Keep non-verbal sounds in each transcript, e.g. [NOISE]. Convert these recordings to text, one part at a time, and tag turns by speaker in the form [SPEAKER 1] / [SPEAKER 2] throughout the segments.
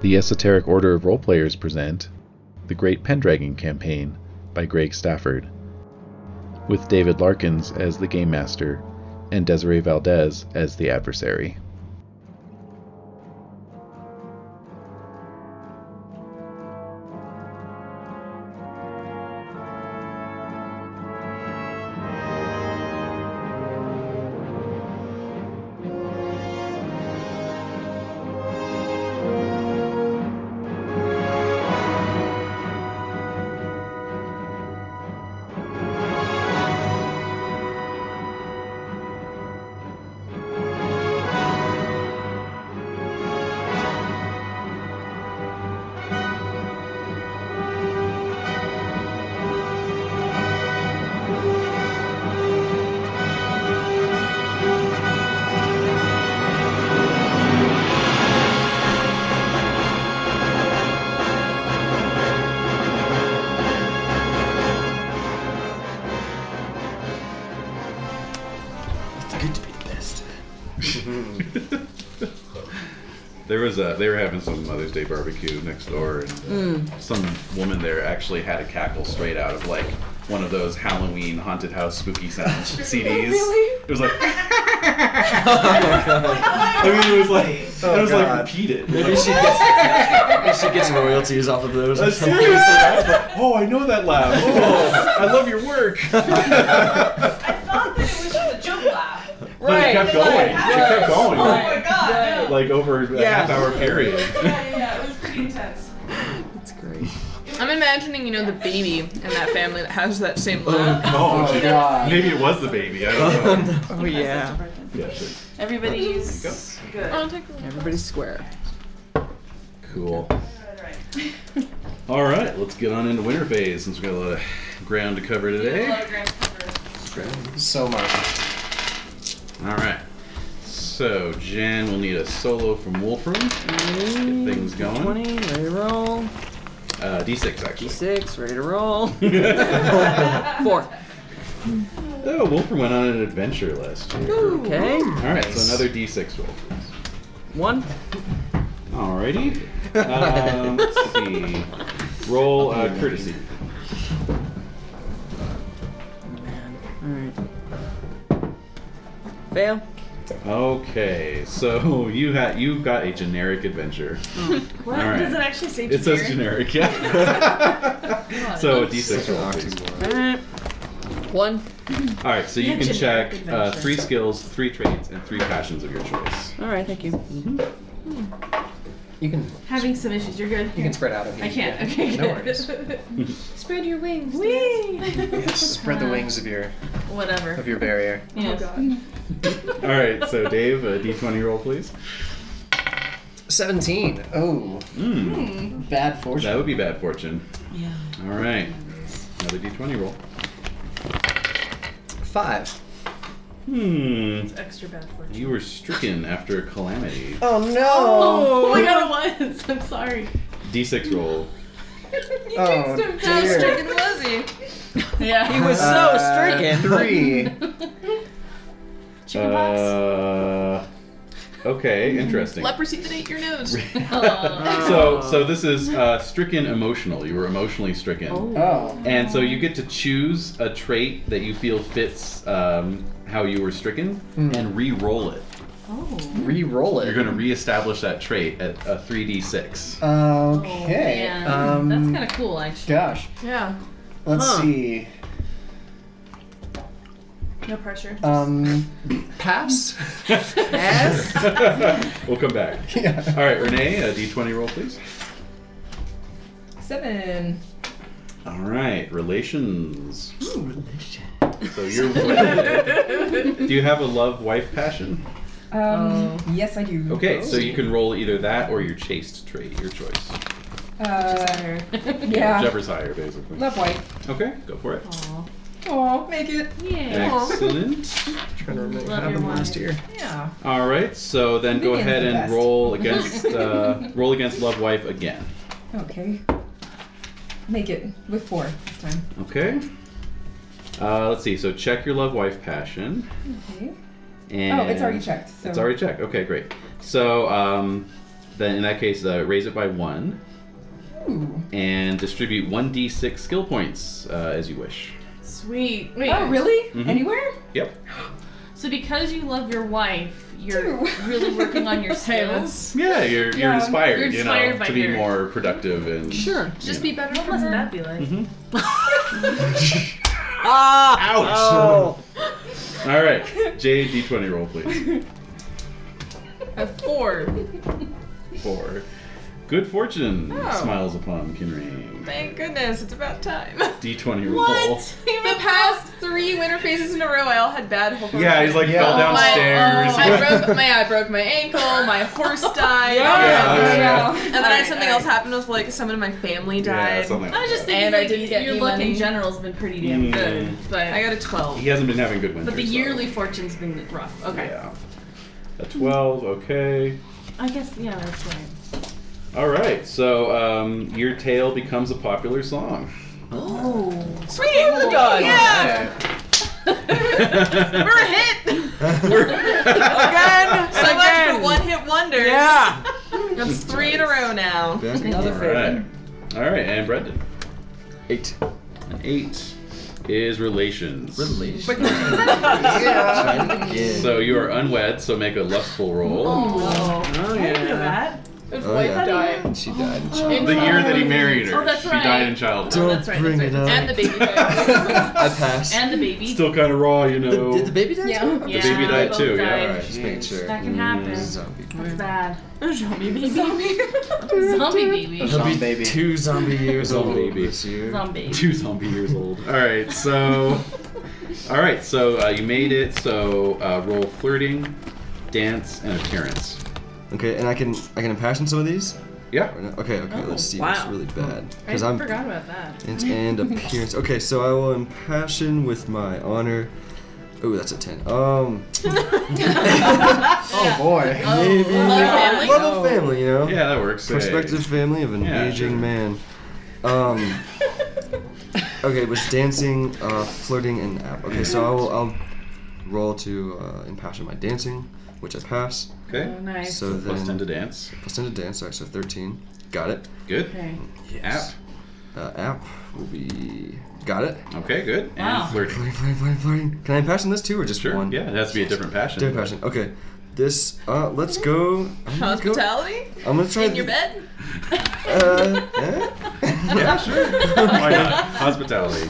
[SPEAKER 1] The Esoteric Order of Roleplayers present The Great Pendragon Campaign by Greg Stafford, with David Larkins as the Game Master and Desiree Valdez as the adversary.
[SPEAKER 2] It's good to be the best.
[SPEAKER 1] There was a they were having some Mother's Day barbecue next door, and uh, some woman there actually had a cackle straight out of like one of those Halloween haunted house spooky sounds CDs.
[SPEAKER 3] Really?
[SPEAKER 1] It was like
[SPEAKER 2] Maybe
[SPEAKER 1] I mean it was like
[SPEAKER 4] Oh,
[SPEAKER 1] it was
[SPEAKER 4] God.
[SPEAKER 1] like repeated.
[SPEAKER 2] she gets maybe she gets royalties off of those.
[SPEAKER 1] Uh,
[SPEAKER 2] or something.
[SPEAKER 1] seriously, I was like, [LAUGHS] oh, I know that laugh. Oh, I love your work.
[SPEAKER 5] [LAUGHS]
[SPEAKER 3] I thought that it was just a jump laugh.
[SPEAKER 1] But it
[SPEAKER 3] Right.
[SPEAKER 1] kept going. It kept going.
[SPEAKER 3] Oh
[SPEAKER 1] Like,
[SPEAKER 3] my god. no.
[SPEAKER 1] like over a
[SPEAKER 4] Yeah.
[SPEAKER 1] half hour period.
[SPEAKER 3] Yeah, yeah, yeah, it was pretty intense.
[SPEAKER 4] That's great.
[SPEAKER 6] I'm imagining, you know, the baby in that family that has that same
[SPEAKER 2] Oh,
[SPEAKER 6] laugh.
[SPEAKER 1] [LAUGHS] Oh,
[SPEAKER 2] God.
[SPEAKER 1] she-
[SPEAKER 4] God.
[SPEAKER 1] maybe it was the baby. I don't know.
[SPEAKER 4] Oh yeah.
[SPEAKER 1] yeah, sure.
[SPEAKER 3] Everybody's good.
[SPEAKER 6] I'll take a look.
[SPEAKER 4] Everybody's square.
[SPEAKER 3] [LAUGHS]
[SPEAKER 1] Cool. All right, let's get on into winter phase since we got a lot of ground to cover today.
[SPEAKER 4] So much.
[SPEAKER 1] All right. So Jen will need a solo from Wolfram. Get things going.
[SPEAKER 4] Mm, Twenty. Ready to roll.
[SPEAKER 1] Uh, D6 actually.
[SPEAKER 4] D6. Ready to [LAUGHS] roll. Four.
[SPEAKER 1] [LAUGHS] oh, Wolfram went on an adventure last year.
[SPEAKER 4] Okay.
[SPEAKER 1] All right, so another D6 roll. please.
[SPEAKER 4] One.
[SPEAKER 1] Alrighty. Um, let's see. Roll uh, courtesy.
[SPEAKER 4] All right. Fail.
[SPEAKER 1] Okay, so you had you got a generic adventure.
[SPEAKER 3] What?
[SPEAKER 1] All right.
[SPEAKER 3] Does it actually say
[SPEAKER 1] It says generic, yeah. so a d6 roll. please.
[SPEAKER 4] All right. One.
[SPEAKER 1] All right, so you
[SPEAKER 3] Yeah,
[SPEAKER 1] can
[SPEAKER 3] generic
[SPEAKER 1] check uh,
[SPEAKER 3] adventure.
[SPEAKER 1] three skills, three traits, and three passions of your choice.
[SPEAKER 4] All right. Thank you.
[SPEAKER 5] You can
[SPEAKER 3] Having some issues. You're good.
[SPEAKER 5] you can spread out if you
[SPEAKER 3] I can't. Okay,
[SPEAKER 5] No
[SPEAKER 3] good.
[SPEAKER 5] worries.
[SPEAKER 6] Spread your wings.
[SPEAKER 3] Whee!
[SPEAKER 5] Yeah, spread the wings of your
[SPEAKER 3] Whatever.
[SPEAKER 5] of your barrier.
[SPEAKER 3] Yeah.
[SPEAKER 1] All right, so Dave, a d20 roll, please.
[SPEAKER 5] Seventeen. Oh,
[SPEAKER 1] Mm,
[SPEAKER 3] Hmm.
[SPEAKER 5] bad fortune.
[SPEAKER 1] that would be bad fortune. Yeah. All right, another d20 roll.
[SPEAKER 5] Five.
[SPEAKER 1] Hmm,
[SPEAKER 3] Extra bad fortune.
[SPEAKER 1] you were stricken after a calamity.
[SPEAKER 5] Oh no.
[SPEAKER 3] Oh my god, it was. I'm sorry.
[SPEAKER 1] D6 roll.
[SPEAKER 6] How
[SPEAKER 5] Oh, dear.
[SPEAKER 6] stricken was [LAUGHS] he?
[SPEAKER 3] Yeah.
[SPEAKER 4] He was so
[SPEAKER 5] Uh,
[SPEAKER 4] stricken.
[SPEAKER 5] Three.
[SPEAKER 4] [LAUGHS]
[SPEAKER 3] Chicken pox.
[SPEAKER 1] Uh, okay, interesting.
[SPEAKER 6] Leprosy that ate your nose.
[SPEAKER 4] [LAUGHS]
[SPEAKER 1] so, so this is uh, stricken emotional. You were emotionally stricken.
[SPEAKER 5] Oh.
[SPEAKER 1] And so you get to choose a trait that you feel fits um, how you were stricken and re roll it.
[SPEAKER 5] Re-roll
[SPEAKER 1] You're
[SPEAKER 5] it.
[SPEAKER 1] going to re establish that trait at a 3d6.
[SPEAKER 5] Okay.
[SPEAKER 3] Oh, Man,
[SPEAKER 5] um.
[SPEAKER 3] that's kind of cool, actually.
[SPEAKER 5] Gosh.
[SPEAKER 6] yeah.
[SPEAKER 5] Let's
[SPEAKER 4] Huh.
[SPEAKER 5] see.
[SPEAKER 3] No pressure.
[SPEAKER 5] Um. Pass.
[SPEAKER 6] [LAUGHS]
[SPEAKER 5] [LAUGHS]
[SPEAKER 4] Yes.
[SPEAKER 1] we'll come back.
[SPEAKER 5] yeah.
[SPEAKER 1] All right, Renee, a d20 roll, please.
[SPEAKER 3] Seven.
[SPEAKER 1] All right, relations. So you're. [LAUGHS] Do
[SPEAKER 4] Um,
[SPEAKER 1] you have a love, wife, passion?
[SPEAKER 7] Um,
[SPEAKER 4] Oh.
[SPEAKER 7] yes, I do.
[SPEAKER 1] Okay, so you can roll either that or your chaste trait, your choice.
[SPEAKER 7] Uh, yeah.
[SPEAKER 1] Whichever's higher, basically.
[SPEAKER 7] Love white.
[SPEAKER 1] Okay, go for it.
[SPEAKER 7] Oh, make it.
[SPEAKER 1] Excellent.
[SPEAKER 5] Trying to remember
[SPEAKER 3] Love
[SPEAKER 5] what
[SPEAKER 3] your
[SPEAKER 5] happened last
[SPEAKER 3] wine.
[SPEAKER 5] year.
[SPEAKER 7] Yeah.
[SPEAKER 1] All right, so then go
[SPEAKER 7] Minions
[SPEAKER 1] ahead
[SPEAKER 7] are
[SPEAKER 1] and
[SPEAKER 7] best. [LAUGHS]
[SPEAKER 1] roll against uh, roll against love wife again.
[SPEAKER 7] Okay. Make it with four this time.
[SPEAKER 1] Okay. Uh, let's see. So check your love wife passion.
[SPEAKER 7] Okay.
[SPEAKER 1] And
[SPEAKER 7] Oh, it's already checked. So
[SPEAKER 1] It's already checked. Okay, great. So um, Then in that case, uh, raise it by one
[SPEAKER 8] Ooh.
[SPEAKER 1] and distribute one d6 skill points uh, as you wish.
[SPEAKER 4] Sweet. Wait.
[SPEAKER 8] Oh, really?
[SPEAKER 1] Mhm.
[SPEAKER 8] Anywhere?
[SPEAKER 1] Yep.
[SPEAKER 4] So because you love your wife, you're
[SPEAKER 8] Dude.
[SPEAKER 4] really working on
[SPEAKER 9] [LAUGHS]
[SPEAKER 4] your skills.
[SPEAKER 1] Yeah, you're you're
[SPEAKER 8] Yeah.
[SPEAKER 1] inspired,
[SPEAKER 4] You're
[SPEAKER 1] you
[SPEAKER 4] inspired
[SPEAKER 1] know,
[SPEAKER 4] by
[SPEAKER 1] to be
[SPEAKER 4] her.
[SPEAKER 1] more productive and
[SPEAKER 7] Sure.
[SPEAKER 1] Just
[SPEAKER 8] Be better
[SPEAKER 4] What
[SPEAKER 8] for
[SPEAKER 4] must
[SPEAKER 8] her.
[SPEAKER 4] that be like?
[SPEAKER 7] Ah!
[SPEAKER 1] Ouch!
[SPEAKER 7] Oh.
[SPEAKER 1] All right, J d20 roll please.
[SPEAKER 4] A four.
[SPEAKER 1] Four. Good fortune
[SPEAKER 9] Oh.
[SPEAKER 1] smiles upon Kinrain.
[SPEAKER 9] Thank goodness, it's about time. [LAUGHS]
[SPEAKER 1] D20 roll.
[SPEAKER 9] the past three winter phases in a row, I all had bad whole
[SPEAKER 1] Yeah, he's like
[SPEAKER 10] Yeah.
[SPEAKER 1] fell
[SPEAKER 10] Oh
[SPEAKER 9] my- uh,
[SPEAKER 1] downstairs.
[SPEAKER 4] oh,
[SPEAKER 1] [LAUGHS]
[SPEAKER 9] I broke my I broke my ankle, my
[SPEAKER 4] [LAUGHS]
[SPEAKER 9] horse died,
[SPEAKER 1] Yeah.
[SPEAKER 9] and then I had something else happen with like someone in my family
[SPEAKER 1] Yeah,
[SPEAKER 9] died.
[SPEAKER 1] something
[SPEAKER 4] I was just
[SPEAKER 1] like
[SPEAKER 4] thinking
[SPEAKER 9] And I
[SPEAKER 4] like,
[SPEAKER 9] didn't get
[SPEAKER 4] your
[SPEAKER 9] any
[SPEAKER 4] luck
[SPEAKER 9] money.
[SPEAKER 4] in general's been pretty damn
[SPEAKER 1] Mm.
[SPEAKER 4] [LAUGHS] good, but
[SPEAKER 9] I got a
[SPEAKER 1] that.
[SPEAKER 9] twelve.
[SPEAKER 1] He hasn't been having good winters.
[SPEAKER 4] but the
[SPEAKER 1] though.
[SPEAKER 4] yearly fortune's been rough. Okay.
[SPEAKER 1] Yeah. A 12, okay.
[SPEAKER 4] I guess yeah, that's right.
[SPEAKER 1] All right, so um, Your Tale becomes a popular song.
[SPEAKER 4] Oh.
[SPEAKER 9] Sweet, it's a dog. Yeah,
[SPEAKER 1] We're [LAUGHS]
[SPEAKER 9] we're a hit
[SPEAKER 7] Again!
[SPEAKER 9] so much for
[SPEAKER 7] Again!
[SPEAKER 9] one hit wonders.
[SPEAKER 7] Yeah!
[SPEAKER 9] that's three in a
[SPEAKER 10] [LAUGHS]
[SPEAKER 9] row now.
[SPEAKER 1] All right. All right, and Brendan.
[SPEAKER 10] Eight.
[SPEAKER 1] An eight is relations.
[SPEAKER 10] Release.
[SPEAKER 1] So you are unwed, so make a lustful roll.
[SPEAKER 4] Oh, I didn't know that.
[SPEAKER 10] Oh, yeah. She died. in childhood.
[SPEAKER 1] The year that he married her.
[SPEAKER 4] Oh, that's
[SPEAKER 1] she
[SPEAKER 4] right.
[SPEAKER 1] died in childbirth.
[SPEAKER 10] Don't
[SPEAKER 4] Oh, that's right,
[SPEAKER 10] bring
[SPEAKER 4] that's
[SPEAKER 10] it up.
[SPEAKER 9] And the baby died.
[SPEAKER 1] [LAUGHS]
[SPEAKER 10] I passed.
[SPEAKER 4] And the baby.
[SPEAKER 1] Still kind of raw, you
[SPEAKER 10] The-
[SPEAKER 1] know.
[SPEAKER 10] did the baby die?
[SPEAKER 7] [LAUGHS]
[SPEAKER 8] Yeah.
[SPEAKER 7] Oh,
[SPEAKER 10] too?
[SPEAKER 4] yeah,
[SPEAKER 1] baby died
[SPEAKER 4] both
[SPEAKER 1] too, yeah. Mm.
[SPEAKER 4] died.
[SPEAKER 10] Alright, just making sure.
[SPEAKER 4] That can happen.
[SPEAKER 10] Zombie.
[SPEAKER 4] That's bad.
[SPEAKER 7] Zombie
[SPEAKER 4] [LAUGHS]
[SPEAKER 7] baby.
[SPEAKER 4] Zombie baby.
[SPEAKER 10] [LAUGHS] He'll be
[SPEAKER 2] Zombie baby.
[SPEAKER 10] two zombie years old
[SPEAKER 1] Zombie baby.
[SPEAKER 10] this year.
[SPEAKER 4] Zombie.
[SPEAKER 1] [LAUGHS] Two zombie years old. All right, so, [LAUGHS] all right, so uh, you made it. So uh, roll flirting, dance, and appearance.
[SPEAKER 10] Okay, and I can I can impassion some of these.
[SPEAKER 1] Yeah.
[SPEAKER 10] Or not? Okay, okay.
[SPEAKER 4] Oh,
[SPEAKER 10] let's see. It's
[SPEAKER 4] wow.
[SPEAKER 10] really bad
[SPEAKER 4] I
[SPEAKER 10] because I'm
[SPEAKER 4] forgot about that.
[SPEAKER 10] and, and appearance. Okay, so I will impassion with my honor. Oh, that's a ten. Um,
[SPEAKER 2] Oh boy.
[SPEAKER 10] maybe
[SPEAKER 9] family?
[SPEAKER 10] love of family, you know.
[SPEAKER 1] Yeah, that works. hey.
[SPEAKER 10] Prospective family of an
[SPEAKER 1] Yeah,
[SPEAKER 10] aging
[SPEAKER 1] sure.
[SPEAKER 10] man. Um.
[SPEAKER 1] [LAUGHS]
[SPEAKER 10] Okay, it was dancing, uh, flirting, and app. Okay, so I'll, I'll roll to uh, impassion my dancing, which I pass.
[SPEAKER 1] Okay.
[SPEAKER 4] Oh, Nice.
[SPEAKER 10] So
[SPEAKER 1] Plus ten
[SPEAKER 10] then
[SPEAKER 1] to dance.
[SPEAKER 10] plus ten to dance. Sorry, so thirteen. Got it.
[SPEAKER 1] Good.
[SPEAKER 4] Okay.
[SPEAKER 1] App.
[SPEAKER 10] Uh, app will be. Got it.
[SPEAKER 1] Okay, good.
[SPEAKER 4] Wow.
[SPEAKER 1] And flirting.
[SPEAKER 10] Flirting, flirting, flirting, flirting. Can I impassion this too, or just
[SPEAKER 1] Sure.
[SPEAKER 10] one?
[SPEAKER 1] Yeah, it has to be a different passion.
[SPEAKER 10] Different passion. Okay. This. Uh, let's go. I'm gonna go-
[SPEAKER 9] Hospitality
[SPEAKER 10] I'm gonna try.
[SPEAKER 9] in your
[SPEAKER 10] th-
[SPEAKER 9] bed.
[SPEAKER 10] Uh,
[SPEAKER 9] [LAUGHS]
[SPEAKER 10] eh? [LAUGHS]
[SPEAKER 1] Yeah, sure. Why not? Hospitality.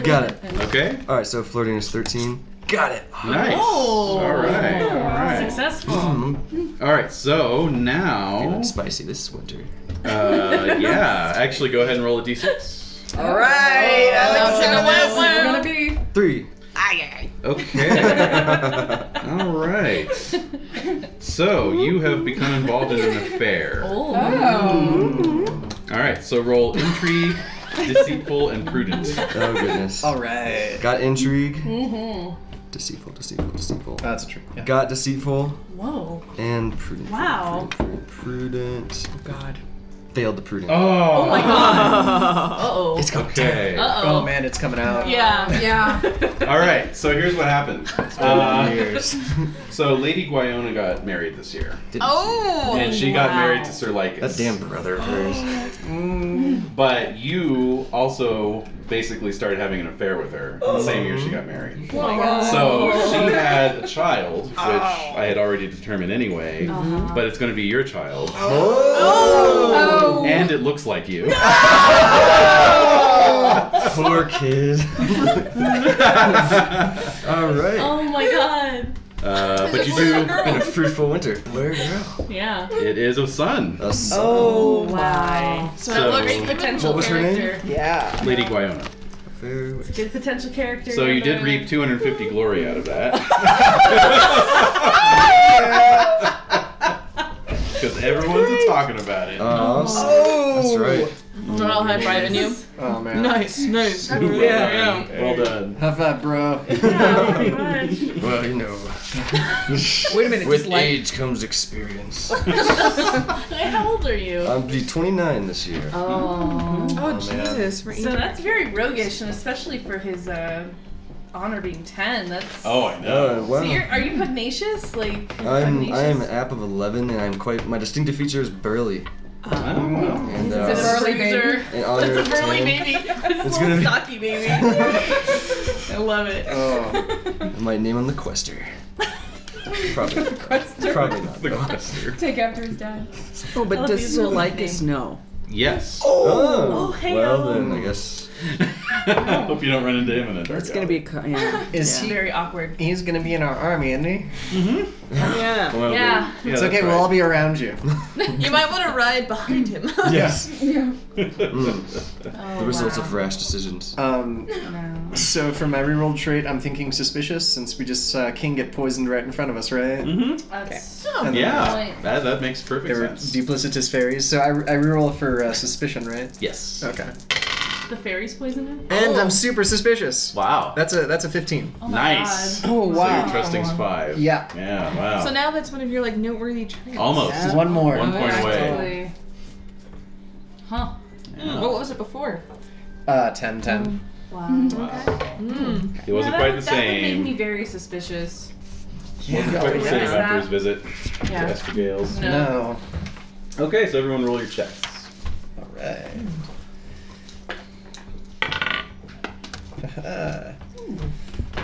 [SPEAKER 10] Got it.
[SPEAKER 1] Okay.
[SPEAKER 10] All right. So flirting is thirteen. Got it.
[SPEAKER 1] Nice.
[SPEAKER 4] Oh.
[SPEAKER 1] All right. All right.
[SPEAKER 4] Successful.
[SPEAKER 10] Mm,
[SPEAKER 1] All right. So now,
[SPEAKER 10] feeling spicy this winter.
[SPEAKER 1] uh, yeah. Actually, go ahead and roll a d6.
[SPEAKER 9] All right,
[SPEAKER 7] Oh,
[SPEAKER 8] We're gonna be
[SPEAKER 10] Three. [LAUGHS] Oh,
[SPEAKER 1] Okay. All right. So you have become involved in an affair.
[SPEAKER 4] Oh.
[SPEAKER 1] All right. So roll intrigue, deceitful, and prudent.
[SPEAKER 10] Oh goodness.
[SPEAKER 2] All right.
[SPEAKER 10] Got intrigue. Deceitful, deceitful, deceitful.
[SPEAKER 2] That's a trick. Yeah.
[SPEAKER 10] Got deceitful
[SPEAKER 1] [LAUGHS]
[SPEAKER 4] Whoa.
[SPEAKER 10] and prudent.
[SPEAKER 4] Wow.
[SPEAKER 10] Prudent. prudent, prudent, prudent.
[SPEAKER 7] God.
[SPEAKER 10] Failed the prudent.
[SPEAKER 1] Oh.
[SPEAKER 4] my
[SPEAKER 7] God.
[SPEAKER 4] Uh oh.
[SPEAKER 10] It's got
[SPEAKER 1] Okay.
[SPEAKER 2] Oh
[SPEAKER 4] Uh
[SPEAKER 2] man, it's coming out.
[SPEAKER 4] oh. Yeah.
[SPEAKER 8] yeah.
[SPEAKER 1] All right. So here's what happened. Uh,
[SPEAKER 10] years.
[SPEAKER 1] [LAUGHS] so Lady Guiona got married this year,
[SPEAKER 9] Oh,
[SPEAKER 1] and she got
[SPEAKER 4] Wow.
[SPEAKER 1] married to Sir Lycus.
[SPEAKER 10] that damn brother of hers.
[SPEAKER 1] But you also basically started having an affair with her the same year she got married.
[SPEAKER 4] Mm-hmm. Oh
[SPEAKER 1] So she had a child, which I had already determined anyway, but it's going to be your child.
[SPEAKER 9] oh,
[SPEAKER 1] And it looks like you.
[SPEAKER 10] Poor kid.
[SPEAKER 1] [LAUGHS] uh,
[SPEAKER 10] All right.
[SPEAKER 4] Oh my god.
[SPEAKER 1] but you do.
[SPEAKER 10] Been a fruitful winter. Where girl?
[SPEAKER 4] Yeah.
[SPEAKER 1] It is a son.
[SPEAKER 10] A son.
[SPEAKER 7] Oh
[SPEAKER 4] Wow.
[SPEAKER 9] so,
[SPEAKER 1] So-
[SPEAKER 9] a great potential
[SPEAKER 10] What was her name?
[SPEAKER 9] character.
[SPEAKER 7] Yeah.
[SPEAKER 1] Lady Guiona.
[SPEAKER 10] Very well.
[SPEAKER 4] Good potential character.
[SPEAKER 1] So you
[SPEAKER 4] in
[SPEAKER 1] did
[SPEAKER 4] the-
[SPEAKER 1] reap 250 glory out of that. [LAUGHS] Because everyone's talking about it.
[SPEAKER 10] Uh, That's right.
[SPEAKER 9] We're all high fiving you.
[SPEAKER 2] Oh man.
[SPEAKER 7] Nice, nice.
[SPEAKER 1] yeah, well done.
[SPEAKER 2] Have that, bro.
[SPEAKER 4] Yeah, pretty much.
[SPEAKER 10] Well, you know,
[SPEAKER 7] Wait a
[SPEAKER 10] [LAUGHS]
[SPEAKER 7] minute.
[SPEAKER 10] with
[SPEAKER 7] just like- [LAUGHS] Oh,
[SPEAKER 10] age comes [LAUGHS] experience.
[SPEAKER 4] Hey, How old are you?
[SPEAKER 10] I'm be 29 this year.
[SPEAKER 4] Oh.
[SPEAKER 9] Oh,
[SPEAKER 10] man.
[SPEAKER 9] Jesus, we're
[SPEAKER 4] So that's very roguish, and especially for his uh, honor being ten. That's
[SPEAKER 1] [LAUGHS] Oh, I
[SPEAKER 10] Uh,
[SPEAKER 1] know.
[SPEAKER 10] wow.
[SPEAKER 4] So you're, are you pugnacious? Like
[SPEAKER 10] I'm
[SPEAKER 4] pugnacious?
[SPEAKER 10] I am an app of eleven, and I'm quite. My distinctive feature is burly,
[SPEAKER 1] I don't know.
[SPEAKER 10] and
[SPEAKER 8] It's a
[SPEAKER 10] uh,
[SPEAKER 8] burly baby.
[SPEAKER 10] in honor
[SPEAKER 4] That's a
[SPEAKER 10] of
[SPEAKER 4] burly
[SPEAKER 10] 10
[SPEAKER 4] baby. It's
[SPEAKER 10] gonna
[SPEAKER 4] little
[SPEAKER 10] be-
[SPEAKER 4] stocky baby. I love it. [LAUGHS]
[SPEAKER 10] I might name him the Quester. Probably, probably not.
[SPEAKER 1] The
[SPEAKER 10] though.
[SPEAKER 1] Quester.
[SPEAKER 8] Take after his dad.
[SPEAKER 7] Oh, but
[SPEAKER 4] I'll
[SPEAKER 7] does
[SPEAKER 4] be moving.
[SPEAKER 7] Solicus know?
[SPEAKER 1] Yes.
[SPEAKER 10] Oh,
[SPEAKER 4] Oh, hey,
[SPEAKER 10] well
[SPEAKER 4] oh.
[SPEAKER 10] then, I guess.
[SPEAKER 1] [LAUGHS] Hope you don't run into him in a dark.
[SPEAKER 7] It's gonna be a
[SPEAKER 5] [LAUGHS]
[SPEAKER 7] co- yeah.
[SPEAKER 11] Is he?
[SPEAKER 4] Very awkward.
[SPEAKER 11] He's gonna be in our army, isn't he?
[SPEAKER 7] [LAUGHS] yeah.
[SPEAKER 10] Well,
[SPEAKER 4] Yeah.
[SPEAKER 1] Yeah,
[SPEAKER 11] It's
[SPEAKER 1] that's
[SPEAKER 11] okay. We'll all be around you.
[SPEAKER 9] You might want to ride behind him.
[SPEAKER 4] [LAUGHS]
[SPEAKER 1] Yes.
[SPEAKER 8] Yeah.
[SPEAKER 1] [LAUGHS] Mm.
[SPEAKER 10] The results of rash decisions.
[SPEAKER 11] Um,
[SPEAKER 4] No.
[SPEAKER 11] so for my reroll trait, I'm thinking suspicious since we just saw King get poisoned right in front of us, right?
[SPEAKER 1] hmm
[SPEAKER 4] Oh, That's-
[SPEAKER 11] And
[SPEAKER 1] Yeah. That, that makes
[SPEAKER 11] They
[SPEAKER 1] perfect
[SPEAKER 11] were
[SPEAKER 1] sense.
[SPEAKER 11] duplicitous fairies, so I, I reroll for uh, suspicion, right?
[SPEAKER 1] Yes.
[SPEAKER 5] Oh.
[SPEAKER 11] Okay.
[SPEAKER 4] The fairies poison him.
[SPEAKER 11] And I'm super suspicious.
[SPEAKER 1] Wow.
[SPEAKER 11] That's a that's a 15.
[SPEAKER 4] Oh my
[SPEAKER 1] nice.
[SPEAKER 4] God.
[SPEAKER 11] Oh
[SPEAKER 1] So your trusting's five.
[SPEAKER 11] Yeah.
[SPEAKER 1] Yeah. Wow.
[SPEAKER 9] So now that's one of your like noteworthy traits.
[SPEAKER 1] Almost.
[SPEAKER 7] Yeah.
[SPEAKER 11] One more.
[SPEAKER 1] One point away.
[SPEAKER 4] Exactly. Huh.
[SPEAKER 1] Yeah.
[SPEAKER 9] What was it before?
[SPEAKER 11] Uh, 10, 10.
[SPEAKER 4] Wow.
[SPEAKER 1] Wow.
[SPEAKER 9] Mm.
[SPEAKER 1] It wasn't quite
[SPEAKER 4] No, that
[SPEAKER 1] the
[SPEAKER 4] would- That would
[SPEAKER 1] same.
[SPEAKER 4] make me very suspicious.
[SPEAKER 1] Wasn't quite the
[SPEAKER 11] Yeah.
[SPEAKER 1] same
[SPEAKER 4] Yeah.
[SPEAKER 1] after his visit
[SPEAKER 4] Yeah.
[SPEAKER 1] to Estrogal's.
[SPEAKER 4] No.
[SPEAKER 11] No.
[SPEAKER 1] Okay, so everyone roll your checks.
[SPEAKER 11] All right. Oh,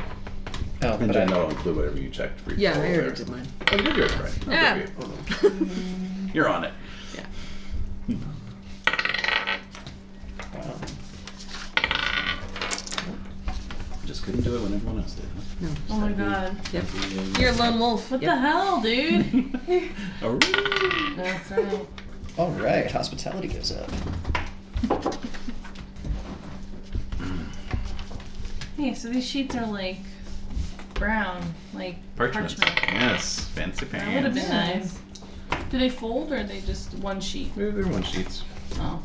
[SPEAKER 11] but
[SPEAKER 1] And then
[SPEAKER 11] I,
[SPEAKER 1] that'll include whatever you checked for your
[SPEAKER 7] Yeah,
[SPEAKER 1] roll
[SPEAKER 7] I
[SPEAKER 1] there.
[SPEAKER 7] already did mine.
[SPEAKER 1] Oh, you did yours, right. Oh,
[SPEAKER 9] Yeah.
[SPEAKER 1] good
[SPEAKER 7] [LAUGHS]
[SPEAKER 1] for you. You're on it. Hmm.
[SPEAKER 7] Yeah.
[SPEAKER 11] wow.
[SPEAKER 1] Just couldn't do it when everyone else did. huh?
[SPEAKER 7] No.
[SPEAKER 4] Oh my god.
[SPEAKER 9] You're a lone wolf.
[SPEAKER 4] What the hell, dude?
[SPEAKER 9] [LAUGHS]
[SPEAKER 1] Oh,
[SPEAKER 4] That's right.
[SPEAKER 11] All right, hospitality goes up.
[SPEAKER 4] Yeah. So these sheets are like brown, like
[SPEAKER 1] Parchment.
[SPEAKER 4] parchment.
[SPEAKER 1] Yes, fancy
[SPEAKER 4] That would have
[SPEAKER 1] pants.
[SPEAKER 4] been nice. Do they fold or are they just one sheet?
[SPEAKER 1] They're they're one sheets.
[SPEAKER 4] Oh.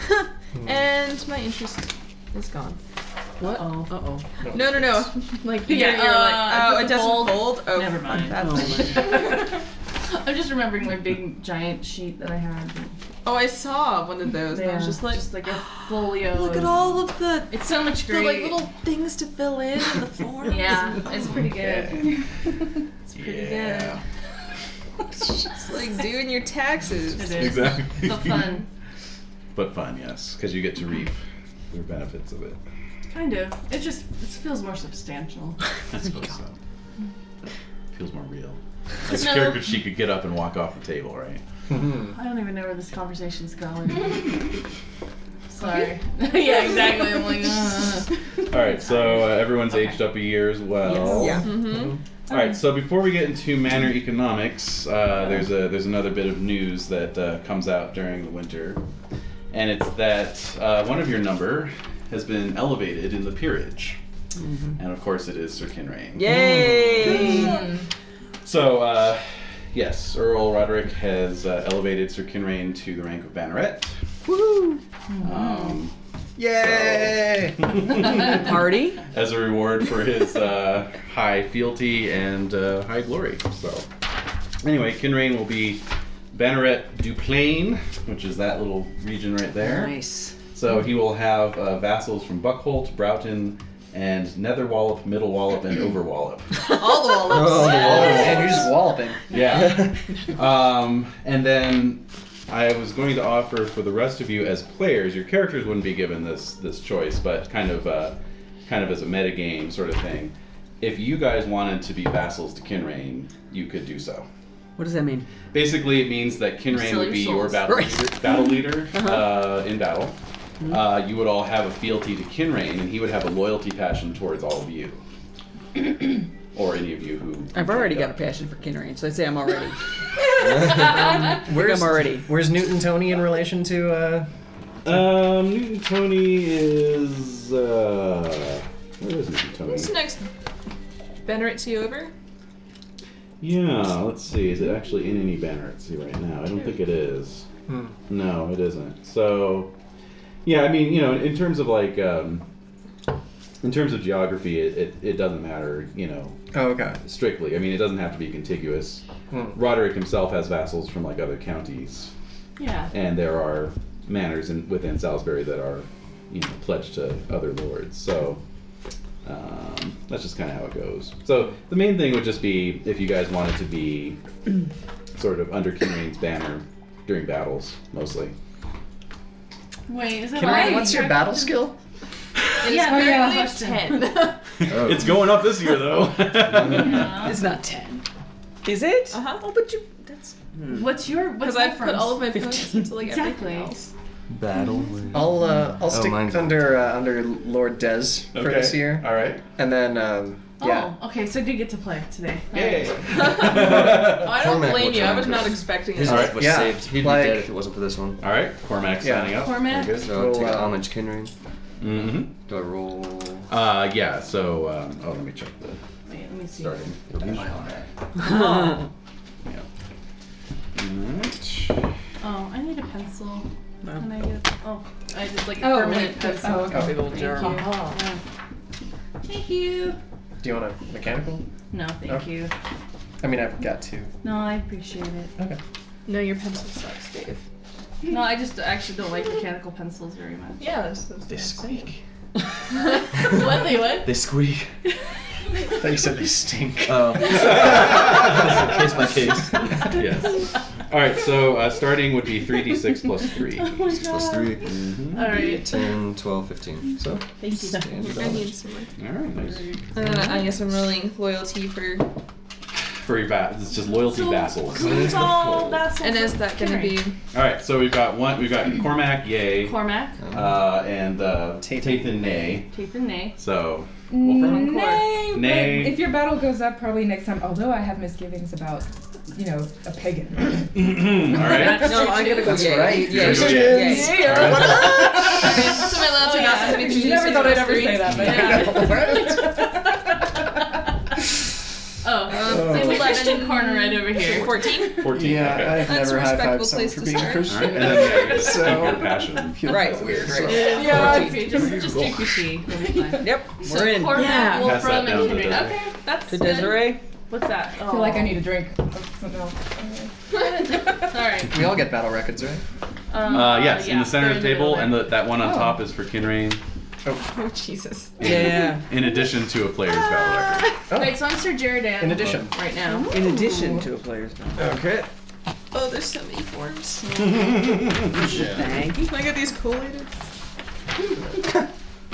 [SPEAKER 1] Hmm.
[SPEAKER 9] and my interest is gone.
[SPEAKER 7] What? Uh oh.
[SPEAKER 9] No, no, no. [LAUGHS] Like
[SPEAKER 4] Yeah,
[SPEAKER 9] yeah, you're
[SPEAKER 4] uh,
[SPEAKER 9] like, oh, it doesn't
[SPEAKER 4] fold.
[SPEAKER 9] fold. Oh,
[SPEAKER 4] Never
[SPEAKER 9] [LAUGHS]
[SPEAKER 4] mind. [LAUGHS]
[SPEAKER 9] That's
[SPEAKER 4] I'm just remembering my big giant sheet that I had.
[SPEAKER 9] [LAUGHS] oh, I saw one of those. And I was just like, "Oh."
[SPEAKER 4] just
[SPEAKER 9] [GASPS]
[SPEAKER 4] like a folio.
[SPEAKER 9] look
[SPEAKER 4] of-
[SPEAKER 9] at all of the,
[SPEAKER 4] It's so much
[SPEAKER 9] the
[SPEAKER 4] great.
[SPEAKER 9] like little things to fill in and the [LAUGHS] forms.
[SPEAKER 4] Yeah,
[SPEAKER 9] [LAUGHS]
[SPEAKER 4] it's pretty good. [LAUGHS]
[SPEAKER 9] It's pretty
[SPEAKER 1] Yeah.
[SPEAKER 9] good. It's like doing your taxes.
[SPEAKER 4] It is.
[SPEAKER 1] Exactly.
[SPEAKER 4] But fun.
[SPEAKER 1] [LAUGHS] But fun, yes, because you get to reap the benefits of it.
[SPEAKER 7] Oh
[SPEAKER 4] Kind of. It just it feels more substantial.
[SPEAKER 1] I suppose so.
[SPEAKER 7] [LAUGHS]
[SPEAKER 1] Feels more real. Like
[SPEAKER 4] No.
[SPEAKER 1] character she could get up and walk off the table, right?
[SPEAKER 4] I don't even know where this conversation's [LAUGHS] going. Sorry. [LAUGHS] yeah, exactly. I'm like, uh.
[SPEAKER 1] All right, so uh, everyone's aged up a year as well.
[SPEAKER 7] Yeah.
[SPEAKER 1] All right, so before we get into manor economics, uh, there's a there's another bit of news that uh, comes out during the winter, and it's that uh, one of your number has been elevated in the peerage, and of course it is Sir Kinrain.
[SPEAKER 7] Yay!
[SPEAKER 9] Mm.
[SPEAKER 1] So, uh, yes, Earl Roderick has uh, elevated Sir Kinrain to the rank of banneret.
[SPEAKER 7] Woo!
[SPEAKER 1] Um,
[SPEAKER 11] Yay!
[SPEAKER 7] [LAUGHS] Party?
[SPEAKER 1] as a reward for his uh, high fealty and uh, high glory. So, anyway, Kinrain will be Banneret du Plain, which is that little region right there.
[SPEAKER 7] Nice.
[SPEAKER 1] So he will have uh, vassals from Buckholt, Broughton, and Nether Wallop, Middle Wallop, and Over Wallop.
[SPEAKER 9] All the walls.
[SPEAKER 11] Oh, and you're just walloping.
[SPEAKER 1] Yeah. um, and then I was going to offer for the rest of you as players, your characters wouldn't be given this this choice, but kind of uh, kind of as a metagame sort of thing. If you guys wanted to be vassals to Kinrain, you could do so.
[SPEAKER 7] What does that mean?
[SPEAKER 1] Basically, it means that Kinrain
[SPEAKER 4] Sell
[SPEAKER 1] would
[SPEAKER 4] your
[SPEAKER 1] be your
[SPEAKER 4] souls.
[SPEAKER 1] battle
[SPEAKER 7] Right. Uh-huh. Mm-hmm.
[SPEAKER 1] leader, battle
[SPEAKER 7] [LAUGHS]
[SPEAKER 1] leader uh, in battle. Uh, you would all have a fealty to Kinrain, and he would have a loyalty passion towards all of
[SPEAKER 7] [CLEARS THROAT]
[SPEAKER 1] you, or any of you who.
[SPEAKER 7] I've already got a passion for Kinrain, so I'd say I'm
[SPEAKER 9] [LAUGHS]
[SPEAKER 7] already.
[SPEAKER 11] Where's
[SPEAKER 7] I'm already.
[SPEAKER 11] Where's Newton Tony in relation to? Uh,
[SPEAKER 1] Um, Newton Tony is. Uh, where is Newton Tony?
[SPEAKER 9] What's next? Banneret to you over?
[SPEAKER 1] Yeah, let's see. Is it actually in any banner at sea right now? I don't think it is.
[SPEAKER 11] Hmm.
[SPEAKER 1] No, it isn't. So, yeah, I mean, you know, in, in terms of like, um, in terms of geography, it, it, it doesn't matter, you know,
[SPEAKER 11] oh, okay.
[SPEAKER 1] strictly. I mean, it doesn't have to be contiguous.
[SPEAKER 11] Hmm.
[SPEAKER 1] Roderick himself has vassals from like other counties,
[SPEAKER 4] yeah.
[SPEAKER 1] and there are manors in, within Salisbury that are, you know, pledged to other lords. So, Um, that's just kind of how it goes. So the main thing would just be if you guys wanted to be [CLEARS THROAT] sort of under King Rain's banner during battles, mostly.
[SPEAKER 4] Wait, is it
[SPEAKER 5] Can I,
[SPEAKER 4] like-
[SPEAKER 5] what's your battle skill?
[SPEAKER 4] Yeah,
[SPEAKER 12] Oh, yeah.
[SPEAKER 4] currently it's [LAUGHS] ten.
[SPEAKER 10] Oh.
[SPEAKER 1] It's going up this year [LAUGHS] though.
[SPEAKER 7] It's not 10. Is
[SPEAKER 9] [LAUGHS]
[SPEAKER 7] it?
[SPEAKER 9] Uh
[SPEAKER 4] Uh-huh.
[SPEAKER 9] huh. Oh, but you. That's
[SPEAKER 5] Hmm.
[SPEAKER 4] What's your? What's
[SPEAKER 9] because I've put all of my points
[SPEAKER 7] Fifteen.
[SPEAKER 9] into like
[SPEAKER 4] Exactly.
[SPEAKER 9] everything else.
[SPEAKER 13] Battle.
[SPEAKER 5] I'll uh,
[SPEAKER 1] Mm-hmm.
[SPEAKER 5] I'll
[SPEAKER 1] Oh,
[SPEAKER 5] stick
[SPEAKER 10] mine's-
[SPEAKER 5] under uh, under Lord Des for
[SPEAKER 1] Okay.
[SPEAKER 5] this year,
[SPEAKER 1] All right.
[SPEAKER 5] and then um, yeah.
[SPEAKER 4] Oh, okay. So I do get to play today.
[SPEAKER 1] Yay.
[SPEAKER 9] Oh, I don't
[SPEAKER 10] Cormac
[SPEAKER 9] blame
[SPEAKER 10] will
[SPEAKER 9] you. I
[SPEAKER 10] try and
[SPEAKER 9] was
[SPEAKER 10] do
[SPEAKER 9] not
[SPEAKER 10] it.
[SPEAKER 9] expecting
[SPEAKER 10] His
[SPEAKER 9] it.
[SPEAKER 1] Alright,
[SPEAKER 10] life was
[SPEAKER 5] yeah,
[SPEAKER 10] saved. He'd
[SPEAKER 5] like-
[SPEAKER 10] be dead if it wasn't for this one.
[SPEAKER 1] [LAUGHS] All right. Cormac
[SPEAKER 5] Yeah.
[SPEAKER 1] signing up.
[SPEAKER 4] Cormac.
[SPEAKER 10] So I'll
[SPEAKER 5] Roll,
[SPEAKER 10] take
[SPEAKER 5] uh,
[SPEAKER 10] homage, Kinrain.
[SPEAKER 1] Mm-hmm.
[SPEAKER 10] Do I roll?
[SPEAKER 1] Uh, yeah. So, um, oh, let me check the
[SPEAKER 4] Wait, let me see.
[SPEAKER 1] starting.
[SPEAKER 9] Oh.
[SPEAKER 1] Yeah. Alright.
[SPEAKER 4] Oh, I need a pencil.
[SPEAKER 7] No.
[SPEAKER 4] Can I get? Oh, I just like
[SPEAKER 12] Oh,
[SPEAKER 4] permanent
[SPEAKER 12] wait,
[SPEAKER 4] pencil.
[SPEAKER 12] oh, okay.
[SPEAKER 7] Big old germ.
[SPEAKER 4] Thank you. Thank you.
[SPEAKER 9] Oh.
[SPEAKER 5] Do you want a mechanical?
[SPEAKER 4] No, thank
[SPEAKER 5] Okay.
[SPEAKER 4] you.
[SPEAKER 5] I mean, I've got two.
[SPEAKER 4] No, I appreciate it.
[SPEAKER 9] No, your pencil sucks, Dave.
[SPEAKER 4] No, I just actually don't like mechanical pencils very [LAUGHS] much.
[SPEAKER 9] Yeah, that's, that's
[SPEAKER 13] squeak.
[SPEAKER 4] what they what?
[SPEAKER 13] They squeak.
[SPEAKER 5] I thought you said they
[SPEAKER 9] [LAUGHS]
[SPEAKER 5] stink.
[SPEAKER 10] [LAUGHS]
[SPEAKER 13] Oh. case by case.
[SPEAKER 1] Yes. All right. So uh, starting would be three d six plus
[SPEAKER 5] [LAUGHS]
[SPEAKER 1] three.
[SPEAKER 4] Oh my
[SPEAKER 10] Plus
[SPEAKER 4] god.
[SPEAKER 10] three.
[SPEAKER 4] All right.
[SPEAKER 10] 10, 12, 15.
[SPEAKER 1] So.
[SPEAKER 4] Thank you.
[SPEAKER 10] Standard.
[SPEAKER 9] I need someone.
[SPEAKER 1] All right. Nice.
[SPEAKER 9] And then Uh, I guess I'm rolling loyalty for.
[SPEAKER 1] For your va- it's just loyalty vassals.
[SPEAKER 4] Who's all vassals
[SPEAKER 9] And is
[SPEAKER 4] of
[SPEAKER 9] that gonna be?
[SPEAKER 4] Kinraid?
[SPEAKER 1] All right. So we've got one. We've got Cormac, yay,
[SPEAKER 4] Cormac,
[SPEAKER 1] uh, and uh,
[SPEAKER 5] Tathan.
[SPEAKER 1] Tathan, nay.
[SPEAKER 4] Taith and Nay?
[SPEAKER 1] So. Wolfram?
[SPEAKER 12] Nay, but
[SPEAKER 1] Nay.
[SPEAKER 12] if your battle goes up, probably next time. Although I have misgivings about, you know, a pagan.
[SPEAKER 5] Mm.
[SPEAKER 1] All [CLEARS THROAT] right.
[SPEAKER 9] No, I'm gonna go.
[SPEAKER 5] That's
[SPEAKER 9] yay.
[SPEAKER 5] right.
[SPEAKER 9] Yay.
[SPEAKER 1] You're gonna
[SPEAKER 9] Yay.
[SPEAKER 5] go
[SPEAKER 9] Yay.
[SPEAKER 1] All right.
[SPEAKER 9] Okay, so my loyalty
[SPEAKER 4] Oh,
[SPEAKER 9] got
[SPEAKER 4] yeah.
[SPEAKER 9] to be
[SPEAKER 12] you never
[SPEAKER 9] 3d6
[SPEAKER 12] thought I'd
[SPEAKER 9] plus
[SPEAKER 12] ever
[SPEAKER 9] three.
[SPEAKER 12] say that, but
[SPEAKER 4] Yeah. [LAUGHS] Oh,
[SPEAKER 5] Oh.
[SPEAKER 4] it's like
[SPEAKER 9] Eleven.
[SPEAKER 4] a Christian corner right over here.
[SPEAKER 1] [LAUGHS]
[SPEAKER 9] 14?
[SPEAKER 1] Fourteen.
[SPEAKER 5] Yeah,
[SPEAKER 1] okay.
[SPEAKER 5] I've
[SPEAKER 9] That's a
[SPEAKER 5] never high
[SPEAKER 9] respectable
[SPEAKER 5] fived someone
[SPEAKER 9] place
[SPEAKER 5] for
[SPEAKER 9] to
[SPEAKER 5] being a
[SPEAKER 9] start.
[SPEAKER 1] All right.
[SPEAKER 5] [LAUGHS] Christian.
[SPEAKER 1] And then yeah, you just
[SPEAKER 5] So-
[SPEAKER 1] keep your passion.
[SPEAKER 5] Right,
[SPEAKER 7] weird,
[SPEAKER 4] Yeah,
[SPEAKER 12] Yeah.
[SPEAKER 4] okay, just, just do Kishi. It'll be fine.
[SPEAKER 7] Yep.
[SPEAKER 4] So
[SPEAKER 7] We're in.
[SPEAKER 4] Cormac,
[SPEAKER 9] Yeah.
[SPEAKER 1] Pass that
[SPEAKER 4] Wolfram, and
[SPEAKER 1] down to Desiree.
[SPEAKER 4] Kindred. Okay, that's
[SPEAKER 7] To
[SPEAKER 4] good.
[SPEAKER 7] Desiree.
[SPEAKER 4] What's that? Oh.
[SPEAKER 12] I feel like I need a drink of
[SPEAKER 4] [LAUGHS]
[SPEAKER 12] something else.
[SPEAKER 4] Sorry.
[SPEAKER 5] We all get battle records, right?
[SPEAKER 4] Um,
[SPEAKER 1] Uh, yes, in the center of the
[SPEAKER 4] they're in
[SPEAKER 1] table, and
[SPEAKER 4] middle
[SPEAKER 1] the, that one on
[SPEAKER 12] Oh.
[SPEAKER 1] top is for Kinrain.
[SPEAKER 9] Oh, Jesus.
[SPEAKER 7] Yeah.
[SPEAKER 1] In addition to a player's battle record.
[SPEAKER 5] Oh.
[SPEAKER 4] Wait, so I'm Sir Jaredan.
[SPEAKER 5] In addition.
[SPEAKER 1] [LAUGHS]
[SPEAKER 4] Right now.
[SPEAKER 7] In addition to a player's battle.
[SPEAKER 5] Okay.
[SPEAKER 9] Oh, there's so many forms.
[SPEAKER 7] Thank you.
[SPEAKER 9] Can I get these collated?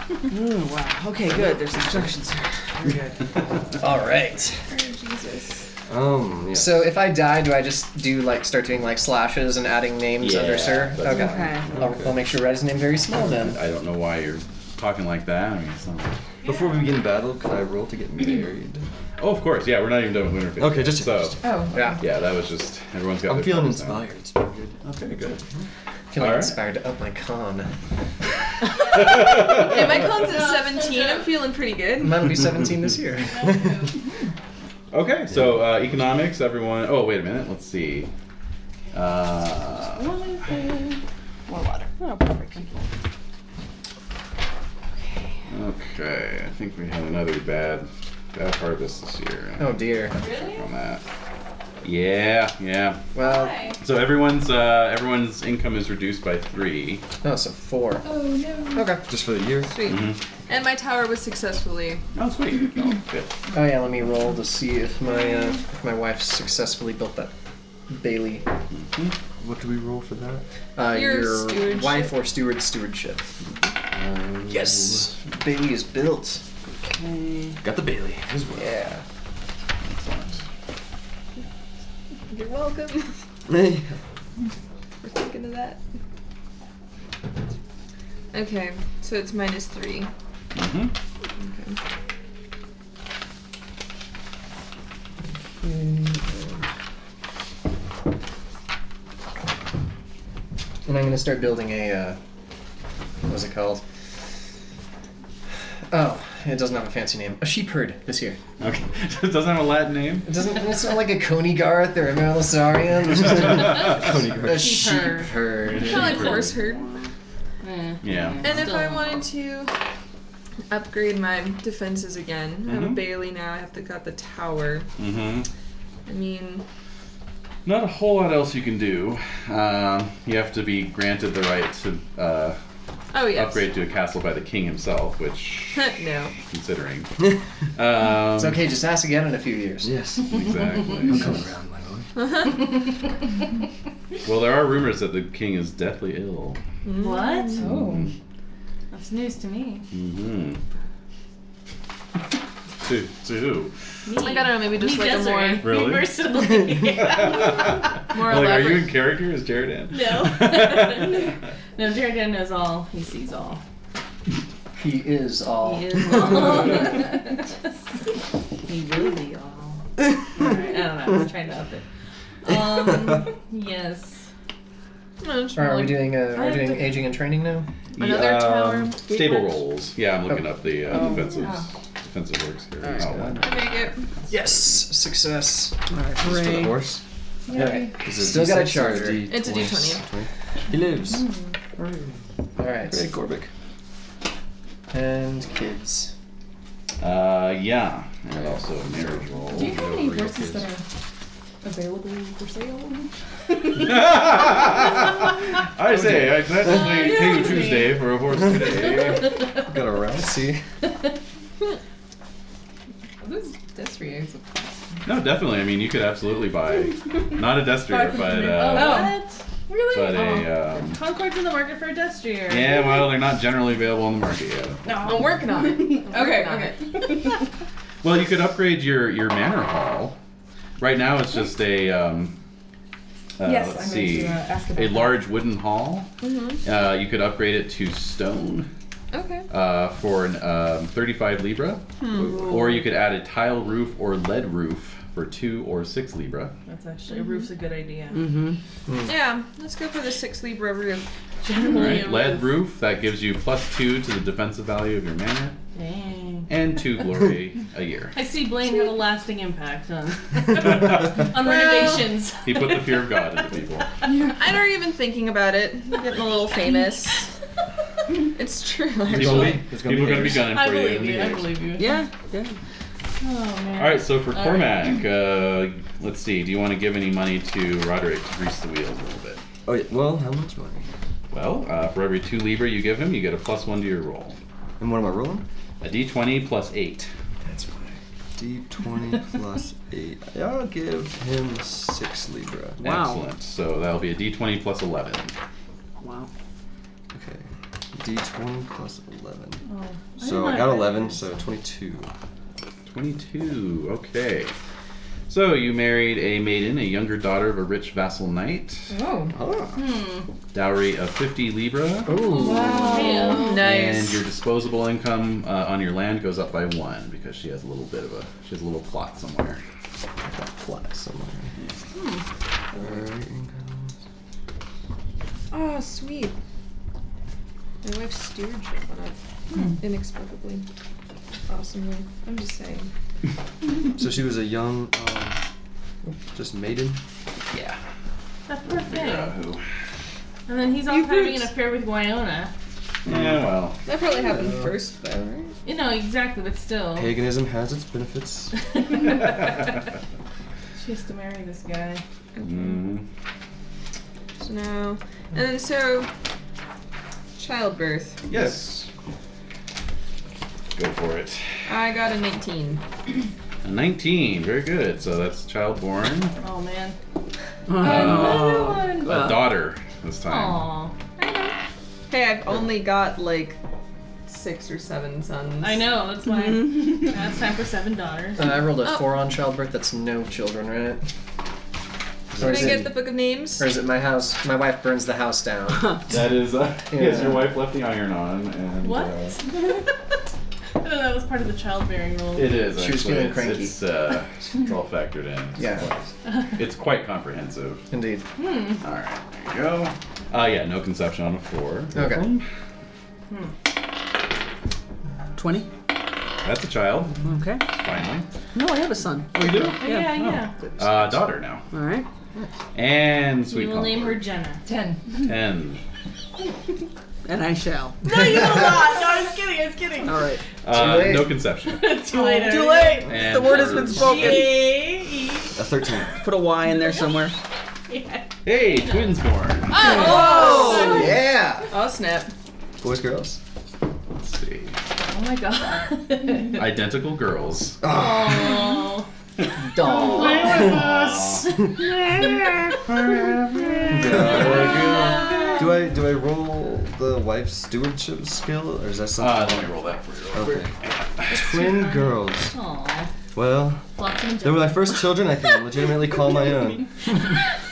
[SPEAKER 7] Mm, wow. Okay, good. There's instructions here. Very good.
[SPEAKER 5] All right.
[SPEAKER 9] Oh, Jesus.
[SPEAKER 10] Um, yeah.
[SPEAKER 5] So if I die, do I just do like start doing like slashes and adding names
[SPEAKER 1] Yeah,
[SPEAKER 5] under Sir?
[SPEAKER 1] that's
[SPEAKER 5] Okay.
[SPEAKER 7] Okay.
[SPEAKER 5] I'll, I'll make sure I write his name very small then.
[SPEAKER 1] I don't know why you're talking like that. I mean, it's not...
[SPEAKER 10] Before we begin battle, could I roll to get married?
[SPEAKER 1] Oh, of course. Yeah, we're not even done with Winterfell.
[SPEAKER 10] Okay, just-
[SPEAKER 1] so.
[SPEAKER 10] just-
[SPEAKER 12] Oh,
[SPEAKER 5] Yeah.
[SPEAKER 1] Yeah, that was just everyone's got.
[SPEAKER 10] I'm
[SPEAKER 1] their
[SPEAKER 10] feeling
[SPEAKER 1] phones now.
[SPEAKER 10] inspired. It's been good.
[SPEAKER 1] Okay, good.
[SPEAKER 5] Feel like
[SPEAKER 1] All right.
[SPEAKER 5] inspired to up my con.
[SPEAKER 9] Yeah, my con's at 17. I'm feeling pretty good.
[SPEAKER 5] Mine'll be 17 this year.
[SPEAKER 1] Okay, so uh, economics, everyone. Oh, wait a minute. Let's see. Uh,
[SPEAKER 9] More water. Oh,
[SPEAKER 1] okay, I think we had another bad, bad harvest this year.
[SPEAKER 5] Oh dear.
[SPEAKER 1] Check on that. Yeah, yeah.
[SPEAKER 5] Well,
[SPEAKER 1] So everyone's uh, everyone's income is reduced by three.
[SPEAKER 5] no, so four.
[SPEAKER 12] oh no.
[SPEAKER 5] Okay.
[SPEAKER 10] Just for the year?
[SPEAKER 9] Sweet. And my tower was successfully.
[SPEAKER 1] Oh, sweet. Oh, good.
[SPEAKER 5] Oh yeah, let me roll to see if my uh, if my wife successfully built that Bailey.
[SPEAKER 10] What do we roll for that?
[SPEAKER 5] Uh,
[SPEAKER 9] Your
[SPEAKER 5] your
[SPEAKER 9] stewardship.
[SPEAKER 5] wife or steward stewardship.
[SPEAKER 10] Um,
[SPEAKER 5] Yes, Bailey is built.
[SPEAKER 7] Okay.
[SPEAKER 10] Got the Bailey as well.
[SPEAKER 5] Yeah.
[SPEAKER 4] [LAUGHS]
[SPEAKER 9] You're welcome.
[SPEAKER 10] Eh,
[SPEAKER 9] We're thinking of that. Okay, so it's minus three.
[SPEAKER 1] hmm
[SPEAKER 5] And I'm gonna start building a uh, what was it called? Oh, it doesn't have a fancy name. A sheep herd this year.
[SPEAKER 1] Okay. [LAUGHS] it doesn't have a Latin name.
[SPEAKER 5] It doesn't. It's not like a Conigarth or
[SPEAKER 11] [LAUGHS]
[SPEAKER 5] a Melisarium. It's just a,
[SPEAKER 10] Coney
[SPEAKER 5] a
[SPEAKER 10] Guard.
[SPEAKER 5] sheep
[SPEAKER 4] herd.
[SPEAKER 5] herd.
[SPEAKER 9] Kind of like horse herd.
[SPEAKER 4] Eh.
[SPEAKER 1] yeah.
[SPEAKER 9] And if I
[SPEAKER 4] Still-
[SPEAKER 9] wanted to upgrade my defenses again, I have a
[SPEAKER 1] Mhm.
[SPEAKER 9] Bailey now. I have to got the tower.
[SPEAKER 1] hmm
[SPEAKER 9] I mean,
[SPEAKER 1] Not a whole lot else you can do. Um, you have to be granted the right to uh,
[SPEAKER 9] Oh yes.
[SPEAKER 1] upgrade to a castle by the king himself, which,
[SPEAKER 9] [LAUGHS] no.
[SPEAKER 1] considering. Um,
[SPEAKER 11] It's okay, just ask again in a few years.
[SPEAKER 10] [LAUGHS] Yes.
[SPEAKER 1] Exactly.
[SPEAKER 10] around, my [LAUGHS] lord.
[SPEAKER 1] well, there are rumors that the king is deathly ill.
[SPEAKER 4] What?
[SPEAKER 8] Oh.
[SPEAKER 4] That's news to me.
[SPEAKER 1] Mm-hmm. To, to who?
[SPEAKER 9] I don't know. Maybe just
[SPEAKER 4] Me,
[SPEAKER 9] like a
[SPEAKER 4] Desiree. [LAUGHS]
[SPEAKER 9] more.
[SPEAKER 1] Really?
[SPEAKER 4] Me
[SPEAKER 1] [LAUGHS]
[SPEAKER 4] personally.
[SPEAKER 9] [LAUGHS] More
[SPEAKER 1] like, are you
[SPEAKER 9] elaborate-
[SPEAKER 1] in character as Jared Ann? [LAUGHS]
[SPEAKER 4] no. no, Jared Dan knows all. He sees all.
[SPEAKER 11] He is all.
[SPEAKER 4] He [LAUGHS] is all. he will be all. Alright, I don't know. I'm trying to up it. Um, yes.
[SPEAKER 9] No, just more
[SPEAKER 11] Are we
[SPEAKER 9] like
[SPEAKER 11] doing uh, are we doing aging and training now?
[SPEAKER 9] [LAUGHS] Another
[SPEAKER 1] Yeah,
[SPEAKER 9] tower. Oh,
[SPEAKER 1] Stable rolls. Yeah, I'm looking up the uh, defensive defensive works here. Oh, well.
[SPEAKER 9] I make it.
[SPEAKER 11] Yes, success.
[SPEAKER 10] Just for the horse. Is it
[SPEAKER 11] Still got a
[SPEAKER 10] D6 or
[SPEAKER 11] charger.
[SPEAKER 10] D20?
[SPEAKER 9] It's a D20.
[SPEAKER 10] He lives.
[SPEAKER 11] All right,
[SPEAKER 10] Gorbic.
[SPEAKER 11] and kids.
[SPEAKER 1] Uh, yeah, and also a marriage roll.
[SPEAKER 8] [LAUGHS] Do you have any horses that are available for sale?
[SPEAKER 1] I say, I gladly pay you Tuesday for a horse today.
[SPEAKER 10] Got a rouse.
[SPEAKER 11] See,
[SPEAKER 8] Well, this is destrier.
[SPEAKER 1] no, definitely. I mean, you could absolutely buy not a destrier, but
[SPEAKER 8] Oh.
[SPEAKER 1] uh,
[SPEAKER 4] Oh, what? Really?
[SPEAKER 1] but a um,
[SPEAKER 4] Concord's in the market for a destrier.
[SPEAKER 1] yeah. Well, they're not generally available on the market yet.
[SPEAKER 9] I'm working on it.
[SPEAKER 8] Okay, okay.
[SPEAKER 1] Well, you could upgrade your your manor hall. Right now, it's just a um, uh,
[SPEAKER 8] yes,
[SPEAKER 1] let's
[SPEAKER 8] I'm
[SPEAKER 1] see,
[SPEAKER 8] going to uh, ask about
[SPEAKER 1] a
[SPEAKER 8] that. Mm-hmm.
[SPEAKER 1] large wooden hall. Uh, you could upgrade it to stone.
[SPEAKER 9] Okay.
[SPEAKER 1] uh, for an um, 35 libra,
[SPEAKER 4] Hmm.
[SPEAKER 1] or you could add a tile roof or lead roof for two or six libra.
[SPEAKER 4] That's actually, a roof's a good idea.
[SPEAKER 9] Yeah. Let's go for the six libra [LAUGHS] roof.
[SPEAKER 4] Hmm.
[SPEAKER 1] All right, lead roof that gives you plus two to the defensive value of your mana
[SPEAKER 4] Dang.
[SPEAKER 1] and two
[SPEAKER 4] [LAUGHS]
[SPEAKER 1] glory a year.
[SPEAKER 4] I see Blaine had a lasting
[SPEAKER 1] [LAUGHS]
[SPEAKER 4] impact on, [LAUGHS] on renovations.
[SPEAKER 1] he
[SPEAKER 4] [LAUGHS]
[SPEAKER 1] put the fear of God into people.
[SPEAKER 9] I'm not even thinking about it. I'm getting a little famous. It's true.
[SPEAKER 1] People,
[SPEAKER 9] Actually.
[SPEAKER 1] be,
[SPEAKER 10] there's gonna
[SPEAKER 1] people
[SPEAKER 10] be
[SPEAKER 1] are gonna be
[SPEAKER 10] haters.
[SPEAKER 1] gunning
[SPEAKER 4] I
[SPEAKER 1] for you.
[SPEAKER 4] believe
[SPEAKER 1] in the
[SPEAKER 4] you. I
[SPEAKER 1] years.
[SPEAKER 4] believe you.
[SPEAKER 7] Yeah, yeah.
[SPEAKER 4] Oh, man.
[SPEAKER 1] All right, so for Cormac, uh, let's see. Do you want to give any money to Roderick to grease the wheels a little bit?
[SPEAKER 10] Oh, yeah. well, how much money?
[SPEAKER 1] Well, uh, for every two libra you give him, you get a plus one to your roll.
[SPEAKER 10] And what am I rolling?
[SPEAKER 1] A d20 plus eight.
[SPEAKER 10] That's why. [LAUGHS] D20 plus 8. I'll give him 6 Libra.
[SPEAKER 7] Wow.
[SPEAKER 1] Excellent. So that'll be a d20 plus 11.
[SPEAKER 7] Wow.
[SPEAKER 10] Okay. D20 plus 11.
[SPEAKER 4] Oh, I
[SPEAKER 10] So
[SPEAKER 4] did
[SPEAKER 10] I got
[SPEAKER 4] not-
[SPEAKER 10] 11, so 22.
[SPEAKER 1] 22. Okay. So you married a maiden, a younger daughter of a rich vassal knight.
[SPEAKER 8] Oh,
[SPEAKER 11] Uh-huh.
[SPEAKER 1] Dowry of 50 libra. And
[SPEAKER 4] Damn.
[SPEAKER 9] Nice.
[SPEAKER 1] your disposable income uh, on your land goes up by one because she has a little bit of a she has a little plot somewhere.
[SPEAKER 10] Plus somewhere. Alright, income.
[SPEAKER 9] Oh, sweet. My wife's stewardship went up Hmm. inexplicably. Awesomely. I'm just saying.
[SPEAKER 10] So she was a young, um, just maiden.
[SPEAKER 1] Yeah.
[SPEAKER 4] That poor thing.
[SPEAKER 1] Figure out who.
[SPEAKER 4] And then he's off having an affair with Wyona.
[SPEAKER 1] Yeah. Mm, [LAUGHS] Well.
[SPEAKER 9] That probably happened
[SPEAKER 7] Uh,
[SPEAKER 9] first, though, right?
[SPEAKER 4] You know, exactly, but
[SPEAKER 1] [LAUGHS]
[SPEAKER 4] still.
[SPEAKER 10] Paganism has its benefits.
[SPEAKER 4] [LAUGHS] She has to marry this guy.
[SPEAKER 1] Mhm.
[SPEAKER 9] So now, and then so childbirth.
[SPEAKER 1] Yes. Go for it.
[SPEAKER 9] I got a 19.
[SPEAKER 1] A 19. Very good. So that's child born.
[SPEAKER 4] Oh man.
[SPEAKER 1] a daughter this time.
[SPEAKER 4] Aw.
[SPEAKER 9] Hey, I've only got like six or seven sons.
[SPEAKER 4] I know, that's why. Now it's time for seven daughters.
[SPEAKER 11] Uh, I rolled a
[SPEAKER 9] Oh.
[SPEAKER 11] four on childbirth. That's no children, right? Or
[SPEAKER 9] Can I
[SPEAKER 11] is,
[SPEAKER 9] get
[SPEAKER 11] it,
[SPEAKER 9] the book of names?
[SPEAKER 11] or is it my house? My wife burns the house down. [LAUGHS]
[SPEAKER 1] That is, uh, [LAUGHS]
[SPEAKER 11] Yeah.
[SPEAKER 1] yes, your wife left the iron on, and
[SPEAKER 4] What?
[SPEAKER 1] Uh,
[SPEAKER 4] [LAUGHS] I know that was part of the childbearing rule.
[SPEAKER 1] it is.
[SPEAKER 11] She was
[SPEAKER 1] actually.
[SPEAKER 11] feeling
[SPEAKER 1] it's,
[SPEAKER 11] cranky.
[SPEAKER 1] It's, uh, it's all factored in.
[SPEAKER 11] Yeah.
[SPEAKER 1] [LAUGHS] It's quite comprehensive.
[SPEAKER 11] Indeed.
[SPEAKER 1] All right, there you go. uh, yeah, no conception on a four.
[SPEAKER 11] Okay.
[SPEAKER 7] Twenty.
[SPEAKER 1] That's a child.
[SPEAKER 7] Okay.
[SPEAKER 1] Finally.
[SPEAKER 7] No, I have a son.
[SPEAKER 1] Oh, you do?
[SPEAKER 4] Oh, yeah,
[SPEAKER 7] oh.
[SPEAKER 4] yeah.
[SPEAKER 1] Uh, daughter now.
[SPEAKER 7] All right.
[SPEAKER 1] And
[SPEAKER 4] We
[SPEAKER 1] sweet.
[SPEAKER 4] will name her
[SPEAKER 1] Comfort.
[SPEAKER 4] Jenna.
[SPEAKER 8] ten.
[SPEAKER 1] Ten.
[SPEAKER 7] And I shall. [LAUGHS]
[SPEAKER 4] I was kidding, I was kidding.
[SPEAKER 7] All right.
[SPEAKER 1] Uh,
[SPEAKER 11] late.
[SPEAKER 1] no conception.
[SPEAKER 4] [LAUGHS] Too late.
[SPEAKER 7] Too late.
[SPEAKER 1] And
[SPEAKER 7] The word has been
[SPEAKER 1] hers.
[SPEAKER 7] spoken.
[SPEAKER 4] Yay.
[SPEAKER 10] A 13.
[SPEAKER 7] Put a Y in there somewhere.
[SPEAKER 4] Yeah.
[SPEAKER 1] Hey, twins born.
[SPEAKER 9] Oh!
[SPEAKER 11] Yeah.
[SPEAKER 9] Oh, snap.
[SPEAKER 10] Boys, girls.
[SPEAKER 1] Let's see.
[SPEAKER 4] Oh my [LAUGHS] god.
[SPEAKER 1] Identical girls.
[SPEAKER 10] Ah.
[SPEAKER 4] Oh.
[SPEAKER 7] Dog.
[SPEAKER 10] Do I do I roll the wife stewardship skill or is that
[SPEAKER 1] Uh,
[SPEAKER 10] something?
[SPEAKER 1] let me roll that for you. real
[SPEAKER 10] okay.
[SPEAKER 1] quick.
[SPEAKER 10] Twin girls.
[SPEAKER 4] Aw.
[SPEAKER 10] Well,
[SPEAKER 4] Lots of
[SPEAKER 10] they were my first children. I can legitimately call my own.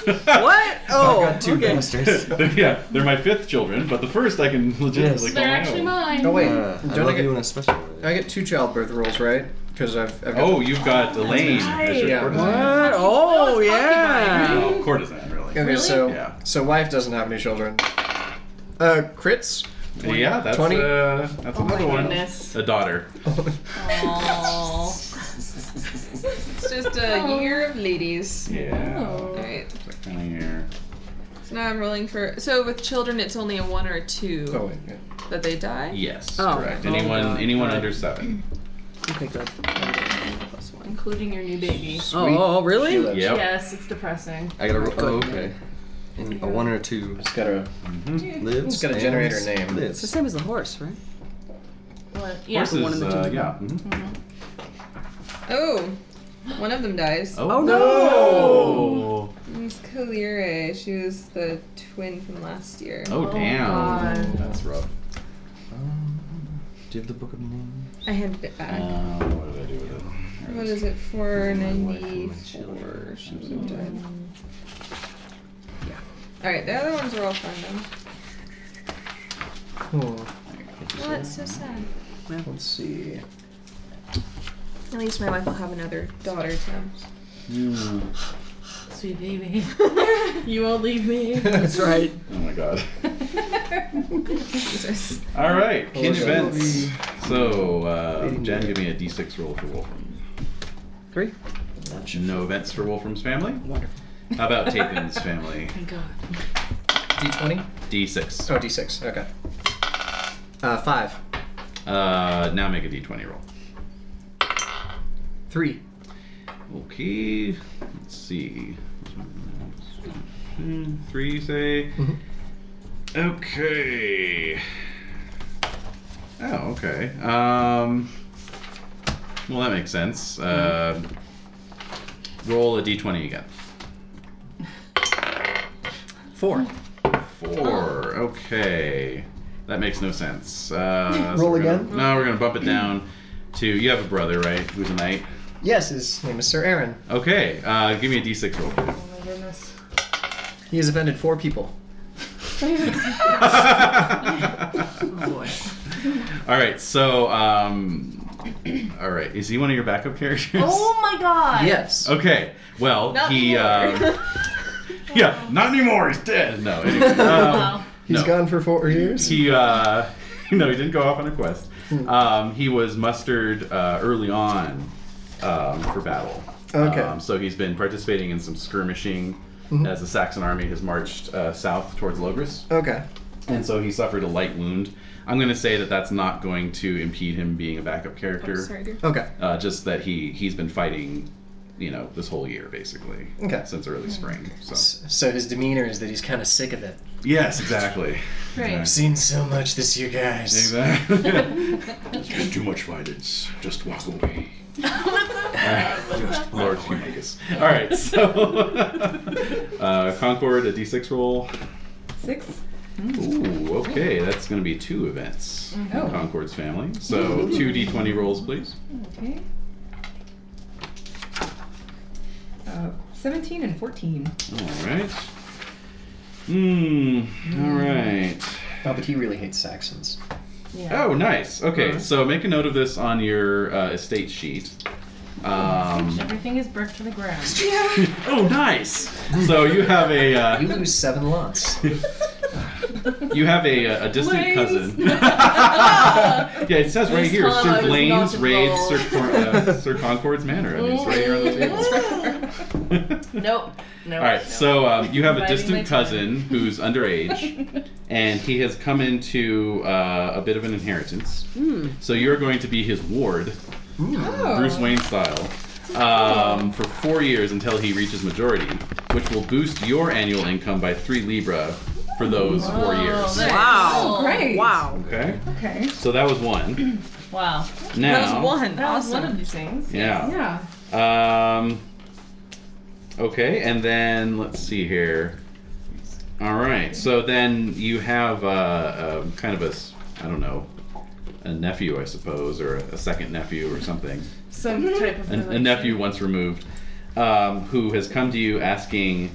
[SPEAKER 7] What? Oh,
[SPEAKER 10] I've got two Uh,
[SPEAKER 7] okay.
[SPEAKER 10] bastards.
[SPEAKER 11] [LAUGHS]
[SPEAKER 1] yeah, [LAUGHS] they're my fifth children, but the first I can legitimately call
[SPEAKER 10] Yes.
[SPEAKER 4] They're
[SPEAKER 1] my
[SPEAKER 4] actually
[SPEAKER 1] own.
[SPEAKER 4] mine.
[SPEAKER 11] Oh wait,
[SPEAKER 10] Uh, I
[SPEAKER 11] don't I
[SPEAKER 10] love
[SPEAKER 11] get,
[SPEAKER 10] you in a special way.
[SPEAKER 11] I get two childbirth rolls, right? Because I've, I've got
[SPEAKER 1] Oh, you've got Elaine as your
[SPEAKER 11] Yeah.
[SPEAKER 1] courtesan.
[SPEAKER 7] What? Oh, yeah.
[SPEAKER 1] Oh, courtesan, really.
[SPEAKER 11] Okay, so
[SPEAKER 1] Yeah.
[SPEAKER 11] so wife doesn't have any children. Uh, [LAUGHS] crits.
[SPEAKER 1] Yeah, that's
[SPEAKER 11] 20?
[SPEAKER 1] uh, that's
[SPEAKER 4] Oh my
[SPEAKER 1] another one. [LAUGHS]
[SPEAKER 4] goodness.
[SPEAKER 1] A daughter.
[SPEAKER 11] Oh,
[SPEAKER 4] Aw.
[SPEAKER 9] It's just a year of ladies.
[SPEAKER 1] Yeah.
[SPEAKER 4] Oh.
[SPEAKER 9] Alright.
[SPEAKER 1] Second year.
[SPEAKER 9] So now I'm rolling for. So with children, it's only a one or a two
[SPEAKER 11] Oh wait, yeah.
[SPEAKER 9] that they die.
[SPEAKER 1] Yes,
[SPEAKER 7] Oh.
[SPEAKER 1] correct.
[SPEAKER 7] Oh,
[SPEAKER 1] Anyone
[SPEAKER 7] God.
[SPEAKER 1] anyone
[SPEAKER 7] Alright.
[SPEAKER 1] under seven.
[SPEAKER 7] Okay, good.
[SPEAKER 4] Including your new baby.
[SPEAKER 7] Oh, oh, really?
[SPEAKER 11] She lives.
[SPEAKER 1] Yep.
[SPEAKER 4] Yes, it's depressing.
[SPEAKER 10] I gotta roll. Oh, okay. And a one or a two
[SPEAKER 11] It's got a
[SPEAKER 1] Mm-hmm.
[SPEAKER 10] lives.
[SPEAKER 11] It's gotta generate her name.
[SPEAKER 10] Lives.
[SPEAKER 11] [LAUGHS]
[SPEAKER 7] It's the same as the horse, right?
[SPEAKER 4] What? Yeah.
[SPEAKER 1] Horses,
[SPEAKER 7] one in the
[SPEAKER 1] uh,
[SPEAKER 7] gym.
[SPEAKER 1] yeah. mhm.
[SPEAKER 9] Oh, one of them dies.
[SPEAKER 1] Oh,
[SPEAKER 7] no.
[SPEAKER 9] Miss Kalire. She was the twin from last year.
[SPEAKER 1] Oh, damn.
[SPEAKER 4] God.
[SPEAKER 1] That's rough.
[SPEAKER 10] Um, do you have the book of names?
[SPEAKER 9] I had it
[SPEAKER 1] Uh,
[SPEAKER 9] back.
[SPEAKER 1] what did I do with it? There
[SPEAKER 9] what
[SPEAKER 1] it is.
[SPEAKER 9] is it? Four ninety
[SPEAKER 10] children.
[SPEAKER 9] four. She was died. Yeah. All right. The other ones are all fun though. Well, it's so sad.
[SPEAKER 11] Hmm, Let's see.
[SPEAKER 9] At least my wife will have another daughter. So.
[SPEAKER 1] Hmm.
[SPEAKER 4] Sweet [LAUGHS] baby. you won't leave me.
[SPEAKER 7] That's right.
[SPEAKER 1] Oh my god. All right, kin
[SPEAKER 11] Okay.
[SPEAKER 1] events. So, uh, Jen, give me a d6 roll for Wolfram.
[SPEAKER 7] Three.
[SPEAKER 1] No events for Wolfram's family. How about Tathan's [LAUGHS] family?
[SPEAKER 4] Thank God.
[SPEAKER 11] D20.
[SPEAKER 1] D6.
[SPEAKER 11] Oh, D6. Okay. Uh, five.
[SPEAKER 1] Uh, now make a d20 roll.
[SPEAKER 11] Three.
[SPEAKER 1] Okay, let's see. Hmm, Three, say. Okay. Oh, okay. Um, well, that makes sense. Uh, roll a d20 again.
[SPEAKER 7] Four.
[SPEAKER 1] Four. Okay. That makes no sense. Uh,
[SPEAKER 11] [LAUGHS] Roll
[SPEAKER 1] we're gonna-
[SPEAKER 11] again?
[SPEAKER 1] no, we're going to bump it down to. You have a brother, right? Who's a knight?
[SPEAKER 11] Yes, his name is Sir Aaron.
[SPEAKER 1] Okay, uh, give me a d6 roll. for him.
[SPEAKER 11] He has offended four people.
[SPEAKER 1] all
[SPEAKER 7] Oh,
[SPEAKER 1] [LAUGHS]
[SPEAKER 7] boy.
[SPEAKER 1] right, so um, all right, is he one of your backup characters?
[SPEAKER 4] Oh my God.
[SPEAKER 11] Yes.
[SPEAKER 1] Okay, well
[SPEAKER 9] Not
[SPEAKER 1] he, um, yeah, not anymore. He's dead. No, anyway, um,
[SPEAKER 4] Wow.
[SPEAKER 11] He's
[SPEAKER 1] no.
[SPEAKER 11] gone for four years.
[SPEAKER 1] he uh, [LAUGHS] no, he didn't go off on a quest. Um, he was mustered uh, early on um, for battle.
[SPEAKER 11] Okay.
[SPEAKER 1] Um, so he's been participating in some skirmishing
[SPEAKER 11] Mhm.
[SPEAKER 1] as the Saxon army has marched uh, south towards Logris.
[SPEAKER 11] Okay.
[SPEAKER 1] and so he suffered a light wound. I'm going to say that that's not going to impede him being a backup character.
[SPEAKER 9] Sorry, dear.
[SPEAKER 11] Okay.
[SPEAKER 1] Uh, just that he he's been fighting, you know, this whole year basically
[SPEAKER 11] Okay.
[SPEAKER 1] since early spring. So
[SPEAKER 11] S- So his demeanor is that he's kind of sick of it.
[SPEAKER 1] yes, [LAUGHS] exactly.
[SPEAKER 4] Great.
[SPEAKER 11] I've seen so much this year, guys.
[SPEAKER 1] Exactly. [LAUGHS] There's been too much violence. Just walk away. Just Lord Humongous. All right, so [LAUGHS] uh, Concord, a d6 roll.
[SPEAKER 8] Six.
[SPEAKER 1] Ooh, okay, that's going to be two events. in
[SPEAKER 8] Oh.
[SPEAKER 1] Concord's family. So two d20 rolls, please.
[SPEAKER 8] Okay. Uh, 17 and 14.
[SPEAKER 1] All right. Hmm. All right.
[SPEAKER 11] Oh, but he really hates Saxons.
[SPEAKER 4] Yeah.
[SPEAKER 1] Oh, nice. Okay, so make a note of this on your uh, estate sheet. Um,
[SPEAKER 4] Everything is brick to the ground.
[SPEAKER 1] oh, nice. So you have a
[SPEAKER 11] You
[SPEAKER 1] uh,
[SPEAKER 11] lose seven lots.
[SPEAKER 1] you have a, a distant
[SPEAKER 4] Lanes. [LAUGHS]
[SPEAKER 1] cousin. yeah, it says right
[SPEAKER 4] This
[SPEAKER 1] here,
[SPEAKER 4] comma
[SPEAKER 1] Sir
[SPEAKER 4] is
[SPEAKER 1] Blaine's
[SPEAKER 4] not
[SPEAKER 1] raids Sir,
[SPEAKER 4] involved.
[SPEAKER 1] Cor- uh, Sir Concord's manor. I mean, it's right here on
[SPEAKER 8] [LAUGHS]
[SPEAKER 1] the
[SPEAKER 4] [LAUGHS]
[SPEAKER 1] table. [LAUGHS]
[SPEAKER 4] Nope. No.
[SPEAKER 1] All right, so um, you have a
[SPEAKER 4] Biding my
[SPEAKER 1] distant
[SPEAKER 4] time.
[SPEAKER 1] cousin who's underage, and he has come into uh, a bit of an inheritance.
[SPEAKER 7] Hmm.
[SPEAKER 1] So you're going to be his ward, Bruce Wayne style, um, for four years until he reaches majority, which will boost your annual income by three libra for those four years.
[SPEAKER 7] Wow.
[SPEAKER 8] Oh, great.
[SPEAKER 7] Wow.
[SPEAKER 1] Okay.
[SPEAKER 8] Okay.
[SPEAKER 1] So that was one.
[SPEAKER 4] Wow.
[SPEAKER 1] Now.
[SPEAKER 9] That was one.
[SPEAKER 4] That was one
[SPEAKER 9] awesome.
[SPEAKER 4] of these things.
[SPEAKER 1] Yeah.
[SPEAKER 8] Yeah.
[SPEAKER 1] Um. Okay, and then let's see here. All right. So then you have uh, um, kind of a, s- I don't know, a nephew, I suppose, or a, a second nephew or something.
[SPEAKER 8] [LAUGHS]
[SPEAKER 4] Some type of
[SPEAKER 1] a, a
[SPEAKER 4] relation.
[SPEAKER 1] nephew once removed, um, who has come to you asking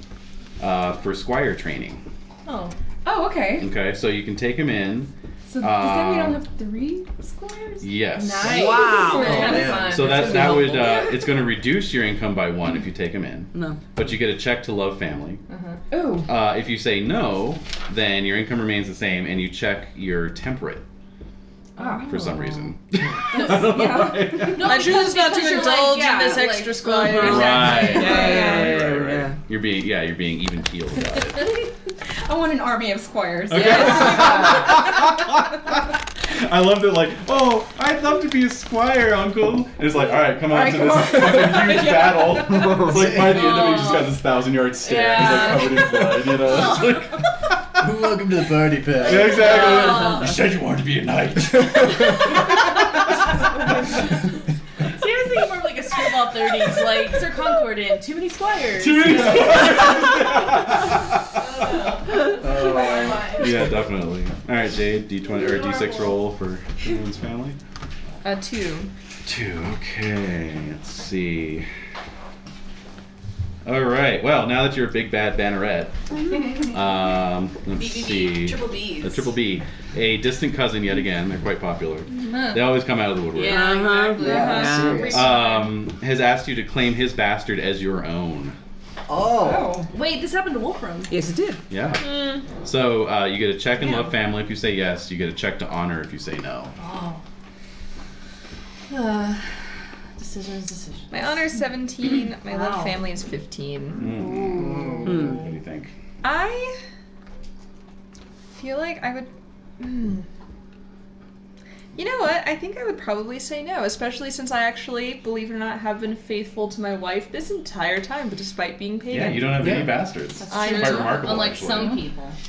[SPEAKER 1] uh, for squire training.
[SPEAKER 4] Oh.
[SPEAKER 8] Oh, okay.
[SPEAKER 1] Okay, so you can take him in.
[SPEAKER 8] So does that mean I
[SPEAKER 1] Um,
[SPEAKER 8] don't have three squares?
[SPEAKER 1] Yes.
[SPEAKER 4] Nice.
[SPEAKER 7] Wow.
[SPEAKER 4] That's kinda
[SPEAKER 11] man.
[SPEAKER 4] fun.
[SPEAKER 1] So that
[SPEAKER 4] That's
[SPEAKER 1] that
[SPEAKER 4] really
[SPEAKER 1] would uh, it's going to reduce your income by one if you take him in,
[SPEAKER 7] No.
[SPEAKER 1] but you get a check to love family.
[SPEAKER 8] Ooh.
[SPEAKER 1] Uh, if you say no, then your income remains the same, and you check your temperate
[SPEAKER 8] Ah.
[SPEAKER 1] for some [LAUGHS] reason. [LAUGHS]
[SPEAKER 4] helpful.
[SPEAKER 9] I
[SPEAKER 4] No,
[SPEAKER 9] choose not to
[SPEAKER 4] because you're
[SPEAKER 9] indulge
[SPEAKER 4] like,
[SPEAKER 9] in
[SPEAKER 4] yeah,
[SPEAKER 9] this
[SPEAKER 4] like- uh-huh.
[SPEAKER 9] extra squad.
[SPEAKER 1] Right.
[SPEAKER 7] Yeah,
[SPEAKER 1] right,
[SPEAKER 7] yeah, yeah,
[SPEAKER 1] right, right.
[SPEAKER 7] yeah.
[SPEAKER 1] You're being yeah, you're being even keeled about it.
[SPEAKER 8] I want an army of squires.
[SPEAKER 1] Okay. I loved it like, oh, I'd love to be a squire, uncle. And it's like, all right, come on
[SPEAKER 8] right,
[SPEAKER 1] to
[SPEAKER 8] come
[SPEAKER 1] this [LAUGHS]
[SPEAKER 8] on."
[SPEAKER 1] fucking huge battle. It's like by the end of it, he just
[SPEAKER 4] Aw.
[SPEAKER 1] got this thousand yard stare. and He's like covered in blood, you know? It's like,
[SPEAKER 11] Welcome to the party, pal.
[SPEAKER 1] yeah, exactly.
[SPEAKER 4] Aw.
[SPEAKER 1] You said you wanted to be a knight. [LAUGHS]
[SPEAKER 4] See, I was thinking more of like a screwball 30s,
[SPEAKER 8] [LAUGHS]
[SPEAKER 4] like Sir Concordant, too many squires.
[SPEAKER 1] Too many
[SPEAKER 11] Oh,
[SPEAKER 1] yeah, definitely. All right, Jade, D20 or D6 roll for Julian's family.
[SPEAKER 9] A uh, two.
[SPEAKER 1] Two. Okay. Let's see. All right. Well, now that you're a big bad banneret, um, let's see.
[SPEAKER 14] BBB, triple B's.
[SPEAKER 1] A triple B, a distant cousin yet again. They're quite popular. They always come out of the woodwork.
[SPEAKER 9] Yeah,
[SPEAKER 7] Uh-huh.
[SPEAKER 9] exactly.
[SPEAKER 11] yeah,
[SPEAKER 9] Uh-huh.
[SPEAKER 11] serious.
[SPEAKER 1] Um, has asked you to claim his bastard as your own.
[SPEAKER 11] oh,
[SPEAKER 8] Oh.
[SPEAKER 4] Wait, this happened to Wolfram.
[SPEAKER 7] Yes, it did.
[SPEAKER 1] Yeah. So uh, you get a check in love family if you say yes. You get a check to honor if you say no.
[SPEAKER 4] Oh. Uh, decisions, decisions.
[SPEAKER 9] My honor is 17. My
[SPEAKER 4] Wow.
[SPEAKER 9] love family is 15.
[SPEAKER 1] Mm. What do you think?
[SPEAKER 9] I feel like I would. Hmm. You know what? I think I would probably say no, especially since I actually, believe it or not, have been faithful to my wife this entire time, but despite being pagan.
[SPEAKER 1] Yeah, you don't have any bastards.
[SPEAKER 4] [LAUGHS]
[SPEAKER 9] I
[SPEAKER 1] Quite
[SPEAKER 9] know.
[SPEAKER 1] remarkable.
[SPEAKER 4] Unlike
[SPEAKER 1] actually.
[SPEAKER 4] some people.
[SPEAKER 9] [LAUGHS]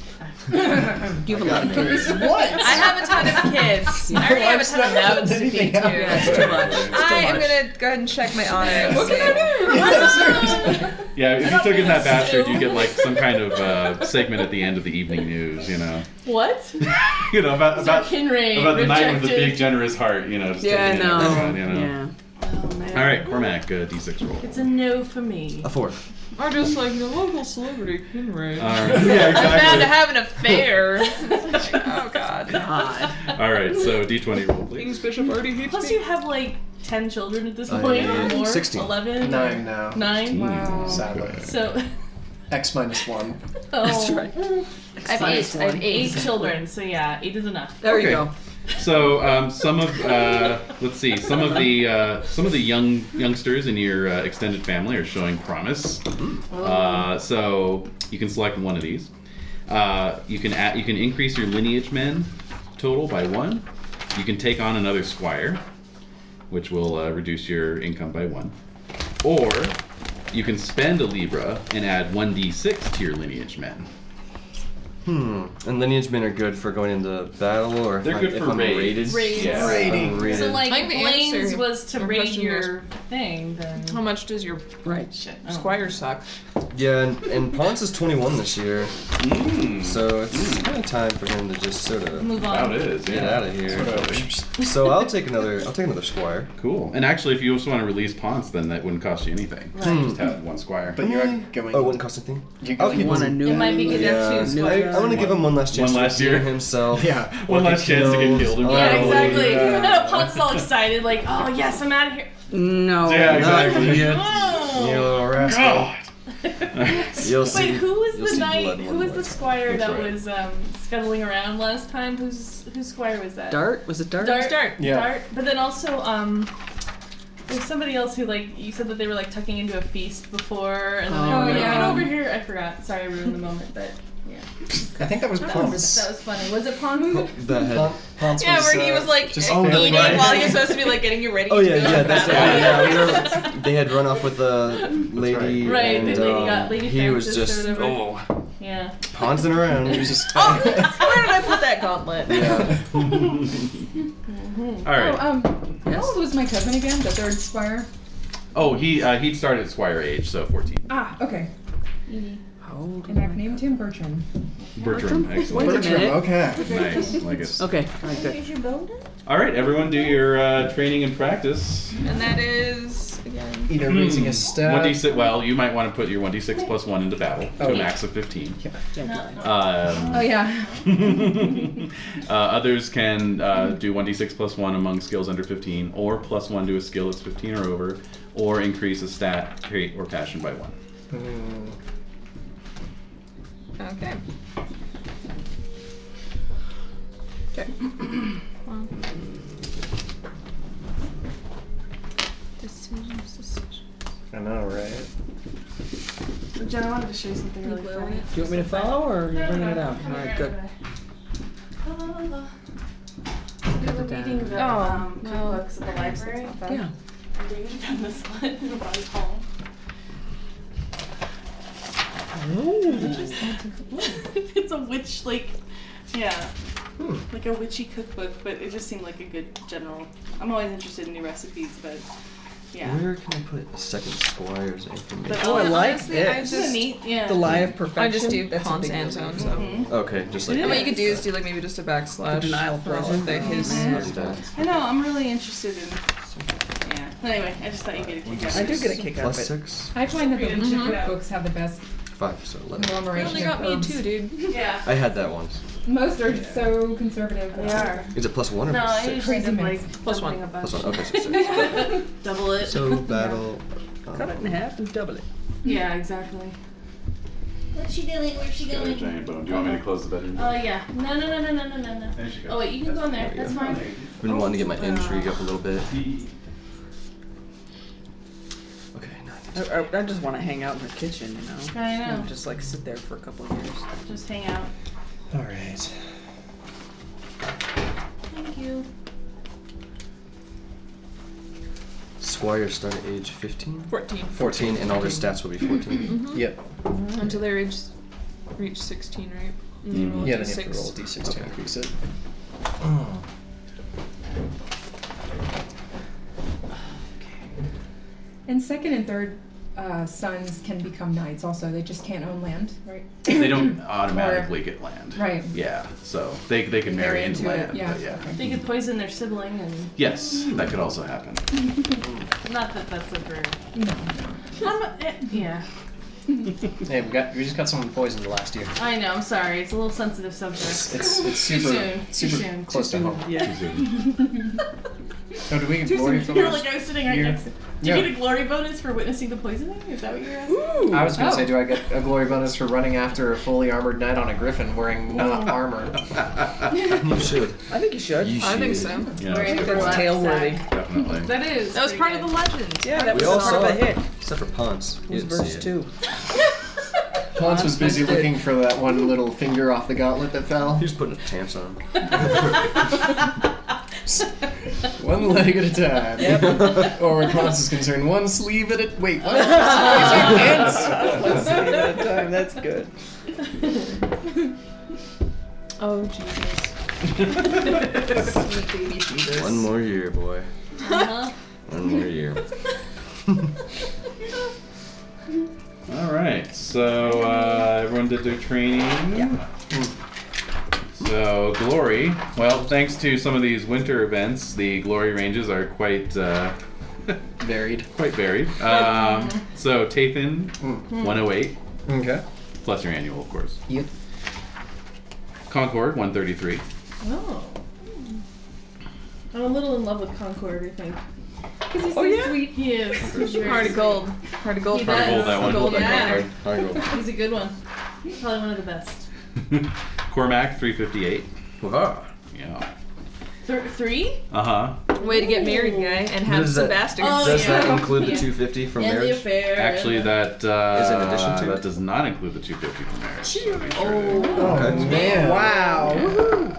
[SPEAKER 7] You have a lot of kids.
[SPEAKER 9] I have a ton
[SPEAKER 1] [LAUGHS]
[SPEAKER 9] of kids. I already have a ton of mouths to feed to.
[SPEAKER 7] Yeah, it's too much. It's too
[SPEAKER 9] I am
[SPEAKER 7] much.
[SPEAKER 9] gonna go ahead and check my honor. and
[SPEAKER 8] What
[SPEAKER 9] see.
[SPEAKER 8] can I do?
[SPEAKER 11] yeah, seriously.
[SPEAKER 1] Yeah, if you took in that
[SPEAKER 4] Stew.
[SPEAKER 1] bastard, you get like some kind of uh, segment at the end of the evening news, you know. [LAUGHS]
[SPEAKER 4] What?
[SPEAKER 1] you know about
[SPEAKER 4] Sir
[SPEAKER 1] about,
[SPEAKER 4] Kinraid
[SPEAKER 1] about the knight with the big
[SPEAKER 4] rejected.
[SPEAKER 1] generous heart, you know. Just
[SPEAKER 7] Yeah,
[SPEAKER 1] taking in
[SPEAKER 7] no.
[SPEAKER 1] everyone, you know.
[SPEAKER 7] Yeah.
[SPEAKER 4] Oh, man.
[SPEAKER 1] All right, Cormac, uh, d6 roll.
[SPEAKER 4] It's a no for me.
[SPEAKER 10] A four.
[SPEAKER 9] I'm just like the local celebrity, Henry.
[SPEAKER 1] All right, Uh, [LAUGHS] yeah,
[SPEAKER 9] I'm bound to [LAUGHS]
[SPEAKER 1] exactly.
[SPEAKER 9] have an [LAUGHS] affair. oh God.
[SPEAKER 7] God.
[SPEAKER 1] All right, so d20 roll, please.
[SPEAKER 9] King's Bishop already hates
[SPEAKER 4] Plus,
[SPEAKER 9] me.
[SPEAKER 4] you have like 10 children at this
[SPEAKER 10] I
[SPEAKER 4] point.
[SPEAKER 10] am
[SPEAKER 4] or more.
[SPEAKER 10] 16.
[SPEAKER 4] 11?
[SPEAKER 11] nine now.
[SPEAKER 4] 9?
[SPEAKER 1] Mm,
[SPEAKER 11] Sadly.
[SPEAKER 1] okay.
[SPEAKER 4] So. [LAUGHS]
[SPEAKER 11] X minus one.
[SPEAKER 4] Oh. [LAUGHS]
[SPEAKER 7] That's right.
[SPEAKER 9] I have eight. I have eight.
[SPEAKER 4] Eight children, so yeah, eight is enough.
[SPEAKER 7] There you
[SPEAKER 1] Okay.
[SPEAKER 7] go.
[SPEAKER 1] So um, some of uh, let's see, some of the uh, some of the young youngsters in your uh, extended family are showing promise. Uh, so you can select one of these. Uh, you can add, you can increase your lineage men total by one. You can take on another squire, which will uh, reduce your income by one. Or you can spend a libra and add one d6 to your lineage men.
[SPEAKER 10] Hmm. And lineage men are good for going into battle or if
[SPEAKER 1] They're
[SPEAKER 10] I'm-
[SPEAKER 1] good
[SPEAKER 10] if
[SPEAKER 1] for
[SPEAKER 10] I'm
[SPEAKER 1] raids.
[SPEAKER 10] raided.
[SPEAKER 4] Raids.
[SPEAKER 1] Yeah.
[SPEAKER 11] Raiding.
[SPEAKER 10] I'm raided.
[SPEAKER 4] So, like,
[SPEAKER 9] Like
[SPEAKER 4] if
[SPEAKER 9] the
[SPEAKER 4] Blaine's
[SPEAKER 9] answer.
[SPEAKER 4] was to
[SPEAKER 9] Or
[SPEAKER 4] raid
[SPEAKER 9] question
[SPEAKER 4] your thing, then. oh.
[SPEAKER 9] How much does your
[SPEAKER 7] Right.
[SPEAKER 9] squire suck?
[SPEAKER 10] yeah, and, and Ponce is 21 this year,
[SPEAKER 1] Mm.
[SPEAKER 10] so it's kind of time for him to just sort
[SPEAKER 11] Mm.
[SPEAKER 10] of
[SPEAKER 4] Move on.
[SPEAKER 1] That is, yeah.
[SPEAKER 10] get out of here.
[SPEAKER 1] Totally.
[SPEAKER 10] so I'll take another. I'll take another squire.
[SPEAKER 11] [LAUGHS]
[SPEAKER 1] Cool. And actually, if you just want to release Ponce, then that wouldn't cost you anything.
[SPEAKER 10] Hmm.
[SPEAKER 1] Just have one squire.
[SPEAKER 11] But you're going.
[SPEAKER 10] Oh, it wouldn't cost anything.
[SPEAKER 11] You're
[SPEAKER 10] I'll
[SPEAKER 11] going.
[SPEAKER 10] keep
[SPEAKER 7] Want a new
[SPEAKER 4] It might be
[SPEAKER 7] one?
[SPEAKER 4] good
[SPEAKER 10] Yeah,
[SPEAKER 4] to have two
[SPEAKER 10] I, I want to give him one last chance.
[SPEAKER 1] One
[SPEAKER 10] to
[SPEAKER 1] last
[SPEAKER 10] redeem
[SPEAKER 1] year.
[SPEAKER 10] himself.
[SPEAKER 11] [LAUGHS] yeah.
[SPEAKER 1] one
[SPEAKER 10] Or
[SPEAKER 1] last
[SPEAKER 10] get
[SPEAKER 1] chance to get
[SPEAKER 10] killed.
[SPEAKER 1] killed. in
[SPEAKER 10] Oh,
[SPEAKER 4] Yeah,
[SPEAKER 1] battle.
[SPEAKER 4] exactly.
[SPEAKER 1] Yeah.
[SPEAKER 4] [LAUGHS] No, Ponce is all excited, like, oh yes, I'm out of here.
[SPEAKER 1] [LAUGHS]
[SPEAKER 7] No.
[SPEAKER 1] Yeah, exactly.
[SPEAKER 10] You little rascal.
[SPEAKER 1] [LAUGHS]
[SPEAKER 11] Oh.
[SPEAKER 1] God.
[SPEAKER 10] You'll see.
[SPEAKER 4] Wait, who was
[SPEAKER 10] you'll
[SPEAKER 4] the
[SPEAKER 10] see
[SPEAKER 4] knight?
[SPEAKER 10] blood one
[SPEAKER 4] Who was
[SPEAKER 10] way.
[SPEAKER 4] the squire
[SPEAKER 1] That's
[SPEAKER 4] that
[SPEAKER 1] right.
[SPEAKER 4] was um, scuttling around last time? Whose whose squire was that?
[SPEAKER 7] Dart? Was it dart?
[SPEAKER 4] Dart. Dart.
[SPEAKER 11] Yeah.
[SPEAKER 4] Dart. But then also, um, there's somebody else who like you said that they were like tucking into a feast before, and then they
[SPEAKER 7] Oh,
[SPEAKER 4] were like,
[SPEAKER 8] yeah.
[SPEAKER 4] "Get over here!" I forgot. Sorry, I ruined the moment. [LAUGHS] But
[SPEAKER 11] I think that was
[SPEAKER 4] that was,
[SPEAKER 11] Ponce.
[SPEAKER 4] that was funny. Was it Ponce?
[SPEAKER 10] The head.
[SPEAKER 11] Ponce
[SPEAKER 9] Yeah,
[SPEAKER 11] was,
[SPEAKER 9] where he
[SPEAKER 11] uh,
[SPEAKER 9] was like
[SPEAKER 11] just
[SPEAKER 9] eating
[SPEAKER 11] barely right.
[SPEAKER 9] while you're supposed to be like getting you ready.
[SPEAKER 10] Oh
[SPEAKER 9] to
[SPEAKER 10] yeah,
[SPEAKER 9] go to
[SPEAKER 10] yeah, [LAUGHS] that's it.
[SPEAKER 9] battle.
[SPEAKER 10] Yeah, we were, they had run off with the lady,
[SPEAKER 4] Right,
[SPEAKER 10] and
[SPEAKER 4] the lady
[SPEAKER 10] um,
[SPEAKER 4] got- Lady
[SPEAKER 10] he was
[SPEAKER 4] Francis or
[SPEAKER 10] just
[SPEAKER 4] whatever.
[SPEAKER 10] oh,
[SPEAKER 4] [LAUGHS] Yeah.
[SPEAKER 10] Hansing [LAUGHS] around.
[SPEAKER 11] He was just
[SPEAKER 9] Oh, where did I put that gauntlet?
[SPEAKER 10] Yeah.
[SPEAKER 1] All
[SPEAKER 8] Oh,
[SPEAKER 1] right.
[SPEAKER 8] um, how old was my cousin again? The third squire?
[SPEAKER 1] Oh, he uh, he'd started at Squire age, so fourteen.
[SPEAKER 8] Ah, okay.
[SPEAKER 7] How old?
[SPEAKER 8] And I've named him Bertram.
[SPEAKER 1] Bertram,
[SPEAKER 7] Wait a
[SPEAKER 1] excellent.
[SPEAKER 7] minute.
[SPEAKER 11] okay.
[SPEAKER 1] Nice, like it.
[SPEAKER 7] Okay, I like that.
[SPEAKER 14] Is your bonus?
[SPEAKER 1] All right, everyone, do your uh, training and practice.
[SPEAKER 9] And that is again.
[SPEAKER 1] Hmm.
[SPEAKER 11] Either raising a
[SPEAKER 1] One
[SPEAKER 11] stat.
[SPEAKER 1] d six. Well, you might want to put your one d six plus one into battle to
[SPEAKER 11] Oh.
[SPEAKER 1] a max of fifteen.
[SPEAKER 7] Yeah,
[SPEAKER 1] Um,
[SPEAKER 8] Oh yeah.
[SPEAKER 1] [LAUGHS] uh, others can uh, do 1d6 plus 1 among skills under 15, or plus 1 to a skill that's 15 or over, or increase a stat, trait, or passion by 1.
[SPEAKER 11] Mm,
[SPEAKER 9] Okay. Okay. Well. Decisions, decisions.
[SPEAKER 11] I know, right?
[SPEAKER 4] Jen, I wanted to show you something really funny.
[SPEAKER 7] Do you want me to follow or you bringing it up? All right, good.
[SPEAKER 4] We were reading the
[SPEAKER 9] Oh,
[SPEAKER 4] um,
[SPEAKER 9] no.
[SPEAKER 4] cookbooks at the library.
[SPEAKER 7] Yeah.
[SPEAKER 4] And David found this one [LAUGHS] and brought it home. it's a witch, like, yeah,
[SPEAKER 7] Hmm.
[SPEAKER 4] like a witchy cookbook, but it just seemed like a good general. I'm always interested in new recipes, but yeah.
[SPEAKER 10] Where can I put a second squire's information?
[SPEAKER 4] But
[SPEAKER 7] Oh, I
[SPEAKER 4] all-
[SPEAKER 7] like
[SPEAKER 9] Honestly, I
[SPEAKER 7] this.
[SPEAKER 4] isn't it
[SPEAKER 9] just
[SPEAKER 4] neat? Yeah.
[SPEAKER 7] The lie of perfection.
[SPEAKER 9] I just do
[SPEAKER 7] That's a
[SPEAKER 9] Hans
[SPEAKER 7] big
[SPEAKER 9] and
[SPEAKER 7] deal.
[SPEAKER 9] Zones.
[SPEAKER 4] Mhm.
[SPEAKER 10] Okay, just like.
[SPEAKER 4] It
[SPEAKER 9] And
[SPEAKER 4] is.
[SPEAKER 9] what you could do is do like maybe just a backslash.
[SPEAKER 7] Denial
[SPEAKER 9] for all
[SPEAKER 7] present.
[SPEAKER 9] of the, his
[SPEAKER 4] Mhm.
[SPEAKER 9] stuff.
[SPEAKER 4] I know. I'm really interested in. Yeah. Anyway, I just thought you'd get a kick out of
[SPEAKER 7] I
[SPEAKER 4] it.
[SPEAKER 7] do get a kick out of
[SPEAKER 10] Plus
[SPEAKER 7] it.
[SPEAKER 10] six,
[SPEAKER 8] I find that the Legion
[SPEAKER 14] Mm-hmm.
[SPEAKER 9] Mhm.
[SPEAKER 8] cookbooks have the best
[SPEAKER 10] five, so eleven.
[SPEAKER 9] You
[SPEAKER 8] conglomeration
[SPEAKER 9] only got
[SPEAKER 8] of
[SPEAKER 9] me
[SPEAKER 8] herbs.
[SPEAKER 9] two, dude.
[SPEAKER 4] Yeah.
[SPEAKER 10] I had that once.
[SPEAKER 8] Most are so conservative.
[SPEAKER 4] They are.
[SPEAKER 10] Is it plus one or
[SPEAKER 4] No,
[SPEAKER 10] plus
[SPEAKER 4] I
[SPEAKER 10] six?
[SPEAKER 4] usually did like
[SPEAKER 7] Plus
[SPEAKER 4] something
[SPEAKER 7] one.
[SPEAKER 4] above.
[SPEAKER 10] Plus one. Okay, so six.
[SPEAKER 4] [LAUGHS] Double it.
[SPEAKER 10] So battle. um,
[SPEAKER 7] Cut it in half and double it.
[SPEAKER 4] yeah, exactly.
[SPEAKER 14] What's she doing? Where's she
[SPEAKER 1] Got a
[SPEAKER 14] going?
[SPEAKER 1] giant bone. Do you want me to close the bedroom?
[SPEAKER 14] Oh yeah. No no no no no no no no.
[SPEAKER 1] There she goes.
[SPEAKER 14] Oh wait, you can go in there.
[SPEAKER 10] There we
[SPEAKER 14] That's
[SPEAKER 10] go.
[SPEAKER 14] fine.
[SPEAKER 10] I've been wanting to get
[SPEAKER 4] Oh,
[SPEAKER 10] my intrigue up a little bit. Okay,
[SPEAKER 7] I,
[SPEAKER 10] nine.
[SPEAKER 7] I, I just want to hang out in her kitchen, you know.
[SPEAKER 4] I know.
[SPEAKER 7] And just like sit there for a couple of years.
[SPEAKER 4] Just hang out.
[SPEAKER 11] All right.
[SPEAKER 14] Thank you.
[SPEAKER 10] Squires start at age 15.
[SPEAKER 9] 14.
[SPEAKER 10] 14, and all their stats will
[SPEAKER 4] [CLEARS THROAT]
[SPEAKER 10] be 14.
[SPEAKER 11] Yep.
[SPEAKER 9] Until they reach, reach 16, right? And they roll a
[SPEAKER 11] Yeah, then you have to
[SPEAKER 9] d6.
[SPEAKER 11] roll a d6 to increase it.
[SPEAKER 8] And second and third uh, sons can become knights also. They just can't own land, right?
[SPEAKER 1] They [LAUGHS] don't automatically get land.
[SPEAKER 8] [COUGHS] Right.
[SPEAKER 1] Yeah, so they, they can marry into
[SPEAKER 8] into it,
[SPEAKER 1] land.
[SPEAKER 8] yeah.
[SPEAKER 1] But yeah.
[SPEAKER 4] They could poison their sibling, and
[SPEAKER 1] Yes, that could also happen.
[SPEAKER 4] not that that's ever.
[SPEAKER 8] No.
[SPEAKER 4] eh, yeah,
[SPEAKER 11] Hey, we got we just got someone poisoned last year.
[SPEAKER 4] I know. I'm sorry. It's a little sensitive subject.
[SPEAKER 11] It's it's, it's
[SPEAKER 4] Too
[SPEAKER 11] super
[SPEAKER 4] soon, too
[SPEAKER 11] super
[SPEAKER 4] soon,
[SPEAKER 11] close to home.
[SPEAKER 7] Yeah.
[SPEAKER 11] [LAUGHS] So do we get glory for
[SPEAKER 4] You're
[SPEAKER 11] this?
[SPEAKER 4] like I was sitting right
[SPEAKER 11] You're-
[SPEAKER 4] next. to Do you get a glory bonus for witnessing the poisoning? Is that what you're asking?
[SPEAKER 11] I was gonna
[SPEAKER 8] Oh.
[SPEAKER 11] say, do I get a glory bonus for running after a fully armored knight on a griffin wearing
[SPEAKER 4] Oh.
[SPEAKER 11] not
[SPEAKER 4] [LAUGHS]
[SPEAKER 11] armor?
[SPEAKER 10] You should.
[SPEAKER 7] I think you should.
[SPEAKER 10] You
[SPEAKER 9] I think
[SPEAKER 10] should.
[SPEAKER 9] so.
[SPEAKER 1] Yeah,
[SPEAKER 4] in for
[SPEAKER 7] That's
[SPEAKER 4] a
[SPEAKER 7] tail
[SPEAKER 4] laugh,
[SPEAKER 7] worthy.
[SPEAKER 4] Zach.
[SPEAKER 1] [LAUGHS] definitely.
[SPEAKER 4] That is.
[SPEAKER 9] That was part of the legend.
[SPEAKER 7] Yeah, that
[SPEAKER 10] We
[SPEAKER 7] was
[SPEAKER 10] all
[SPEAKER 7] part of the
[SPEAKER 10] saw it.
[SPEAKER 7] hit.
[SPEAKER 10] Except for Ponce.
[SPEAKER 7] It was verse
[SPEAKER 10] [LAUGHS]
[SPEAKER 7] two.
[SPEAKER 11] Hans was busy
[SPEAKER 7] Hans did.
[SPEAKER 11] looking for that one little finger off the gauntlet that fell.
[SPEAKER 4] [LAUGHS]
[SPEAKER 10] He was putting a tamps on.
[SPEAKER 11] One leg at a time.
[SPEAKER 5] [LAUGHS]
[SPEAKER 11] [LAUGHS] or where Hans is concerned, one sleeve at a wait. One sleeve at a time.
[SPEAKER 7] at a
[SPEAKER 5] uh,
[SPEAKER 7] time. That's good.
[SPEAKER 4] [LAUGHS]
[SPEAKER 9] Oh, Jesus.
[SPEAKER 10] [LAUGHS] One more year, boy.
[SPEAKER 4] Uh-huh.
[SPEAKER 10] One more year.
[SPEAKER 4] [LAUGHS]
[SPEAKER 1] All right, so uh, everyone did their training. [LAUGHS] Yeah. Hmm. So glory. Well, thanks to some of these winter events, the glory ranges are quite uh, [LAUGHS]
[SPEAKER 11] Varied.
[SPEAKER 1] quite varied. Um, so Tathan,
[SPEAKER 11] Mm.
[SPEAKER 1] 108
[SPEAKER 11] Okay.
[SPEAKER 1] plus your annual, of course.
[SPEAKER 11] Yep.
[SPEAKER 1] Concord, 133.
[SPEAKER 4] Oh. I'm a little in love with Concord, I think. Because he's
[SPEAKER 7] Oh,
[SPEAKER 4] so
[SPEAKER 7] yeah?
[SPEAKER 4] sweet. He is. He's very
[SPEAKER 9] Heart of
[SPEAKER 4] sweet.
[SPEAKER 9] gold. Heart of gold.
[SPEAKER 4] He
[SPEAKER 9] for
[SPEAKER 4] does.
[SPEAKER 1] Gold, that one.
[SPEAKER 9] Gold.
[SPEAKER 4] Yeah.
[SPEAKER 10] I go.
[SPEAKER 4] He's a good one. Probably one of the best.
[SPEAKER 1] Cormac, 358.
[SPEAKER 10] Wah.
[SPEAKER 1] Yeah.
[SPEAKER 4] Th- three?
[SPEAKER 1] Uh huh.
[SPEAKER 9] Way to get married, guy, and have
[SPEAKER 10] Does
[SPEAKER 9] some
[SPEAKER 10] that-
[SPEAKER 9] bastards.
[SPEAKER 4] Oh,
[SPEAKER 10] Does
[SPEAKER 4] yeah.
[SPEAKER 10] that include the
[SPEAKER 4] Yeah.
[SPEAKER 10] 250 from
[SPEAKER 4] and the
[SPEAKER 10] marriage?
[SPEAKER 4] affair.
[SPEAKER 1] Actually, that uh,
[SPEAKER 10] Is it in addition to?
[SPEAKER 1] that does not include the 250 from marriage. So make sure to-
[SPEAKER 11] Oh man.
[SPEAKER 7] Wow.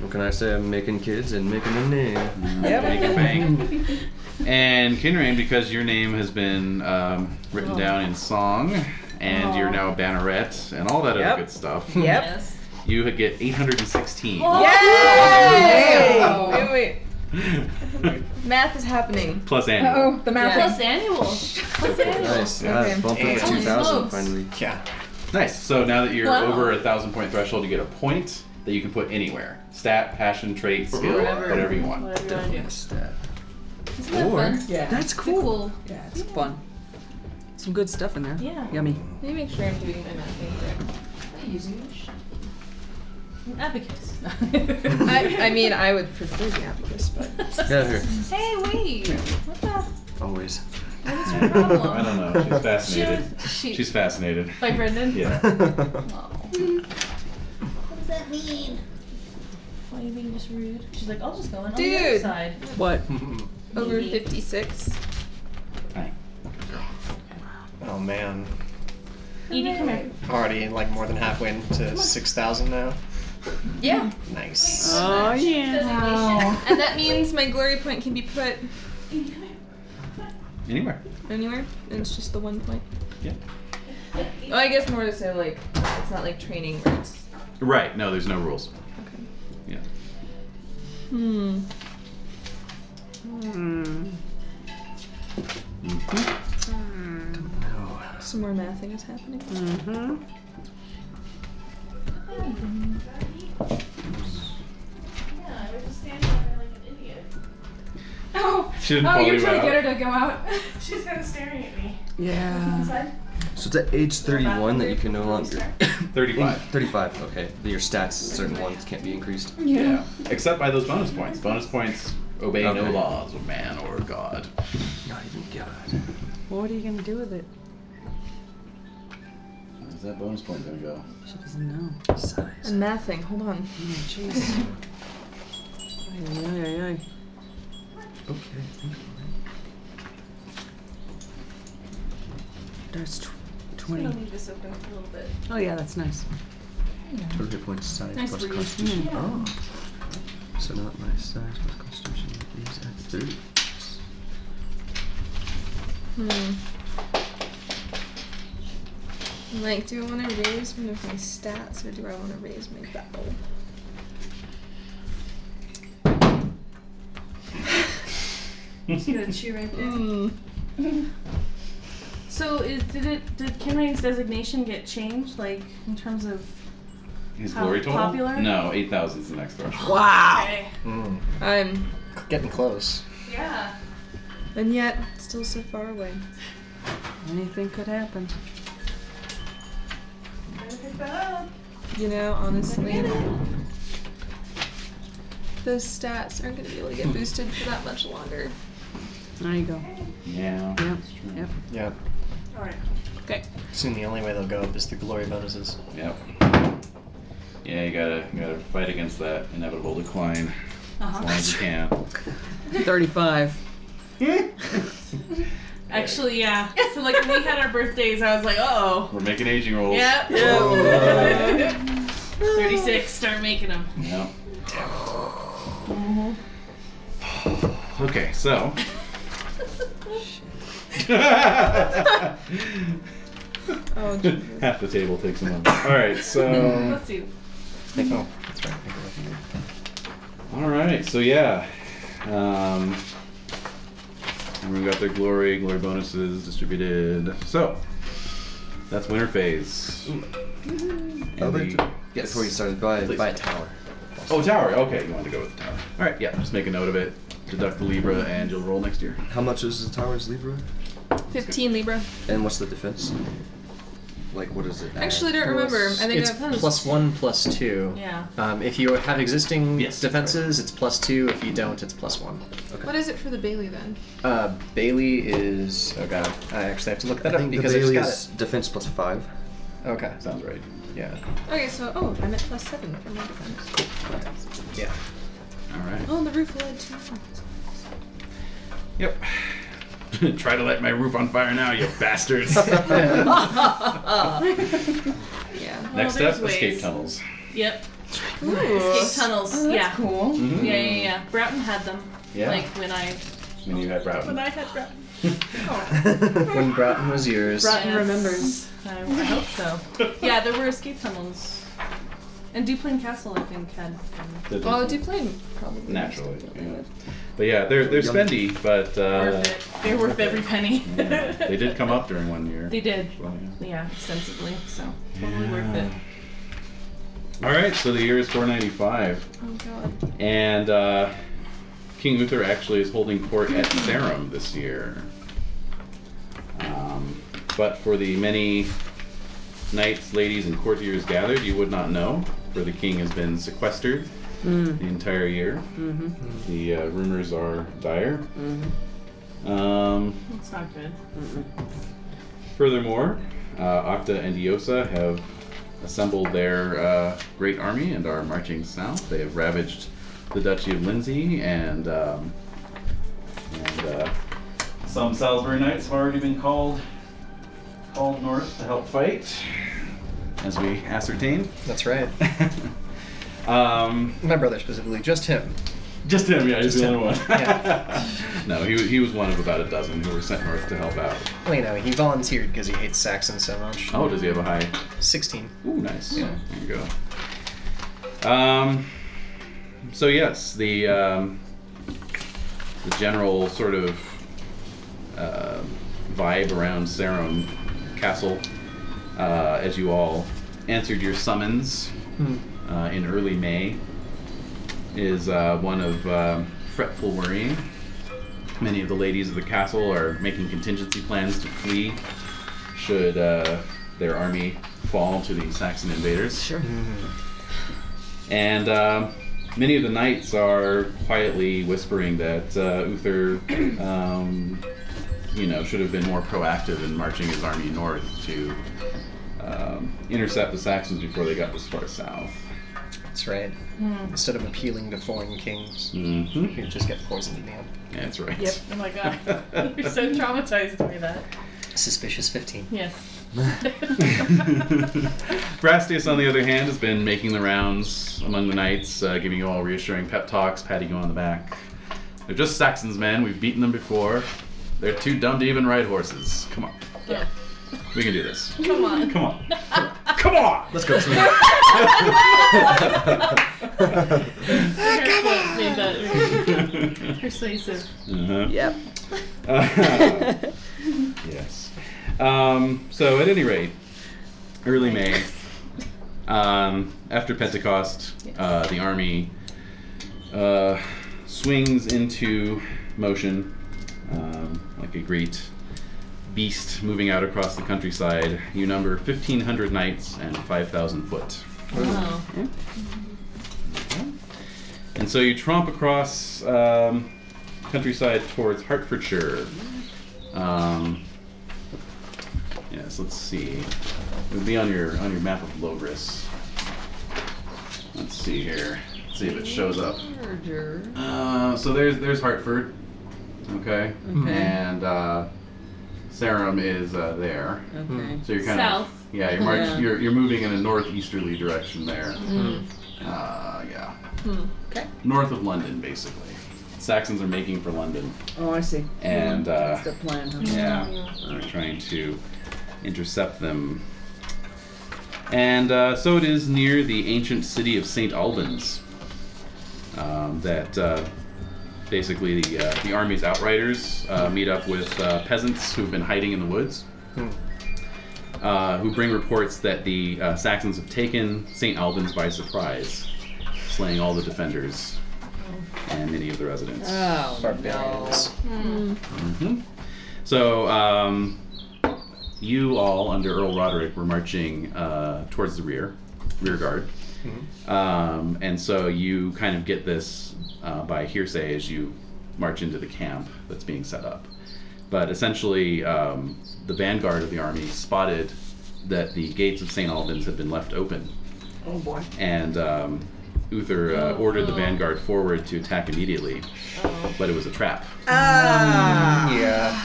[SPEAKER 10] What can I say? I'm making kids and making a name.
[SPEAKER 1] Make
[SPEAKER 7] Yep.
[SPEAKER 1] it bang. And Kinrain, because your name has been um, written down in song
[SPEAKER 3] and you're now a banneret and all that
[SPEAKER 15] Yep.
[SPEAKER 3] other good stuff.
[SPEAKER 15] Yep.
[SPEAKER 7] Yes.
[SPEAKER 3] You get 816.
[SPEAKER 1] [LAUGHS]
[SPEAKER 9] Yay!
[SPEAKER 15] Damn.
[SPEAKER 9] Wait, wait. Math is happening.
[SPEAKER 3] Plus annual.
[SPEAKER 8] Oh, the math.
[SPEAKER 4] Plus annual.
[SPEAKER 9] Plus annual.
[SPEAKER 10] Nice. Yeah,
[SPEAKER 9] Okay.
[SPEAKER 10] it's bumped up to
[SPEAKER 3] Holy
[SPEAKER 10] 2,000
[SPEAKER 4] smokes.
[SPEAKER 10] finally.
[SPEAKER 5] Yeah.
[SPEAKER 3] Nice. So now that you're
[SPEAKER 4] Wow.
[SPEAKER 3] over a thousand point threshold, you get a point that you can put anywhere. Stat, passion, trait, skill,
[SPEAKER 7] Whatever.
[SPEAKER 3] whatever, you want.
[SPEAKER 4] Whatever you want to do.
[SPEAKER 10] Stat.
[SPEAKER 4] Isn't that
[SPEAKER 10] Or-
[SPEAKER 4] fun?
[SPEAKER 7] Yeah. That's cool.
[SPEAKER 8] Yeah.
[SPEAKER 7] It's fun. Some good stuff in there.
[SPEAKER 4] Yeah.
[SPEAKER 7] Yummy.
[SPEAKER 9] Let me make sure I'm doing my math thing correct.
[SPEAKER 4] Am I using this? An abacus.
[SPEAKER 9] I, I mean, I would prefer the abacus, but.
[SPEAKER 10] Get out of here.
[SPEAKER 4] Hey, wait. What the?
[SPEAKER 10] Always.
[SPEAKER 4] What is your problem?
[SPEAKER 3] I don't know.
[SPEAKER 10] [LAUGHS]
[SPEAKER 3] She's
[SPEAKER 4] She
[SPEAKER 3] fascinated.
[SPEAKER 4] was. She.
[SPEAKER 3] She's fascinated.
[SPEAKER 4] by Brendan.
[SPEAKER 3] Yeah.
[SPEAKER 10] [LAUGHS]
[SPEAKER 16] What does that mean?
[SPEAKER 4] Why are you being just rude? She's like, I'll just go on the other
[SPEAKER 9] Dude.
[SPEAKER 4] side.
[SPEAKER 7] What?
[SPEAKER 9] [LAUGHS] Over 56.
[SPEAKER 5] Oh man.
[SPEAKER 4] Edie, come here.
[SPEAKER 5] Already like more than halfway into six thousand now.
[SPEAKER 9] Yeah.
[SPEAKER 5] Nice.
[SPEAKER 4] Uh-huh.
[SPEAKER 7] Oh yeah.
[SPEAKER 8] Wow.
[SPEAKER 9] And that means my glory point can be put
[SPEAKER 4] Edie, come here.
[SPEAKER 3] Anywhere.
[SPEAKER 9] anywhere, and it's just the one point.
[SPEAKER 3] Yeah.
[SPEAKER 9] Oh, I guess more to say, like, it's not like training where it's.
[SPEAKER 3] Right. No, there's no rules.
[SPEAKER 9] Hmm. Hmm. Some more mathing is happening.
[SPEAKER 7] Mm-hmm.
[SPEAKER 4] Yeah, I was just standing there like an idiot.
[SPEAKER 8] Oh,
[SPEAKER 3] She didn't
[SPEAKER 8] oh,
[SPEAKER 3] follow
[SPEAKER 8] you're
[SPEAKER 3] you
[SPEAKER 8] trying to
[SPEAKER 3] out.
[SPEAKER 8] get her to go out. [LAUGHS]
[SPEAKER 4] She's kind of staring at me.
[SPEAKER 7] Yeah.
[SPEAKER 10] So it's at age 31 that you can no longer. [COUGHS]
[SPEAKER 3] 35.
[SPEAKER 10] 35, okay. That Your stats, certain ones, can't be increased.
[SPEAKER 3] Yeah. Except by those bonus points. Bonus points obey no
[SPEAKER 10] Okay.
[SPEAKER 3] laws of man or god.
[SPEAKER 10] Not even God.
[SPEAKER 7] What are you gonna do with it?
[SPEAKER 3] Where's that bonus point gonna go?
[SPEAKER 7] She doesn't know.
[SPEAKER 9] I'm mathing, hold on.
[SPEAKER 7] Oh, Jeez. Ay, ay, ay, ay.
[SPEAKER 10] Okay.
[SPEAKER 7] That's tw-
[SPEAKER 4] I'm gonna
[SPEAKER 7] twenty.
[SPEAKER 4] leave this open for a little bit.
[SPEAKER 7] Oh yeah, that's nice.
[SPEAKER 10] Total hit points, size
[SPEAKER 4] Nice
[SPEAKER 10] plus
[SPEAKER 4] read. Hmm.
[SPEAKER 10] constitution. Oh. So not my size plus constitution is at 30.
[SPEAKER 9] Hmm. I'm Like, do I want to raise one of my stats or do I want to raise my battle?
[SPEAKER 4] [LAUGHS] She got a chew right there.
[SPEAKER 9] Hmm.
[SPEAKER 4] So is did it did Kinrain's designation get changed like in terms of
[SPEAKER 3] His
[SPEAKER 4] How
[SPEAKER 3] glory total?
[SPEAKER 4] popular?
[SPEAKER 3] No, 8,000 is the next threshold.
[SPEAKER 7] Wow.
[SPEAKER 4] Okay.
[SPEAKER 9] I'm.
[SPEAKER 5] Getting close.
[SPEAKER 4] Yeah.
[SPEAKER 9] And yet, still so far away.
[SPEAKER 7] Anything could happen.
[SPEAKER 4] Gotta pick that up.
[SPEAKER 9] You know, honestly. Those stats aren't going to be able to get boosted for that much longer.
[SPEAKER 7] There you go.
[SPEAKER 3] Yeah.
[SPEAKER 7] Yep.
[SPEAKER 3] that's true.
[SPEAKER 7] Yep.
[SPEAKER 5] Yep.
[SPEAKER 4] Alright.
[SPEAKER 5] Soon the only way they'll go up is the glory bonuses.
[SPEAKER 3] Yep. Yeah, you gotta you gotta fight against that inevitable decline as long as you can.
[SPEAKER 7] Thirty-five.
[SPEAKER 4] [LAUGHS] Actually, yeah. So like when we had our birthdays, I was like, uh oh.
[SPEAKER 3] We're making aging [LAUGHS] rolls.
[SPEAKER 4] Yep.
[SPEAKER 10] Whoa.
[SPEAKER 4] 36, start making them.
[SPEAKER 3] Yep. Okay, [LAUGHS] so.
[SPEAKER 9] Oh,
[SPEAKER 3] Half the table takes a moment. All right, so.
[SPEAKER 4] [LAUGHS] Let's see.
[SPEAKER 5] Oh, that's right. I think we're looking at-
[SPEAKER 3] All right, so yeah. Um, everyone got their glory, glory bonuses distributed. So, that's winter phase.
[SPEAKER 10] I'd
[SPEAKER 3] And
[SPEAKER 10] like
[SPEAKER 3] the-
[SPEAKER 10] to-
[SPEAKER 3] yes.
[SPEAKER 10] Before you started, buy,
[SPEAKER 3] Please.
[SPEAKER 10] buy a tower.
[SPEAKER 3] Oh, tower. Okay, you want to go with the tower. All right, yeah. Just make a note of it. Deduct the Libra, and you'll roll next year.
[SPEAKER 10] How much is the tower's Libra?
[SPEAKER 9] 15 Libra.
[SPEAKER 10] And what's the defense? Like, what is it? add?
[SPEAKER 9] Actually, I don't remember. I think
[SPEAKER 5] it's
[SPEAKER 9] I've had
[SPEAKER 5] plus one, plus two.
[SPEAKER 4] Yeah.
[SPEAKER 5] Um, if you have existing
[SPEAKER 3] Yes.
[SPEAKER 5] defenses, it's plus two. If you don't, it's plus one.
[SPEAKER 9] What is it for the Bailey then?
[SPEAKER 5] Uh, Bailey is. Oh god, I actually have to look that
[SPEAKER 10] I
[SPEAKER 5] up
[SPEAKER 10] think the
[SPEAKER 5] because
[SPEAKER 10] Bailey
[SPEAKER 5] I
[SPEAKER 10] is
[SPEAKER 5] just
[SPEAKER 10] defense plus five.
[SPEAKER 5] got it. Okay.
[SPEAKER 3] Sounds right.
[SPEAKER 5] Yeah.
[SPEAKER 9] Okay, so, oh, I'm at plus 7 for my defense.
[SPEAKER 5] Yeah.
[SPEAKER 3] All right.
[SPEAKER 9] Oh, and the roof will add 2
[SPEAKER 3] Yep. Try to light my roof on fire now, you bastards.
[SPEAKER 5] [LAUGHS]
[SPEAKER 9] Yeah.
[SPEAKER 3] Next
[SPEAKER 4] there's
[SPEAKER 3] up, escape
[SPEAKER 4] ways.
[SPEAKER 3] tunnels.
[SPEAKER 4] Yep.
[SPEAKER 9] Ooh.
[SPEAKER 4] Escape tunnels.
[SPEAKER 8] Oh, that's
[SPEAKER 4] yeah.
[SPEAKER 8] cool.
[SPEAKER 3] Mhm.
[SPEAKER 4] Yeah, yeah, yeah. Broughton had them.
[SPEAKER 3] Yeah.
[SPEAKER 4] Like when I
[SPEAKER 3] when you have Broughton.
[SPEAKER 4] I had Broughton.
[SPEAKER 5] when Broughton was yours.
[SPEAKER 4] Broughton remembers. I, I hope [LAUGHS] so. yeah, there were escape tunnels. And Duplain Castle, I think, had. Um,
[SPEAKER 1] The
[SPEAKER 9] Well, Duplain probably.
[SPEAKER 1] Naturally. Yeah. But yeah, they're they're
[SPEAKER 10] Yum.
[SPEAKER 1] spendy, but uh,
[SPEAKER 9] [LAUGHS]
[SPEAKER 4] worth it. They're worth every penny.
[SPEAKER 1] they did come up during one year.
[SPEAKER 4] [LAUGHS] They did.
[SPEAKER 1] Well, yeah.
[SPEAKER 4] Yeah, extensively. So totally worth
[SPEAKER 1] Yeah.
[SPEAKER 4] it.
[SPEAKER 1] All right, so the year is 495,
[SPEAKER 9] Oh god.
[SPEAKER 1] and uh, King Uther actually is holding court at Sarum this year. Um, but for the many knights, ladies, and courtiers gathered, you would not know, for the king has been sequestered the entire year. Mm-hmm. The uh, rumors are dire. Um,
[SPEAKER 4] It's not good.
[SPEAKER 1] Furthermore, uh, Octa and Iosa have assembled their uh, great army and are marching south. They have ravaged the Duchy of Lindsey and um, and uh,
[SPEAKER 2] Some Salisbury Knights have already been called called north to help fight.
[SPEAKER 1] as we ascertained.
[SPEAKER 11] That's right. [LAUGHS]
[SPEAKER 1] um,
[SPEAKER 11] My brother specifically, just him.
[SPEAKER 1] just him, yeah,
[SPEAKER 11] Just
[SPEAKER 1] he's the
[SPEAKER 11] him,
[SPEAKER 1] only [LAUGHS] one. no, he, wa- he was one of about a dozen who were sent north to help out.
[SPEAKER 11] Well, you know, he volunteered because he hates Saxons so much.
[SPEAKER 1] Oh, does he have a high?
[SPEAKER 11] 16.
[SPEAKER 1] Ooh, nice. There you go. Um, so yes, the um, the general sort of uh, vibe around Sarum Castle, uh, as you all answered your summons uh, in early May, is uh, one of um fretful worrying. Many of the ladies of the castle are making contingency plans to flee should uh, their army fall to the Saxon invaders. Sure. And um, many of the knights are quietly whispering that uh, Uther, [CLEARS THROAT] um, you know, should have been more proactive in marching his army north to um, intercept the Saxons before they got this far south.
[SPEAKER 11] That's right.
[SPEAKER 9] Hmm.
[SPEAKER 11] Instead of appealing to foreign kings,
[SPEAKER 1] Mm-hmm.
[SPEAKER 11] he'd just get poisoned in the end.
[SPEAKER 1] That's right.
[SPEAKER 4] Yep. Oh my god. You're so traumatized by that.
[SPEAKER 11] Suspicious 15.
[SPEAKER 4] Yes.
[SPEAKER 3] [LAUGHS]
[SPEAKER 1] [LAUGHS]
[SPEAKER 4] [LAUGHS]
[SPEAKER 1] Brastius, on the other hand, has been making the rounds among the knights, uh, giving you all reassuring pep talks, patting you on the back. They're just Saxons, man. We've beaten them before. They're too dumb to even ride horses. Come on.
[SPEAKER 4] Yeah.
[SPEAKER 1] We can do this.
[SPEAKER 9] Come on.
[SPEAKER 1] Come
[SPEAKER 9] [LAUGHS]
[SPEAKER 1] on. Come on!
[SPEAKER 10] Let's go. Sweet.
[SPEAKER 4] Herself made
[SPEAKER 1] [LAUGHS]
[SPEAKER 4] that
[SPEAKER 9] [LAUGHS]
[SPEAKER 4] very persuasive.
[SPEAKER 1] Uh-huh.
[SPEAKER 7] Yep.
[SPEAKER 1] [LAUGHS] yes. Um, so, at any rate, early May, um, after Pentecost, uh, the army uh, swings into motion um, like a great beast moving out across the countryside. You number 1,500 knights and 5,000 foot.
[SPEAKER 4] Wow.
[SPEAKER 1] And so you tromp across um, countryside towards Hertfordshire. Um, yes, let's see. It would be on your on your map of Logris. Let's see here. Let's see if it shows up.
[SPEAKER 7] Larger.
[SPEAKER 1] Uh, so there's there's Hartford. Okay. And uh, Sarum is uh, there.
[SPEAKER 7] Okay.
[SPEAKER 1] So you're kind
[SPEAKER 4] South.
[SPEAKER 1] of yeah. You're, march-
[SPEAKER 7] Yeah.
[SPEAKER 1] you're you're moving in a northeasterly direction there. Uh, yeah.
[SPEAKER 7] Mm-hmm. Hmm, Okay.
[SPEAKER 1] North of London, basically. Saxons are making for London,
[SPEAKER 7] Oh, I see.
[SPEAKER 1] and uh,
[SPEAKER 7] That's the plan. Huh?
[SPEAKER 4] Mm-hmm.
[SPEAKER 1] yeah, we're trying to intercept them. And uh, so it is near the ancient city of St. Albans um, that uh, basically the, uh, the army's outriders uh, meet up with uh, peasants who've been hiding in the woods, uh, who bring reports that the uh, Saxons have taken St. Albans by surprise, slaying all the defenders and many of the residents.
[SPEAKER 7] Oh
[SPEAKER 11] Barbarians.
[SPEAKER 1] hmm So, um, you all, under Earl Roderick, were marching uh, towards the rear, rear guard. Um, and so you kind of get this uh, by hearsay as you march into the camp that's being set up. But essentially, um, the vanguard of the army spotted that the gates of St. Albans had been left open.
[SPEAKER 7] Oh boy. Oh.
[SPEAKER 1] And um, Uther uh, ordered the vanguard forward to attack immediately, but it was a trap.
[SPEAKER 9] Ah.
[SPEAKER 11] Yeah.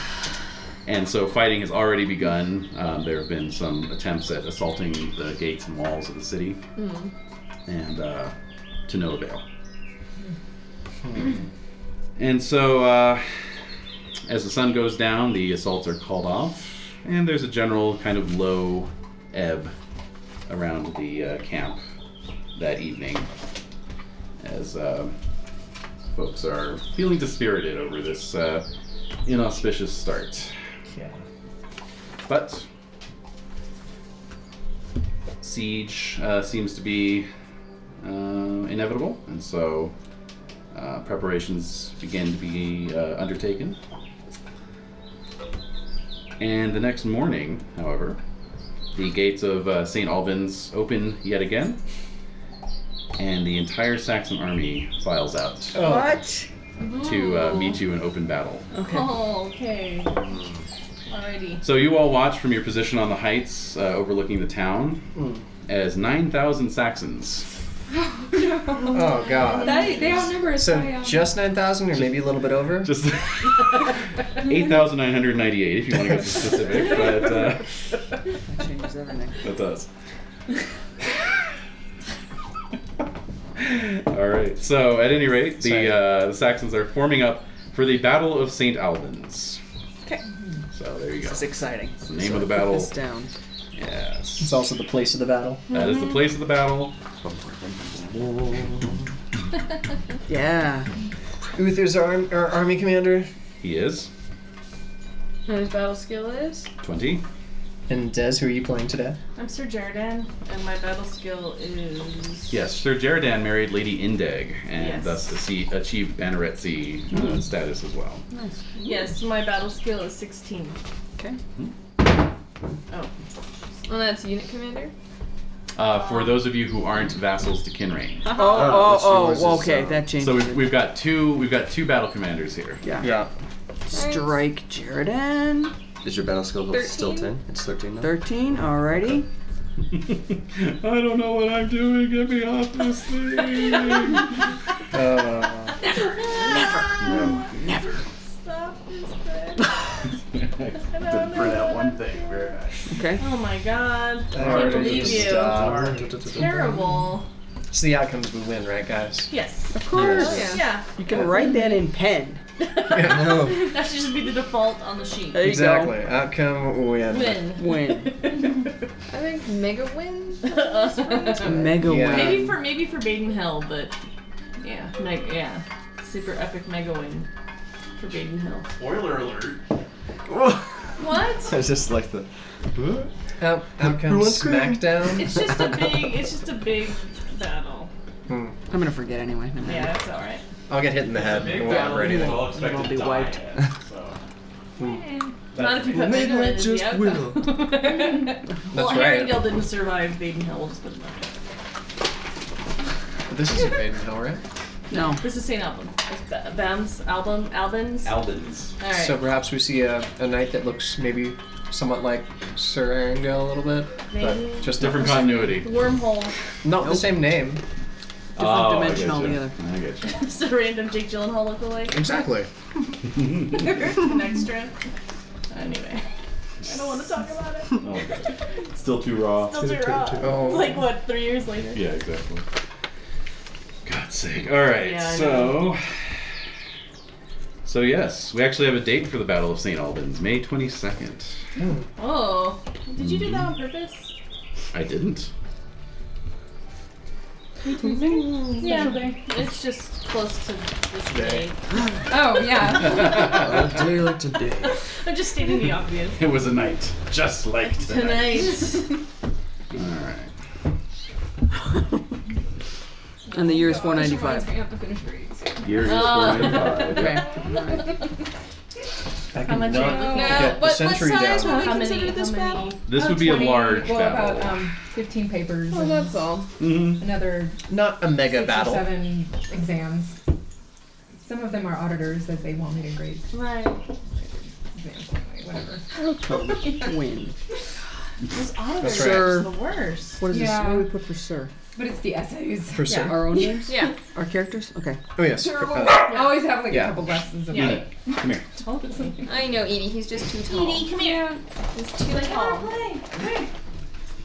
[SPEAKER 1] And so fighting has already begun. Um, there have been some attempts at assaulting the gates and walls of the city, and uh, to no avail. And so, uh, as the sun goes down, the assaults are called off, and there's a general kind of low ebb around the uh, camp that evening as uh, folks are feeling dispirited over this uh, inauspicious start.
[SPEAKER 17] Yeah.
[SPEAKER 1] But siege uh, seems to be uh, inevitable, and so uh, preparations begin to be uh, undertaken. And the next morning, however, the gates of uh, St. Albans open yet again, and the entire Saxon army files out
[SPEAKER 7] What?
[SPEAKER 1] to uh, meet you in open battle.
[SPEAKER 7] Okay.
[SPEAKER 4] Oh, okay. Alrighty.
[SPEAKER 1] So you all watch from your position on the heights uh, overlooking the town as 9,000 Saxons.
[SPEAKER 11] Oh god.
[SPEAKER 9] That, they outnumber us by,
[SPEAKER 11] So
[SPEAKER 9] um,
[SPEAKER 11] just nine thousand, or maybe a little bit over.
[SPEAKER 1] Just 8,998 if you want to get specific, but uh,
[SPEAKER 7] That changes everything.
[SPEAKER 1] that does. [LAUGHS] All right. So at any rate, the, uh, the Saxons are forming up for the Battle of St. Albans.
[SPEAKER 7] Okay.
[SPEAKER 1] So there you go.
[SPEAKER 7] This is exciting.
[SPEAKER 1] It's the name of the battle.
[SPEAKER 7] Put this down.
[SPEAKER 1] Yes.
[SPEAKER 17] It's also the place of the battle.
[SPEAKER 1] That is the place of the battle.
[SPEAKER 7] Yeah.
[SPEAKER 11] Uther's our, our army commander,
[SPEAKER 1] He is
[SPEAKER 9] What his battle skill is?
[SPEAKER 1] 20.
[SPEAKER 11] and Des, who are you playing today?
[SPEAKER 4] I'm Sir Jaradan, and my battle skill is.
[SPEAKER 1] Yes, Sir Jeridan married Lady Indeg and
[SPEAKER 4] Yes. Mm-hmm.
[SPEAKER 1] thus asse- achieved Banaretsi uh, status as well.
[SPEAKER 7] Nice.
[SPEAKER 4] Yes, my battle skill is 16.
[SPEAKER 7] Okay.
[SPEAKER 4] Oh.
[SPEAKER 9] And that's unit commander?
[SPEAKER 1] Uh, for those of you who aren't vassals to Kinrain,
[SPEAKER 4] Uh-huh.
[SPEAKER 7] Oh,
[SPEAKER 10] let's see,
[SPEAKER 7] oh,
[SPEAKER 10] yours
[SPEAKER 7] oh,
[SPEAKER 10] is,
[SPEAKER 7] okay.
[SPEAKER 10] uh,
[SPEAKER 7] That changes.
[SPEAKER 1] so we've,
[SPEAKER 7] it.
[SPEAKER 1] we've got two we've got two battle commanders here.
[SPEAKER 7] yeah.
[SPEAKER 17] Yeah.
[SPEAKER 7] Strike Jordan.
[SPEAKER 10] Is your battle skill still
[SPEAKER 9] 13?
[SPEAKER 10] 10? It's 13 now?
[SPEAKER 7] 13. Alrighty.
[SPEAKER 1] I don't know what I'm doing. Get me off this thing.
[SPEAKER 11] Uh,
[SPEAKER 7] Never.
[SPEAKER 4] Stop this thing.
[SPEAKER 1] Didn't burn out one thing. Very nice.
[SPEAKER 7] Okay.
[SPEAKER 4] Oh my god. I
[SPEAKER 11] already
[SPEAKER 4] can't believe
[SPEAKER 11] did
[SPEAKER 4] you.
[SPEAKER 11] stop.
[SPEAKER 4] Terrible.
[SPEAKER 11] It's the outcomes we win, right, guys?
[SPEAKER 4] Yes.
[SPEAKER 7] Of course.
[SPEAKER 9] Yeah.
[SPEAKER 4] Yeah.
[SPEAKER 7] You can write that in pen.
[SPEAKER 11] No.
[SPEAKER 4] [LAUGHS] That should just be the default on the sheet.
[SPEAKER 7] There you
[SPEAKER 11] exactly. Outcome win.
[SPEAKER 4] Win. [LAUGHS]
[SPEAKER 7] Win.
[SPEAKER 9] I think mega win?
[SPEAKER 7] go. Mega
[SPEAKER 11] Yeah.
[SPEAKER 7] win.
[SPEAKER 4] maybe for maybe for Baden Hill, but yeah, meg- yeah, super epic mega win for Baden Hill.
[SPEAKER 2] Spoiler alert.
[SPEAKER 4] What?
[SPEAKER 10] I just like the.
[SPEAKER 11] Out, outcome
[SPEAKER 10] Let's go.
[SPEAKER 11] smackdown.
[SPEAKER 4] It's just a big. It's just a big battle.
[SPEAKER 7] I'm gonna forget anyway. No matter.
[SPEAKER 4] Yeah, that's all right.
[SPEAKER 11] I'll get hit in the
[SPEAKER 2] It's a
[SPEAKER 11] head. It
[SPEAKER 2] big
[SPEAKER 11] won't
[SPEAKER 2] battle.
[SPEAKER 11] ever
[SPEAKER 2] People
[SPEAKER 11] anything.
[SPEAKER 2] all expect
[SPEAKER 7] It'll
[SPEAKER 2] to
[SPEAKER 7] be
[SPEAKER 2] die
[SPEAKER 7] wiped.
[SPEAKER 2] in it, so.
[SPEAKER 4] Not if you put
[SPEAKER 10] Maybe
[SPEAKER 4] Baden Hill
[SPEAKER 10] I
[SPEAKER 4] in as the
[SPEAKER 10] just
[SPEAKER 4] outcome. [LAUGHS]
[SPEAKER 10] will.
[SPEAKER 4] well,
[SPEAKER 11] right.
[SPEAKER 4] Herringdale didn't survive Baden Hill. We'll just put it that way.
[SPEAKER 11] This is a Baden Hill, right?
[SPEAKER 7] No.
[SPEAKER 4] This is Saint Albans. It's Ba- Bams album Albans.
[SPEAKER 2] Albans.
[SPEAKER 4] all right.
[SPEAKER 11] So perhaps we see a, a knight that looks maybe somewhat like Sir Erringale a little bit,
[SPEAKER 4] Maybe.
[SPEAKER 11] but just
[SPEAKER 1] Different
[SPEAKER 11] not,
[SPEAKER 1] continuity.
[SPEAKER 4] Wormhole. [LAUGHS]
[SPEAKER 11] not the same name.
[SPEAKER 7] Different dimension altogether.
[SPEAKER 1] I get Oh, you.
[SPEAKER 4] Just a random Jake Gyllenhaal [LAUGHS] lookalike.
[SPEAKER 11] Exactly.
[SPEAKER 4] Next round. Anyway. I don't want to talk about it.
[SPEAKER 1] Oh,
[SPEAKER 4] [LAUGHS]
[SPEAKER 1] God. Still too raw.
[SPEAKER 4] Still too raw.
[SPEAKER 11] Oh.
[SPEAKER 4] [LAUGHS] Like what? Three years later.
[SPEAKER 1] Yeah, exactly. God's sake. All right,
[SPEAKER 4] Yeah, I
[SPEAKER 1] so. So, yes, we actually have a date for the Battle of St. Albans, May 22nd.
[SPEAKER 4] Oh, did you do that on purpose?
[SPEAKER 1] I [LAUGHS] didn't.
[SPEAKER 4] Yeah, it's just close to this day.
[SPEAKER 9] Oh, [LAUGHS] yeah.
[SPEAKER 1] Oh,
[SPEAKER 10] A day like today.
[SPEAKER 4] I'm just stating the obvious.
[SPEAKER 1] It was a night just like tonight.
[SPEAKER 4] Tonight.
[SPEAKER 1] All right.
[SPEAKER 7] And the year is
[SPEAKER 8] Reminds
[SPEAKER 7] 495.
[SPEAKER 8] me, I have to finish reading.
[SPEAKER 1] Year is
[SPEAKER 4] Oh.
[SPEAKER 1] 495.
[SPEAKER 7] Okay.
[SPEAKER 11] Back
[SPEAKER 4] How
[SPEAKER 11] in
[SPEAKER 4] much
[SPEAKER 11] the-
[SPEAKER 4] are you looking
[SPEAKER 11] Get
[SPEAKER 4] at?
[SPEAKER 11] the century down.
[SPEAKER 9] would
[SPEAKER 4] [LAUGHS]
[SPEAKER 9] we
[SPEAKER 4] How many?
[SPEAKER 9] consider this
[SPEAKER 4] how many?
[SPEAKER 9] battle?
[SPEAKER 1] This
[SPEAKER 8] Oh,
[SPEAKER 1] would be
[SPEAKER 8] 20
[SPEAKER 1] a large
[SPEAKER 8] well,
[SPEAKER 1] battle.
[SPEAKER 8] about um, 15 papers.
[SPEAKER 9] Oh,
[SPEAKER 8] and
[SPEAKER 9] that's all.
[SPEAKER 1] Mhm.
[SPEAKER 8] Another
[SPEAKER 11] Not a mega
[SPEAKER 8] six or
[SPEAKER 11] battle.
[SPEAKER 8] seven exams. Some of them are auditors, as they will need a grade
[SPEAKER 4] Right.
[SPEAKER 8] exams anyway, whatever.
[SPEAKER 7] Outcome win.
[SPEAKER 4] Those auditors
[SPEAKER 11] right.
[SPEAKER 4] are the worst.
[SPEAKER 7] What is this?
[SPEAKER 8] Yeah.
[SPEAKER 7] What do we put for Sir?
[SPEAKER 8] But it's the essays.
[SPEAKER 11] For Sir-
[SPEAKER 7] Our own names?
[SPEAKER 9] Yeah.
[SPEAKER 7] Our characters? Okay.
[SPEAKER 11] Oh yes.
[SPEAKER 8] Terrible.
[SPEAKER 11] uh,
[SPEAKER 8] I always have like
[SPEAKER 11] Yeah.
[SPEAKER 8] a couple lessons about
[SPEAKER 4] Yeah.
[SPEAKER 8] it.
[SPEAKER 1] Come here.
[SPEAKER 4] Totally.
[SPEAKER 9] I know Edie, he's just too tall.
[SPEAKER 4] Edie, come here.
[SPEAKER 9] He's too
[SPEAKER 4] Come
[SPEAKER 9] tall.
[SPEAKER 4] play. Come here.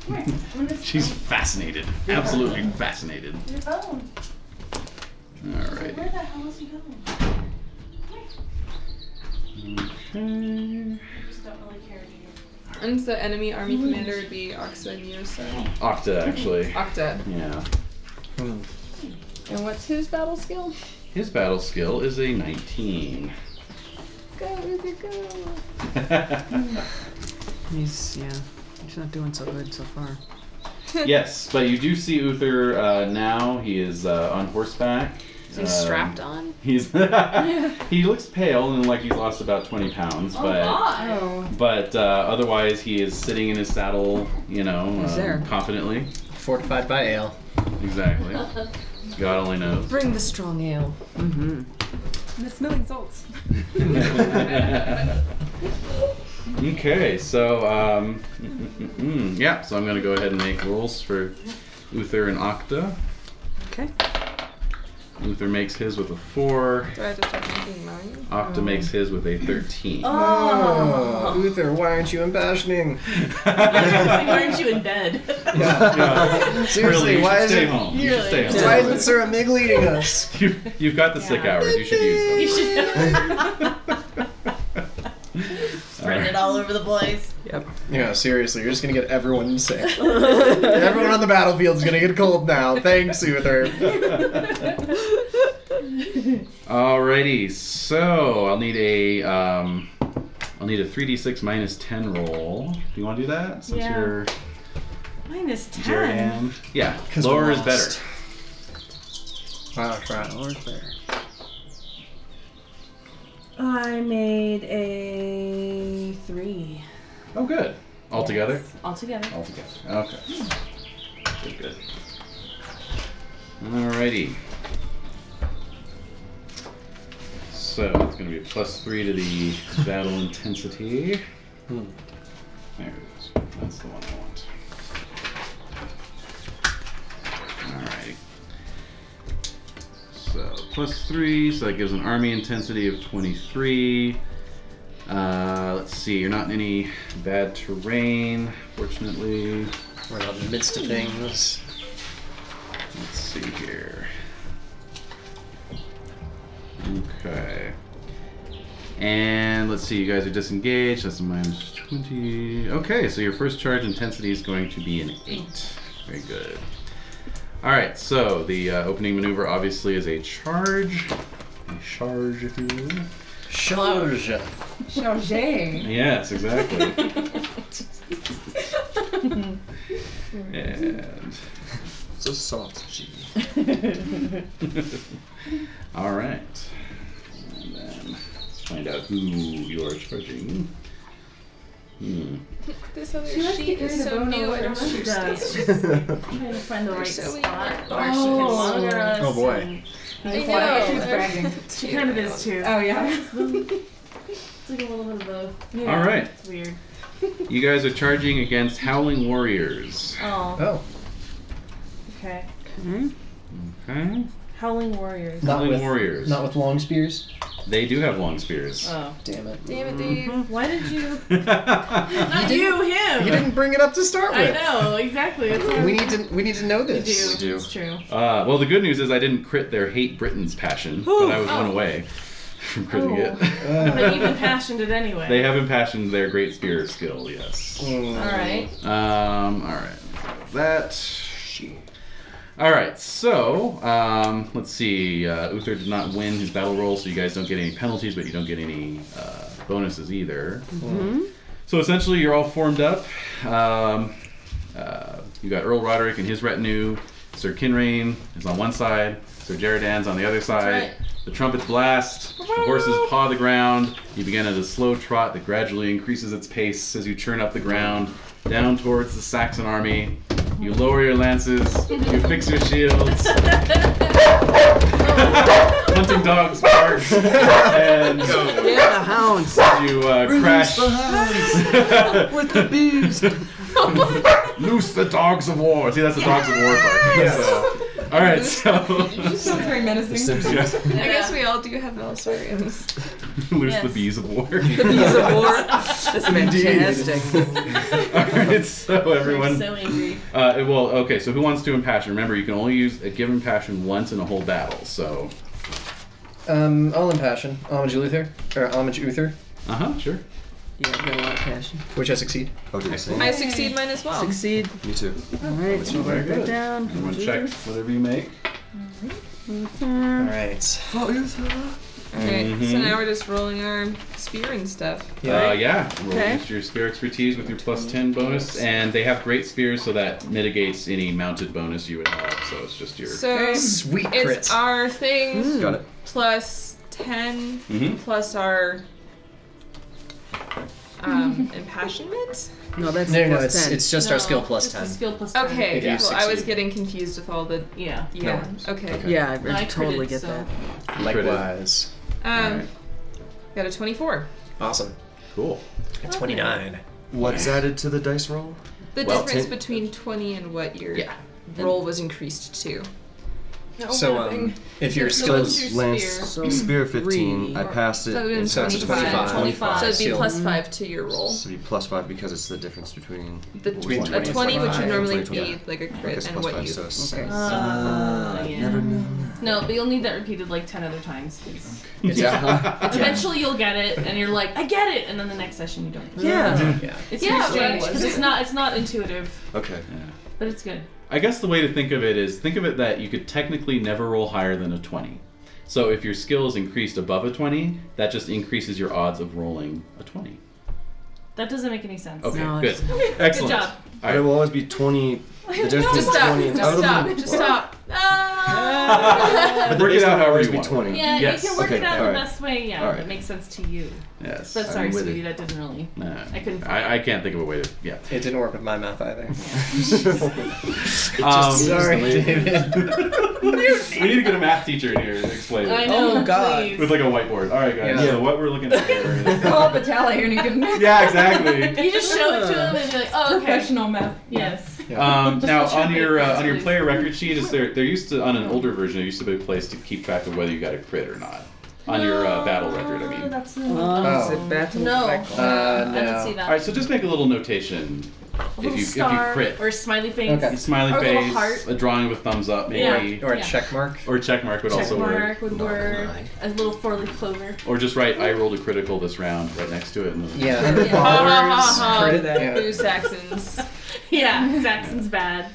[SPEAKER 4] Come here. I'm gonna
[SPEAKER 1] She's fascinated. Absolutely fascinated.
[SPEAKER 4] your phone.
[SPEAKER 1] All right.
[SPEAKER 4] Where the hell is he going?
[SPEAKER 1] Okay.
[SPEAKER 4] I just don't really care anymore.
[SPEAKER 1] All
[SPEAKER 17] And the enemy army commander would be Oxa Nyosa.
[SPEAKER 1] Octa, actually.
[SPEAKER 17] Octa.
[SPEAKER 1] Yeah.
[SPEAKER 17] And what's his battle skill?
[SPEAKER 1] His battle skill is a 19.
[SPEAKER 17] Go, Uther, go!
[SPEAKER 1] [LAUGHS]
[SPEAKER 7] He's yeah. He's not doing so good so far.
[SPEAKER 1] yes, but you do see Uther uh, now. He is uh, on horseback. Um,
[SPEAKER 17] Is he strapped on?
[SPEAKER 1] He's [LAUGHS] he looks pale and like he's lost about 20 pounds, but
[SPEAKER 17] my!
[SPEAKER 1] but uh, otherwise he is sitting in his saddle, you know,
[SPEAKER 11] He's
[SPEAKER 1] um,
[SPEAKER 11] there.
[SPEAKER 1] confidently.
[SPEAKER 11] Fortified by ale.
[SPEAKER 1] Exactly. God only knows.
[SPEAKER 7] Bring the strong ale.
[SPEAKER 11] Mm-hmm.
[SPEAKER 8] The smelling salts.
[SPEAKER 1] [LAUGHS] okay, so um, [LAUGHS] yeah, so I'm gonna go ahead and make rolls for Uther and Octa.
[SPEAKER 7] Okay.
[SPEAKER 1] Uther makes his with a four.
[SPEAKER 17] Do I have to start making mine?
[SPEAKER 1] Octa makes his with a thirteen.
[SPEAKER 11] [LAUGHS] Oh, Uther, why aren't you impassioning?
[SPEAKER 4] Like, why aren't you in bed?
[SPEAKER 1] [LAUGHS] Yeah. Really,
[SPEAKER 11] Seriously,
[SPEAKER 1] you
[SPEAKER 11] why
[SPEAKER 1] should
[SPEAKER 11] is
[SPEAKER 1] stay
[SPEAKER 11] it?
[SPEAKER 1] home. You should stay home.
[SPEAKER 11] Why isn't Sarah Miggle eating [LAUGHS]
[SPEAKER 1] [LAUGHS]
[SPEAKER 11] us?
[SPEAKER 1] You, you've got the sick hours. You should
[SPEAKER 4] [LAUGHS] You
[SPEAKER 1] use
[SPEAKER 4] should
[SPEAKER 1] them.
[SPEAKER 14] Spread it all over the place.
[SPEAKER 7] Yep.
[SPEAKER 11] Yeah, seriously, you're just gonna get everyone sick. everyone on the battlefield's gonna get a cold now. Thanks, Uther.
[SPEAKER 1] Alrighty, so I'll need a um, I'll need a three d six minus ten roll. Do you want to do that since
[SPEAKER 4] Yeah.
[SPEAKER 1] you're
[SPEAKER 4] Minus 10.
[SPEAKER 1] Jerrianne? Yeah,
[SPEAKER 11] 'Cause
[SPEAKER 1] lower
[SPEAKER 11] we're
[SPEAKER 1] is better.
[SPEAKER 11] lost. Wow, crap.
[SPEAKER 4] I made a three.
[SPEAKER 1] Oh, good. All together.
[SPEAKER 4] All together. Hmm.
[SPEAKER 1] All together. Okay. Good. Good. Alrighty. So it's gonna be a plus three to the battle intensity.
[SPEAKER 11] Hmm.
[SPEAKER 1] There it is. That's the one I want. Alrighty. So plus three, so that gives an army intensity of 23. Uh, let's see, you're not in any bad terrain, fortunately.
[SPEAKER 10] Oh
[SPEAKER 11] We're not in the midst of things.
[SPEAKER 1] Let's see here. Okay. And let's see, you guys are disengaged. That's a minus 20. Okay, so your first charge intensity is going to be an 8. Very good. Alright, so the uh, opening maneuver obviously is a charge. A charge, if you will.
[SPEAKER 11] Charge.
[SPEAKER 8] Chargé.
[SPEAKER 1] Yes, exactly. and.
[SPEAKER 10] It's a soft G.
[SPEAKER 1] [LAUGHS] All right. And then let's find out who you are charging. Hmm.
[SPEAKER 9] This other
[SPEAKER 4] likes to
[SPEAKER 9] sheet
[SPEAKER 4] get rid
[SPEAKER 9] is
[SPEAKER 4] of
[SPEAKER 9] so
[SPEAKER 4] bone
[SPEAKER 9] new.
[SPEAKER 4] all
[SPEAKER 9] I don't
[SPEAKER 4] over. She
[SPEAKER 9] understand.
[SPEAKER 4] does. trying to find the right
[SPEAKER 9] so we
[SPEAKER 4] spot.
[SPEAKER 9] are.
[SPEAKER 4] Oh,
[SPEAKER 11] Oh, boy.
[SPEAKER 9] I [LAUGHS]
[SPEAKER 4] She's
[SPEAKER 9] know.
[SPEAKER 8] bragging.
[SPEAKER 4] She kind of is too. [LAUGHS]
[SPEAKER 8] Oh yeah.
[SPEAKER 4] It's like a little bit of both.
[SPEAKER 1] All right.
[SPEAKER 4] It's weird.
[SPEAKER 1] You guys are charging against Howling Warriors.
[SPEAKER 4] Oh,
[SPEAKER 11] Oh,
[SPEAKER 4] okay.
[SPEAKER 1] Okay.
[SPEAKER 4] Howling Warriors.
[SPEAKER 11] not
[SPEAKER 1] Howling
[SPEAKER 11] with
[SPEAKER 1] Warriors.
[SPEAKER 11] not with long spears.
[SPEAKER 1] They do have long spears.
[SPEAKER 4] Oh.
[SPEAKER 11] Damn it.
[SPEAKER 9] Damn it, Dave.
[SPEAKER 4] Why did you.
[SPEAKER 1] we
[SPEAKER 11] Uh.
[SPEAKER 4] Not you, him!
[SPEAKER 11] You didn't bring it up to start
[SPEAKER 4] I
[SPEAKER 11] with.
[SPEAKER 4] know, exactly. That's what I
[SPEAKER 11] We
[SPEAKER 4] was-
[SPEAKER 11] need to we need to know
[SPEAKER 4] You
[SPEAKER 11] this.
[SPEAKER 4] do.
[SPEAKER 10] do.
[SPEAKER 4] It's true.
[SPEAKER 1] [LAUGHS] Uh, well, the good news is I didn't crit their hate Britain's passion,
[SPEAKER 4] Ooh.
[SPEAKER 1] but I was one
[SPEAKER 4] Oh.
[SPEAKER 1] away [LAUGHS] from critting
[SPEAKER 11] Oh.
[SPEAKER 4] But you
[SPEAKER 1] it.
[SPEAKER 4] impassioned it anyway.
[SPEAKER 1] they have impassioned their great spear skill, yes.
[SPEAKER 11] Mm.
[SPEAKER 4] Alright.
[SPEAKER 1] Um, all right. That. All right. So, um, let's see. Uh, Uther did not win his battle roll, so you guys don't get any penalties, but you don't get any uh, bonuses either. So essentially, you're all formed up. Um, uh, you got Earl Roderick and his retinue. Sir Kinrain is on one side. Sir Jaredan's on the other side.
[SPEAKER 14] right.
[SPEAKER 1] The trumpets blast. The horses paw the ground. You begin at a slow trot that gradually increases its pace as you churn up the ground down towards the Saxon army. You lower your lances. You fix your shields. Hunting dogs bark. and
[SPEAKER 7] Yeah, the hounds
[SPEAKER 1] you uh, crash. [LAUGHS]
[SPEAKER 7] with the bees.
[SPEAKER 1] Loose the dogs of war. See, that's the dogs of war
[SPEAKER 4] [LAUGHS]
[SPEAKER 1] part. All right, so
[SPEAKER 8] Sounds very menacing.
[SPEAKER 1] Yeah. [LAUGHS]
[SPEAKER 9] I guess we all do have Melisariums.
[SPEAKER 1] loose the
[SPEAKER 4] Yes.
[SPEAKER 1] bees of
[SPEAKER 4] [LAUGHS]
[SPEAKER 1] war. [LAUGHS]
[SPEAKER 7] Bees of war. That's fantastic.
[SPEAKER 1] All right, so
[SPEAKER 4] I'm
[SPEAKER 1] everyone.
[SPEAKER 4] so angry.
[SPEAKER 1] Uh, well, okay. So who wants to impassion? Remember, you can only use a given passion once in a whole battle. So.
[SPEAKER 11] Um, all in passion. Homage Luther or homage Uther.
[SPEAKER 1] Uh huh. Sure.
[SPEAKER 7] Yeah, I've got a lot of passion.
[SPEAKER 5] Which I succeed.
[SPEAKER 10] Oh, do the same.
[SPEAKER 9] I succeed mine as well.
[SPEAKER 7] Succeed.
[SPEAKER 10] Me too.
[SPEAKER 7] Alright, so
[SPEAKER 1] Very
[SPEAKER 7] write that
[SPEAKER 1] good.
[SPEAKER 7] down.
[SPEAKER 1] Everyone check whatever you make.
[SPEAKER 7] Mhm.
[SPEAKER 5] Alright.
[SPEAKER 9] Okay, so
[SPEAKER 1] Mhm.
[SPEAKER 9] now we're just rolling our spear and stuff.
[SPEAKER 1] Uh, yeah. Roll
[SPEAKER 9] Okay.
[SPEAKER 1] against your spear expertise with your plus 10 bonus, and they have great spears, so that mitigates any mounted bonus you would have. So it's just your.
[SPEAKER 9] So
[SPEAKER 5] Sweet
[SPEAKER 9] it's
[SPEAKER 5] crits.
[SPEAKER 9] our thing
[SPEAKER 10] Hmm. Got it. Hmm?
[SPEAKER 9] plus ten
[SPEAKER 1] Mhm.
[SPEAKER 9] plus our um, impassionment.
[SPEAKER 7] No, that's
[SPEAKER 5] No, no,
[SPEAKER 7] plus
[SPEAKER 5] it's,
[SPEAKER 7] 10.
[SPEAKER 5] it's just our skill plus
[SPEAKER 4] Just
[SPEAKER 5] 10.
[SPEAKER 4] the skill plus ten.
[SPEAKER 9] Okay,
[SPEAKER 5] If you
[SPEAKER 9] well, I was
[SPEAKER 5] succeed.
[SPEAKER 9] getting confused with all the
[SPEAKER 4] Yeah.
[SPEAKER 9] yeah.
[SPEAKER 5] worries.
[SPEAKER 9] okay.
[SPEAKER 1] Okay.
[SPEAKER 7] Yeah, I,
[SPEAKER 4] I
[SPEAKER 7] I totally
[SPEAKER 4] critted,
[SPEAKER 7] get
[SPEAKER 4] so-
[SPEAKER 7] that.
[SPEAKER 5] Likewise.
[SPEAKER 9] Um,
[SPEAKER 1] Alright.
[SPEAKER 9] got a twenty-four.
[SPEAKER 5] Awesome.
[SPEAKER 1] Cool.
[SPEAKER 5] A 29.
[SPEAKER 10] What's added to the dice roll?
[SPEAKER 9] The
[SPEAKER 10] Well,
[SPEAKER 9] difference
[SPEAKER 10] ten-
[SPEAKER 9] between twenty and what your
[SPEAKER 5] Yeah.
[SPEAKER 9] roll was increased to.
[SPEAKER 4] Oh,
[SPEAKER 5] So, um, if your
[SPEAKER 10] So
[SPEAKER 5] skill
[SPEAKER 18] what's your
[SPEAKER 10] Lance,
[SPEAKER 18] spear?
[SPEAKER 7] So
[SPEAKER 10] spear 15.
[SPEAKER 7] three.
[SPEAKER 10] I passed it.
[SPEAKER 9] So it would've been
[SPEAKER 10] and passed
[SPEAKER 9] 25.
[SPEAKER 10] 25.
[SPEAKER 9] So it'd be
[SPEAKER 5] Shield.
[SPEAKER 9] plus five to your roll.
[SPEAKER 10] So it'd be plus 5 because it's the difference between.
[SPEAKER 9] The
[SPEAKER 10] what was
[SPEAKER 5] Between
[SPEAKER 10] it?
[SPEAKER 9] a 20 would
[SPEAKER 5] Yeah,
[SPEAKER 9] normally
[SPEAKER 10] 20,
[SPEAKER 9] be like a
[SPEAKER 10] Okay,
[SPEAKER 9] crit
[SPEAKER 10] so
[SPEAKER 9] and
[SPEAKER 10] plus
[SPEAKER 9] what
[SPEAKER 10] 5,
[SPEAKER 9] you
[SPEAKER 10] so it's
[SPEAKER 7] Okay.
[SPEAKER 4] Uh, yeah.
[SPEAKER 10] Never knew.
[SPEAKER 4] No, but you'll need that repeated like ten other times. 'cause
[SPEAKER 5] It's, yeah.
[SPEAKER 1] [LAUGHS]
[SPEAKER 4] Eventually, you'll get it, and you're like, "I get it," and then the next session you don't. Get it.
[SPEAKER 7] Yeah.
[SPEAKER 5] yeah.
[SPEAKER 4] It's
[SPEAKER 9] Yeah,
[SPEAKER 4] yeah,
[SPEAKER 9] right.
[SPEAKER 4] because it's not it's not intuitive,
[SPEAKER 10] Okay.
[SPEAKER 4] but it's good.
[SPEAKER 1] I guess the way to think of it is think of it that you could technically never roll higher than a 20. So if your skill is increased above a 20, that just increases your odds of rolling a 20.
[SPEAKER 4] That doesn't make any sense.
[SPEAKER 1] Okay,
[SPEAKER 7] No,
[SPEAKER 1] good.
[SPEAKER 7] it's-
[SPEAKER 1] Excellent.
[SPEAKER 4] Good job.
[SPEAKER 1] [LAUGHS] All
[SPEAKER 10] It
[SPEAKER 1] right.
[SPEAKER 10] will always be
[SPEAKER 9] [LAUGHS]
[SPEAKER 10] 20. The difference
[SPEAKER 9] Just
[SPEAKER 10] between
[SPEAKER 9] stop.
[SPEAKER 10] 20 and.
[SPEAKER 9] Just
[SPEAKER 10] I
[SPEAKER 9] [LAUGHS] stop.
[SPEAKER 10] would've-
[SPEAKER 9] Just stop.
[SPEAKER 1] But the
[SPEAKER 10] Work it
[SPEAKER 1] baseline
[SPEAKER 10] out
[SPEAKER 1] will
[SPEAKER 10] however
[SPEAKER 1] always
[SPEAKER 10] you
[SPEAKER 1] be
[SPEAKER 10] want. [LAUGHS]
[SPEAKER 9] [LAUGHS]
[SPEAKER 1] 20.
[SPEAKER 4] Ah! Yeah,
[SPEAKER 1] Yes.
[SPEAKER 4] you can work
[SPEAKER 10] Okay,
[SPEAKER 4] it out
[SPEAKER 10] alright.
[SPEAKER 4] the best way. Yeah,
[SPEAKER 10] Alright.
[SPEAKER 4] that makes sense to you.
[SPEAKER 1] Yes.
[SPEAKER 4] But
[SPEAKER 10] I'm
[SPEAKER 4] sorry,
[SPEAKER 10] with
[SPEAKER 4] Sweetie,
[SPEAKER 10] it.
[SPEAKER 4] that didn't really.
[SPEAKER 1] No.
[SPEAKER 4] I couldn't.
[SPEAKER 1] I, I can't think of a way to. Yeah.
[SPEAKER 5] It didn't work with my math either. [LAUGHS]
[SPEAKER 1] Um, [LAUGHS]
[SPEAKER 5] Sorry, David.
[SPEAKER 1] we need to get a math teacher in here to explain
[SPEAKER 4] I
[SPEAKER 1] it.
[SPEAKER 4] know.
[SPEAKER 7] Oh, God.
[SPEAKER 4] please.
[SPEAKER 1] With like a whiteboard. All right, guys.
[SPEAKER 5] Yeah.
[SPEAKER 1] So what we're looking at here [LAUGHS] is.
[SPEAKER 4] [LAUGHS]
[SPEAKER 19] Call the tally and you can
[SPEAKER 1] yeah, exactly.
[SPEAKER 4] You just show it to them and be like, "Oh, okay."
[SPEAKER 19] professional math.
[SPEAKER 4] Yes.
[SPEAKER 1] Um, now
[SPEAKER 4] Just
[SPEAKER 1] on your
[SPEAKER 4] check it,
[SPEAKER 1] uh, on your
[SPEAKER 4] please.
[SPEAKER 1] player record sheet is there there used to on an older version there used to be a place to keep track of whether you got a crit or not on your uh, battle record I mean.
[SPEAKER 4] That's
[SPEAKER 7] Oh,
[SPEAKER 5] Oh.
[SPEAKER 7] is it battle
[SPEAKER 4] No.
[SPEAKER 7] record?
[SPEAKER 5] Uh,
[SPEAKER 4] I didn't see
[SPEAKER 5] no.
[SPEAKER 4] that.
[SPEAKER 1] All right, so just make a little notation
[SPEAKER 4] A
[SPEAKER 1] if
[SPEAKER 4] little
[SPEAKER 1] you
[SPEAKER 4] star
[SPEAKER 1] if you crit
[SPEAKER 4] or smiley face.
[SPEAKER 5] Okay.
[SPEAKER 1] a smiley
[SPEAKER 4] Or a little
[SPEAKER 1] face
[SPEAKER 4] heart.
[SPEAKER 1] a drawing with thumbs up maybe
[SPEAKER 5] Or a
[SPEAKER 4] Yeah.
[SPEAKER 5] check mark.
[SPEAKER 1] or check mark would
[SPEAKER 4] Check
[SPEAKER 1] also work
[SPEAKER 4] mark would work.
[SPEAKER 5] lie.
[SPEAKER 4] A little four leaf clover.
[SPEAKER 1] or just write I rolled a critical this round right next to it and then-
[SPEAKER 5] Yeah.
[SPEAKER 4] Yeah.
[SPEAKER 9] Ha ha
[SPEAKER 7] Uh,
[SPEAKER 9] ha ha.
[SPEAKER 5] Crit,
[SPEAKER 9] The
[SPEAKER 5] yeah.
[SPEAKER 9] Boo Saxons.
[SPEAKER 4] [LAUGHS] Yeah, Saxon's bad.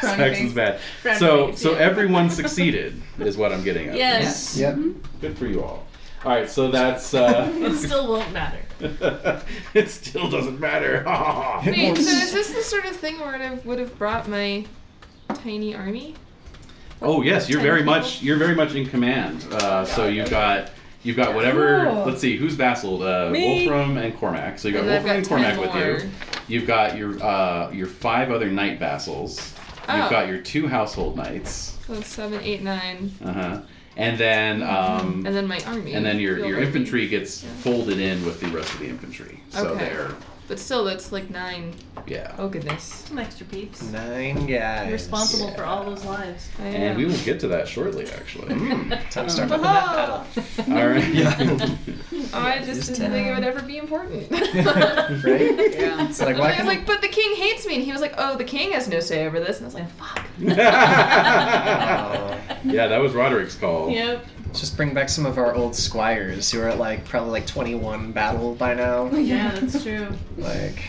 [SPEAKER 1] Saxon's bad
[SPEAKER 4] Brown
[SPEAKER 1] so
[SPEAKER 4] face,
[SPEAKER 1] so
[SPEAKER 4] yeah. [LAUGHS]
[SPEAKER 1] everyone succeeded is what I'm getting at
[SPEAKER 4] Yes.
[SPEAKER 5] Yep.
[SPEAKER 1] good for you all all right so that's uh, [LAUGHS]
[SPEAKER 4] It still won't matter.
[SPEAKER 1] it still doesn't matter [LAUGHS]
[SPEAKER 9] Wait, so is this the sort of thing where I would have brought my tiny army?
[SPEAKER 1] Oh yes, you're
[SPEAKER 9] Ten
[SPEAKER 1] very
[SPEAKER 9] people.
[SPEAKER 1] much you're very much in command. Uh, so you've got you've got whatever.
[SPEAKER 19] Cool.
[SPEAKER 1] Let's see who's vassaled. Uh,
[SPEAKER 7] Me.
[SPEAKER 1] Wolfram and Cormac. So you got
[SPEAKER 9] And I've
[SPEAKER 1] Wolfram and
[SPEAKER 9] got ten
[SPEAKER 1] Cormac with you. You've got your uh, your five other knight vassals.
[SPEAKER 9] Oh.
[SPEAKER 1] You've got your two household knights.
[SPEAKER 9] So seven, eight, nine,
[SPEAKER 1] Uh huh. And then um,
[SPEAKER 9] Mm-hmm. and then my army.
[SPEAKER 1] and then your
[SPEAKER 9] Field
[SPEAKER 1] your
[SPEAKER 9] army.
[SPEAKER 1] infantry gets
[SPEAKER 9] Yeah.
[SPEAKER 1] folded in with the rest of the infantry. So
[SPEAKER 9] Okay.
[SPEAKER 1] they're
[SPEAKER 9] But still, that's like nine.
[SPEAKER 1] yeah.
[SPEAKER 9] Oh goodness.
[SPEAKER 4] Some extra peeps.
[SPEAKER 5] Nine guys.
[SPEAKER 4] You're responsible for
[SPEAKER 1] yeah.
[SPEAKER 4] all those lives.
[SPEAKER 9] I
[SPEAKER 1] And
[SPEAKER 9] am. [LAUGHS]
[SPEAKER 1] we will get to that shortly, actually.
[SPEAKER 5] Time to start.
[SPEAKER 9] Ah!
[SPEAKER 1] All right. [LAUGHS]
[SPEAKER 10] Yeah.
[SPEAKER 9] I just uh, didn't think it would ever be [LAUGHS] important.
[SPEAKER 5] right?
[SPEAKER 7] Yeah.
[SPEAKER 5] [LAUGHS] It's like, why
[SPEAKER 9] I was [LAUGHS]
[SPEAKER 5] can't
[SPEAKER 9] like, but the king hates me, and he was like, oh, the king has no say over this, and I was like, fuck.
[SPEAKER 1] yeah, that was Roderick's call.
[SPEAKER 4] Yep.
[SPEAKER 5] Just bring back some of our old squires who are at like probably like 21 battle by now.
[SPEAKER 4] Yeah, that's true.
[SPEAKER 5] Like,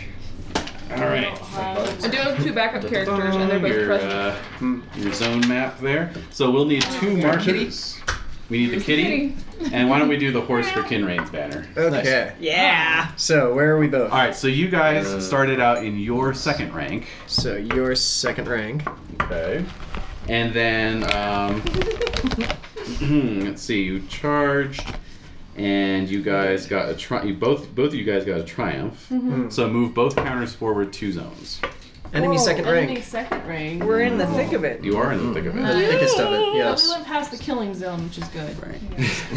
[SPEAKER 1] All right.
[SPEAKER 4] Ohio.
[SPEAKER 9] I do have two backup characters, and they're both
[SPEAKER 1] Oh, Your,
[SPEAKER 9] present.
[SPEAKER 1] uh, your zone map there. So we'll need
[SPEAKER 9] Oh,
[SPEAKER 1] two marchers. We need the kitty, and why don't we do the horse
[SPEAKER 9] [LAUGHS]
[SPEAKER 1] for Kinrain's banner?
[SPEAKER 5] okay.
[SPEAKER 7] Yeah.
[SPEAKER 5] So where are we both?
[SPEAKER 1] All right. So you guys
[SPEAKER 10] Uh,
[SPEAKER 1] started out in your second rank.
[SPEAKER 5] So your second rank.
[SPEAKER 1] Okay. And then
[SPEAKER 9] [LAUGHS]
[SPEAKER 1] um, hmm, let's see. You charged, and you guys got a tri- You both both of you guys got a triumph.
[SPEAKER 9] Mm-hmm.
[SPEAKER 1] So move both counters forward two zones.
[SPEAKER 5] Enemy
[SPEAKER 7] Whoa.
[SPEAKER 5] second
[SPEAKER 4] Enemy
[SPEAKER 5] rank.
[SPEAKER 4] second ring.
[SPEAKER 7] We're in the thick of it.
[SPEAKER 1] You are in the thick of it.
[SPEAKER 5] The thickest of it.
[SPEAKER 4] Well, we
[SPEAKER 5] Yes.
[SPEAKER 4] went past the killing zone, which is good.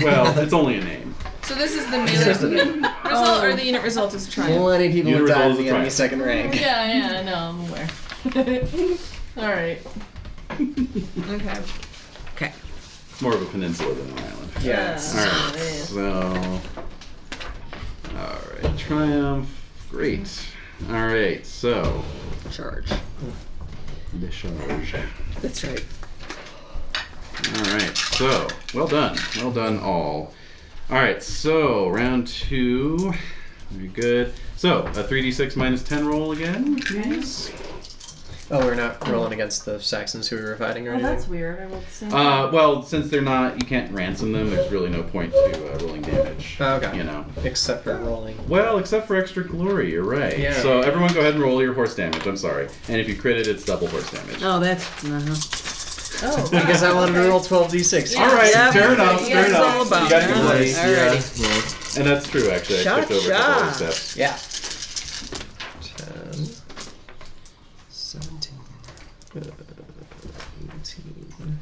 [SPEAKER 1] Well, it's only a name.
[SPEAKER 9] So this is the melee [LAUGHS] result, or the Um, unit result is triumph.
[SPEAKER 5] Plenty of people
[SPEAKER 1] Unit
[SPEAKER 5] have died in
[SPEAKER 1] resolves
[SPEAKER 5] the
[SPEAKER 1] the
[SPEAKER 5] enemy
[SPEAKER 1] triumph.
[SPEAKER 5] second rank.
[SPEAKER 7] [LAUGHS]
[SPEAKER 4] Yeah, yeah, I know, I'm aware. All right.
[SPEAKER 9] Okay.
[SPEAKER 7] Okay.
[SPEAKER 1] It's more of a peninsula than an island.
[SPEAKER 5] Yes.
[SPEAKER 9] Uh,
[SPEAKER 1] All right. So, all right, triumph. Great. All right. So,
[SPEAKER 7] Charge.
[SPEAKER 1] discharge.
[SPEAKER 7] That's right.
[SPEAKER 1] All right. So, well done. Well done, all. All right, so round two. Very good. So a three d six minus ten roll again, please.
[SPEAKER 11] Oh, we're not rolling against the Saxons who we were
[SPEAKER 7] Oh,
[SPEAKER 11] fighting or
[SPEAKER 17] Well, that's
[SPEAKER 11] anything.
[SPEAKER 17] weird. I rolled the same.
[SPEAKER 1] Uh, well, since they're not, you can't ransom them. There's really no point to uh, rolling damage.
[SPEAKER 11] Oh, okay.
[SPEAKER 1] You know.
[SPEAKER 11] Except for rolling.
[SPEAKER 1] Well, except for extra glory, you're right.
[SPEAKER 11] Yeah.
[SPEAKER 1] So everyone, go ahead and roll your horse damage. I'm sorry. And if you crit it, it's double horse damage.
[SPEAKER 7] Oh, that's. Uh-huh.
[SPEAKER 17] oh.
[SPEAKER 11] Because I wanted to roll 12d6.
[SPEAKER 1] All right,
[SPEAKER 7] Yeah,
[SPEAKER 1] fair enough,
[SPEAKER 7] yeah,
[SPEAKER 1] fair
[SPEAKER 7] it's
[SPEAKER 1] enough.
[SPEAKER 7] all about
[SPEAKER 1] you got
[SPEAKER 7] that.
[SPEAKER 1] glory.
[SPEAKER 7] Nice. Alrighty.
[SPEAKER 10] Yeah, yeah.
[SPEAKER 1] And that's true, actually. I skipped over a couple of
[SPEAKER 7] Cha-cha.
[SPEAKER 1] steps.
[SPEAKER 11] Yeah.
[SPEAKER 10] 10, 17, uh, 18.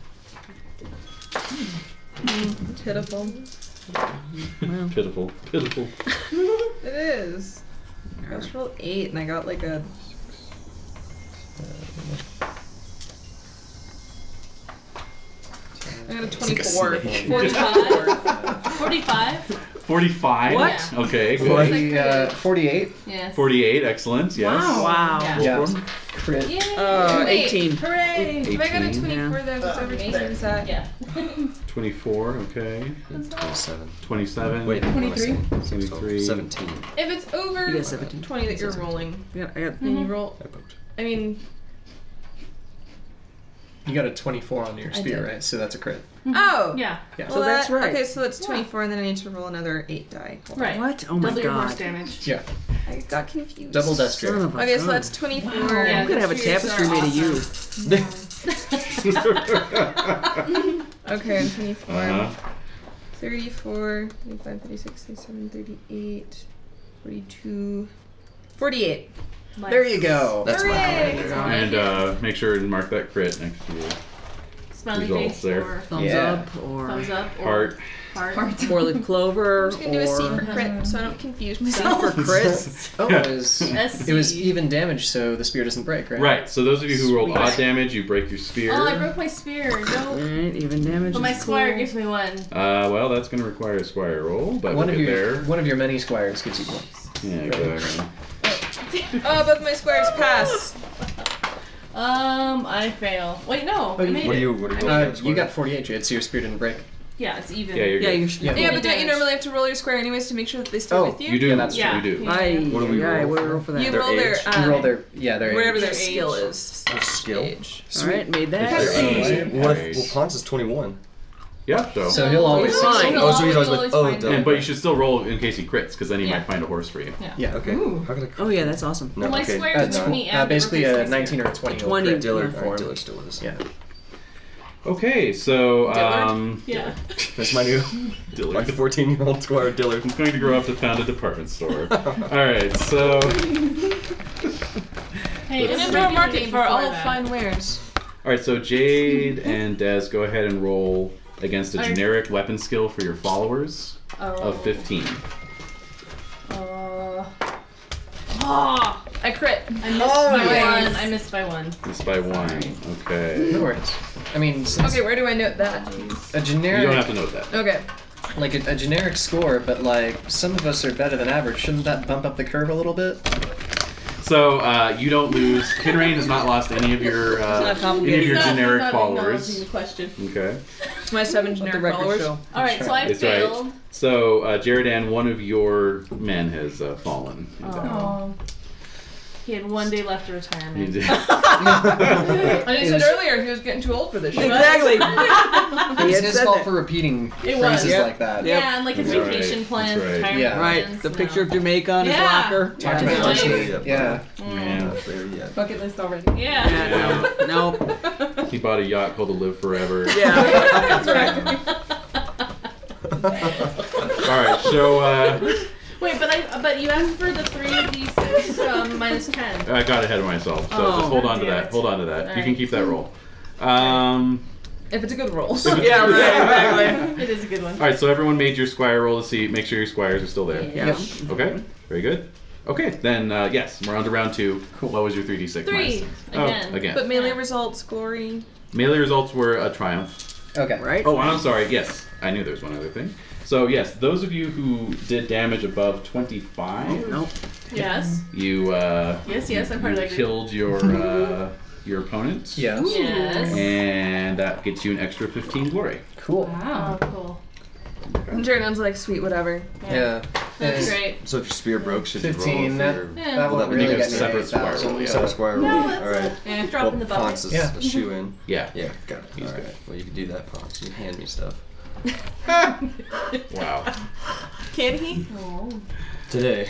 [SPEAKER 9] Pitiful.
[SPEAKER 1] Pitiful, pitiful.
[SPEAKER 9] [LAUGHS] It is. I was roll eight and I got like a I got a twenty-four. [LAUGHS]
[SPEAKER 4] Forty-five.
[SPEAKER 1] [LAUGHS]
[SPEAKER 4] Forty-five.
[SPEAKER 1] Forty-five.
[SPEAKER 4] What?
[SPEAKER 1] Okay, good.
[SPEAKER 11] 40, uh, 48.
[SPEAKER 4] Yes.
[SPEAKER 1] Forty-eight. Excellent. Yes.
[SPEAKER 7] Wow.
[SPEAKER 4] Yeah.
[SPEAKER 11] Yeah.
[SPEAKER 1] Roll for it.
[SPEAKER 11] Crit.
[SPEAKER 4] Yay.
[SPEAKER 7] Uh,
[SPEAKER 9] Wait,
[SPEAKER 7] 18.
[SPEAKER 9] Oh, Hooray! If I got a
[SPEAKER 1] 18,
[SPEAKER 7] yeah.
[SPEAKER 9] twenty-four though, because over twenty was at
[SPEAKER 4] yeah.
[SPEAKER 1] Twenty-four. Okay.
[SPEAKER 10] 27.
[SPEAKER 1] Twenty-seven.
[SPEAKER 10] Wait, what am I
[SPEAKER 8] 23?
[SPEAKER 10] saying? Six total.
[SPEAKER 1] 23.
[SPEAKER 10] 17.
[SPEAKER 9] If it's over
[SPEAKER 7] You got 17.
[SPEAKER 9] twenty that you're rolling,
[SPEAKER 7] I got, I got
[SPEAKER 9] then you roll.
[SPEAKER 10] I poked.
[SPEAKER 9] I mean,
[SPEAKER 11] You got a 24 on your spear,
[SPEAKER 9] did.
[SPEAKER 11] right? So that's a crit.
[SPEAKER 9] oh.
[SPEAKER 4] Yeah.
[SPEAKER 11] Yeah.
[SPEAKER 7] So that's
[SPEAKER 9] that-
[SPEAKER 7] right.
[SPEAKER 9] Okay, so that's 24, and then I need to roll another 8 die. Hold on.
[SPEAKER 4] Right.
[SPEAKER 7] What? Oh my
[SPEAKER 4] Double your horse
[SPEAKER 7] god.
[SPEAKER 4] damage.
[SPEAKER 11] Yeah.
[SPEAKER 9] I got confused.
[SPEAKER 11] Double Oh. death
[SPEAKER 7] Son of a
[SPEAKER 9] Okay, so
[SPEAKER 7] gun.
[SPEAKER 9] that's 24.
[SPEAKER 7] I'm gonna have a
[SPEAKER 4] Those trees
[SPEAKER 7] tapestry
[SPEAKER 4] are
[SPEAKER 7] made of you.
[SPEAKER 9] Okay, 24.
[SPEAKER 1] Uh-huh.
[SPEAKER 9] 34, 35, 36, 37, 38, 42, 48.
[SPEAKER 11] There you go.
[SPEAKER 10] That's what I wanted to do.
[SPEAKER 1] And uh, make sure and mark that crit next to your
[SPEAKER 4] Smiley
[SPEAKER 1] Results
[SPEAKER 4] face
[SPEAKER 1] there.
[SPEAKER 4] or
[SPEAKER 7] Thumbs
[SPEAKER 11] Yeah.
[SPEAKER 7] up or
[SPEAKER 4] thumbs up or
[SPEAKER 1] heart.
[SPEAKER 4] heart.
[SPEAKER 7] four leaf clover
[SPEAKER 9] I'm just gonna do a C for
[SPEAKER 7] or
[SPEAKER 9] crit so I don't confuse
[SPEAKER 7] C
[SPEAKER 9] myself.
[SPEAKER 7] for Chris.
[SPEAKER 11] Oh, it was,
[SPEAKER 5] [LAUGHS]
[SPEAKER 4] SC.
[SPEAKER 11] it was even damage, so the spear doesn't break, right?
[SPEAKER 1] Right. So those of you who rolled
[SPEAKER 11] Sweet.
[SPEAKER 1] odd damage, you break your spear.
[SPEAKER 4] Oh, I broke my spear. No.
[SPEAKER 7] Alright, even damage.
[SPEAKER 4] But my
[SPEAKER 7] is
[SPEAKER 4] squire
[SPEAKER 7] cool.
[SPEAKER 4] gives me one. [LAUGHS]
[SPEAKER 1] Uh, well, that's going to require a squire roll, but
[SPEAKER 11] One
[SPEAKER 1] we'll
[SPEAKER 11] of
[SPEAKER 1] get
[SPEAKER 11] your
[SPEAKER 1] there.
[SPEAKER 11] one of your many squires gives you one.
[SPEAKER 1] Yeah, exactly.
[SPEAKER 9] Oh, both my squares pass.
[SPEAKER 4] Um, I fail. Wait, no. I
[SPEAKER 11] you-
[SPEAKER 4] made
[SPEAKER 10] What
[SPEAKER 4] it.
[SPEAKER 10] do you, what do you
[SPEAKER 11] Uh, you got 48, Jade, so your spear didn't break.
[SPEAKER 4] Yeah, it's even.
[SPEAKER 1] Yeah, you're
[SPEAKER 7] Yeah,
[SPEAKER 1] good.
[SPEAKER 7] you should.
[SPEAKER 11] Yeah.
[SPEAKER 4] Roll
[SPEAKER 9] Yeah, but don't you
[SPEAKER 4] damage.
[SPEAKER 9] normally have to roll your square anyways to make sure that they stay
[SPEAKER 11] Oh,
[SPEAKER 9] with
[SPEAKER 1] You
[SPEAKER 9] you?
[SPEAKER 1] do.
[SPEAKER 11] Yeah, that's
[SPEAKER 4] yeah.
[SPEAKER 1] You do.
[SPEAKER 7] I,
[SPEAKER 4] Yeah.
[SPEAKER 10] What do we
[SPEAKER 7] yeah,
[SPEAKER 10] roll
[SPEAKER 7] what do we
[SPEAKER 10] for?
[SPEAKER 7] roll for that?
[SPEAKER 9] You
[SPEAKER 10] Their
[SPEAKER 9] roll their,
[SPEAKER 10] age.
[SPEAKER 9] um,
[SPEAKER 11] you roll their yeah their
[SPEAKER 9] whatever
[SPEAKER 11] age.
[SPEAKER 9] their
[SPEAKER 4] Their age.
[SPEAKER 9] skill is.
[SPEAKER 10] skill.
[SPEAKER 9] Age.
[SPEAKER 7] Alright, made
[SPEAKER 1] Is
[SPEAKER 7] that.
[SPEAKER 1] there
[SPEAKER 4] That's
[SPEAKER 1] any-
[SPEAKER 4] easy.
[SPEAKER 1] Okay.
[SPEAKER 10] Well, that's- well, Ponce is 21.
[SPEAKER 1] Yeah, so.
[SPEAKER 11] So he'll always
[SPEAKER 7] Fine.
[SPEAKER 11] succeed.
[SPEAKER 10] Oh, so he's always like, oh,
[SPEAKER 4] find
[SPEAKER 10] duh.
[SPEAKER 4] it.
[SPEAKER 1] and, but you should still roll in case he crits, because then he
[SPEAKER 4] Yeah.
[SPEAKER 1] might find a horse for you.
[SPEAKER 11] Yeah.
[SPEAKER 10] Okay. How could I?
[SPEAKER 7] Oh yeah, that's awesome.
[SPEAKER 10] No,
[SPEAKER 4] My
[SPEAKER 10] okay.
[SPEAKER 4] square
[SPEAKER 11] Uh,
[SPEAKER 4] is
[SPEAKER 11] tw-
[SPEAKER 4] 20
[SPEAKER 11] uh,
[SPEAKER 4] and
[SPEAKER 11] basically a
[SPEAKER 4] replace my
[SPEAKER 11] 19 or a 20. will
[SPEAKER 7] 20.
[SPEAKER 11] crit.
[SPEAKER 10] Diller,
[SPEAKER 7] Yeah.
[SPEAKER 10] all right, Diller's still with us.
[SPEAKER 11] Yeah.
[SPEAKER 1] Okay, so. Um,
[SPEAKER 4] Yeah.
[SPEAKER 10] That's my new, my
[SPEAKER 1] Dillard.
[SPEAKER 10] 14 year old squire Dillard.
[SPEAKER 1] I'm going to grow up to found a department store. Alright, so.
[SPEAKER 4] Hey,
[SPEAKER 1] Let's
[SPEAKER 4] it's
[SPEAKER 1] see.
[SPEAKER 4] a market for all
[SPEAKER 9] of fine wares.
[SPEAKER 1] Alright, so Jade and Des, go ahead and roll against a
[SPEAKER 4] Alright.
[SPEAKER 1] generic weapon skill for your followers
[SPEAKER 4] Oh.
[SPEAKER 1] of 15.
[SPEAKER 4] Uh, oh,
[SPEAKER 9] I crit.
[SPEAKER 4] I missed
[SPEAKER 9] Oh,
[SPEAKER 4] by
[SPEAKER 9] nice.
[SPEAKER 4] one. I missed by one.
[SPEAKER 1] That's by one.
[SPEAKER 11] No
[SPEAKER 1] Okay.
[SPEAKER 11] worries. I mean, since
[SPEAKER 9] Okay, where do I note that?
[SPEAKER 11] a
[SPEAKER 1] You don't
[SPEAKER 11] generic
[SPEAKER 1] have to note that.
[SPEAKER 9] Okay.
[SPEAKER 11] like a, a generic score, but like some of us are better than average. Shouldn't that bump up the curve a little bit?
[SPEAKER 1] So uh, you don't lose. Kinrain has not lost any of your uh,
[SPEAKER 7] not
[SPEAKER 1] any
[SPEAKER 7] complicated.
[SPEAKER 1] of your
[SPEAKER 4] Not-
[SPEAKER 1] generic
[SPEAKER 4] not acknowledging
[SPEAKER 1] followers.
[SPEAKER 4] The question.
[SPEAKER 1] Okay.
[SPEAKER 9] My seven
[SPEAKER 7] Let the
[SPEAKER 9] generic
[SPEAKER 7] record
[SPEAKER 9] followers.
[SPEAKER 7] show.
[SPEAKER 4] All right, so I
[SPEAKER 1] It's right.
[SPEAKER 4] failed.
[SPEAKER 1] So uh, Jaredan, one of your men has uh, fallen. in battle.
[SPEAKER 8] Oh,
[SPEAKER 4] He had one day left of
[SPEAKER 1] You
[SPEAKER 4] [LAUGHS] retirement.
[SPEAKER 1] did-
[SPEAKER 9] And he said earlier he was getting too old for this shit.
[SPEAKER 7] Exactly. he
[SPEAKER 11] It's
[SPEAKER 7] had
[SPEAKER 11] his
[SPEAKER 7] said
[SPEAKER 11] fault
[SPEAKER 7] that.
[SPEAKER 11] for repeating
[SPEAKER 4] It was.
[SPEAKER 11] phrases
[SPEAKER 4] Yeah.
[SPEAKER 11] like that.
[SPEAKER 7] Yep.
[SPEAKER 4] Yeah, and like his
[SPEAKER 1] That's
[SPEAKER 4] vacation
[SPEAKER 1] right.
[SPEAKER 4] plans,
[SPEAKER 1] That's right.
[SPEAKER 4] retirement
[SPEAKER 11] Yeah.
[SPEAKER 7] Right,
[SPEAKER 4] plans,
[SPEAKER 7] the
[SPEAKER 4] no.
[SPEAKER 7] picture of Jamaica on his
[SPEAKER 4] Yeah.
[SPEAKER 7] locker.
[SPEAKER 11] Talked
[SPEAKER 7] Yeah.
[SPEAKER 11] about
[SPEAKER 4] Yeah.
[SPEAKER 11] it. Yeah.
[SPEAKER 1] yeah.
[SPEAKER 10] There, yeah.
[SPEAKER 8] bucket list already.
[SPEAKER 4] Yeah.
[SPEAKER 7] Yeah, no, no.
[SPEAKER 1] He bought a yacht called the Live Forever.
[SPEAKER 7] [LAUGHS] Yeah.
[SPEAKER 1] All right. So uh,
[SPEAKER 4] Wait, but I but you asked for the three of these six um, minus ten.
[SPEAKER 1] I got ahead of myself. So
[SPEAKER 7] Oh.
[SPEAKER 1] just hold on to
[SPEAKER 4] Damn
[SPEAKER 1] that.
[SPEAKER 4] it.
[SPEAKER 1] Hold on to that.
[SPEAKER 4] All
[SPEAKER 1] you can
[SPEAKER 4] right.
[SPEAKER 1] keep that roll. Um,
[SPEAKER 9] If it's a good roll.
[SPEAKER 7] Yeah, right,
[SPEAKER 4] [LAUGHS]
[SPEAKER 7] exactly.
[SPEAKER 4] It is a good one.
[SPEAKER 1] all right. So everyone made your squire roll to see. Make sure your squires are still there.
[SPEAKER 4] Yeah.
[SPEAKER 7] Yeah.
[SPEAKER 1] Okay. Very good. Okay. Then uh, yes, we're on to round two. Cool. What was your three d six?
[SPEAKER 4] Three. Again.
[SPEAKER 1] Oh, again.
[SPEAKER 9] But melee results, glory.
[SPEAKER 1] Melee results were a triumph.
[SPEAKER 11] Okay.
[SPEAKER 7] Right?
[SPEAKER 1] Oh, and I'm sorry. Yes, I knew there was one other thing. So yes, those of you who did damage above 25,
[SPEAKER 7] Nope.
[SPEAKER 4] Yes.
[SPEAKER 1] you uh,
[SPEAKER 4] Yes, yes, I'm part
[SPEAKER 1] you
[SPEAKER 4] of that group.
[SPEAKER 1] killed your uh, your opponent.
[SPEAKER 11] Yeah.
[SPEAKER 4] Yes.
[SPEAKER 1] And that gets you an extra 15 glory.
[SPEAKER 11] Cool.
[SPEAKER 4] Oh, cool.
[SPEAKER 9] And Jordan's like, sweet, whatever.
[SPEAKER 5] Yeah.
[SPEAKER 4] That's
[SPEAKER 5] And
[SPEAKER 4] great.
[SPEAKER 10] [LAUGHS] So if your spear broke, should you roll
[SPEAKER 5] 15,
[SPEAKER 10] for
[SPEAKER 5] that-
[SPEAKER 10] your...
[SPEAKER 4] that won't
[SPEAKER 10] would
[SPEAKER 4] really
[SPEAKER 10] be
[SPEAKER 4] get
[SPEAKER 10] good.
[SPEAKER 4] me
[SPEAKER 1] Separate squire roll, yeah.
[SPEAKER 10] Separate squire roll.
[SPEAKER 4] No,
[SPEAKER 10] All
[SPEAKER 4] that's
[SPEAKER 10] right.
[SPEAKER 4] eh, drop
[SPEAKER 10] Well,
[SPEAKER 4] in the bucket.
[SPEAKER 10] Ponce is
[SPEAKER 5] Yeah.
[SPEAKER 10] a shoe in.
[SPEAKER 1] Yeah.
[SPEAKER 10] Yeah, got it.
[SPEAKER 1] He's
[SPEAKER 10] All
[SPEAKER 1] good.
[SPEAKER 10] right. Well, you can do that, Ponce. You hand me stuff.
[SPEAKER 1] Wow.
[SPEAKER 20] Can he?
[SPEAKER 4] [LAUGHS]
[SPEAKER 10] Today.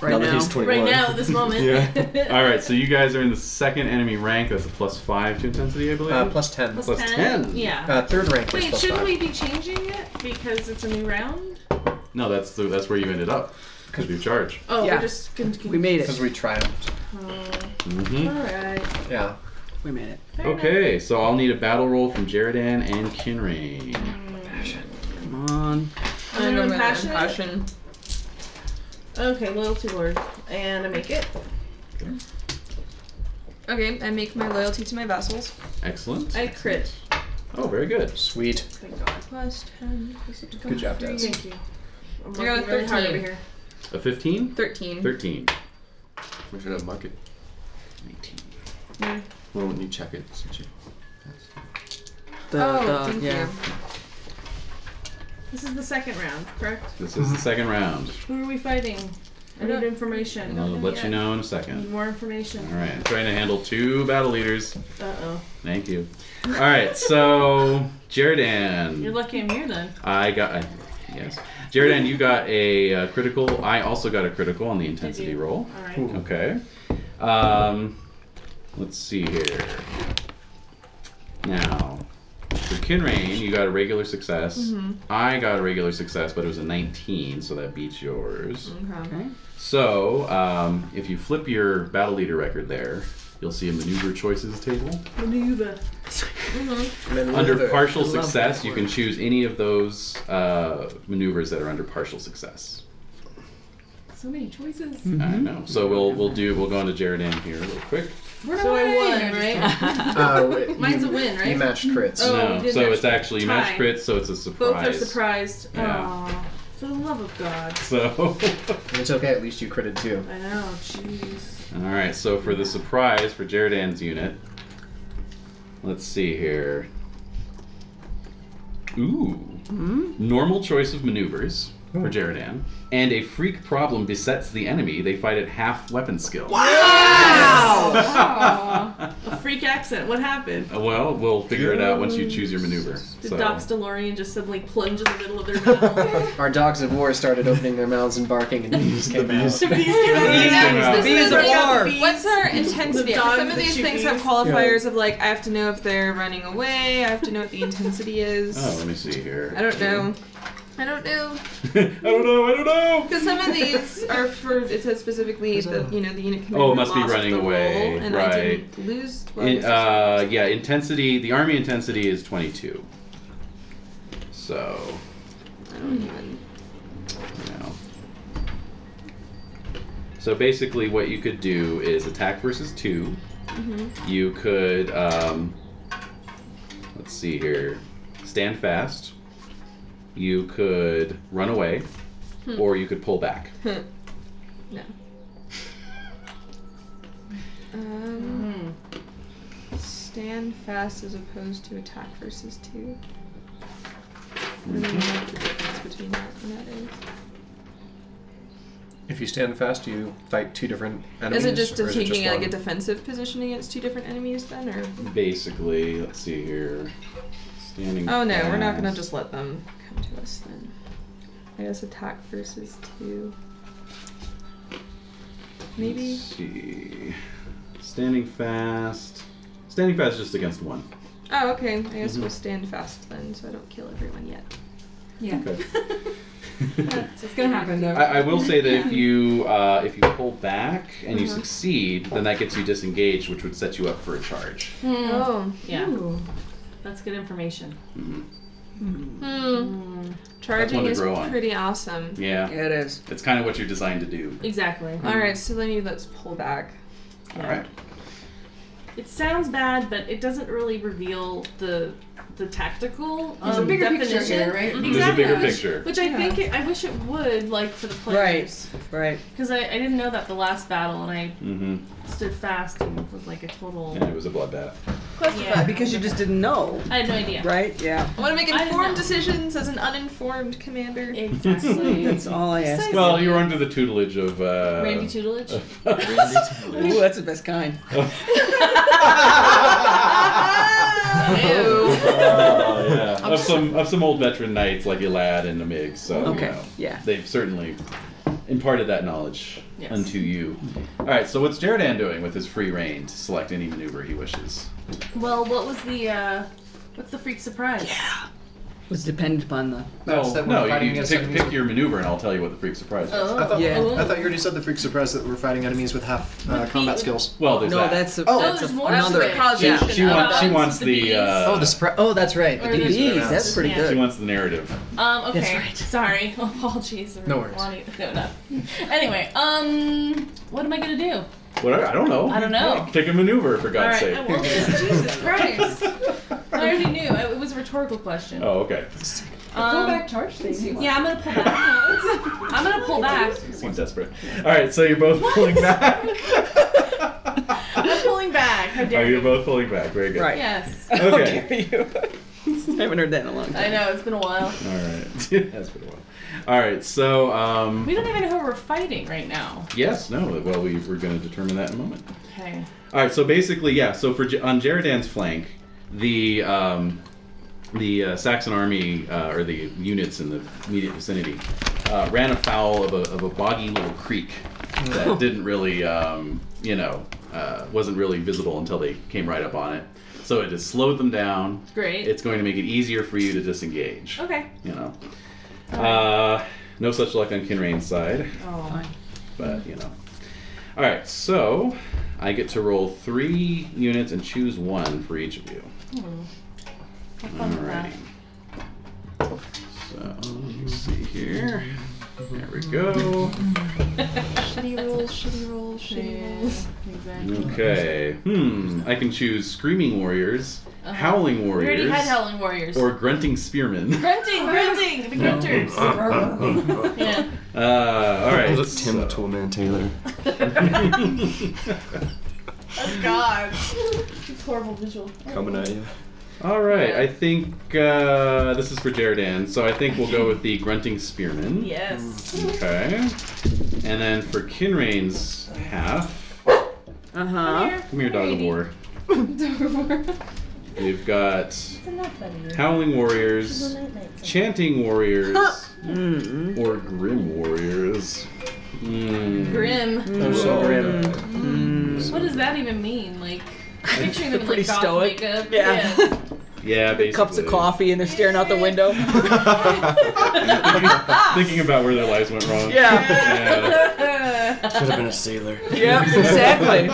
[SPEAKER 7] Right
[SPEAKER 10] now, that
[SPEAKER 7] now.
[SPEAKER 10] he's 21.
[SPEAKER 4] Right now, this moment.
[SPEAKER 10] [LAUGHS] yeah.
[SPEAKER 1] All right, so you guys are in the second enemy rank. That's a plus five to intensity, I believe.
[SPEAKER 5] Uh, plus 10.
[SPEAKER 4] [LAUGHS] Plus
[SPEAKER 1] Plus
[SPEAKER 4] 10?
[SPEAKER 1] 10.
[SPEAKER 4] Yeah.
[SPEAKER 5] Uh, third rank is
[SPEAKER 4] Wait,
[SPEAKER 5] plus
[SPEAKER 4] shouldn't
[SPEAKER 5] 5.
[SPEAKER 4] we be changing it because it's a new round?
[SPEAKER 1] no, that's the, that's where you ended up because you charge.
[SPEAKER 4] Oh,
[SPEAKER 7] Yeah.
[SPEAKER 4] we're just
[SPEAKER 7] We made
[SPEAKER 5] Because
[SPEAKER 7] it.
[SPEAKER 5] we triumphed.
[SPEAKER 1] Mm-hmm.
[SPEAKER 4] All right.
[SPEAKER 5] Yeah.
[SPEAKER 7] We made it.
[SPEAKER 1] Okay, so I'll need a battle roll from Jaredan and Kinrain.
[SPEAKER 7] Come on.
[SPEAKER 4] I'm
[SPEAKER 9] I'm
[SPEAKER 4] gonna
[SPEAKER 9] gonna
[SPEAKER 4] impassion it.
[SPEAKER 9] impassion.
[SPEAKER 4] Okay, loyalty lord, and I make it.
[SPEAKER 9] Okay, I make my loyalty to my vassals.
[SPEAKER 1] Excellent.
[SPEAKER 4] I crit.
[SPEAKER 1] Oh, very good.
[SPEAKER 5] Sweet.
[SPEAKER 4] Thank God.
[SPEAKER 9] Plus 10. plus up to
[SPEAKER 5] Good job, Des.
[SPEAKER 9] 23.
[SPEAKER 4] Thank you. I'm
[SPEAKER 9] I got a
[SPEAKER 4] working really hard
[SPEAKER 9] 13.
[SPEAKER 4] over here.
[SPEAKER 1] A 15?
[SPEAKER 9] 13.
[SPEAKER 1] 13.
[SPEAKER 10] We should have market.
[SPEAKER 9] Yeah.
[SPEAKER 10] Well, when you check it, since you...
[SPEAKER 7] The,
[SPEAKER 9] Oh,
[SPEAKER 7] the-
[SPEAKER 9] thank
[SPEAKER 7] yeah.
[SPEAKER 9] you.
[SPEAKER 4] This is the second round, correct?
[SPEAKER 1] This is the second round.
[SPEAKER 4] Who are we fighting? I
[SPEAKER 9] I
[SPEAKER 4] need
[SPEAKER 9] don't-
[SPEAKER 4] information.
[SPEAKER 1] I'll let you know in a
[SPEAKER 4] I need
[SPEAKER 1] second.
[SPEAKER 4] more
[SPEAKER 1] All
[SPEAKER 4] information.
[SPEAKER 1] right, I'm trying to handle two battle leaders.
[SPEAKER 4] Uh oh.
[SPEAKER 1] Thank you. All right, so
[SPEAKER 4] You're
[SPEAKER 1] Jaredan,
[SPEAKER 4] lucky I'm here then.
[SPEAKER 1] I got. I, yes, Jaredan, you got a uh, critical. I also got a critical on the intensity
[SPEAKER 4] you?
[SPEAKER 1] roll.
[SPEAKER 4] All right.
[SPEAKER 1] Okay. Um, let's see here. Now, for Kinrain, you got a regular success. I got a regular success, but it was a 19, so that beats yours.
[SPEAKER 9] Okay.
[SPEAKER 1] So, um, if you flip your battle leader record there, you'll see a maneuver choices table.
[SPEAKER 4] Maneuver.
[SPEAKER 1] Under partial
[SPEAKER 7] I love
[SPEAKER 1] success,
[SPEAKER 7] that
[SPEAKER 1] you
[SPEAKER 7] word.
[SPEAKER 1] can choose any of those uh, maneuvers that are under partial success.
[SPEAKER 4] So many choices.
[SPEAKER 1] I know. So we'll we'll do we'll go into Jaredan here real quick.
[SPEAKER 4] So I won, right?
[SPEAKER 5] Uh, wait,
[SPEAKER 4] [LAUGHS] Mine's
[SPEAKER 5] you,
[SPEAKER 4] a win,
[SPEAKER 5] You
[SPEAKER 4] right?
[SPEAKER 5] matched crits.
[SPEAKER 4] Oh, we
[SPEAKER 1] no,
[SPEAKER 4] did
[SPEAKER 1] so
[SPEAKER 4] match
[SPEAKER 1] it's actually you match
[SPEAKER 4] tie.
[SPEAKER 1] crit, so it's a
[SPEAKER 4] Both are
[SPEAKER 1] surprise.
[SPEAKER 4] surprised.
[SPEAKER 1] Yeah.
[SPEAKER 4] Aw, for the love of God.
[SPEAKER 1] [LAUGHS] So, [LAUGHS]
[SPEAKER 5] It's okay, at least you critted too.
[SPEAKER 4] I know. Jeez.
[SPEAKER 1] all right. So for the surprise for Jaredan's unit, let's see here. Ooh, normal choice of maneuvers for Jaredan, and a freak problem besets the enemy. They fight at half weapon skill.
[SPEAKER 4] A freak accident. What happened?
[SPEAKER 1] Uh, Well, we'll figure it out once you choose your maneuver.
[SPEAKER 4] Did
[SPEAKER 1] so.
[SPEAKER 9] [LAUGHS]
[SPEAKER 4] Doc's DeLorean just suddenly plunge in the middle of their
[SPEAKER 8] [LAUGHS]
[SPEAKER 4] mouth?
[SPEAKER 5] Our dogs of war started opening their mouths and barcking, and bees came out.
[SPEAKER 4] Bees came out of the
[SPEAKER 1] Bees
[SPEAKER 4] nest.
[SPEAKER 1] came out.
[SPEAKER 9] This is
[SPEAKER 4] Bees are
[SPEAKER 9] our-
[SPEAKER 4] bees.
[SPEAKER 9] What's our intensity?
[SPEAKER 4] The
[SPEAKER 9] 'Cause
[SPEAKER 4] dog
[SPEAKER 9] Some of
[SPEAKER 4] that
[SPEAKER 9] these
[SPEAKER 4] you
[SPEAKER 9] things
[SPEAKER 4] use.
[SPEAKER 9] have qualifiers of like, I have to know if they're running away. I have to know what the intensity is.
[SPEAKER 1] Oh, let me see here.
[SPEAKER 9] I don't know. I don't know.
[SPEAKER 1] [LAUGHS] I don't know. I don't know.
[SPEAKER 9] Because some of these are for. It says specifically that you know the unit commander
[SPEAKER 1] Oh, it must be
[SPEAKER 9] lost
[SPEAKER 1] running
[SPEAKER 9] the
[SPEAKER 1] away,
[SPEAKER 9] role, and
[SPEAKER 1] right.
[SPEAKER 9] I didn't lose. well,
[SPEAKER 1] In, uh, yeah, intensity. The army intensity is 22. So,
[SPEAKER 9] I don't even.
[SPEAKER 1] you know. So basically, what you could do is attack versus 2
[SPEAKER 9] Mm-hmm.
[SPEAKER 1] You could, um, let's see here, stand fast. You could run away,
[SPEAKER 9] Hmm.
[SPEAKER 1] or you could pull back.
[SPEAKER 9] Um, stand fast as opposed to attack versus two. I don't even know what the difference between that and that is.
[SPEAKER 5] If you stand fast, you fight two different enemies.
[SPEAKER 9] Is it just
[SPEAKER 5] or is it
[SPEAKER 9] taking like a
[SPEAKER 5] one?
[SPEAKER 9] defensive position against two different enemies then, or?
[SPEAKER 1] Basically, let's see here. Standing.
[SPEAKER 9] Oh no, we're not gonna
[SPEAKER 1] fast.
[SPEAKER 9] just let them come to us then. I guess attack versus two. Maybe.
[SPEAKER 1] Let's see. Standing fast. Standing fast just against one.
[SPEAKER 9] Oh, okay. I guess
[SPEAKER 1] Mm-hmm.
[SPEAKER 9] we'll stand fast then, so I don't kill everyone yet.
[SPEAKER 8] Yeah.
[SPEAKER 1] Okay.
[SPEAKER 8] It's gonna happen though.
[SPEAKER 1] I, I will say that if you uh, if you pull back and you succeed, then that gets you disengaged, which would set you up for a charge.
[SPEAKER 9] Oh.
[SPEAKER 4] yeah,
[SPEAKER 8] Ooh.
[SPEAKER 4] that's good information.
[SPEAKER 9] Hmm.
[SPEAKER 1] one
[SPEAKER 9] Charging
[SPEAKER 1] to
[SPEAKER 9] is
[SPEAKER 1] grow on. Hmm.
[SPEAKER 9] pretty awesome.
[SPEAKER 1] Yeah,
[SPEAKER 7] Yeah, it is.
[SPEAKER 1] it's kind of what you're designed to do.
[SPEAKER 4] Exactly.
[SPEAKER 9] All right, so then you let's pull back.
[SPEAKER 1] All right.
[SPEAKER 4] It sounds bad, but it doesn't really reveal the the tactical
[SPEAKER 8] There's
[SPEAKER 4] um,
[SPEAKER 8] a bigger
[SPEAKER 4] definition.
[SPEAKER 8] picture here, right?
[SPEAKER 1] There's a
[SPEAKER 4] Exactly.
[SPEAKER 1] bigger
[SPEAKER 4] which-
[SPEAKER 1] picture.
[SPEAKER 4] Which I
[SPEAKER 8] Yeah.
[SPEAKER 4] think it, I wish it would like for the players.
[SPEAKER 7] Right. Right.
[SPEAKER 4] Because I, I didn't know that the last battle, and I
[SPEAKER 1] Mm-hmm.
[SPEAKER 4] stood fast and was like a total.
[SPEAKER 1] And it was a bloodbath.
[SPEAKER 4] Yeah.
[SPEAKER 7] Because you just didn't know.
[SPEAKER 4] I had no idea.
[SPEAKER 7] Right?
[SPEAKER 4] [LAUGHS]
[SPEAKER 7] Yeah.
[SPEAKER 9] I want to make
[SPEAKER 4] I don't
[SPEAKER 9] informed
[SPEAKER 4] know.
[SPEAKER 9] decisions as an uninformed commander. [LAUGHS]
[SPEAKER 8] [LAUGHS] Uh,
[SPEAKER 7] That's all I ask.
[SPEAKER 1] Well, you were under the tutelage of uh, [LAUGHS]
[SPEAKER 4] Randy tutelage. [LAUGHS]
[SPEAKER 10] [LAUGHS]
[SPEAKER 7] Ooh, that's the best kind.
[SPEAKER 1] Oh, yeah. of some of some old veteran knights like Elad and Amig. So
[SPEAKER 7] Okay,
[SPEAKER 1] you know,
[SPEAKER 7] yeah.
[SPEAKER 1] they've certainly imparted that knowledge
[SPEAKER 4] Yes.
[SPEAKER 1] unto you. All right, so what's Jaradan doing with his free reign to select any maneuver he wishes?
[SPEAKER 4] Well, what was the uh, what's the freak surprise? Yeah.
[SPEAKER 7] was dependent upon the.
[SPEAKER 1] No,
[SPEAKER 5] That's that we're
[SPEAKER 1] no,
[SPEAKER 5] fighting
[SPEAKER 1] you, you
[SPEAKER 5] against
[SPEAKER 1] pick,
[SPEAKER 5] enemies
[SPEAKER 1] pick
[SPEAKER 5] with-
[SPEAKER 1] your maneuver, and I'll tell you what the freak surprise was.
[SPEAKER 4] Oh.
[SPEAKER 5] I thought,
[SPEAKER 7] Yeah.
[SPEAKER 5] I thought you already said the freak surprise that we're fighting enemies with half uh, combat
[SPEAKER 10] [LAUGHS]
[SPEAKER 5] skills.
[SPEAKER 1] Well, there's
[SPEAKER 7] No,
[SPEAKER 1] that.
[SPEAKER 7] that's a,
[SPEAKER 5] Oh.
[SPEAKER 7] that's
[SPEAKER 4] there's
[SPEAKER 7] a,
[SPEAKER 4] more
[SPEAKER 7] another.
[SPEAKER 4] to it.
[SPEAKER 1] she, she, wants, she
[SPEAKER 4] about
[SPEAKER 1] wants
[SPEAKER 4] the
[SPEAKER 1] the
[SPEAKER 4] bees.
[SPEAKER 1] uh,
[SPEAKER 5] surprise! Oh, that's right.
[SPEAKER 4] Or the bees,
[SPEAKER 7] that's pretty
[SPEAKER 5] Oh,
[SPEAKER 4] Yeah.
[SPEAKER 1] she
[SPEAKER 7] good.
[SPEAKER 1] wants the narrative.
[SPEAKER 4] Um, okay.
[SPEAKER 7] That's right.
[SPEAKER 4] Sorry. [LAUGHS] Apologies.
[SPEAKER 5] No worries.
[SPEAKER 4] Lonnie- No, no. anyway, um, what am I gonna do?
[SPEAKER 1] Whatever, I don't know.
[SPEAKER 4] I don't know.
[SPEAKER 1] Pick a maneuver for
[SPEAKER 4] All
[SPEAKER 1] God's
[SPEAKER 4] right.
[SPEAKER 1] sake.
[SPEAKER 4] I
[SPEAKER 1] [LAUGHS]
[SPEAKER 4] will. Jesus Christ. I already knew. I- It was a rhetorical question.
[SPEAKER 1] Oh, okay.
[SPEAKER 4] Um,
[SPEAKER 21] back charge thing.
[SPEAKER 4] Yeah, I'm gonna pull back. [LAUGHS] I'm gonna pull back.
[SPEAKER 1] You seem desperate. All right, so you're both pulling
[SPEAKER 4] [LAUGHS]
[SPEAKER 1] back.
[SPEAKER 4] I'm pulling back. How
[SPEAKER 1] Oh,
[SPEAKER 4] dare
[SPEAKER 1] you're
[SPEAKER 4] you?
[SPEAKER 1] both pulling back. Very good.
[SPEAKER 7] Right.
[SPEAKER 4] Yes.
[SPEAKER 1] Okay.
[SPEAKER 7] How dare you? I haven't heard that in a long
[SPEAKER 4] I
[SPEAKER 7] time.
[SPEAKER 4] know. It's been a while.
[SPEAKER 1] All right. [LAUGHS] That's been a while. All right. So, um,
[SPEAKER 4] We don't even know who we're fighting right now.
[SPEAKER 1] yes, no. Well, we, we're going to determine that in a moment.
[SPEAKER 4] Okay.
[SPEAKER 1] All right. So basically, yeah. So for J- on Jaradan's flank, the um, the uh, Saxon army uh, or the units in the immediate vicinity uh, ran afoul of a, of a boggy little creek that didn't really, um, you know, uh, wasn't really visible until they came right up on it. So it has slowed them down.
[SPEAKER 4] Great.
[SPEAKER 1] It's going to make it easier for you to disengage.
[SPEAKER 4] okay.
[SPEAKER 1] You know. Uh, no such luck on Kinrain's side,
[SPEAKER 4] Oh.
[SPEAKER 1] but you know. All right, so I get to roll three units and choose one for each of you.
[SPEAKER 4] Have fun with that.
[SPEAKER 1] Alrighty. So let me see here. There we go.
[SPEAKER 9] shitty rolls, shitty rolls, shitty
[SPEAKER 4] Yeah,
[SPEAKER 9] rolls.
[SPEAKER 4] exactly.
[SPEAKER 1] Okay. Hmm. I can choose screaming warriors,
[SPEAKER 4] Uh-huh.
[SPEAKER 1] howling
[SPEAKER 4] We already
[SPEAKER 1] warriors,
[SPEAKER 4] had Howling Warriors.
[SPEAKER 1] or grunting spearmen.
[SPEAKER 4] grunting, grunting, the grunters.
[SPEAKER 10] [LAUGHS]
[SPEAKER 4] yeah.
[SPEAKER 1] Uh, all right.
[SPEAKER 5] Hold up, Tim the Toolman Taylor.
[SPEAKER 1] [LAUGHS] so-
[SPEAKER 4] Oh [LAUGHS] God. It's horrible visual.
[SPEAKER 5] Coming at
[SPEAKER 10] [LAUGHS]
[SPEAKER 5] you.
[SPEAKER 1] All right, I think uh, this is for Jaradan, so I think we'll go with the grunting spearman. Mm.
[SPEAKER 4] Yes.
[SPEAKER 1] Okay. And then for Kinrain's half,
[SPEAKER 7] Uh huh.
[SPEAKER 1] come here, dog of
[SPEAKER 4] [LAUGHS]
[SPEAKER 1] war.
[SPEAKER 4] It's
[SPEAKER 1] We've got
[SPEAKER 21] Enough out of you.
[SPEAKER 1] howling warriors,
[SPEAKER 21] Night, night.
[SPEAKER 1] chanting warriors,
[SPEAKER 7] Mm-mm.
[SPEAKER 1] or grim warriors. Mm.
[SPEAKER 4] Grim.
[SPEAKER 1] Those
[SPEAKER 5] So
[SPEAKER 1] are-
[SPEAKER 5] grim.
[SPEAKER 4] What does that even mean? Like, I'm picturing them in,
[SPEAKER 7] pretty
[SPEAKER 4] like goth
[SPEAKER 7] stoic.
[SPEAKER 4] makeup.
[SPEAKER 7] Yeah.
[SPEAKER 1] Yeah, basically.
[SPEAKER 7] [LAUGHS] Cups of coffee and they're staring out
[SPEAKER 4] [LAUGHS]
[SPEAKER 7] the window. [LAUGHS]
[SPEAKER 1] Thinking about where their lives went wrong.
[SPEAKER 7] Yeah.
[SPEAKER 1] Yeah.
[SPEAKER 10] [LAUGHS]
[SPEAKER 5] Could have been a sailor.
[SPEAKER 7] Yep.
[SPEAKER 4] [LAUGHS]
[SPEAKER 7] Exactly.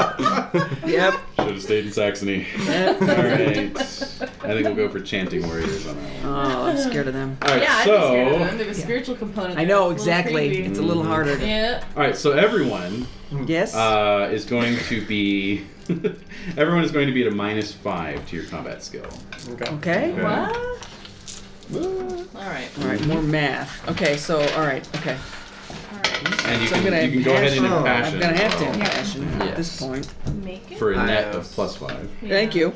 [SPEAKER 7] Yep.
[SPEAKER 1] Should have stayed in Saxony.
[SPEAKER 7] Yep.
[SPEAKER 1] All right. I think we'll go for chanting warriors on that one.
[SPEAKER 7] Oh, I'm scared of them.
[SPEAKER 1] All right,
[SPEAKER 4] yeah, I'd be
[SPEAKER 1] so
[SPEAKER 4] scared of them. There's a spiritual component.
[SPEAKER 7] I
[SPEAKER 4] there.
[SPEAKER 7] know
[SPEAKER 4] It's a little
[SPEAKER 7] exactly.
[SPEAKER 4] creepy.
[SPEAKER 7] It's a little harder. To,
[SPEAKER 4] Yeah.
[SPEAKER 1] all right, so everyone
[SPEAKER 7] Yes.
[SPEAKER 1] uh, is going to be [LAUGHS] everyone is going to be at a minus five to your combat skill.
[SPEAKER 7] okay.
[SPEAKER 1] Okay.
[SPEAKER 4] What? All right.
[SPEAKER 7] All right. More math. Okay. So all right. Okay.
[SPEAKER 4] All right.
[SPEAKER 1] And you
[SPEAKER 7] So I'm
[SPEAKER 1] can,
[SPEAKER 7] gonna
[SPEAKER 1] you can go ahead and
[SPEAKER 5] impassion- oh,
[SPEAKER 1] impassion
[SPEAKER 7] I'm gonna have to
[SPEAKER 1] as well
[SPEAKER 7] impassion at
[SPEAKER 5] Yes.
[SPEAKER 7] this point.
[SPEAKER 4] Make it.
[SPEAKER 1] for a net
[SPEAKER 5] I-
[SPEAKER 1] of plus five.
[SPEAKER 7] Thank
[SPEAKER 4] Yeah.
[SPEAKER 7] you.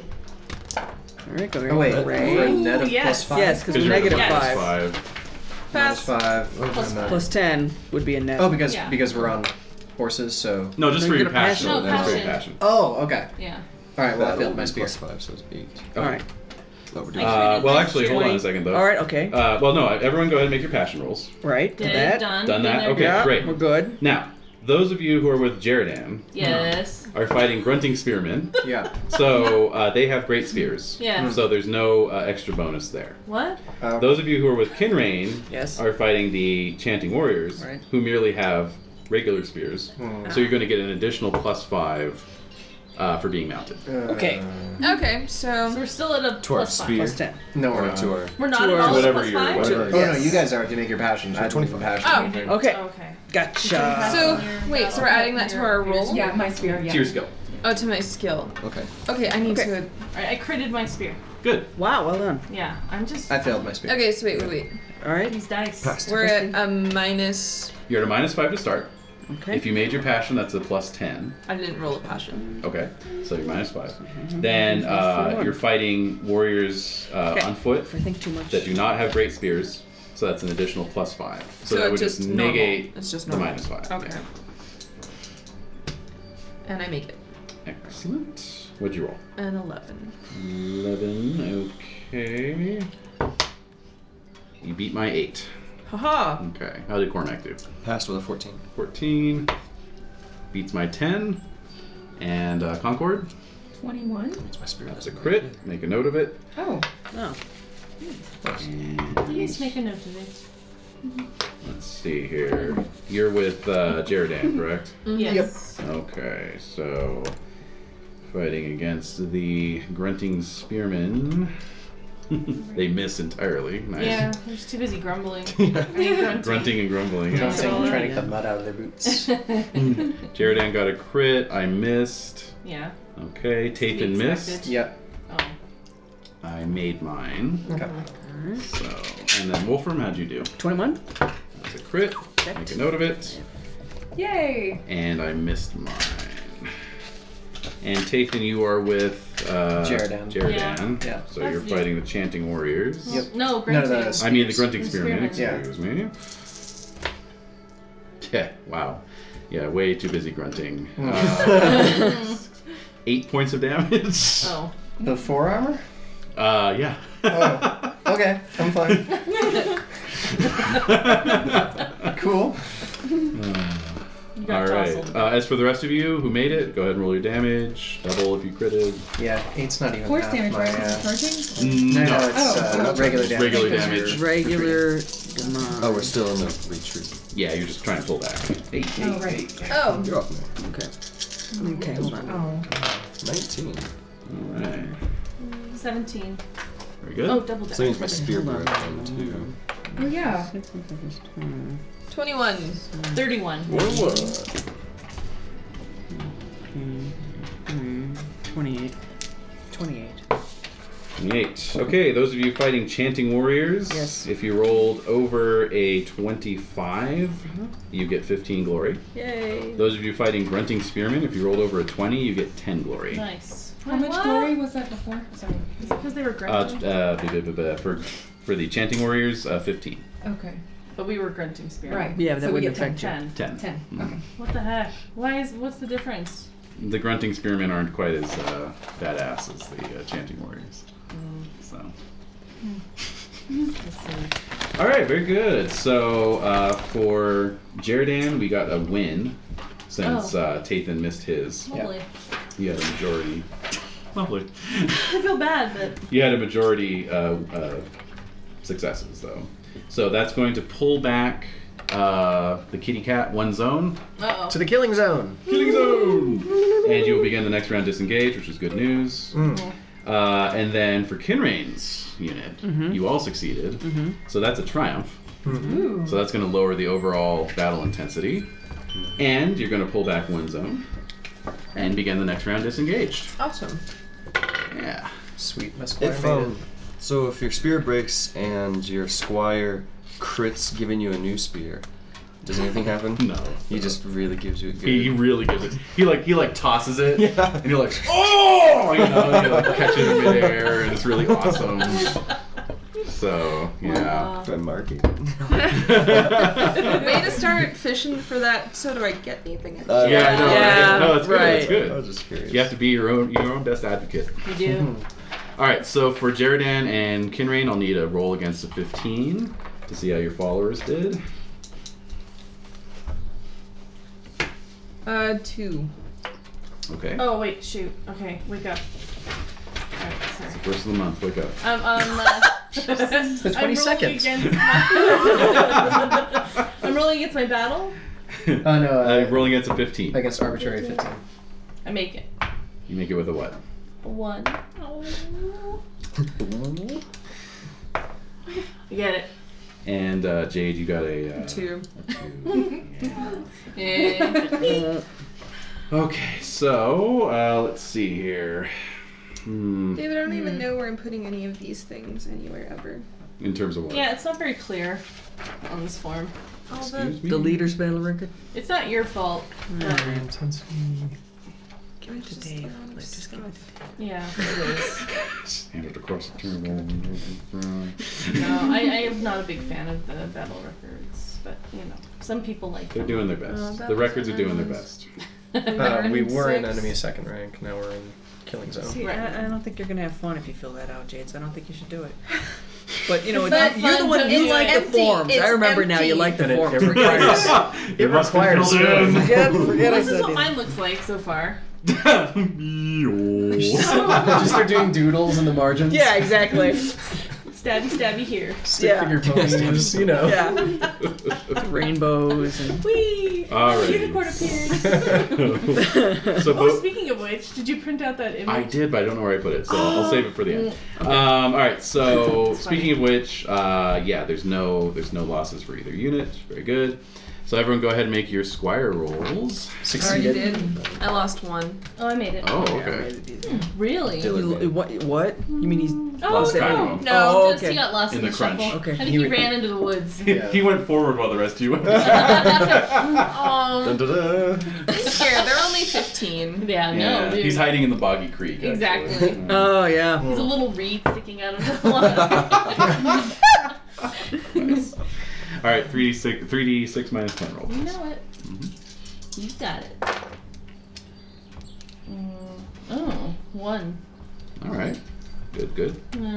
[SPEAKER 7] All right. Go
[SPEAKER 5] Oh wait,
[SPEAKER 7] Hooray.
[SPEAKER 5] for a net
[SPEAKER 4] Ooh,
[SPEAKER 5] of
[SPEAKER 4] yes.
[SPEAKER 5] plus five.
[SPEAKER 7] Yes, because
[SPEAKER 1] you're at a
[SPEAKER 7] negative
[SPEAKER 4] Yes.
[SPEAKER 7] five.
[SPEAKER 1] minus five.
[SPEAKER 5] Minus
[SPEAKER 9] Pass.
[SPEAKER 5] five. Oh,
[SPEAKER 4] Plus
[SPEAKER 10] [LAUGHS]
[SPEAKER 5] never mind.
[SPEAKER 7] Plus ten would be a net.
[SPEAKER 5] Oh, because
[SPEAKER 4] Yeah.
[SPEAKER 5] because we're on horses, so.
[SPEAKER 1] No, just
[SPEAKER 7] No,
[SPEAKER 1] for your
[SPEAKER 7] you get a
[SPEAKER 1] passion.
[SPEAKER 7] passion.
[SPEAKER 4] No,
[SPEAKER 1] That's for your
[SPEAKER 4] passion.
[SPEAKER 1] passion.
[SPEAKER 5] Oh, okay.
[SPEAKER 4] Yeah.
[SPEAKER 5] All right. Well, I failed my spear.
[SPEAKER 10] five, so it's eight.
[SPEAKER 7] All right.
[SPEAKER 5] Oh, we're doing.
[SPEAKER 1] Uh, well, actually, hold on a
[SPEAKER 7] Twenty.
[SPEAKER 1] second though.
[SPEAKER 7] All right. Okay.
[SPEAKER 1] Uh, well, no, everyone go ahead and make your passion rolls.
[SPEAKER 7] Right.
[SPEAKER 4] Did
[SPEAKER 7] that.
[SPEAKER 4] done.
[SPEAKER 1] Done that?
[SPEAKER 4] They're
[SPEAKER 1] Okay.
[SPEAKER 7] Yeah.
[SPEAKER 1] great.
[SPEAKER 7] We're good.
[SPEAKER 1] Now, those of you who are with Jaradan
[SPEAKER 4] Yes.
[SPEAKER 1] are fighting grunting spearmen,
[SPEAKER 5] yeah.
[SPEAKER 4] [LAUGHS]
[SPEAKER 1] so uh, they have great spears.
[SPEAKER 4] Yeah.
[SPEAKER 1] So there's no uh, extra bonus there.
[SPEAKER 4] What?
[SPEAKER 5] Uh,
[SPEAKER 1] Those of you who are with Kinrain
[SPEAKER 7] Yes.
[SPEAKER 1] are fighting the chanting warriors,
[SPEAKER 7] Right.
[SPEAKER 1] who merely have regular spears.
[SPEAKER 5] Hmm.
[SPEAKER 1] So you're going to get an additional plus five uh, for being mounted.
[SPEAKER 7] Okay.
[SPEAKER 9] Okay,
[SPEAKER 4] So
[SPEAKER 9] so
[SPEAKER 4] we're still at a
[SPEAKER 5] Dwarf
[SPEAKER 4] plus five.
[SPEAKER 5] spear.
[SPEAKER 7] Plus ten.
[SPEAKER 5] No, we're
[SPEAKER 10] Or
[SPEAKER 5] not.
[SPEAKER 10] two are.
[SPEAKER 4] We're not
[SPEAKER 7] To
[SPEAKER 4] at
[SPEAKER 7] our-
[SPEAKER 4] all at
[SPEAKER 1] Whatever
[SPEAKER 4] plus
[SPEAKER 1] your-
[SPEAKER 4] five.
[SPEAKER 1] whatever-
[SPEAKER 5] Oh
[SPEAKER 7] Yes.
[SPEAKER 5] no, you guys are to make your passion. I didn't do passion.
[SPEAKER 9] Oh.
[SPEAKER 5] I think.
[SPEAKER 7] Okay.
[SPEAKER 4] Okay.
[SPEAKER 7] Gotcha.
[SPEAKER 9] So wait, so we're adding that to our roll?
[SPEAKER 8] Yeah, my spear. Yeah.
[SPEAKER 1] To your skill.
[SPEAKER 9] Oh, to my skill.
[SPEAKER 5] Okay.
[SPEAKER 9] Okay, I need
[SPEAKER 7] Okay.
[SPEAKER 9] to.
[SPEAKER 4] All right. I critted my spear.
[SPEAKER 1] Good.
[SPEAKER 7] wow. Well done.
[SPEAKER 4] Yeah. I'm just
[SPEAKER 5] I failed my spear.
[SPEAKER 9] Okay, so wait, wait, wait.
[SPEAKER 7] All right.
[SPEAKER 4] these dice.
[SPEAKER 5] Passed.
[SPEAKER 9] We're at a minus.
[SPEAKER 1] You're at a minus five to start.
[SPEAKER 7] Okay.
[SPEAKER 1] If you made your passion, that's a plus ten.
[SPEAKER 7] I didn't roll a passion.
[SPEAKER 1] Okay, so you're minus five.
[SPEAKER 7] Mm-hmm.
[SPEAKER 1] Then uh, you're fighting warriors uh,
[SPEAKER 7] Okay.
[SPEAKER 1] on foot
[SPEAKER 7] I think too much.
[SPEAKER 1] that do not have great spears, so that's an additional plus five. So,
[SPEAKER 7] So
[SPEAKER 1] that would
[SPEAKER 7] it's
[SPEAKER 1] just,
[SPEAKER 7] just normal.
[SPEAKER 1] negate
[SPEAKER 7] It's just
[SPEAKER 1] the
[SPEAKER 7] normal.
[SPEAKER 1] minus five.
[SPEAKER 7] Okay. And I make it.
[SPEAKER 1] Excellent. What'd you roll?
[SPEAKER 7] An 11.
[SPEAKER 1] 11. Okay. You beat my 8.
[SPEAKER 7] Haha.
[SPEAKER 1] Okay. How did Cormac do?
[SPEAKER 10] Passed with a 14.
[SPEAKER 1] 14. Beats my 10. And uh, Concord?
[SPEAKER 8] 21.
[SPEAKER 10] It's my spirit.
[SPEAKER 1] That's a crit. Make a note of it.
[SPEAKER 8] Oh.
[SPEAKER 7] No.
[SPEAKER 1] And
[SPEAKER 7] Hmm.
[SPEAKER 14] Please make a note of it.
[SPEAKER 1] let's see here. You're with uh, Jaredan, correct?
[SPEAKER 9] Mm-hmm.
[SPEAKER 14] Yes.
[SPEAKER 1] Okay, so fighting against the grunting spearmen. [LAUGHS] they miss entirely. Nice.
[SPEAKER 14] Yeah, they're just too busy grumbling.
[SPEAKER 5] [LAUGHS]
[SPEAKER 1] Grunting and grumbling. yeah.
[SPEAKER 14] Grunting,
[SPEAKER 5] trying to get the mud out of their [LAUGHS] boots.
[SPEAKER 1] Jaredan got a crit. I missed.
[SPEAKER 14] [LAUGHS] yeah.
[SPEAKER 1] Okay, Tathan
[SPEAKER 14] be
[SPEAKER 1] missed.
[SPEAKER 14] expected.
[SPEAKER 5] Yep.
[SPEAKER 14] Oh.
[SPEAKER 1] I made mine.
[SPEAKER 5] Okay.
[SPEAKER 1] So, and then Wolfram, how'd you do?
[SPEAKER 7] 21.
[SPEAKER 1] That's a crit. Make a note of it.
[SPEAKER 8] Yay.
[SPEAKER 1] And I missed mine. And Tathan, you are with uh,
[SPEAKER 5] Jaredan.
[SPEAKER 1] Jaredan.
[SPEAKER 5] Yeah. Yeah.
[SPEAKER 1] So
[SPEAKER 5] That's
[SPEAKER 1] you're
[SPEAKER 5] the-
[SPEAKER 1] fighting the chanting warriors.
[SPEAKER 5] Yep.
[SPEAKER 14] No,
[SPEAKER 5] No, no,
[SPEAKER 14] grunting.
[SPEAKER 5] no.
[SPEAKER 1] I mean the grunting
[SPEAKER 14] The
[SPEAKER 1] spearmen.
[SPEAKER 14] spearmen.
[SPEAKER 1] Excuse me. Yeah. Wow. Yeah. Way too busy grunting. Uh, eight points of damage.
[SPEAKER 4] [LAUGHS]
[SPEAKER 14] Oh.
[SPEAKER 5] The forearmer?
[SPEAKER 1] Uh, yeah. [LAUGHS]
[SPEAKER 5] Oh. Okay, I'm fine. [LAUGHS] cool.
[SPEAKER 14] You
[SPEAKER 1] All
[SPEAKER 14] got
[SPEAKER 1] right.
[SPEAKER 14] jostled.
[SPEAKER 1] Uh, as for the rest of you who made it, go ahead and roll your damage. Double if you critted.
[SPEAKER 5] Yeah, eight's not even
[SPEAKER 8] Force
[SPEAKER 5] half
[SPEAKER 8] damage,
[SPEAKER 5] my,
[SPEAKER 8] right?
[SPEAKER 5] uh,
[SPEAKER 8] Charging?
[SPEAKER 5] No,
[SPEAKER 1] No.
[SPEAKER 5] no, it's
[SPEAKER 8] Oh,
[SPEAKER 5] uh,
[SPEAKER 8] oh.
[SPEAKER 5] regular damage.
[SPEAKER 1] Regular
[SPEAKER 5] because
[SPEAKER 1] damage.
[SPEAKER 5] you're-
[SPEAKER 7] Regular demand.
[SPEAKER 10] Oh, we're still in the retreat.
[SPEAKER 1] Yeah, you're just trying to pull back.
[SPEAKER 5] Eight,
[SPEAKER 8] Oh,
[SPEAKER 5] eight,
[SPEAKER 8] right.
[SPEAKER 5] eight.
[SPEAKER 9] Oh.
[SPEAKER 10] You're up now.
[SPEAKER 7] Okay. Okay, hold on.
[SPEAKER 8] Oh.
[SPEAKER 10] 19.
[SPEAKER 1] All right.
[SPEAKER 14] 17.
[SPEAKER 1] Very good.
[SPEAKER 14] Oh, double
[SPEAKER 10] So that means
[SPEAKER 14] damage.
[SPEAKER 10] my spear
[SPEAKER 7] Hold
[SPEAKER 10] broke
[SPEAKER 7] on.
[SPEAKER 10] then too.
[SPEAKER 8] Oh, yeah.
[SPEAKER 9] 21.
[SPEAKER 14] 31.
[SPEAKER 10] Whoa.
[SPEAKER 7] Hmm, 28. 28.
[SPEAKER 1] 28. Okay, those of you fighting chanting warriors,
[SPEAKER 7] Yes.
[SPEAKER 1] if you rolled over a 25, you get 15 glory.
[SPEAKER 7] Yay.
[SPEAKER 1] Those of you fighting grunting spearmen, if you rolled over a 20, you get 10 glory.
[SPEAKER 14] Nice.
[SPEAKER 8] How much glory was that before? Sorry.
[SPEAKER 14] Is it because they were
[SPEAKER 1] Uh,
[SPEAKER 14] grunting?
[SPEAKER 1] t- uh, b- b- b- for for the chanting warriors, uh, 15.
[SPEAKER 8] Okay.
[SPEAKER 14] but we were grunting spear.
[SPEAKER 8] Right.
[SPEAKER 7] Yeah, but that
[SPEAKER 8] so we
[SPEAKER 7] wouldn't
[SPEAKER 8] get 10.
[SPEAKER 7] affect you.
[SPEAKER 14] 10.
[SPEAKER 1] 10.
[SPEAKER 8] 10. Okay.
[SPEAKER 14] What the heck? Why is what's the difference?
[SPEAKER 1] The grunting spearmen aren't quite as uh, badass as the uh, chanting warriors. So.
[SPEAKER 14] Let's see.
[SPEAKER 1] All right, very good. So uh, for Jaredan, we got a win since
[SPEAKER 14] Oh.
[SPEAKER 1] uh, Tathan missed his.
[SPEAKER 14] Lovely.
[SPEAKER 1] You had a majority. Lovely.
[SPEAKER 14] I feel bad, but
[SPEAKER 1] You had a majority uh, uh, successes, though. So that's going to pull back uh, the kitty cat one zone.
[SPEAKER 14] uh
[SPEAKER 5] To the killing zone.
[SPEAKER 1] Killing zone! and you will begin the next round disengage, which is good news.
[SPEAKER 5] Mm.
[SPEAKER 1] Uh, and then for Kinrain's unit,
[SPEAKER 7] Mhm.
[SPEAKER 1] you all succeeded.
[SPEAKER 7] Mhm.
[SPEAKER 1] So that's a triumph.
[SPEAKER 5] Mm-hmm.
[SPEAKER 8] Ooh.
[SPEAKER 1] So that's going to lower the overall battle intensity. And you're going to pull back one zone and begin the next round disengaged.
[SPEAKER 9] Awesome.
[SPEAKER 1] Yeah.
[SPEAKER 5] Sweet, my squire
[SPEAKER 10] If,
[SPEAKER 5] made
[SPEAKER 10] um, so if your spear breaks and your squire crits giving you a new spear, does anything happen?
[SPEAKER 1] No.
[SPEAKER 10] He just really gives you a good.
[SPEAKER 1] He he really gives it. He like he like tosses it,
[SPEAKER 10] Yeah.
[SPEAKER 1] and you're like, oh, you know, and you like catch it in midair, and it's really awesome. So yeah.
[SPEAKER 10] Do I mark it?
[SPEAKER 9] Way to start fishing for that. So do I get anything?
[SPEAKER 10] Uh,
[SPEAKER 1] Yeah, I know.
[SPEAKER 7] Yeah,
[SPEAKER 1] right? No, it's good. It's
[SPEAKER 7] right.
[SPEAKER 1] good.
[SPEAKER 10] I was just curious.
[SPEAKER 1] You have to be your own your own best advocate.
[SPEAKER 14] we do.
[SPEAKER 22] [LAUGHS]
[SPEAKER 1] All right, so for Jaredan and Kinrain, I'll need a roll against a 15 to see how your followers did.
[SPEAKER 9] Uh, two.
[SPEAKER 1] Okay.
[SPEAKER 14] Oh wait, shoot. Okay, wake up. Alright, sorry.
[SPEAKER 1] First of the month, wake up.
[SPEAKER 14] Um, um, [LAUGHS] uh, the
[SPEAKER 5] 20 seconds.
[SPEAKER 14] Against
[SPEAKER 22] [LAUGHS]
[SPEAKER 14] my, I'm rolling against my battle.
[SPEAKER 9] [LAUGHS]
[SPEAKER 1] [LAUGHS]
[SPEAKER 5] Oh, no,
[SPEAKER 1] Uh,
[SPEAKER 5] uh,
[SPEAKER 1] rolling against a 15.
[SPEAKER 5] Against arbitrary 15.
[SPEAKER 14] I make it.
[SPEAKER 1] You make it with a what?
[SPEAKER 14] One. Oh. I get it.
[SPEAKER 1] And uh, Jade, you got a uh,
[SPEAKER 9] Two.
[SPEAKER 1] a two.
[SPEAKER 9] Yeah.
[SPEAKER 1] Okay, so uh, let's see here. Hmm.
[SPEAKER 9] David, I don't even know where I'm putting any of these things anywhere ever.
[SPEAKER 1] In terms of what?
[SPEAKER 14] Yeah, it's not very clear on this form.
[SPEAKER 4] All the,
[SPEAKER 22] Excuse me?
[SPEAKER 7] The leader's battle record?
[SPEAKER 4] it's not your fault. but-
[SPEAKER 7] Give it to Dave. Like, Just give it
[SPEAKER 4] Yeah, it is.
[SPEAKER 1] Handed across the table.
[SPEAKER 4] No, I, I am not a big fan of the battle records, but you know, some people like
[SPEAKER 1] They're
[SPEAKER 4] them. [LAUGHS]
[SPEAKER 1] doing their best.
[SPEAKER 4] Uh,
[SPEAKER 1] the records are doing their best.
[SPEAKER 5] Uh, we were in enemy second rank. Now we're in killing
[SPEAKER 7] to
[SPEAKER 5] zone.
[SPEAKER 7] See, I, I don't think you're going to have fun if you fill that out, Jades. I don't think you should do it. But, you know,
[SPEAKER 4] It's not
[SPEAKER 7] you- you're the
[SPEAKER 4] fun
[SPEAKER 7] one,
[SPEAKER 4] to
[SPEAKER 7] you
[SPEAKER 4] do
[SPEAKER 7] like
[SPEAKER 4] it.
[SPEAKER 7] the
[SPEAKER 4] Empty.
[SPEAKER 7] forms. I
[SPEAKER 4] It's
[SPEAKER 7] remember now you
[SPEAKER 4] empty.
[SPEAKER 7] like the
[SPEAKER 5] And it-
[SPEAKER 7] forms. [LAUGHS]
[SPEAKER 5] it requires-
[SPEAKER 7] Forget-
[SPEAKER 5] it requires
[SPEAKER 7] forget-
[SPEAKER 5] filling.
[SPEAKER 7] Forget, forget I
[SPEAKER 4] This is
[SPEAKER 7] said
[SPEAKER 4] what
[SPEAKER 7] anything.
[SPEAKER 4] mine looks like so far.
[SPEAKER 22] Just start doing doodles in the margins.
[SPEAKER 7] Yeah, exactly.
[SPEAKER 4] Stabby, stabby here.
[SPEAKER 22] Stick figure poses, you know.
[SPEAKER 7] Yeah. Rainbows and.
[SPEAKER 4] Whee!
[SPEAKER 1] Alrighty.
[SPEAKER 4] Unicorn
[SPEAKER 1] [LAUGHS]
[SPEAKER 4] appears. [LAUGHS]
[SPEAKER 1] So
[SPEAKER 4] oh,
[SPEAKER 1] both-
[SPEAKER 4] speaking of which, did you print out that image?
[SPEAKER 1] I did, but I don't know where I put it, so I'll save it for the end.
[SPEAKER 4] Oh, Okay.
[SPEAKER 1] Um, all right. So
[SPEAKER 4] That's funny.
[SPEAKER 1] speaking of which, uh, yeah, there's no there's no losses for either unit. Very good. So everyone, go ahead and make your squire rolls.
[SPEAKER 9] I lost one.
[SPEAKER 4] Oh, I made it.
[SPEAKER 1] Oh, okay.
[SPEAKER 4] Really?
[SPEAKER 7] You- What? What? You mean he's
[SPEAKER 4] Oh,
[SPEAKER 7] lost
[SPEAKER 1] no.
[SPEAKER 7] everyone?
[SPEAKER 4] No,
[SPEAKER 7] Oh,
[SPEAKER 4] just
[SPEAKER 7] okay.
[SPEAKER 4] he got lost in,
[SPEAKER 1] In the crunch.
[SPEAKER 7] [LAUGHS]
[SPEAKER 4] shuffle.
[SPEAKER 7] Okay.
[SPEAKER 4] I think
[SPEAKER 7] He
[SPEAKER 4] he,
[SPEAKER 7] went-
[SPEAKER 4] ran into the woods. [LAUGHS]
[SPEAKER 1] he went forward while the rest of you went. [LAUGHS]
[SPEAKER 9] Um,
[SPEAKER 1] Dun-dun-dun.
[SPEAKER 9] scared. They're only 15.
[SPEAKER 4] Yeah,
[SPEAKER 1] Yeah,
[SPEAKER 4] no, dude.
[SPEAKER 1] he's hiding in the boggy creek. actually.
[SPEAKER 4] Exactly.
[SPEAKER 7] Oh yeah. [CLEARS THROAT]
[SPEAKER 4] He's a little reed sticking out
[SPEAKER 5] [LAUGHS]
[SPEAKER 4] of the water.
[SPEAKER 1] All right, three d six, three d six minus ten roll.
[SPEAKER 4] you know it.
[SPEAKER 5] Mm-hmm.
[SPEAKER 4] You got it. Mm, oh, one.
[SPEAKER 1] All right, good, good.
[SPEAKER 4] No,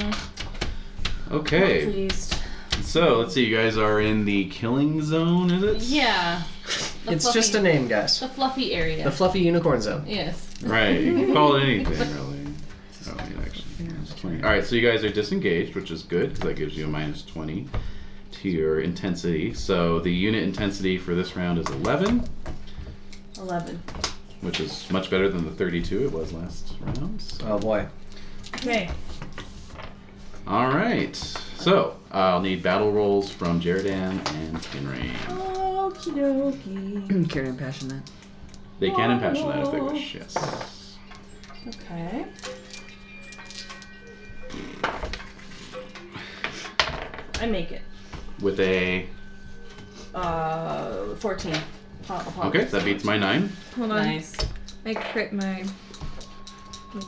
[SPEAKER 1] Okay.
[SPEAKER 4] not pleased.
[SPEAKER 1] So let's see, you guys are in the killing zone, is it?
[SPEAKER 4] Yeah. The
[SPEAKER 5] It's
[SPEAKER 4] fluffy-
[SPEAKER 5] just a name, guys.
[SPEAKER 4] The fluffy area.
[SPEAKER 5] The fluffy unicorn zone.
[SPEAKER 4] yes.
[SPEAKER 1] Right, you can call it
[SPEAKER 4] [LAUGHS]
[SPEAKER 1] anything, really. Oh, yeah, actually, minus 20. All right, so you guys are disengaged, which is good because that gives you a minus 20 to your intensity. So the unit intensity for this round is 11,
[SPEAKER 4] Eleven.
[SPEAKER 1] which is much better than the 32 it was last round.
[SPEAKER 5] Oh boy.
[SPEAKER 4] Okay.
[SPEAKER 1] All right, so I'll need battle rolls from Jaredan and Kinrain.
[SPEAKER 4] Okie dokie.
[SPEAKER 7] Carry and passion that.
[SPEAKER 1] They can impassion that if they wish, yes.
[SPEAKER 4] Okay. I make it.
[SPEAKER 1] With a.
[SPEAKER 4] Uh, 14. Pop, pop, pop.
[SPEAKER 1] Okay, that beats my 9.
[SPEAKER 9] Hold on.
[SPEAKER 4] Nice.
[SPEAKER 9] I crit my my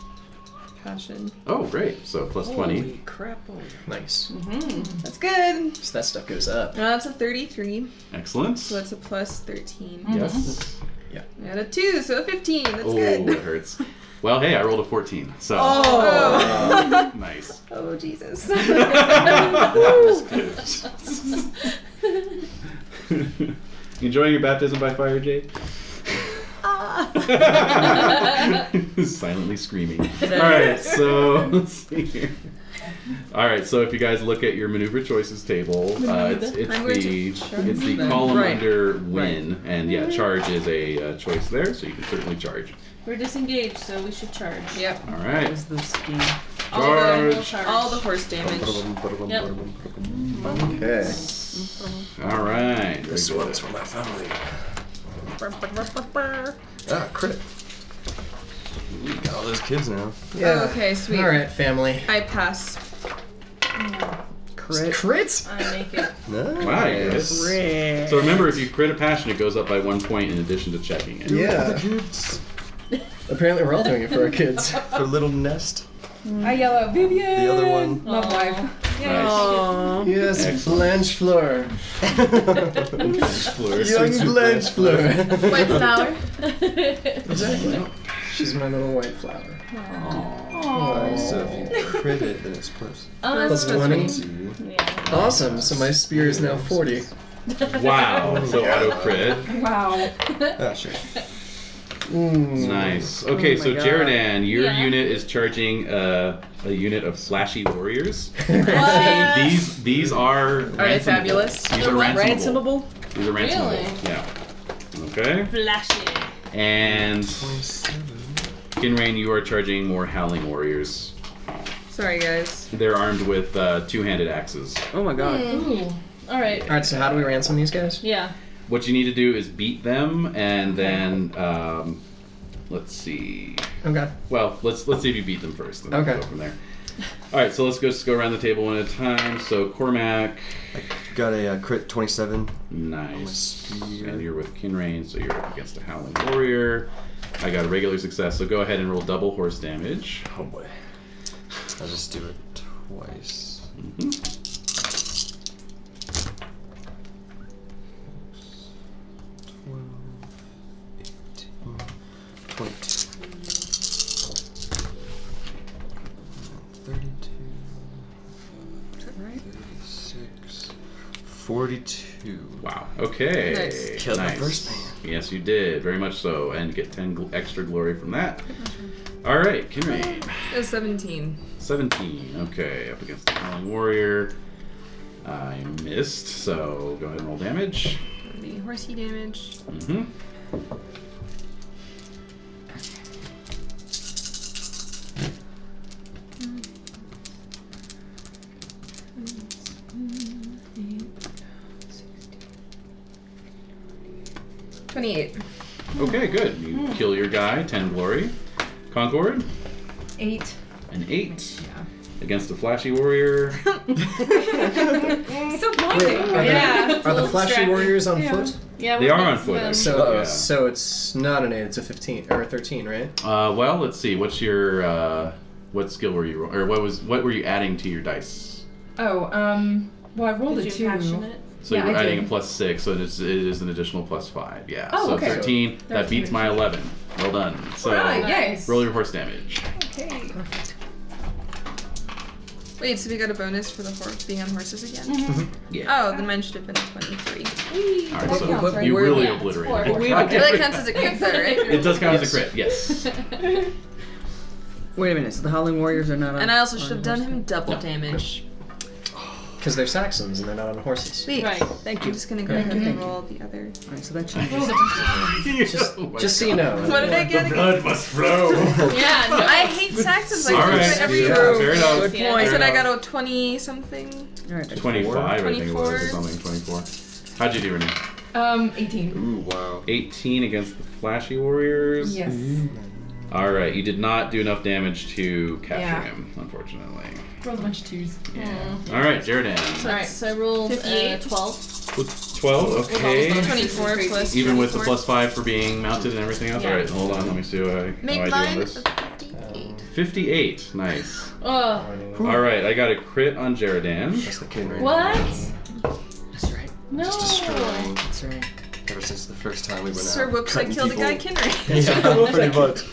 [SPEAKER 9] passion.
[SPEAKER 1] Oh, great, so plus 20.
[SPEAKER 5] Holy crap. Nice.
[SPEAKER 4] Mm-hmm.
[SPEAKER 9] That's good.
[SPEAKER 5] So that stuff goes up.
[SPEAKER 9] Now that's a 33,
[SPEAKER 1] Excellent.
[SPEAKER 9] so that's a plus 13.
[SPEAKER 1] Mm. Yes.
[SPEAKER 9] I got a 2, so a 15. That's
[SPEAKER 1] Oh,
[SPEAKER 9] good.
[SPEAKER 1] it hurts. Well, hey, I rolled a 14, so.
[SPEAKER 9] Oh.
[SPEAKER 1] [LAUGHS] nice. [LAUGHS]
[SPEAKER 9] Oh, Jesus.
[SPEAKER 1] You Enjoying your baptism by fire, Jade?
[SPEAKER 9] Ah.
[SPEAKER 1] [LAUGHS] Silently screaming. Alright, so let's see here. Alright, so if you guys look at your maneuver choices table, uh, it's, it's
[SPEAKER 9] I'm going to
[SPEAKER 1] the
[SPEAKER 9] charge
[SPEAKER 1] it's the
[SPEAKER 9] them.
[SPEAKER 1] column
[SPEAKER 7] Right.
[SPEAKER 1] under win, and yeah,
[SPEAKER 9] Mm-hmm.
[SPEAKER 1] charge is a uh, choice there, so you can certainly charge.
[SPEAKER 4] We're disengaged, so we should charge.
[SPEAKER 9] Yep.
[SPEAKER 1] All
[SPEAKER 7] That
[SPEAKER 1] right.
[SPEAKER 7] was the scheme.
[SPEAKER 9] All the,
[SPEAKER 4] Charge.
[SPEAKER 9] all the horse damage.
[SPEAKER 4] Yep.
[SPEAKER 10] Okay.
[SPEAKER 1] All right.
[SPEAKER 10] This
[SPEAKER 1] very good.
[SPEAKER 10] one's for my family. Ah, crit. We got all those kids now.
[SPEAKER 5] Yeah.
[SPEAKER 9] okay, sweet.
[SPEAKER 5] All right, family.
[SPEAKER 9] I pass.
[SPEAKER 7] Crit.
[SPEAKER 5] Crits.
[SPEAKER 4] I make it.
[SPEAKER 10] Nice.
[SPEAKER 1] Wow, you guys.
[SPEAKER 7] Crit.
[SPEAKER 1] So remember, if you crit a passion, it goes up by one point in addition to checking it.
[SPEAKER 5] Yeah. Apparently, we're all doing it for our kids.
[SPEAKER 10] For little nest.
[SPEAKER 8] Mm. I yell out, Vivian!
[SPEAKER 10] The other one.
[SPEAKER 8] [LAUGHS] Love life.
[SPEAKER 1] Nice.
[SPEAKER 5] [LAUGHS] Yes,
[SPEAKER 1] Excellent.
[SPEAKER 5] Blanche Fleur.
[SPEAKER 10] [LAUGHS]
[SPEAKER 1] Explore.
[SPEAKER 5] Young Blanche Fleur.
[SPEAKER 9] White flower.
[SPEAKER 4] [LAUGHS]
[SPEAKER 5] Exactly. She's my little white flower.
[SPEAKER 10] Alright, so if you crit it, then it's plus
[SPEAKER 4] Um,
[SPEAKER 5] Plus 20.
[SPEAKER 10] two.
[SPEAKER 4] yeah.
[SPEAKER 5] Awesome. So my spear is now 40.
[SPEAKER 1] Wow. So auto crit.
[SPEAKER 8] Wow.
[SPEAKER 10] Ah, sure.
[SPEAKER 5] Mm.
[SPEAKER 1] Nice. Okay,
[SPEAKER 7] Oh my
[SPEAKER 1] so
[SPEAKER 7] God.
[SPEAKER 1] Jaredan, your
[SPEAKER 4] Yeah.
[SPEAKER 1] unit is charging uh, a unit of slashy warriors.
[SPEAKER 4] What? [LAUGHS]
[SPEAKER 1] These these are.
[SPEAKER 9] Are they
[SPEAKER 1] ransomable.
[SPEAKER 9] fabulous?
[SPEAKER 1] These are ransomable.
[SPEAKER 7] Ransomable?
[SPEAKER 1] These are ransomable.
[SPEAKER 4] Really?
[SPEAKER 1] Yeah. Okay.
[SPEAKER 4] Flashy.
[SPEAKER 1] And Kinrain, you are charging more howling warriors.
[SPEAKER 9] Sorry, guys.
[SPEAKER 1] They're armed with uh, two-handed axes.
[SPEAKER 7] Oh my god.
[SPEAKER 4] Ooh. All right.
[SPEAKER 5] All right. So how do we ransom these guys?
[SPEAKER 4] Yeah.
[SPEAKER 1] What you need to do is beat them, and then um, let's see.
[SPEAKER 5] Okay.
[SPEAKER 1] Well, let's let's see if you beat them first. And
[SPEAKER 5] Okay.
[SPEAKER 1] Go from there. All right, so let's go, just go around the table one at a time. So Cormac,
[SPEAKER 10] Got a uh, crit 27.
[SPEAKER 1] nice, and you're with Kinrain, so you're up against a Howling Warrior. I got a regular success, so go ahead and roll double horse damage.
[SPEAKER 10] Oh boy. I'll just do it twice. Point. 42.
[SPEAKER 1] Wow. Okay.
[SPEAKER 10] Nice. Killed my first
[SPEAKER 1] Yes, you did. Very much so. And get 10 gl- extra glory from that. All right, Kinrain.
[SPEAKER 9] It was 17.
[SPEAKER 1] 17. Okay, up against the Howling Warrior. I missed, so go ahead and roll damage.
[SPEAKER 9] That'd be horsey damage.
[SPEAKER 1] Mm-hmm.
[SPEAKER 9] Twenty-eight.
[SPEAKER 1] Okay, good. You
[SPEAKER 10] Hmm.
[SPEAKER 1] kill your guy, 10 glory. Concord,
[SPEAKER 8] Eight.
[SPEAKER 1] an 8. Against the Flashy
[SPEAKER 10] [LAUGHS]
[SPEAKER 1] Warrior.
[SPEAKER 9] Still
[SPEAKER 5] Wait,
[SPEAKER 9] pointing.
[SPEAKER 5] are,
[SPEAKER 9] yeah.
[SPEAKER 5] the, are the flashy warriors on foot?
[SPEAKER 9] Yeah.
[SPEAKER 1] They are on foot.
[SPEAKER 5] So,
[SPEAKER 1] actually, Oh, yeah.
[SPEAKER 5] so it's not an eight. It's a fifteen or a thirteen, right?
[SPEAKER 1] Uh, well, let's see. What's your uh, what skill were you ro- or what was what were you adding to your dice?
[SPEAKER 8] Oh, um, well, I rolled
[SPEAKER 4] Did
[SPEAKER 8] a
[SPEAKER 4] you
[SPEAKER 8] two.
[SPEAKER 4] passion it?
[SPEAKER 1] So
[SPEAKER 8] yeah,
[SPEAKER 1] you were
[SPEAKER 8] I
[SPEAKER 1] adding
[SPEAKER 8] did.
[SPEAKER 1] a plus six, so it is, it is an additional plus five. Yeah.
[SPEAKER 8] Oh,
[SPEAKER 1] so
[SPEAKER 8] okay.
[SPEAKER 1] 13, That beats my eleven. Well done. So
[SPEAKER 9] Alright, nice.
[SPEAKER 1] roll your horse damage.
[SPEAKER 9] Okay. Wait, so we got a bonus for the horse being on horses again?
[SPEAKER 1] Mm-hmm.
[SPEAKER 9] Oh, then mine should have been twenty-three.
[SPEAKER 1] All right. So you really obliterated.
[SPEAKER 9] We
[SPEAKER 1] it.
[SPEAKER 9] That counts as a
[SPEAKER 4] [LAUGHS]
[SPEAKER 9] crit, though, right?
[SPEAKER 1] It does count as a crit. [LAUGHS] Yes.
[SPEAKER 7] Wait a minute. So the Howling Warriors are not on.
[SPEAKER 9] And I also should have done him double damage.
[SPEAKER 5] Because they're Saxons and they're not on horses.
[SPEAKER 9] Sweet. Right. Thank you. I'm just gonna go
[SPEAKER 5] Okay.
[SPEAKER 9] ahead
[SPEAKER 5] Thank
[SPEAKER 9] and
[SPEAKER 5] you.
[SPEAKER 9] roll the other.
[SPEAKER 7] Alright, so that
[SPEAKER 9] Roll
[SPEAKER 7] changes.
[SPEAKER 9] the-
[SPEAKER 5] just just so you know.
[SPEAKER 9] What did I get again?
[SPEAKER 1] must flow.
[SPEAKER 9] Yeah, no, I hate Saxons. I
[SPEAKER 1] All
[SPEAKER 9] do
[SPEAKER 1] right,
[SPEAKER 9] it every
[SPEAKER 1] yeah,
[SPEAKER 9] room.
[SPEAKER 1] fair enough. Good
[SPEAKER 9] I
[SPEAKER 1] point.
[SPEAKER 9] said
[SPEAKER 1] Fair
[SPEAKER 9] I got a 20 something.
[SPEAKER 1] Twenty-five, I think it was, or
[SPEAKER 9] 24.
[SPEAKER 1] something. Twenty-four. How'd you do, Renee?
[SPEAKER 8] Um, eighteen.
[SPEAKER 1] Ooh, wow. 18 against the Flashy Warriors.
[SPEAKER 8] Yes.
[SPEAKER 1] All right, you did not do enough damage to capture
[SPEAKER 8] Yeah.
[SPEAKER 1] him, unfortunately.
[SPEAKER 8] Rolled a bunch of twos.
[SPEAKER 1] Yeah. All right, Jaredan.
[SPEAKER 4] So, so I rolled uh,
[SPEAKER 9] 58.
[SPEAKER 4] 12.
[SPEAKER 1] With 12,
[SPEAKER 9] Well,
[SPEAKER 1] okay.
[SPEAKER 9] 24 plus.
[SPEAKER 1] Even with the
[SPEAKER 9] 24.
[SPEAKER 1] plus 5 for being mounted and everything else?
[SPEAKER 9] Yeah.
[SPEAKER 1] All right, hold on, let me see what I,
[SPEAKER 9] Make
[SPEAKER 1] how I do on
[SPEAKER 9] mine
[SPEAKER 1] this. 58, nice.
[SPEAKER 4] Oh,
[SPEAKER 1] All right, I got a crit on Jaredan.
[SPEAKER 10] That's the kid right
[SPEAKER 4] what?
[SPEAKER 10] That's right.
[SPEAKER 4] No.
[SPEAKER 10] Just destroying
[SPEAKER 7] That's right.
[SPEAKER 10] ever since the first time we went
[SPEAKER 9] Sir
[SPEAKER 10] out.
[SPEAKER 9] Whoops, I
[SPEAKER 10] cutting
[SPEAKER 9] killed a guy,
[SPEAKER 10] people.
[SPEAKER 9] Kinray.
[SPEAKER 10] Yeah, pretty much.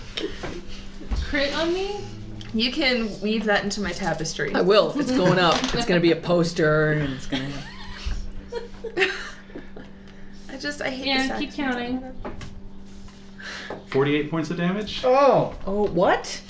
[SPEAKER 4] Crit on me?
[SPEAKER 9] You can weave that into my tapestry.
[SPEAKER 7] I will. It's going up. It's gonna be a poster, and it's gonna.
[SPEAKER 4] [LAUGHS]
[SPEAKER 7] Have...
[SPEAKER 9] I just, I hate
[SPEAKER 4] Yeah,
[SPEAKER 9] this
[SPEAKER 4] keep counting.
[SPEAKER 1] 48 points of damage?
[SPEAKER 7] Oh. Oh, what?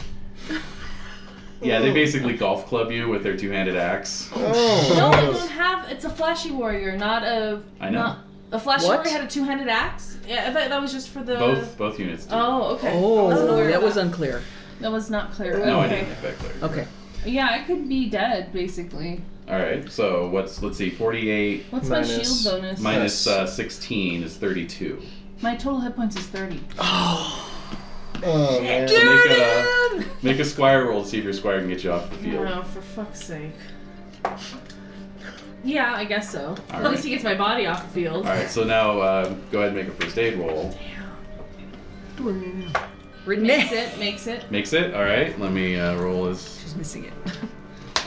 [SPEAKER 1] Yeah,
[SPEAKER 4] Oh.
[SPEAKER 1] they basically golf club you with their two handed axe.
[SPEAKER 4] No, I don't have. It's a flashy warrior, not a.
[SPEAKER 1] I know.
[SPEAKER 4] Not, a flashy
[SPEAKER 7] What?
[SPEAKER 4] warrior had a two-handed axe. Yeah, I thought that was just for the.
[SPEAKER 1] Both both units do.
[SPEAKER 4] Oh, okay. I wasn't
[SPEAKER 7] Oh,
[SPEAKER 4] aware
[SPEAKER 7] that
[SPEAKER 4] of
[SPEAKER 7] was unclear.
[SPEAKER 4] That was not clear.
[SPEAKER 1] No, I
[SPEAKER 4] okay.
[SPEAKER 1] didn't make that clear.
[SPEAKER 7] Okay.
[SPEAKER 4] Yeah, I could be dead basically.
[SPEAKER 1] All right, so what's let's see, forty-eight
[SPEAKER 4] What's my
[SPEAKER 5] Minus-
[SPEAKER 4] shield bonus?
[SPEAKER 1] minus, uh, sixteen is thirty-two.
[SPEAKER 4] My total hit points is thirty.
[SPEAKER 5] Oh man.
[SPEAKER 1] So make a make a squire roll to see if your squire can get you off the field.
[SPEAKER 4] No, Oh, for fuck's sake. Yeah, I guess so. At
[SPEAKER 1] right.
[SPEAKER 4] least he gets my body off the field.
[SPEAKER 1] All right, so now uh, go ahead and make a first aid roll.
[SPEAKER 4] Makes it, makes it.
[SPEAKER 1] Makes it. All right, let me uh, roll his
[SPEAKER 7] She's missing it.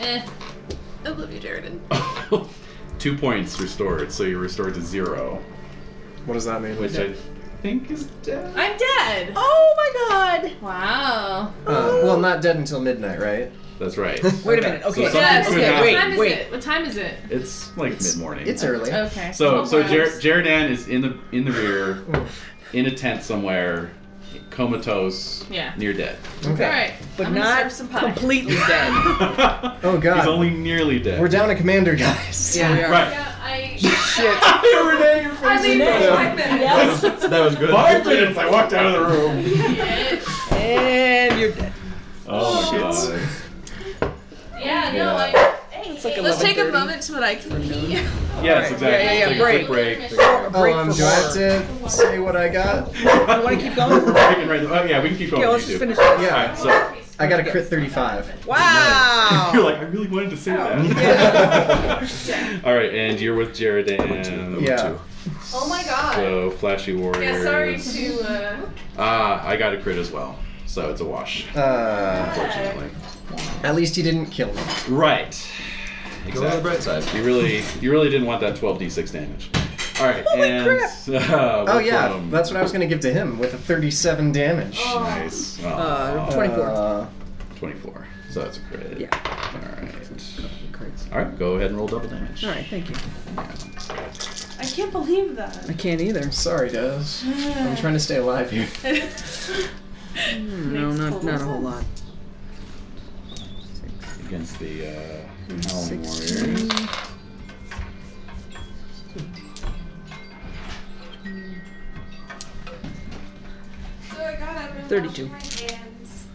[SPEAKER 4] Eh.
[SPEAKER 9] I love you, Jaredin.
[SPEAKER 1] [LAUGHS] two points restored, so you're restored to zero,
[SPEAKER 5] What does that mean?
[SPEAKER 1] which I think is dead.
[SPEAKER 4] I'm dead.
[SPEAKER 7] Oh my God.
[SPEAKER 4] Wow.
[SPEAKER 5] Uh, well, not dead until midnight, right?
[SPEAKER 1] That's
[SPEAKER 7] [LAUGHS]
[SPEAKER 1] right.
[SPEAKER 7] Wait a minute.
[SPEAKER 1] So
[SPEAKER 7] Okay.
[SPEAKER 1] something
[SPEAKER 4] Yes,
[SPEAKER 1] could happen.
[SPEAKER 4] okay, What time is
[SPEAKER 7] wait.
[SPEAKER 4] it? What time is it?
[SPEAKER 1] It's like mid morning.
[SPEAKER 5] It's early.
[SPEAKER 9] Oh,
[SPEAKER 4] Okay.
[SPEAKER 1] So
[SPEAKER 4] Twelve
[SPEAKER 1] so Jer-
[SPEAKER 4] hours.
[SPEAKER 1] Jaredan is in the in the rear, in a tent somewhere, comatose,
[SPEAKER 4] Yeah.
[SPEAKER 1] near
[SPEAKER 7] [LAUGHS]
[SPEAKER 1] dead.
[SPEAKER 4] All right.
[SPEAKER 7] But
[SPEAKER 4] I'm gonna serve
[SPEAKER 7] not
[SPEAKER 4] some pie.
[SPEAKER 7] completely dead.
[SPEAKER 5] Oh
[SPEAKER 1] He's
[SPEAKER 5] god.
[SPEAKER 1] only nearly dead.
[SPEAKER 5] We're down a commander, guys.
[SPEAKER 7] Yeah, we are.
[SPEAKER 1] Right.
[SPEAKER 4] Yeah, I.
[SPEAKER 5] Shit.
[SPEAKER 1] Renee, your
[SPEAKER 4] I mean,
[SPEAKER 10] Yeah.
[SPEAKER 4] five minutes.
[SPEAKER 10] That was good.
[SPEAKER 1] Five minutes. I walked out of the
[SPEAKER 7] [LAUGHS]
[SPEAKER 1] room.
[SPEAKER 7] And you're dead.
[SPEAKER 1] Oh my
[SPEAKER 5] Shit.
[SPEAKER 1] god.
[SPEAKER 4] Yeah, no,
[SPEAKER 1] Yeah.
[SPEAKER 4] I. Hey, hey,
[SPEAKER 9] Let's take a moment so that I can pee.
[SPEAKER 1] Yes, exactly.
[SPEAKER 7] Yeah, yeah, yeah,
[SPEAKER 1] Take a
[SPEAKER 7] break.
[SPEAKER 1] quick break.
[SPEAKER 5] Oh, um, do I have to say what I got?
[SPEAKER 7] [LAUGHS] You want to keep going?
[SPEAKER 1] [LAUGHS] We can write- oh, yeah, we can keep going.
[SPEAKER 7] Okay,
[SPEAKER 1] with
[SPEAKER 7] let's
[SPEAKER 1] you
[SPEAKER 7] just
[SPEAKER 1] two.
[SPEAKER 7] finish. this.
[SPEAKER 5] Yeah.
[SPEAKER 1] Alright, so
[SPEAKER 5] I got a crit 35.
[SPEAKER 9] Wow.
[SPEAKER 1] [LAUGHS] You're like, I really wanted to
[SPEAKER 5] Oh,
[SPEAKER 1] say [LAUGHS] that. All right, and you're with Jared and
[SPEAKER 5] Yeah.
[SPEAKER 9] Oh my god.
[SPEAKER 1] so flashy warrior.
[SPEAKER 9] yeah, sorry to. Uh...
[SPEAKER 1] Ah, I got a crit as well, so it's a wash.
[SPEAKER 5] Uh,
[SPEAKER 1] Unfortunately.
[SPEAKER 5] at least he didn't kill me.
[SPEAKER 1] Right. Exactly.
[SPEAKER 5] Go on the bright side.
[SPEAKER 1] You really, you really didn't want that 12d6 damage. All right,
[SPEAKER 9] Oh,
[SPEAKER 1] and [LAUGHS] uh,
[SPEAKER 5] oh
[SPEAKER 1] we're
[SPEAKER 5] yeah,
[SPEAKER 1] from-
[SPEAKER 5] that's what I was gonna give to him with a 37 damage.
[SPEAKER 1] nice.
[SPEAKER 5] Uh,
[SPEAKER 1] Aw.
[SPEAKER 5] 24.
[SPEAKER 1] 24. So that's a crit. Yeah. All right. All right, go ahead and roll double damage.
[SPEAKER 7] All right, thank you.
[SPEAKER 4] I can't believe that.
[SPEAKER 7] I can't either.
[SPEAKER 5] Sorry, Des. I'm trying to stay alive here.
[SPEAKER 4] [LAUGHS]
[SPEAKER 7] No, not not a whole lot.
[SPEAKER 1] Against the uh,
[SPEAKER 7] There's
[SPEAKER 1] Howling
[SPEAKER 7] 16.
[SPEAKER 1] Warriors.
[SPEAKER 23] So I got up and
[SPEAKER 7] 32.
[SPEAKER 23] washed my hands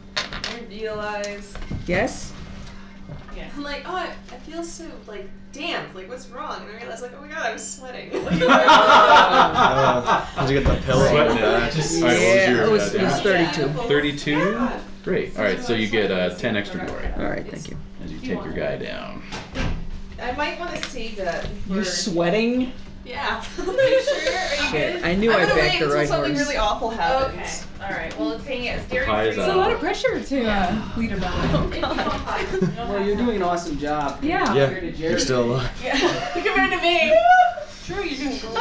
[SPEAKER 23] and realized
[SPEAKER 7] Yes.
[SPEAKER 23] I'm like, oh, I, I feel so like damp. Like, what's wrong? And I realized, like, oh my god, I'm sweating.
[SPEAKER 5] Uh, did you get
[SPEAKER 7] [LAUGHS]
[SPEAKER 5] the pillow?
[SPEAKER 1] Sweating it.
[SPEAKER 5] Just-
[SPEAKER 1] All right, what was
[SPEAKER 7] Yeah,
[SPEAKER 1] your,
[SPEAKER 7] it was-
[SPEAKER 1] uh,
[SPEAKER 7] it was
[SPEAKER 1] damage?
[SPEAKER 7] 32.
[SPEAKER 1] 32? Great. All right, so you get uh, 10 extra glory
[SPEAKER 7] All right, thank you.
[SPEAKER 1] as you take your guy down.
[SPEAKER 23] I might want to save that.
[SPEAKER 7] You're
[SPEAKER 23] for-
[SPEAKER 7] sweating.
[SPEAKER 23] Yeah. [LAUGHS] Are you sure? Are you
[SPEAKER 7] Shit,
[SPEAKER 23] good?
[SPEAKER 7] I knew I
[SPEAKER 23] I'm gonna
[SPEAKER 7] backed
[SPEAKER 23] wait
[SPEAKER 7] the
[SPEAKER 23] until
[SPEAKER 7] right
[SPEAKER 23] something
[SPEAKER 7] horse.
[SPEAKER 23] really awful
[SPEAKER 14] Okay.
[SPEAKER 23] happens.
[SPEAKER 14] All right. Well, it's being it's dairy
[SPEAKER 1] Pies
[SPEAKER 14] free.
[SPEAKER 1] out.
[SPEAKER 8] It's a lot of pressure to uh, lead a battle.
[SPEAKER 4] [LAUGHS]
[SPEAKER 24] Well, you're doing an awesome job.
[SPEAKER 8] Yeah.
[SPEAKER 10] Yeah, you're still alive.
[SPEAKER 23] Compared to me. Sure, you're doing great.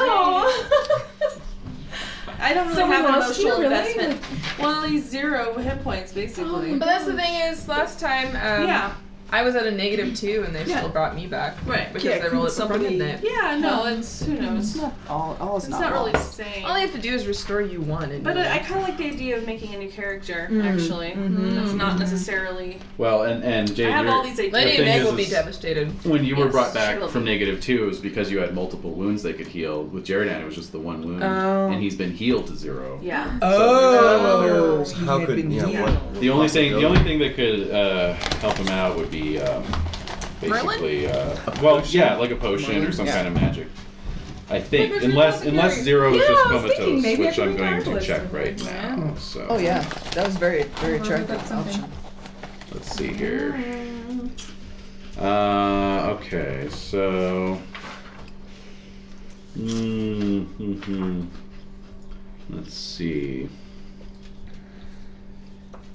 [SPEAKER 23] I don't really
[SPEAKER 4] Someone
[SPEAKER 23] have an
[SPEAKER 4] else do,
[SPEAKER 23] emotional
[SPEAKER 4] really?
[SPEAKER 23] investment.
[SPEAKER 4] Well, at least zero hit points, basically.
[SPEAKER 9] Oh,
[SPEAKER 23] But that's the thing is, last time um,
[SPEAKER 4] Yeah.
[SPEAKER 23] I was at a negative two, and they
[SPEAKER 24] Yeah.
[SPEAKER 23] still brought me back.
[SPEAKER 24] Right.
[SPEAKER 23] Because
[SPEAKER 24] Yeah,
[SPEAKER 23] they rolled
[SPEAKER 24] couldn't
[SPEAKER 23] somebody.
[SPEAKER 24] somebody-
[SPEAKER 4] Yeah, no, it's who knows.
[SPEAKER 24] It's not all. All is
[SPEAKER 4] It's
[SPEAKER 24] not,
[SPEAKER 4] not really
[SPEAKER 24] lost.
[SPEAKER 4] saying.
[SPEAKER 23] All you have to do is restore you one. And
[SPEAKER 4] But
[SPEAKER 23] you're
[SPEAKER 4] I, I
[SPEAKER 23] like-
[SPEAKER 4] kind of like the idea of making a new character,
[SPEAKER 23] Mm,
[SPEAKER 4] actually. That's not necessarily.
[SPEAKER 1] Well, and, and Jade,
[SPEAKER 4] I have
[SPEAKER 1] you're-
[SPEAKER 4] all these ideas.
[SPEAKER 1] the thing is- is
[SPEAKER 23] devastated.
[SPEAKER 1] When you were
[SPEAKER 4] Yes,
[SPEAKER 1] brought
[SPEAKER 4] she
[SPEAKER 1] back
[SPEAKER 4] will
[SPEAKER 1] from
[SPEAKER 4] be.
[SPEAKER 1] negative two, it was because you had multiple wounds that could heal. With Jared, it was just the one wound,
[SPEAKER 7] Oh.
[SPEAKER 1] and he's been healed to zero.
[SPEAKER 4] Yeah.
[SPEAKER 7] Oh.
[SPEAKER 10] How could you know what?
[SPEAKER 1] The only thing, the only thing that could uh, help him out would be um,
[SPEAKER 23] Merlin?
[SPEAKER 1] basically, uh, well, yeah, like a potion or some
[SPEAKER 7] Yeah.
[SPEAKER 1] kind of magic. I think,
[SPEAKER 7] there's no
[SPEAKER 1] unless
[SPEAKER 7] potion
[SPEAKER 1] unless
[SPEAKER 7] here.
[SPEAKER 1] zero is
[SPEAKER 7] Yeah,
[SPEAKER 1] just
[SPEAKER 7] I was thinking
[SPEAKER 1] comatose,
[SPEAKER 7] maybe I
[SPEAKER 1] which
[SPEAKER 7] could
[SPEAKER 1] I'm going to
[SPEAKER 7] regardless.
[SPEAKER 1] check right now. So
[SPEAKER 24] Oh yeah, that was very very attractive option.
[SPEAKER 1] let's see here. Uh, okay, so. Mm, hmm Let's see.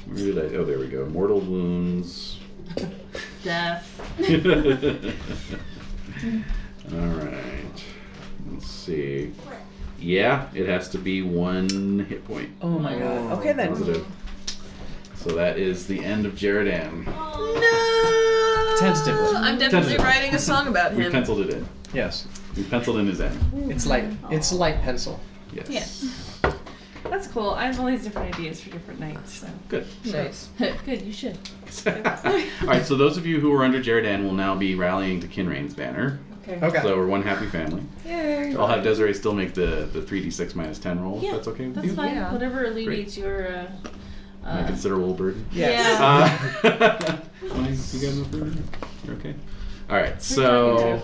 [SPEAKER 1] Where did I? Oh, there we go. Mortal wounds.
[SPEAKER 14] Death.
[SPEAKER 1] All right. Let's see. Yeah, it has to be one hit point.
[SPEAKER 24] Oh my god. Okay then.
[SPEAKER 1] Positive. So that is the end of Jaredan.
[SPEAKER 5] Tentatively.
[SPEAKER 23] I'm definitely
[SPEAKER 1] Tentative.
[SPEAKER 23] writing a song about
[SPEAKER 1] We
[SPEAKER 23] him.
[SPEAKER 1] penciled it in.
[SPEAKER 5] Yes.
[SPEAKER 1] We penciled in his end.
[SPEAKER 5] It's like it's light pencil.
[SPEAKER 1] Yes.
[SPEAKER 14] That's cool. I have all these different ideas for different nights. So
[SPEAKER 1] [LAUGHS] Good.
[SPEAKER 14] nice. Good. You should.
[SPEAKER 1] All right, so those of you who are under Jaredan will now be rallying to Kinrain's banner.
[SPEAKER 8] Okay.
[SPEAKER 5] Okay.
[SPEAKER 1] So we're one happy family.
[SPEAKER 8] Yay.
[SPEAKER 1] I'll have Desiree still make the, the 3d6 minus 10 roll,
[SPEAKER 14] Yeah,
[SPEAKER 1] if that's okay with
[SPEAKER 14] That's
[SPEAKER 1] you.
[SPEAKER 14] fine.
[SPEAKER 23] Yeah.
[SPEAKER 14] Whatever alleviates your. Uh,
[SPEAKER 1] A
[SPEAKER 14] uh,
[SPEAKER 1] considerable burden.
[SPEAKER 14] Yeah.
[SPEAKER 1] [LAUGHS] Uh, you got enough burden? You're okay? All right, so.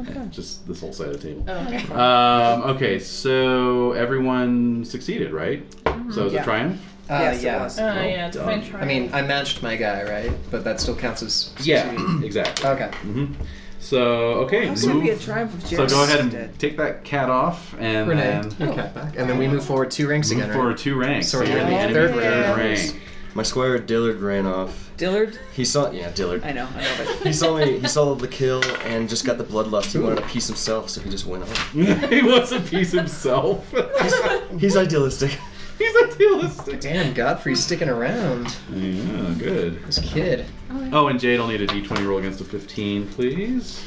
[SPEAKER 1] Yeah, just this whole side of the table.
[SPEAKER 14] Oh, okay.
[SPEAKER 1] Um, okay, so everyone succeeded, right? So it was
[SPEAKER 5] Yeah.
[SPEAKER 1] a triumph?
[SPEAKER 5] Uh,
[SPEAKER 24] Yes, it
[SPEAKER 5] yeah.
[SPEAKER 24] was.
[SPEAKER 14] Mm-hmm. Oh, yeah, it's
[SPEAKER 1] done.
[SPEAKER 14] fine.
[SPEAKER 5] I mean, I matched my guy, right? But that still counts as.
[SPEAKER 1] Yeah, exactly.
[SPEAKER 5] Okay.
[SPEAKER 1] hmm So, okay.
[SPEAKER 24] How's gonna be a
[SPEAKER 1] Move.
[SPEAKER 24] triumph of
[SPEAKER 1] So
[SPEAKER 24] Jared's
[SPEAKER 1] go ahead
[SPEAKER 24] dead?
[SPEAKER 1] and take that cat off and
[SPEAKER 5] Renee,
[SPEAKER 1] then
[SPEAKER 5] your cat back, and then we Oh. move forward two ranks
[SPEAKER 1] move
[SPEAKER 5] again.
[SPEAKER 1] forward
[SPEAKER 5] right?
[SPEAKER 1] two ranks.
[SPEAKER 5] So
[SPEAKER 1] So
[SPEAKER 5] we're
[SPEAKER 1] you're
[SPEAKER 5] in
[SPEAKER 1] the
[SPEAKER 5] the
[SPEAKER 1] enemy
[SPEAKER 5] third
[SPEAKER 1] third
[SPEAKER 5] rank.
[SPEAKER 1] rank. [LAUGHS]
[SPEAKER 10] My squire Dillard ran off.
[SPEAKER 24] Dillard.
[SPEAKER 10] He saw, yeah, Dillard.
[SPEAKER 24] I know. I know. But
[SPEAKER 10] He saw me. He saw the kill and just got the bloodlust. He wanted a piece himself, so he just went off.
[SPEAKER 1] he wants a piece himself. [LAUGHS]
[SPEAKER 10] He's idealistic.
[SPEAKER 1] He's
[SPEAKER 14] [LAUGHS]
[SPEAKER 1] idealistic.
[SPEAKER 5] Damn, Godfrey's sticking around.
[SPEAKER 1] Yeah, good.
[SPEAKER 5] This kid.
[SPEAKER 1] Oh, and Jade, I'll need a d20 roll against a 15, please.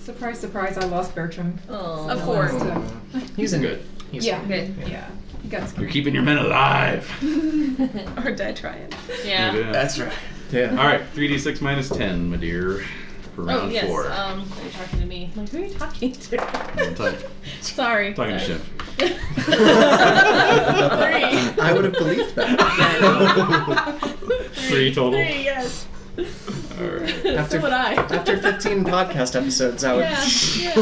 [SPEAKER 8] Surprise, surprise, I lost Bertram. uh,
[SPEAKER 14] Oh.
[SPEAKER 23] Of course.
[SPEAKER 8] So,
[SPEAKER 5] He's in
[SPEAKER 1] Good.
[SPEAKER 5] He's
[SPEAKER 8] yeah,
[SPEAKER 5] in-
[SPEAKER 8] good. Yeah. He got
[SPEAKER 1] You're
[SPEAKER 8] screwed.
[SPEAKER 1] keeping your men alive.
[SPEAKER 23] or die trying.
[SPEAKER 14] Yeah.
[SPEAKER 1] Yeah.
[SPEAKER 5] That's right. Yeah.
[SPEAKER 1] All right, 3d6 minus 10, my dear, for
[SPEAKER 14] Oh
[SPEAKER 1] round
[SPEAKER 14] yes.
[SPEAKER 1] four.
[SPEAKER 14] Um, you're talking to me. I'm like, who are you talking to? [LAUGHS]
[SPEAKER 1] I'm talk-
[SPEAKER 14] Sorry.
[SPEAKER 1] talking
[SPEAKER 14] [LAUGHS]
[SPEAKER 1] to Shiv.
[SPEAKER 14] Three.
[SPEAKER 5] I would have [LAUGHS]
[SPEAKER 10] [LAUGHS]
[SPEAKER 5] believed that.
[SPEAKER 1] Three total.
[SPEAKER 14] Three, yes.
[SPEAKER 1] All right.
[SPEAKER 14] so
[SPEAKER 5] After-
[SPEAKER 14] would I.
[SPEAKER 5] After [LAUGHS] 15 podcast episodes, [LAUGHS] I would.
[SPEAKER 14] yeah. yeah.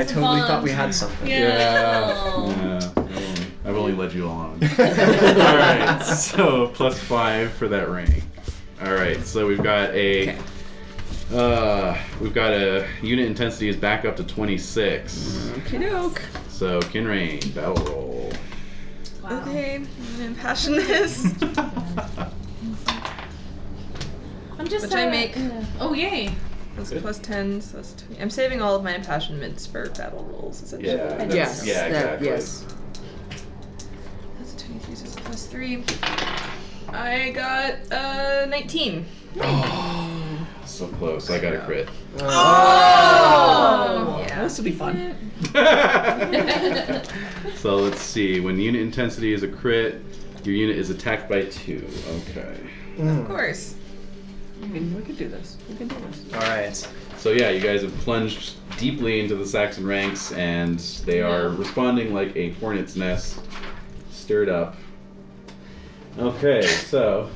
[SPEAKER 5] I totally thought we had
[SPEAKER 14] Yeah.
[SPEAKER 5] [LAUGHS] something.
[SPEAKER 14] Oh.
[SPEAKER 1] Yeah, I've
[SPEAKER 14] [LAUGHS]
[SPEAKER 1] only- I've only led you along. All right, so plus five for that rank. All right, so we've got a. Uh, we've got a unit intensity is back up to 26.
[SPEAKER 9] doke.
[SPEAKER 1] So Kinrain, battle roll.
[SPEAKER 9] Okay, I'm gonna impassion this.
[SPEAKER 1] [LAUGHS]
[SPEAKER 14] I'm just
[SPEAKER 9] Which I
[SPEAKER 14] uh,
[SPEAKER 9] make.
[SPEAKER 14] yeah. Oh yay!
[SPEAKER 9] That's plus 10, so that's 20. I'm saving all of my impassionments for battle rolls, essentially.
[SPEAKER 1] Yeah, that's- Yes, yeah, that- exactly. yes.
[SPEAKER 9] That's 23, so it's plus 3. I got uh, 19.
[SPEAKER 1] So close. I got a
[SPEAKER 24] [LAUGHS]
[SPEAKER 1] crit.
[SPEAKER 9] Oh! Yeah.
[SPEAKER 24] This will be fun.
[SPEAKER 1] So let's see. When unit intensity is a crit, your unit is attacked by two. Okay.
[SPEAKER 24] Of
[SPEAKER 9] course.
[SPEAKER 24] We can, we can do this. We can do this.
[SPEAKER 1] All right. So yeah, you guys have plunged deeply into the Saxon ranks, and they are responding like a hornet's nest, stirred up. Okay, so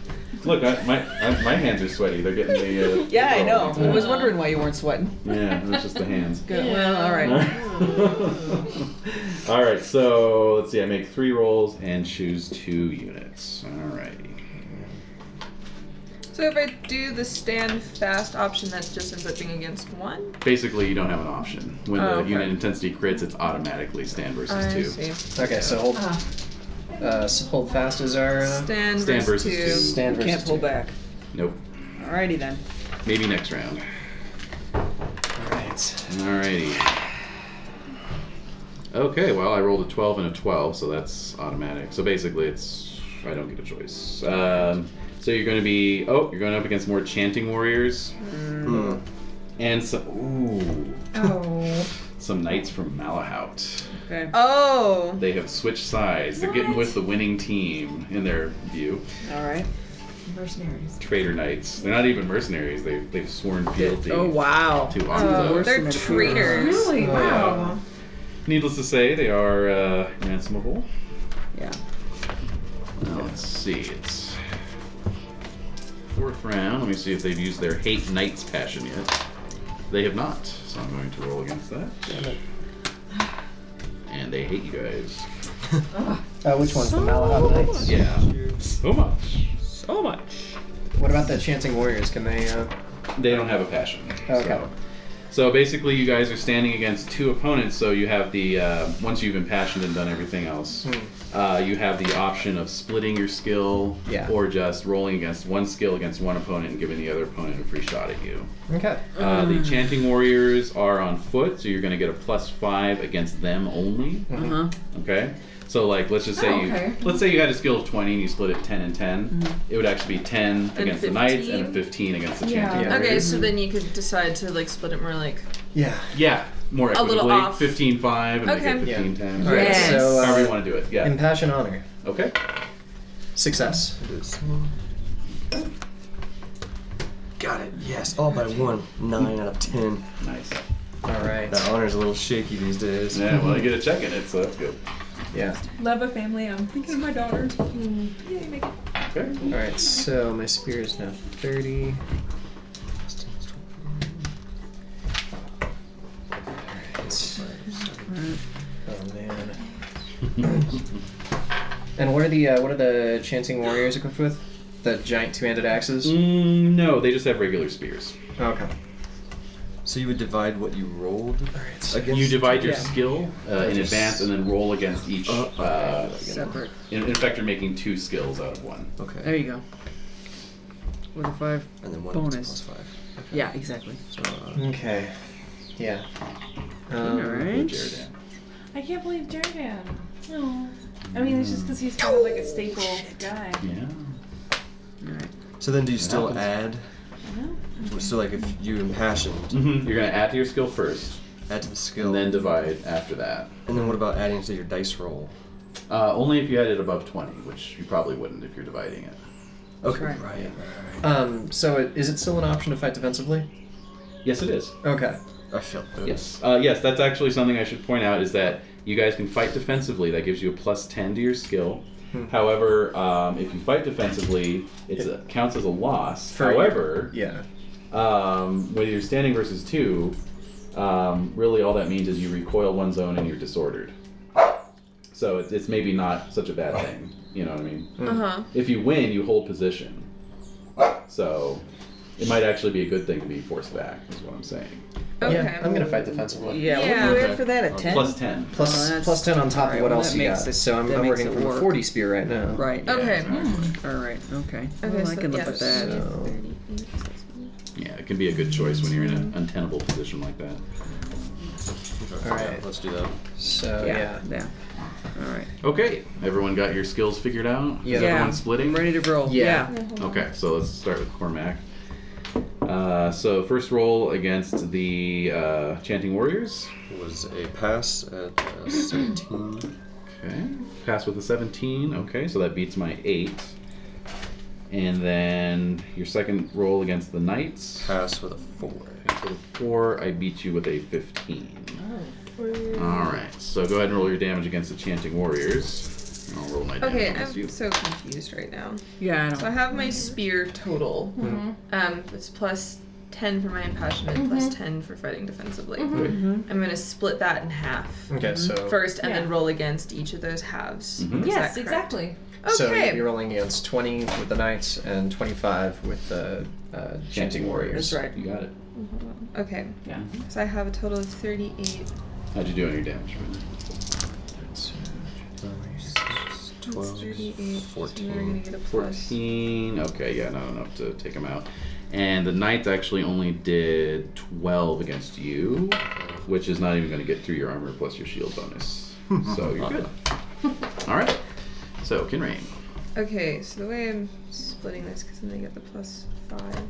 [SPEAKER 1] look, I, my I, my hands are sweaty. They're getting the. Uh,
[SPEAKER 24] [LAUGHS] Yeah, I know.
[SPEAKER 1] Yeah.
[SPEAKER 24] I was wondering why you weren't sweating.
[SPEAKER 1] yeah, that's just the hands.
[SPEAKER 24] Good. Well, all
[SPEAKER 1] [LAUGHS]
[SPEAKER 24] right.
[SPEAKER 1] All right, so let's see. I make three rolls and choose two units. All right.
[SPEAKER 9] So if I do the stand fast option, that just ends up being against 1.
[SPEAKER 1] Basically, you don't have an option. When
[SPEAKER 9] Oh,
[SPEAKER 1] the
[SPEAKER 9] okay.
[SPEAKER 1] unit intensity crits, it's automatically stand versus
[SPEAKER 9] I
[SPEAKER 1] two.
[SPEAKER 9] see.
[SPEAKER 5] Okay, so hold,
[SPEAKER 9] Uh-huh.
[SPEAKER 5] uh, so hold fast is our uh,
[SPEAKER 9] Stand,
[SPEAKER 1] Stand
[SPEAKER 9] versus,
[SPEAKER 1] versus
[SPEAKER 9] 2.
[SPEAKER 1] two.
[SPEAKER 5] stand versus
[SPEAKER 24] Can't pull
[SPEAKER 5] two.
[SPEAKER 24] back.
[SPEAKER 1] Nope.
[SPEAKER 24] Alrighty then.
[SPEAKER 1] Maybe next round.
[SPEAKER 5] All right.
[SPEAKER 1] Alrighty. Okay, well, I rolled a 12 and a 12, so that's automatic. So basically, it's. I don't get a choice. Um, so you're going to be. Oh, you're going up against more chanting warriors.
[SPEAKER 24] Hmm.
[SPEAKER 1] And some. Ooh.
[SPEAKER 8] Oh.
[SPEAKER 1] [LAUGHS] Some knights from Malahout.
[SPEAKER 24] Okay.
[SPEAKER 9] Oh.
[SPEAKER 1] They have switched sides. They're getting with the winning team, in their view.
[SPEAKER 24] All right.
[SPEAKER 8] Mercenaries.
[SPEAKER 1] Traitor knights. They're not even mercenaries, they, they've sworn fealty.
[SPEAKER 24] Oh wow.
[SPEAKER 1] To
[SPEAKER 24] Oh,
[SPEAKER 1] Anzo.
[SPEAKER 24] they're traitors.
[SPEAKER 8] Really? Wow.
[SPEAKER 1] Needless to say, they are uh, ransomable.
[SPEAKER 24] Yeah.
[SPEAKER 1] Now, let's see. It's fourth round. Let me see if they've used their hate knight's passion yet. They have not, so I'm going to roll against that. And they hate you guys.
[SPEAKER 5] Uh, which one's the
[SPEAKER 9] Oh.
[SPEAKER 5] Malahab Knights?
[SPEAKER 1] Yeah. So much.
[SPEAKER 24] So much.
[SPEAKER 5] What about the Chanting Warriors? Can they? Uh...
[SPEAKER 1] They don't have a passion.
[SPEAKER 5] Okay.
[SPEAKER 1] So, so basically, you guys are standing against two opponents. So you have the uh, once you've impassioned and done everything else, uh, you have the option of splitting your skill,
[SPEAKER 5] Yeah.
[SPEAKER 1] or just rolling against one skill against one opponent and giving the other opponent a free shot at you.
[SPEAKER 5] Okay.
[SPEAKER 1] Uh, the chanting warriors are on foot, so you're going to get a plus five against them only.
[SPEAKER 24] Uh huh.
[SPEAKER 1] Okay. So like, let's just say
[SPEAKER 8] Oh,
[SPEAKER 1] you
[SPEAKER 8] okay.
[SPEAKER 1] let's say you had a skill of twenty and you split it ten and 10 It would actually be ten against the knights and
[SPEAKER 9] 15?
[SPEAKER 1] fifteen against the
[SPEAKER 8] Yeah.
[SPEAKER 1] chanting
[SPEAKER 5] Yeah.
[SPEAKER 9] Okay,
[SPEAKER 1] warriors.
[SPEAKER 9] so then you could decide to like split it more like.
[SPEAKER 5] Yeah.
[SPEAKER 1] Yeah, more
[SPEAKER 9] A
[SPEAKER 1] equitably.
[SPEAKER 9] little off.
[SPEAKER 1] 15 5 and
[SPEAKER 9] Okay.
[SPEAKER 1] make it 15 10.
[SPEAKER 5] All right.
[SPEAKER 9] Yes.
[SPEAKER 5] So
[SPEAKER 1] However
[SPEAKER 5] uh,
[SPEAKER 1] you want to do it. Yeah.
[SPEAKER 5] impassion honor
[SPEAKER 1] Okay.
[SPEAKER 5] success.
[SPEAKER 10] Got it. Yes, all by one. Nine out of ten.
[SPEAKER 1] Nice.
[SPEAKER 5] All right.
[SPEAKER 10] That honor's a little shaky these days.
[SPEAKER 1] Yeah, well, I get a check in it, so that's good.
[SPEAKER 5] Yeah.
[SPEAKER 8] Love a family. I'm thinking of my daughter. Yay, make it.
[SPEAKER 1] Okay.
[SPEAKER 5] All right. So my spear is now thirty. All right. Oh man. and what are the uh, what are the chanting warriors equipped with? The giant two-handed axes.
[SPEAKER 1] Mm, no, they just have regular spears.
[SPEAKER 5] Okay.
[SPEAKER 10] So you would divide what you rolled
[SPEAKER 5] All right. So
[SPEAKER 10] against.
[SPEAKER 1] you divide your
[SPEAKER 24] yeah.
[SPEAKER 1] skill uh, in
[SPEAKER 10] That's
[SPEAKER 1] advance
[SPEAKER 10] just-
[SPEAKER 1] and then roll against each.
[SPEAKER 10] Oh,
[SPEAKER 1] Uh,
[SPEAKER 24] Separate.
[SPEAKER 1] in, in fact, you're making two skills out of one.
[SPEAKER 10] Okay.
[SPEAKER 24] There you go. With a five.
[SPEAKER 10] And then one
[SPEAKER 24] Bonus.
[SPEAKER 10] plus five.
[SPEAKER 24] Yeah, exactly.
[SPEAKER 10] So, uh,
[SPEAKER 5] Okay. Yeah. Uh,
[SPEAKER 24] All
[SPEAKER 7] Mm-hmm.
[SPEAKER 24] right.
[SPEAKER 1] Jared,
[SPEAKER 14] I can't believe Jerdan. No. I mean, it's just because he's kind of like a staple guy.
[SPEAKER 1] Yeah.
[SPEAKER 24] All right.
[SPEAKER 10] so then do you still
[SPEAKER 14] I know.
[SPEAKER 10] add? So like if you impassioned,
[SPEAKER 1] Mm-hmm. You're going to add to your skill first
[SPEAKER 10] add to the skill.
[SPEAKER 1] and then divide after that.
[SPEAKER 10] And then what about adding to your dice roll?
[SPEAKER 1] Uh, only if you had it above 20, which you probably wouldn't if you're dividing it.
[SPEAKER 10] Okay.
[SPEAKER 24] Right.
[SPEAKER 10] right.
[SPEAKER 5] Um. So it, is it still an option to fight defensively?
[SPEAKER 1] Yes, it is.
[SPEAKER 5] Okay.
[SPEAKER 10] I felt that.
[SPEAKER 1] Yes. Uh, yes, that's actually something I should point out is that you guys can fight defensively. That gives you a plus 10 to your skill. However, um, if you fight defensively, it's a, counts as a loss.
[SPEAKER 5] For-
[SPEAKER 1] However,
[SPEAKER 5] Yeah.
[SPEAKER 1] um, whether you're standing versus two, um, really all that means is you recoil one zone and you're disordered. So it's, it's maybe not such a bad thing. You know what I mean?
[SPEAKER 9] Uh huh.
[SPEAKER 1] If you win, you hold position.
[SPEAKER 3] So it might actually be a good thing to be forced back, is what I'm saying.
[SPEAKER 5] Okay. Yeah, I'm gonna fight defensively.
[SPEAKER 7] Yeah, what
[SPEAKER 5] Yeah.
[SPEAKER 7] do you have for that? A ten?
[SPEAKER 3] Plus 10.
[SPEAKER 5] Plus,
[SPEAKER 7] Oh, that's-
[SPEAKER 5] plus 10 on top
[SPEAKER 7] alright,
[SPEAKER 5] of what
[SPEAKER 7] well,
[SPEAKER 5] else
[SPEAKER 7] that
[SPEAKER 5] you
[SPEAKER 7] makes
[SPEAKER 5] got.
[SPEAKER 7] it-
[SPEAKER 5] so I'm,
[SPEAKER 7] that
[SPEAKER 5] I'm
[SPEAKER 7] makes
[SPEAKER 5] working
[SPEAKER 7] it
[SPEAKER 5] from
[SPEAKER 7] work.
[SPEAKER 5] 40 spear right now.
[SPEAKER 7] Right.
[SPEAKER 24] Oh.
[SPEAKER 9] Okay.
[SPEAKER 7] All right. Okay.
[SPEAKER 9] Okay,
[SPEAKER 7] well, I
[SPEAKER 9] so
[SPEAKER 7] can live
[SPEAKER 9] yeah,
[SPEAKER 7] with that.
[SPEAKER 3] Yeah, it can be a good choice when you're in an untenable position like that.
[SPEAKER 5] All right.
[SPEAKER 10] let's do that.
[SPEAKER 5] So yeah.
[SPEAKER 7] Yeah. Yeah. All right.
[SPEAKER 3] Okay, everyone got your skills figured out? Is
[SPEAKER 7] Yeah.
[SPEAKER 3] everyone splitting?
[SPEAKER 7] Ready to roll.
[SPEAKER 5] Yeah.
[SPEAKER 3] Okay, so let's start with Cormac. Uh, so first roll against the uh, Chanting Warriors
[SPEAKER 10] was a pass at uh, 17.
[SPEAKER 3] Okay, pass with a 17. Okay, so that beats my eight. And then your second roll against the Knights.
[SPEAKER 10] Pass with a four.
[SPEAKER 3] Pass with a four. I beat you with a 15.
[SPEAKER 9] Oh,
[SPEAKER 3] All right, so go ahead and roll your damage against the Chanting Warriors. I'll roll my damage
[SPEAKER 9] Okay,
[SPEAKER 3] against
[SPEAKER 9] I'm
[SPEAKER 3] you.
[SPEAKER 9] so confused right now.
[SPEAKER 7] Yeah. I
[SPEAKER 9] So I have my spear total.
[SPEAKER 3] Mhm.
[SPEAKER 9] Um, it's plus ten for my impassionment, plus ten for fighting defensively.
[SPEAKER 3] Mhm.
[SPEAKER 7] Mm-hmm.
[SPEAKER 9] I'm gonna split that in half.
[SPEAKER 5] Okay, so-
[SPEAKER 9] first, and then
[SPEAKER 5] Yeah.
[SPEAKER 9] roll against each of those halves.
[SPEAKER 5] Mhm.
[SPEAKER 9] Is
[SPEAKER 4] Yes,
[SPEAKER 9] that correct?
[SPEAKER 4] exactly.
[SPEAKER 5] So
[SPEAKER 9] Okay.
[SPEAKER 5] you'll be rolling against 20 with the Knights and 25 with the uh, Chanting Warriors.
[SPEAKER 9] That's right.
[SPEAKER 3] You got it.
[SPEAKER 9] Okay. Yeah. So I have a total of thirty-eight.
[SPEAKER 3] How'd you do on your damage? Ryan?
[SPEAKER 9] That's 38. So now we're gonna get a plus.
[SPEAKER 3] 14. Okay, yeah, not enough to take him out. And the Knights actually only did 12 against you, which is not even going to get through your armor plus your shield bonus. so you're [LAUGHS] good. All right. So, Kinrain.
[SPEAKER 9] Okay, so the way I'm splitting this, because then they get the plus five.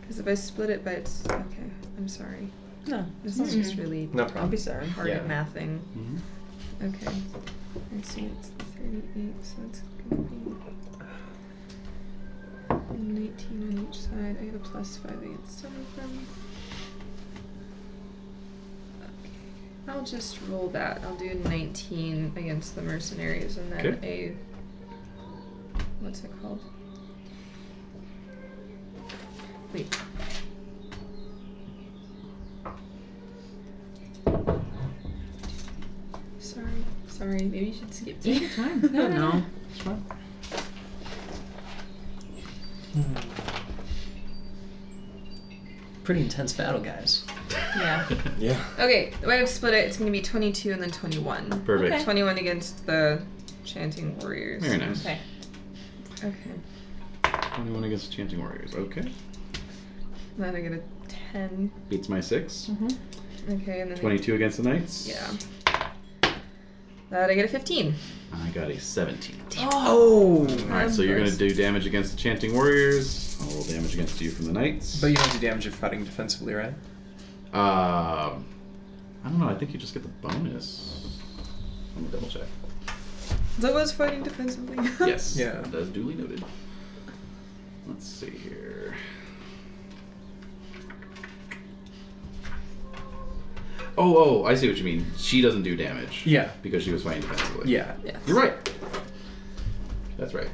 [SPEAKER 9] Because if I split it by its. Okay, I'm sorry.
[SPEAKER 25] No,
[SPEAKER 9] This is just really
[SPEAKER 5] No problem.
[SPEAKER 25] I'll be sorry.
[SPEAKER 9] hard
[SPEAKER 5] Yeah. Mm-hmm.
[SPEAKER 9] mathing.
[SPEAKER 3] Mhm.
[SPEAKER 9] Okay. And so it's 38, so it's going to be 19 on each side. I get a plus 5 I get 7 from. I'll just roll that. I'll do 19 against the mercenaries and then a. What's it called? Wait. Sorry, sorry. Maybe you should skip. [LAUGHS]
[SPEAKER 4] Take your time. No, no, no.
[SPEAKER 3] It's fine.
[SPEAKER 5] Pretty intense battle, guys.
[SPEAKER 9] Yeah.
[SPEAKER 10] Yeah.
[SPEAKER 9] Okay, the way I've split it, it's going to be 22 and then 21.
[SPEAKER 3] Perfect. Okay.
[SPEAKER 9] 21 against the chanting warriors.
[SPEAKER 3] Very nice. Okay.
[SPEAKER 9] Okay.
[SPEAKER 3] 21 against the Chanting Warriors. Okay.
[SPEAKER 9] Then I get a 10.
[SPEAKER 3] Beats my 6.
[SPEAKER 9] Okay, and then. I-
[SPEAKER 3] 22 against the Knights.
[SPEAKER 9] Yeah. That I get a 15.
[SPEAKER 3] I got a 17.
[SPEAKER 9] Oh.
[SPEAKER 3] Alright, so you're going to do damage against the Chanting Warriors. I'll roll damage against you from the Knights.
[SPEAKER 5] But you don't do damage if fighting defensively, right?
[SPEAKER 3] Um, I don't know. I think you just get the bonus. I'm gonna double check.
[SPEAKER 9] That was fighting defensively. [LAUGHS]
[SPEAKER 3] Yes. yeah. That's duly noted. Let's see here. Oh, oh, I see what you mean. She doesn't do damage.
[SPEAKER 5] Yeah.
[SPEAKER 3] Because she was fighting defensively.
[SPEAKER 5] Yeah.
[SPEAKER 9] Yes.
[SPEAKER 3] You're right. That's right.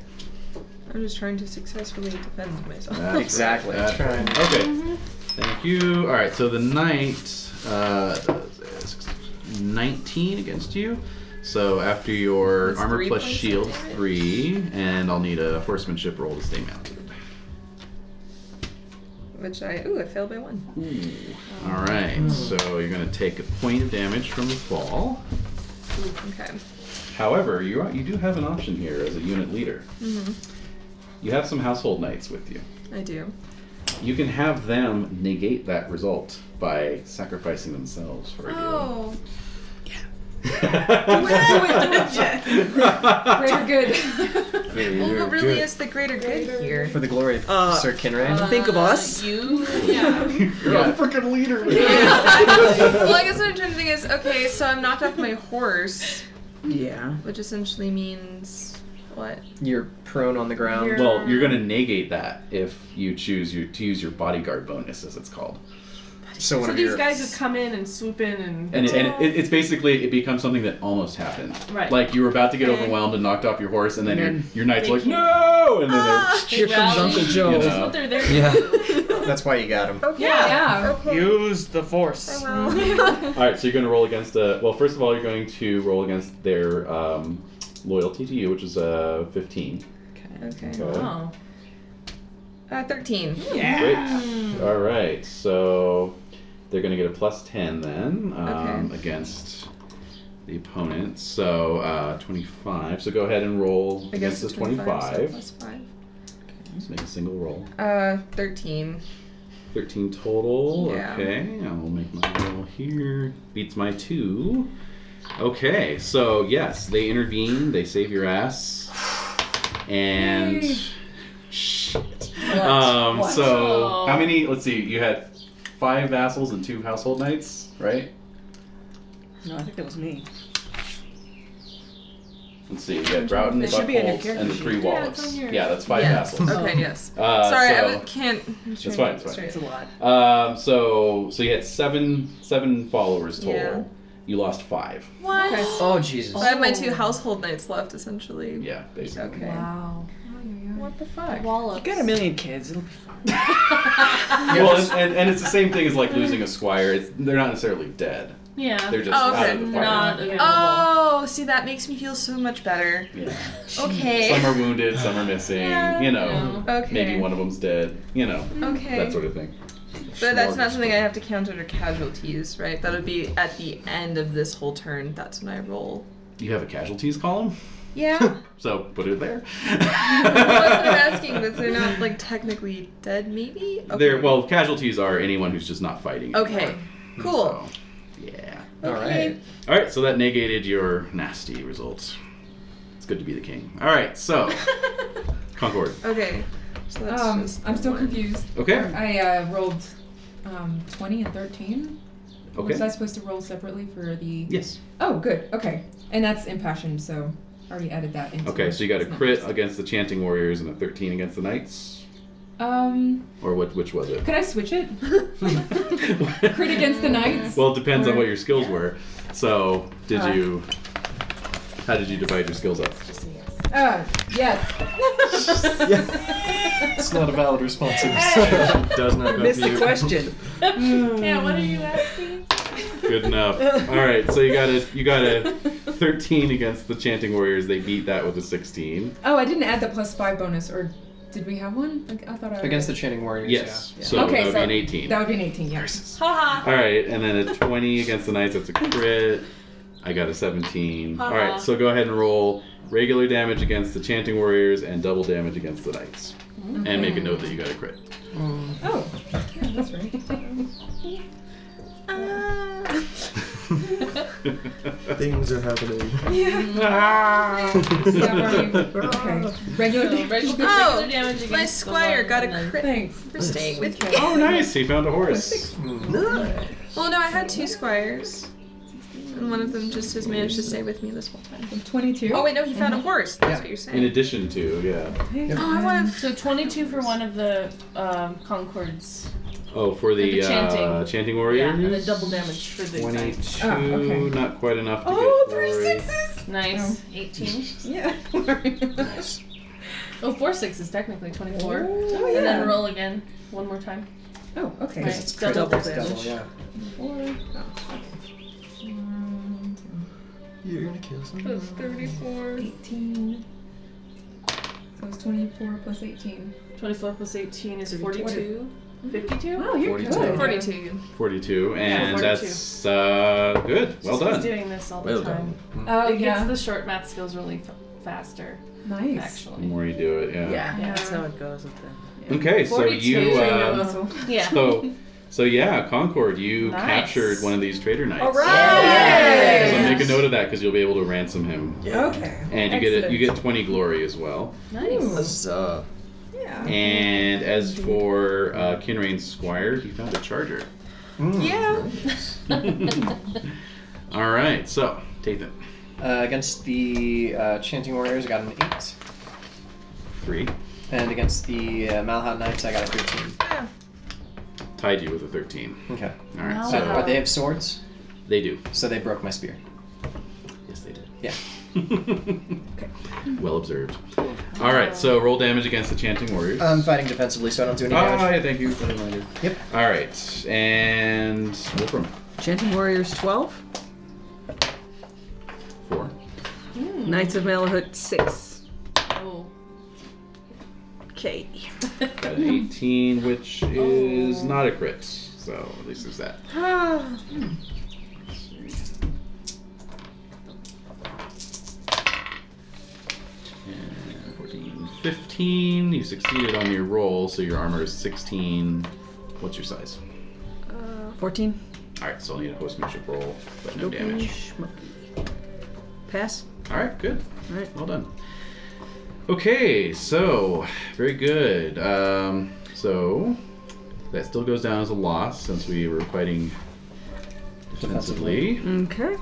[SPEAKER 9] I'm just trying to successfully defend myself.
[SPEAKER 3] That's right.
[SPEAKER 5] Exactly.
[SPEAKER 3] That's
[SPEAKER 5] Trying.
[SPEAKER 3] right. Okay.
[SPEAKER 9] Mm-hmm.
[SPEAKER 3] Thank you. All right. So the knight, uh, nineteen against you. So after your
[SPEAKER 9] That's
[SPEAKER 3] armor
[SPEAKER 9] three
[SPEAKER 3] plus
[SPEAKER 9] points of
[SPEAKER 3] shield
[SPEAKER 9] damage?
[SPEAKER 3] three, and I'll need a horsemanship roll to stay mounted.
[SPEAKER 9] [LAUGHS] Which I. Ooh, I failed by one.
[SPEAKER 3] All right.
[SPEAKER 9] Mm.
[SPEAKER 3] So you're gonna take a point of damage from the fall.
[SPEAKER 9] Okay.
[SPEAKER 3] However, you are, you do have an option here as a unit leader.
[SPEAKER 9] hmm
[SPEAKER 3] You have some household knights with you.
[SPEAKER 9] I do.
[SPEAKER 3] You can have them negate that result by sacrificing themselves for
[SPEAKER 9] Oh. [LAUGHS]
[SPEAKER 3] Greater
[SPEAKER 9] good. well, what really
[SPEAKER 5] good.
[SPEAKER 9] is the greater good [LAUGHS] here?
[SPEAKER 5] For the glory of
[SPEAKER 7] Uh,
[SPEAKER 5] Sir Kinraid.
[SPEAKER 7] Think of us.
[SPEAKER 14] [LAUGHS]
[SPEAKER 9] You? Yeah.
[SPEAKER 3] You're a freaking leader.
[SPEAKER 9] well, I guess what I'm
[SPEAKER 3] [LAUGHS]
[SPEAKER 9] trying to think is okay, so I'm knocked off my horse,
[SPEAKER 7] Yeah.
[SPEAKER 9] which essentially means what?
[SPEAKER 5] You're prone on the ground.
[SPEAKER 3] Well,
[SPEAKER 4] Um,
[SPEAKER 3] you're gonna negate that if you choose your to use your bodyguard bonus, as it's called.
[SPEAKER 5] So
[SPEAKER 4] So
[SPEAKER 5] one of
[SPEAKER 4] these
[SPEAKER 5] your
[SPEAKER 4] guys would come in and swoop in and.
[SPEAKER 3] And, it, and it, it's basically it becomes something that almost happened.
[SPEAKER 4] Right.
[SPEAKER 3] Like you were about to get
[SPEAKER 4] Okay.
[SPEAKER 3] overwhelmed and knocked off your horse, and then,
[SPEAKER 4] And then
[SPEAKER 3] your your knight's
[SPEAKER 4] they Ah.
[SPEAKER 3] like
[SPEAKER 4] came-
[SPEAKER 3] no, and then
[SPEAKER 4] They
[SPEAKER 3] they're
[SPEAKER 4] rally.
[SPEAKER 3] You
[SPEAKER 4] That's what
[SPEAKER 3] know?
[SPEAKER 4] they're there for.
[SPEAKER 5] Yeah. That's why you got him.
[SPEAKER 9] Okay.
[SPEAKER 4] Yeah.
[SPEAKER 9] Okay.
[SPEAKER 5] Use the
[SPEAKER 9] Oh,
[SPEAKER 5] force.
[SPEAKER 3] All right, so you're gonna roll against a. Well, first of all, you're going to roll against their um, loyalty to you, which is a 15.
[SPEAKER 9] [LAUGHS] Okay.
[SPEAKER 1] Okay.
[SPEAKER 9] Wow. Uh, 13.
[SPEAKER 3] Hmm,
[SPEAKER 1] Great. All right. So they're going to get a plus 10 then um, against the opponent. So uh, 25. So go ahead and roll against, the 25.
[SPEAKER 9] so plus 5.
[SPEAKER 1] Just make a single roll.
[SPEAKER 9] Uh, 13.
[SPEAKER 1] 13 total.
[SPEAKER 9] Yeah.
[SPEAKER 1] Okay. I'll make my roll here. Beats my two. Okay. So, yes, they intervene. They save your ass. And.
[SPEAKER 11] Yay.
[SPEAKER 1] Shit.
[SPEAKER 11] What?
[SPEAKER 1] Um,
[SPEAKER 11] What?
[SPEAKER 1] So,
[SPEAKER 11] Oh.
[SPEAKER 1] how many? Let's see. You had five vassals and two household knights, right?
[SPEAKER 7] No, I think that was me.
[SPEAKER 1] Let's see. You had Broughton,
[SPEAKER 9] It should be on your
[SPEAKER 1] Buckholz,
[SPEAKER 9] character
[SPEAKER 1] and the three
[SPEAKER 9] sheet.
[SPEAKER 7] Yeah, it's
[SPEAKER 1] Wallops.
[SPEAKER 7] on
[SPEAKER 1] Yeah,
[SPEAKER 7] your-
[SPEAKER 1] that's five
[SPEAKER 9] Yeah. [LAUGHS]
[SPEAKER 1] vassals.
[SPEAKER 9] Okay, yes.
[SPEAKER 1] Uh,
[SPEAKER 9] Sorry, I
[SPEAKER 1] so-
[SPEAKER 9] w- can't. I'm
[SPEAKER 1] That's
[SPEAKER 9] trying
[SPEAKER 1] fine,
[SPEAKER 9] to-
[SPEAKER 1] it's fine.
[SPEAKER 9] sorry.
[SPEAKER 7] It's a lot.
[SPEAKER 1] Um, so so you had seven seven followers total.
[SPEAKER 9] Yeah.
[SPEAKER 1] You lost five.
[SPEAKER 9] What?
[SPEAKER 5] Oh Jesus.
[SPEAKER 9] So I have my two household knights left, essentially.
[SPEAKER 1] Yeah, basically.
[SPEAKER 9] Okay.
[SPEAKER 7] Wow.
[SPEAKER 9] What the fuck?
[SPEAKER 7] You got a million kids. It'll be
[SPEAKER 9] [LAUGHS]
[SPEAKER 1] Well, and, and, and it's the same thing as like losing a squire. It's, they're not necessarily dead.
[SPEAKER 14] Yeah.
[SPEAKER 1] They're just
[SPEAKER 9] Oh,
[SPEAKER 1] out
[SPEAKER 9] okay.
[SPEAKER 1] of the fight.
[SPEAKER 14] Not available.
[SPEAKER 9] Oh, see, that makes me feel so much better. [LAUGHS]
[SPEAKER 1] Yeah.
[SPEAKER 9] Okay.
[SPEAKER 1] Some are wounded, some are missing. you know,
[SPEAKER 9] Yeah. Okay.
[SPEAKER 1] maybe one of them's dead. You know,
[SPEAKER 9] Okay.
[SPEAKER 1] that sort of thing.
[SPEAKER 9] But that's not something I have to count under casualties, right? That would be at the end of this whole turn. That's when I roll.
[SPEAKER 1] You have a casualties column,
[SPEAKER 9] Yeah. Well,
[SPEAKER 1] so put it there.
[SPEAKER 9] [LAUGHS] that's what I'm asking. That they're not like technically dead, maybe. Okay.
[SPEAKER 1] There, well, casualties are anyone who's just not fighting.
[SPEAKER 9] Okay. Cool.
[SPEAKER 1] Yeah.
[SPEAKER 9] All
[SPEAKER 5] right.
[SPEAKER 1] All right, so that negated your nasty results. It's good to be the king. All right,
[SPEAKER 9] [LAUGHS]
[SPEAKER 1] so Concord.
[SPEAKER 9] Okay. So that's
[SPEAKER 8] Um,
[SPEAKER 9] just
[SPEAKER 8] I'm still confused.
[SPEAKER 1] Okay.
[SPEAKER 8] I uh, rolled um, 20 and 13. Was
[SPEAKER 1] Okay.
[SPEAKER 8] I supposed to roll separately for the?
[SPEAKER 1] Yes.
[SPEAKER 8] Oh, good. Okay. And that's impassioned, so I already added that into.
[SPEAKER 1] Okay, so you got a
[SPEAKER 8] it's not-
[SPEAKER 1] crit against the chanting warriors and a 13 against the knights,
[SPEAKER 8] Um,
[SPEAKER 1] or what? Which was it?
[SPEAKER 8] [LAUGHS] could I switch it? crit against the knights.
[SPEAKER 1] Well, it depends on
[SPEAKER 8] Or-
[SPEAKER 1] what your skills were. So, did
[SPEAKER 8] Uh.
[SPEAKER 1] you? How did you divide your skills up?
[SPEAKER 8] Uh, yes.
[SPEAKER 11] It's not a valid response.
[SPEAKER 1] Does not go
[SPEAKER 7] Missed
[SPEAKER 1] for
[SPEAKER 7] the
[SPEAKER 1] you.
[SPEAKER 7] question.
[SPEAKER 14] yeah, what are you asking?
[SPEAKER 1] Good enough. All right, so you got a you got a 13 against the chanting warriors. They beat that with a 16.
[SPEAKER 8] oh, I didn't add the plus five bonus, or did we have one? Like, I thought I.
[SPEAKER 5] [LAUGHS] Against the chanting warriors.
[SPEAKER 1] Yes.
[SPEAKER 5] Yeah.
[SPEAKER 1] So
[SPEAKER 8] okay,
[SPEAKER 1] that would
[SPEAKER 8] so
[SPEAKER 1] be an 18.
[SPEAKER 8] That would be an 18. Yes.
[SPEAKER 9] Haha.
[SPEAKER 1] All right, and then a 20 against the knights. That's a crit. I got a 17. All
[SPEAKER 14] Uh-huh.
[SPEAKER 1] right, so go ahead and roll regular damage against the chanting warriors and double damage against the knights, and make a note that you got a crit.
[SPEAKER 8] Oh, yeah, that's right.
[SPEAKER 1] [LAUGHS]
[SPEAKER 10] Things are happening. [LAUGHS]
[SPEAKER 1] [LAUGHS]
[SPEAKER 8] Okay. Regular [LAUGHS] damage.
[SPEAKER 9] Oh,
[SPEAKER 14] Regular damage
[SPEAKER 9] my
[SPEAKER 14] against the
[SPEAKER 9] squire
[SPEAKER 14] one
[SPEAKER 9] got
[SPEAKER 14] and
[SPEAKER 9] a
[SPEAKER 14] then-
[SPEAKER 9] crit
[SPEAKER 8] Thanks.
[SPEAKER 9] for staying with me.
[SPEAKER 1] Oh, nice! He found a horse.
[SPEAKER 9] Well, no, I had two squires, and one of them just has managed to stay with me this whole time.
[SPEAKER 8] 22.
[SPEAKER 9] Oh wait, no, he found a horse. That's what you're
[SPEAKER 1] In
[SPEAKER 9] saying.
[SPEAKER 1] addition to, yeah.
[SPEAKER 9] Oh, I want
[SPEAKER 14] Mm, So 22 for one of the um, Concords.
[SPEAKER 1] Oh, for the,
[SPEAKER 14] the chanting.
[SPEAKER 1] Uh, chanting
[SPEAKER 14] Yeah, and the
[SPEAKER 1] warriors.
[SPEAKER 14] double damage for the knight.
[SPEAKER 1] 22,
[SPEAKER 8] Oh, okay.
[SPEAKER 1] not quite enough to
[SPEAKER 9] Oh,
[SPEAKER 1] get
[SPEAKER 9] three
[SPEAKER 1] glory.
[SPEAKER 9] sixes.
[SPEAKER 14] Nice. 18.
[SPEAKER 8] Yeah. [LAUGHS]
[SPEAKER 10] Nice.
[SPEAKER 14] Oh, four sixes technically. 24.
[SPEAKER 8] Oh,
[SPEAKER 14] And
[SPEAKER 8] yeah.
[SPEAKER 14] then roll again. One more time.
[SPEAKER 8] Oh, okay.
[SPEAKER 14] Right.
[SPEAKER 11] It's
[SPEAKER 14] Double,
[SPEAKER 11] double,
[SPEAKER 14] damage.
[SPEAKER 11] double, yeah.
[SPEAKER 14] Four.
[SPEAKER 10] [LAUGHS] You're gonna kill someone.
[SPEAKER 23] That's 34.
[SPEAKER 8] 18. So it's 24 plus 18.
[SPEAKER 14] 24 plus 18 is 42. 52?
[SPEAKER 8] Oh, you're
[SPEAKER 10] 42.
[SPEAKER 8] good.
[SPEAKER 9] 42.
[SPEAKER 1] 42, and
[SPEAKER 14] 42.
[SPEAKER 1] that's uh, good. Well
[SPEAKER 14] Just 'cause
[SPEAKER 1] done.
[SPEAKER 14] doing this all the
[SPEAKER 5] Well
[SPEAKER 14] time.
[SPEAKER 5] done.
[SPEAKER 8] Oh,
[SPEAKER 14] it gets
[SPEAKER 8] yeah.
[SPEAKER 14] the short math skills really f- faster,
[SPEAKER 8] Nice.
[SPEAKER 1] The
[SPEAKER 14] actually.
[SPEAKER 1] more you do it, yeah.
[SPEAKER 14] Yeah.
[SPEAKER 7] Yeah, that's how it goes with them.
[SPEAKER 1] Okay, so
[SPEAKER 14] 42
[SPEAKER 1] you.
[SPEAKER 14] is
[SPEAKER 1] Uh,
[SPEAKER 14] Yeah.
[SPEAKER 1] So, so yeah, Concord, you
[SPEAKER 14] Nice.
[SPEAKER 1] captured one of these trader knights.
[SPEAKER 9] All right.
[SPEAKER 1] So make a note of that because you'll be able to ransom him,
[SPEAKER 8] Okay.
[SPEAKER 1] and you get a, you get twenty glory as well.
[SPEAKER 14] nice.
[SPEAKER 10] Huzzah.
[SPEAKER 9] Yeah.
[SPEAKER 1] And as for uh, Kinrain's squire, he found a charger.
[SPEAKER 9] Yeah.
[SPEAKER 1] All right, so Tathan,
[SPEAKER 5] Uh, against the uh, chanting warriors, I got an eight,
[SPEAKER 1] three
[SPEAKER 5] and against the uh, Malhat knights, I got a thirteen.
[SPEAKER 1] tied you with a thirteen.
[SPEAKER 5] Okay.
[SPEAKER 1] All right,
[SPEAKER 5] So,
[SPEAKER 1] so
[SPEAKER 5] but they have swords,
[SPEAKER 1] they do.
[SPEAKER 5] so they broke my spear.
[SPEAKER 1] Yes, they did.
[SPEAKER 5] Yeah.
[SPEAKER 1] [LAUGHS] well observed. All right, so roll damage against the chanting warriors.
[SPEAKER 5] I'm fighting defensively, so I don't do any damage.
[SPEAKER 1] Ah, yeah, thank you for the reminder.
[SPEAKER 5] Uh, Yep.
[SPEAKER 1] All right, and Wolfram,
[SPEAKER 24] Chanting Warriors 12.
[SPEAKER 1] four.
[SPEAKER 24] Knights of Malahut 6.
[SPEAKER 14] Oh.
[SPEAKER 23] Okay.
[SPEAKER 1] Got an 18, which is not a crit. So at least there's that.
[SPEAKER 23] Ah.
[SPEAKER 1] And 14, 15. You succeeded on your roll, so your armor is 16. What's your size?
[SPEAKER 24] Uh, 14.
[SPEAKER 1] Alright, so I'll need a horsemanship roll, but no
[SPEAKER 24] Dopey
[SPEAKER 1] damage.
[SPEAKER 24] schmokey. Pass.
[SPEAKER 1] Alright, good.
[SPEAKER 24] Alright.
[SPEAKER 1] Well done. Okay, so very good. Um, so that still goes down as a loss since we were fighting
[SPEAKER 9] Mm.
[SPEAKER 1] defensively.
[SPEAKER 24] Okay.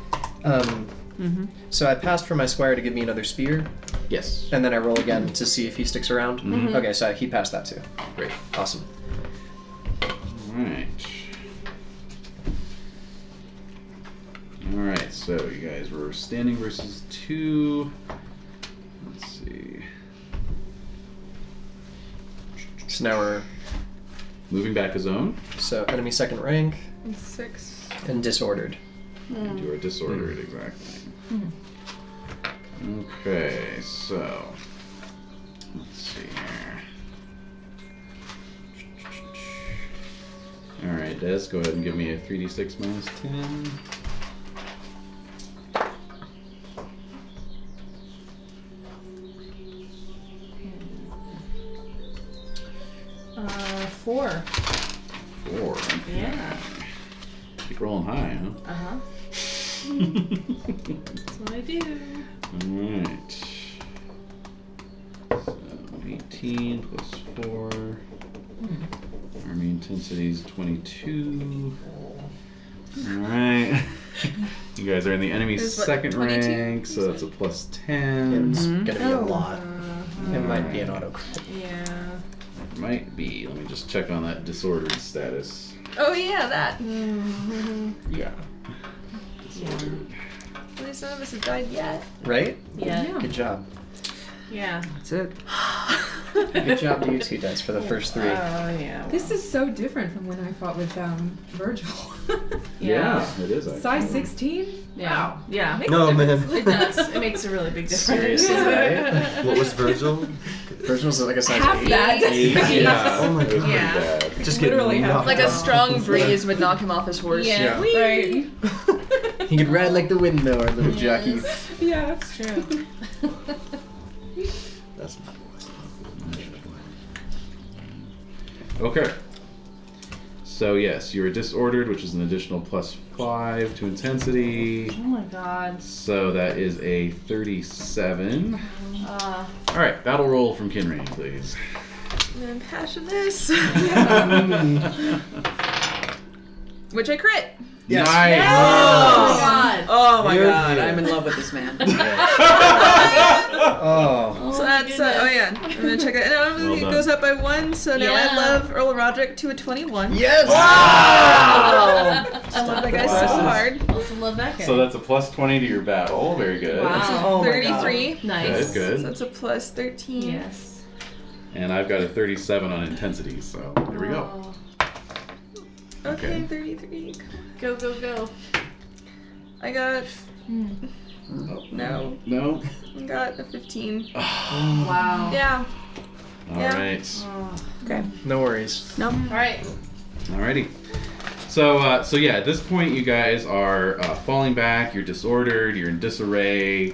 [SPEAKER 5] Um,
[SPEAKER 24] Mm-hmm.
[SPEAKER 5] so I passed for my squire to give me another spear.
[SPEAKER 1] Yes.
[SPEAKER 5] And then I roll again to see if he sticks around.
[SPEAKER 1] Mhm.
[SPEAKER 5] Okay, so he passed that too.
[SPEAKER 1] Great.
[SPEAKER 5] Awesome.
[SPEAKER 1] Alright. Alright, so you guys were standing versus two. Let's see.
[SPEAKER 5] So now we're
[SPEAKER 1] Moving back a zone.
[SPEAKER 5] so enemy second rank
[SPEAKER 23] And six.
[SPEAKER 5] and disordered.
[SPEAKER 1] And you are disordered, exactly. Okay, so. Let's see here. Alright, Des, go ahead and give me a 3d6 minus 10.
[SPEAKER 14] Uh, four.
[SPEAKER 1] 4. okay.
[SPEAKER 14] Yeah.
[SPEAKER 1] Keep rolling high, huh?
[SPEAKER 14] Uh huh. That's what I do.
[SPEAKER 1] Alright. So 18 plus 4. Army intensity is 22. Alright. [LAUGHS] you guys are in the enemy's
[SPEAKER 5] There's what,
[SPEAKER 1] second
[SPEAKER 5] 22?
[SPEAKER 1] rank, so that's a plus 10.
[SPEAKER 5] It's gonna be a lot. It might be an
[SPEAKER 1] Alright.
[SPEAKER 5] auto crit.
[SPEAKER 14] Yeah.
[SPEAKER 1] Might be. Let me just check on that disordered status.
[SPEAKER 9] Oh yeah, that.
[SPEAKER 1] Yeah.
[SPEAKER 9] At least none of us have died yet.
[SPEAKER 5] Right?
[SPEAKER 14] Yeah.
[SPEAKER 5] Good job.
[SPEAKER 14] Yeah.
[SPEAKER 5] That's it. Good job to you two guys for the first three.
[SPEAKER 14] Oh, yeah.
[SPEAKER 8] This is so different from when I fought with um, Virgil. [LAUGHS]
[SPEAKER 1] Yeah, it is actually.
[SPEAKER 8] Size 16?
[SPEAKER 14] Yeah. Yeah.
[SPEAKER 8] Makes
[SPEAKER 10] No, man.
[SPEAKER 14] It does. It makes a really big
[SPEAKER 1] [LAUGHS]
[SPEAKER 14] difference. [LAUGHS]
[SPEAKER 5] Seriously, right?
[SPEAKER 10] What was Virgil?
[SPEAKER 5] Virgil's like a size
[SPEAKER 9] Half
[SPEAKER 5] eight.
[SPEAKER 9] that.
[SPEAKER 1] Eight,
[SPEAKER 9] Yeah.
[SPEAKER 1] yeah.
[SPEAKER 10] Oh my
[SPEAKER 1] It was pretty
[SPEAKER 9] Yeah.
[SPEAKER 1] bad.
[SPEAKER 10] Just get
[SPEAKER 5] Literally half
[SPEAKER 10] knocked
[SPEAKER 9] Like a
[SPEAKER 5] [LAUGHS]
[SPEAKER 10] off.
[SPEAKER 9] strong breeze would knock him off his horse.
[SPEAKER 5] Yeah.
[SPEAKER 9] Whee!
[SPEAKER 5] He could ride like the wind though, our little jockey.
[SPEAKER 8] Yeah,
[SPEAKER 14] it's true.
[SPEAKER 10] That's not
[SPEAKER 1] Okay. So yes, you're disordered, which is an additional plus five to intensity.
[SPEAKER 14] Oh my god.
[SPEAKER 1] So that is a 37.
[SPEAKER 14] Uh,
[SPEAKER 1] All right, battle roll from Kinrain, please. [LAUGHS]
[SPEAKER 9] And passion this. [LAUGHS] Which I crit. [LAUGHS]
[SPEAKER 1] Yes.
[SPEAKER 14] Uh,
[SPEAKER 24] Oh,
[SPEAKER 9] Nice.
[SPEAKER 24] my god. Oh my
[SPEAKER 5] You're
[SPEAKER 24] god.
[SPEAKER 5] here.
[SPEAKER 24] I'm in love with this man.
[SPEAKER 14] [LAUGHS]
[SPEAKER 5] Oh.
[SPEAKER 9] so that's uh, oh yeah. I'm gonna check it. And
[SPEAKER 1] Well
[SPEAKER 9] automatically it
[SPEAKER 1] done.
[SPEAKER 9] goes up by one. So now
[SPEAKER 14] Yeah.
[SPEAKER 9] I love Earl Roderick to a 21.
[SPEAKER 5] Yes!
[SPEAKER 14] [LAUGHS]
[SPEAKER 9] Wow! I love that guy so
[SPEAKER 1] Wow.
[SPEAKER 9] hard.
[SPEAKER 4] Oh
[SPEAKER 14] also love that guy.
[SPEAKER 1] So that's a plus 20 to your battle. Very good.
[SPEAKER 5] Oh my god.
[SPEAKER 9] 33.
[SPEAKER 14] Nice.
[SPEAKER 1] Good,
[SPEAKER 9] So
[SPEAKER 1] good.
[SPEAKER 9] that's a plus 13.
[SPEAKER 14] Yes.
[SPEAKER 1] And I've got a 37 on intensity, so here we go.
[SPEAKER 14] Oh.
[SPEAKER 9] Oh, Okay,
[SPEAKER 1] Okay.
[SPEAKER 9] 33.
[SPEAKER 14] Go go go.
[SPEAKER 9] I got no.
[SPEAKER 1] No?
[SPEAKER 9] I got a 15.
[SPEAKER 14] Wow.
[SPEAKER 9] Yeah.
[SPEAKER 1] All
[SPEAKER 9] Yeah.
[SPEAKER 1] right.
[SPEAKER 9] Okay.
[SPEAKER 5] No worries.
[SPEAKER 24] No.
[SPEAKER 14] All right.
[SPEAKER 1] Oh Alrighty. So, uh, so yeah, at this point, you guys are uh, falling back. You're disordered. You're in disarray.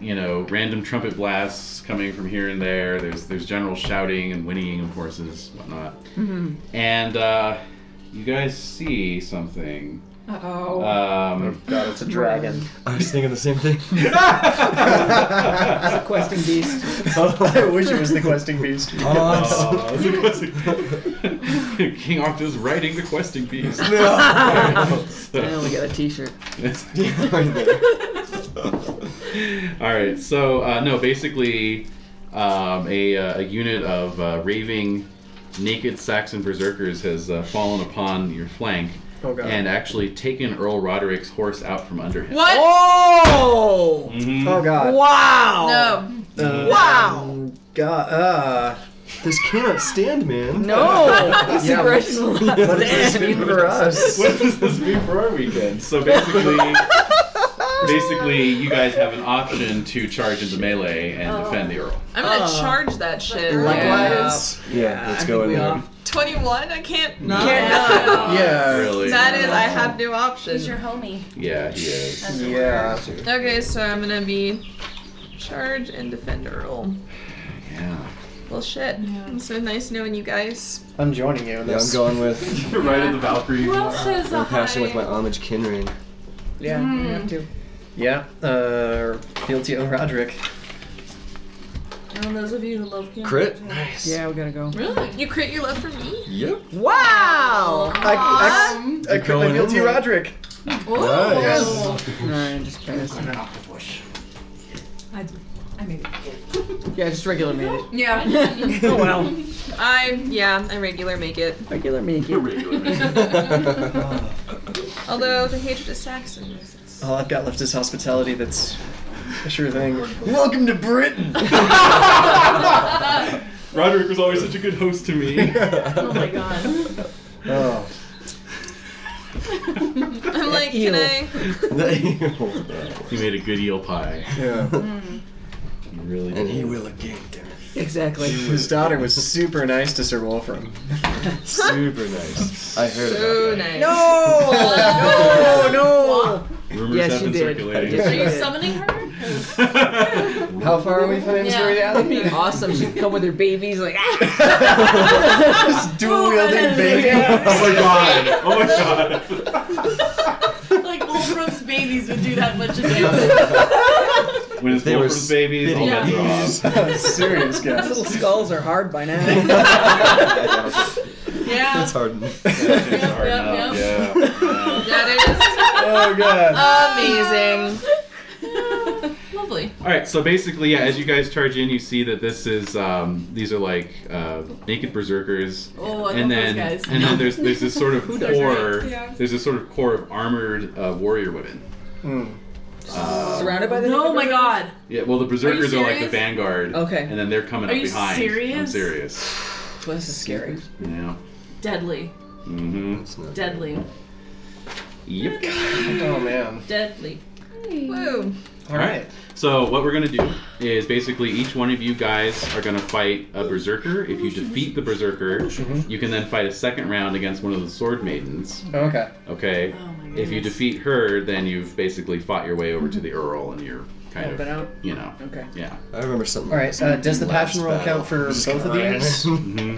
[SPEAKER 1] You know, random trumpet blasts coming from here and there. There's there's general shouting and whinnying of horses, whatnot.
[SPEAKER 24] Mhm.
[SPEAKER 1] And uh, you guys see something.
[SPEAKER 8] Uh oh.
[SPEAKER 1] Um,
[SPEAKER 5] God, it's a dragon.
[SPEAKER 10] I was thinking the same thing. [LAUGHS]
[SPEAKER 5] It's a questing beast. [LAUGHS] I wish it was the questing beast.
[SPEAKER 1] [LAUGHS]
[SPEAKER 10] [LAUGHS] Oh,
[SPEAKER 1] Uh, King Octa's riding the questing beast.
[SPEAKER 24] Damn, we got a t-shirt.
[SPEAKER 1] [LAUGHS] All right. So uh, no, basically, um, a, uh, a unit of uh, raving, naked Saxon berserkers has uh, fallen upon your flank
[SPEAKER 5] Oh god.
[SPEAKER 1] and actually taken Earl Roderick's horse out from under him. [LAUGHS]
[SPEAKER 9] What?
[SPEAKER 24] Oh!
[SPEAKER 1] Mhm.
[SPEAKER 5] oh god.
[SPEAKER 24] Wow!
[SPEAKER 9] No.
[SPEAKER 5] Um,
[SPEAKER 24] Wow.
[SPEAKER 5] God. Uh,
[SPEAKER 10] this cannot stand, man.
[SPEAKER 24] No! This
[SPEAKER 5] Yeah, [LAUGHS]
[SPEAKER 24] aggression will not
[SPEAKER 5] what does this
[SPEAKER 24] stand.
[SPEAKER 5] mean for us?
[SPEAKER 1] What does this mean for our weekend? So basically, basically, you guys have an option to charge into melee and defend the Earl.
[SPEAKER 9] I'm gonna
[SPEAKER 7] Oh.
[SPEAKER 9] charge that shit.
[SPEAKER 11] Likewise.
[SPEAKER 10] Yeah, let's go in there.
[SPEAKER 9] Twenty-one. I can't. No.
[SPEAKER 11] Yeah.
[SPEAKER 1] Really?
[SPEAKER 9] That is. I have no option.
[SPEAKER 14] He's your homie.
[SPEAKER 1] Yeah, he is.
[SPEAKER 5] Yeah.
[SPEAKER 9] Okay, so I'm gonna be charge and defend Earl.
[SPEAKER 1] Yeah.
[SPEAKER 9] Well, shit. It's so nice knowing you guys.
[SPEAKER 11] I'm joining you. in
[SPEAKER 10] Yeah, I'm
[SPEAKER 11] this.
[SPEAKER 10] going with.
[SPEAKER 1] right in the Valkyrie.
[SPEAKER 9] Who else has a
[SPEAKER 10] I'm passing
[SPEAKER 9] high-
[SPEAKER 10] with my homage kin ring.
[SPEAKER 5] Yeah, you have to. Yeah, uh, Fieldteo Roderick.
[SPEAKER 7] And those of you who love Kim.
[SPEAKER 5] Crit. Nice.
[SPEAKER 7] Yeah, we gotta go.
[SPEAKER 9] Really? You crit your love for me?
[SPEAKER 10] Yep.
[SPEAKER 24] Wow.
[SPEAKER 5] I, I, I crit my
[SPEAKER 10] going in
[SPEAKER 5] Fieldteo
[SPEAKER 10] there.
[SPEAKER 5] Roderick.
[SPEAKER 10] Nice.
[SPEAKER 7] Alright, just pass.
[SPEAKER 8] I, I made it.
[SPEAKER 7] Yeah, just regular made it.
[SPEAKER 9] Yeah.
[SPEAKER 7] Oh well.
[SPEAKER 9] I yeah, I regular make it.
[SPEAKER 7] Regular make it.
[SPEAKER 9] Although the hatred of Saxons.
[SPEAKER 5] All I've got left is hospitality. That's a sure thing. Welcome to
[SPEAKER 10] [LAUGHS]
[SPEAKER 5] Britain.
[SPEAKER 1] [LAUGHS] Roderick was always such a good host to me.
[SPEAKER 14] Oh my god.
[SPEAKER 5] oh.
[SPEAKER 9] [LAUGHS] I'm like, can I?
[SPEAKER 1] [LAUGHS] He made a good eel pie.
[SPEAKER 5] Hmm.
[SPEAKER 10] Yeah.
[SPEAKER 1] He really
[SPEAKER 10] And
[SPEAKER 1] did.
[SPEAKER 10] he will again, damn
[SPEAKER 7] Exactly.
[SPEAKER 5] His daughter was super nice to Sir Wolfram.
[SPEAKER 10] it. Super nice. I heard
[SPEAKER 9] So
[SPEAKER 10] about that.
[SPEAKER 9] nice.
[SPEAKER 7] No! Oh,
[SPEAKER 5] [LAUGHS]
[SPEAKER 7] no! No!
[SPEAKER 1] Rumors
[SPEAKER 7] Yes,
[SPEAKER 1] have
[SPEAKER 7] you
[SPEAKER 1] been
[SPEAKER 7] did.
[SPEAKER 1] circulating.
[SPEAKER 7] Yes,
[SPEAKER 14] Are
[SPEAKER 1] [LAUGHS]
[SPEAKER 14] you
[SPEAKER 7] Yeah.
[SPEAKER 14] summoning her? 'Cause-
[SPEAKER 5] How far are we from his
[SPEAKER 14] Yeah.
[SPEAKER 5] reality?
[SPEAKER 7] [LAUGHS] Awesome. She'd come with her babies, like, ah!
[SPEAKER 5] [LAUGHS]
[SPEAKER 7] [LAUGHS]
[SPEAKER 5] Just dual wielding bacon.
[SPEAKER 1] Oh my god! Oh my god!
[SPEAKER 4] like Wolfram's babies would do that much of damage.
[SPEAKER 1] When it's
[SPEAKER 10] They were
[SPEAKER 1] Wolfram's babies, all
[SPEAKER 4] spitting
[SPEAKER 1] bets are off.
[SPEAKER 5] [LAUGHS] Serious
[SPEAKER 7] Those
[SPEAKER 5] guys.
[SPEAKER 7] little [LAUGHS] skulls are hard by
[SPEAKER 10] [LAUGHS]
[SPEAKER 7] now.
[SPEAKER 4] Yeah.
[SPEAKER 10] That's hard.
[SPEAKER 1] It's hard
[SPEAKER 4] Yep,
[SPEAKER 1] enough, yeah.
[SPEAKER 9] That
[SPEAKER 5] Oh god.
[SPEAKER 9] is amazing.
[SPEAKER 14] Lovely.
[SPEAKER 1] All right, so basically, yeah, as you guys charge in, you see that this is um, these are like uh, naked berserkers,
[SPEAKER 4] Oh, I love
[SPEAKER 1] and then
[SPEAKER 4] those guys.
[SPEAKER 1] and then there's there's this
[SPEAKER 4] [LAUGHS]
[SPEAKER 1] sort of
[SPEAKER 4] doesn't?
[SPEAKER 1] core
[SPEAKER 4] Yeah.
[SPEAKER 1] there's this sort of core of armored uh, warrior women.
[SPEAKER 5] Mm.
[SPEAKER 1] Uh,
[SPEAKER 7] Surrounded by the.
[SPEAKER 14] Oh
[SPEAKER 4] No, my god.
[SPEAKER 1] yeah, well, the berserkers are, like the
[SPEAKER 4] serious?
[SPEAKER 1] vanguard,
[SPEAKER 7] Okay.
[SPEAKER 1] and then they're coming
[SPEAKER 4] Are
[SPEAKER 1] up
[SPEAKER 4] you
[SPEAKER 1] behind. I'm
[SPEAKER 4] serious?
[SPEAKER 1] serious.
[SPEAKER 7] Well, this is scary.
[SPEAKER 1] Yeah.
[SPEAKER 14] Deadly.
[SPEAKER 1] Mm-hmm.
[SPEAKER 10] It's not-
[SPEAKER 14] Deadly.
[SPEAKER 1] Yep.
[SPEAKER 5] Oh man.
[SPEAKER 14] Deadly.
[SPEAKER 9] Woo.
[SPEAKER 5] All right.
[SPEAKER 1] So what we're gonna do is basically each one of you guys are gonna fight a berserker. If
[SPEAKER 4] Oh,
[SPEAKER 1] you defeat the berserker, you can then fight a second round against one of the sword maidens.
[SPEAKER 5] Okay.
[SPEAKER 1] Okay.
[SPEAKER 4] Oh my
[SPEAKER 1] if you
[SPEAKER 4] goodness.
[SPEAKER 1] defeat her, then you've basically fought your way over to the Earl, and you're kind
[SPEAKER 7] Helping
[SPEAKER 1] of
[SPEAKER 7] out.
[SPEAKER 1] you know,
[SPEAKER 7] Okay.
[SPEAKER 1] yeah.
[SPEAKER 10] I remember something.
[SPEAKER 5] All right. Uh, does the
[SPEAKER 10] Last
[SPEAKER 5] passion roll
[SPEAKER 10] battle.
[SPEAKER 5] count for both of [LAUGHS]
[SPEAKER 10] Skyrim.
[SPEAKER 5] these?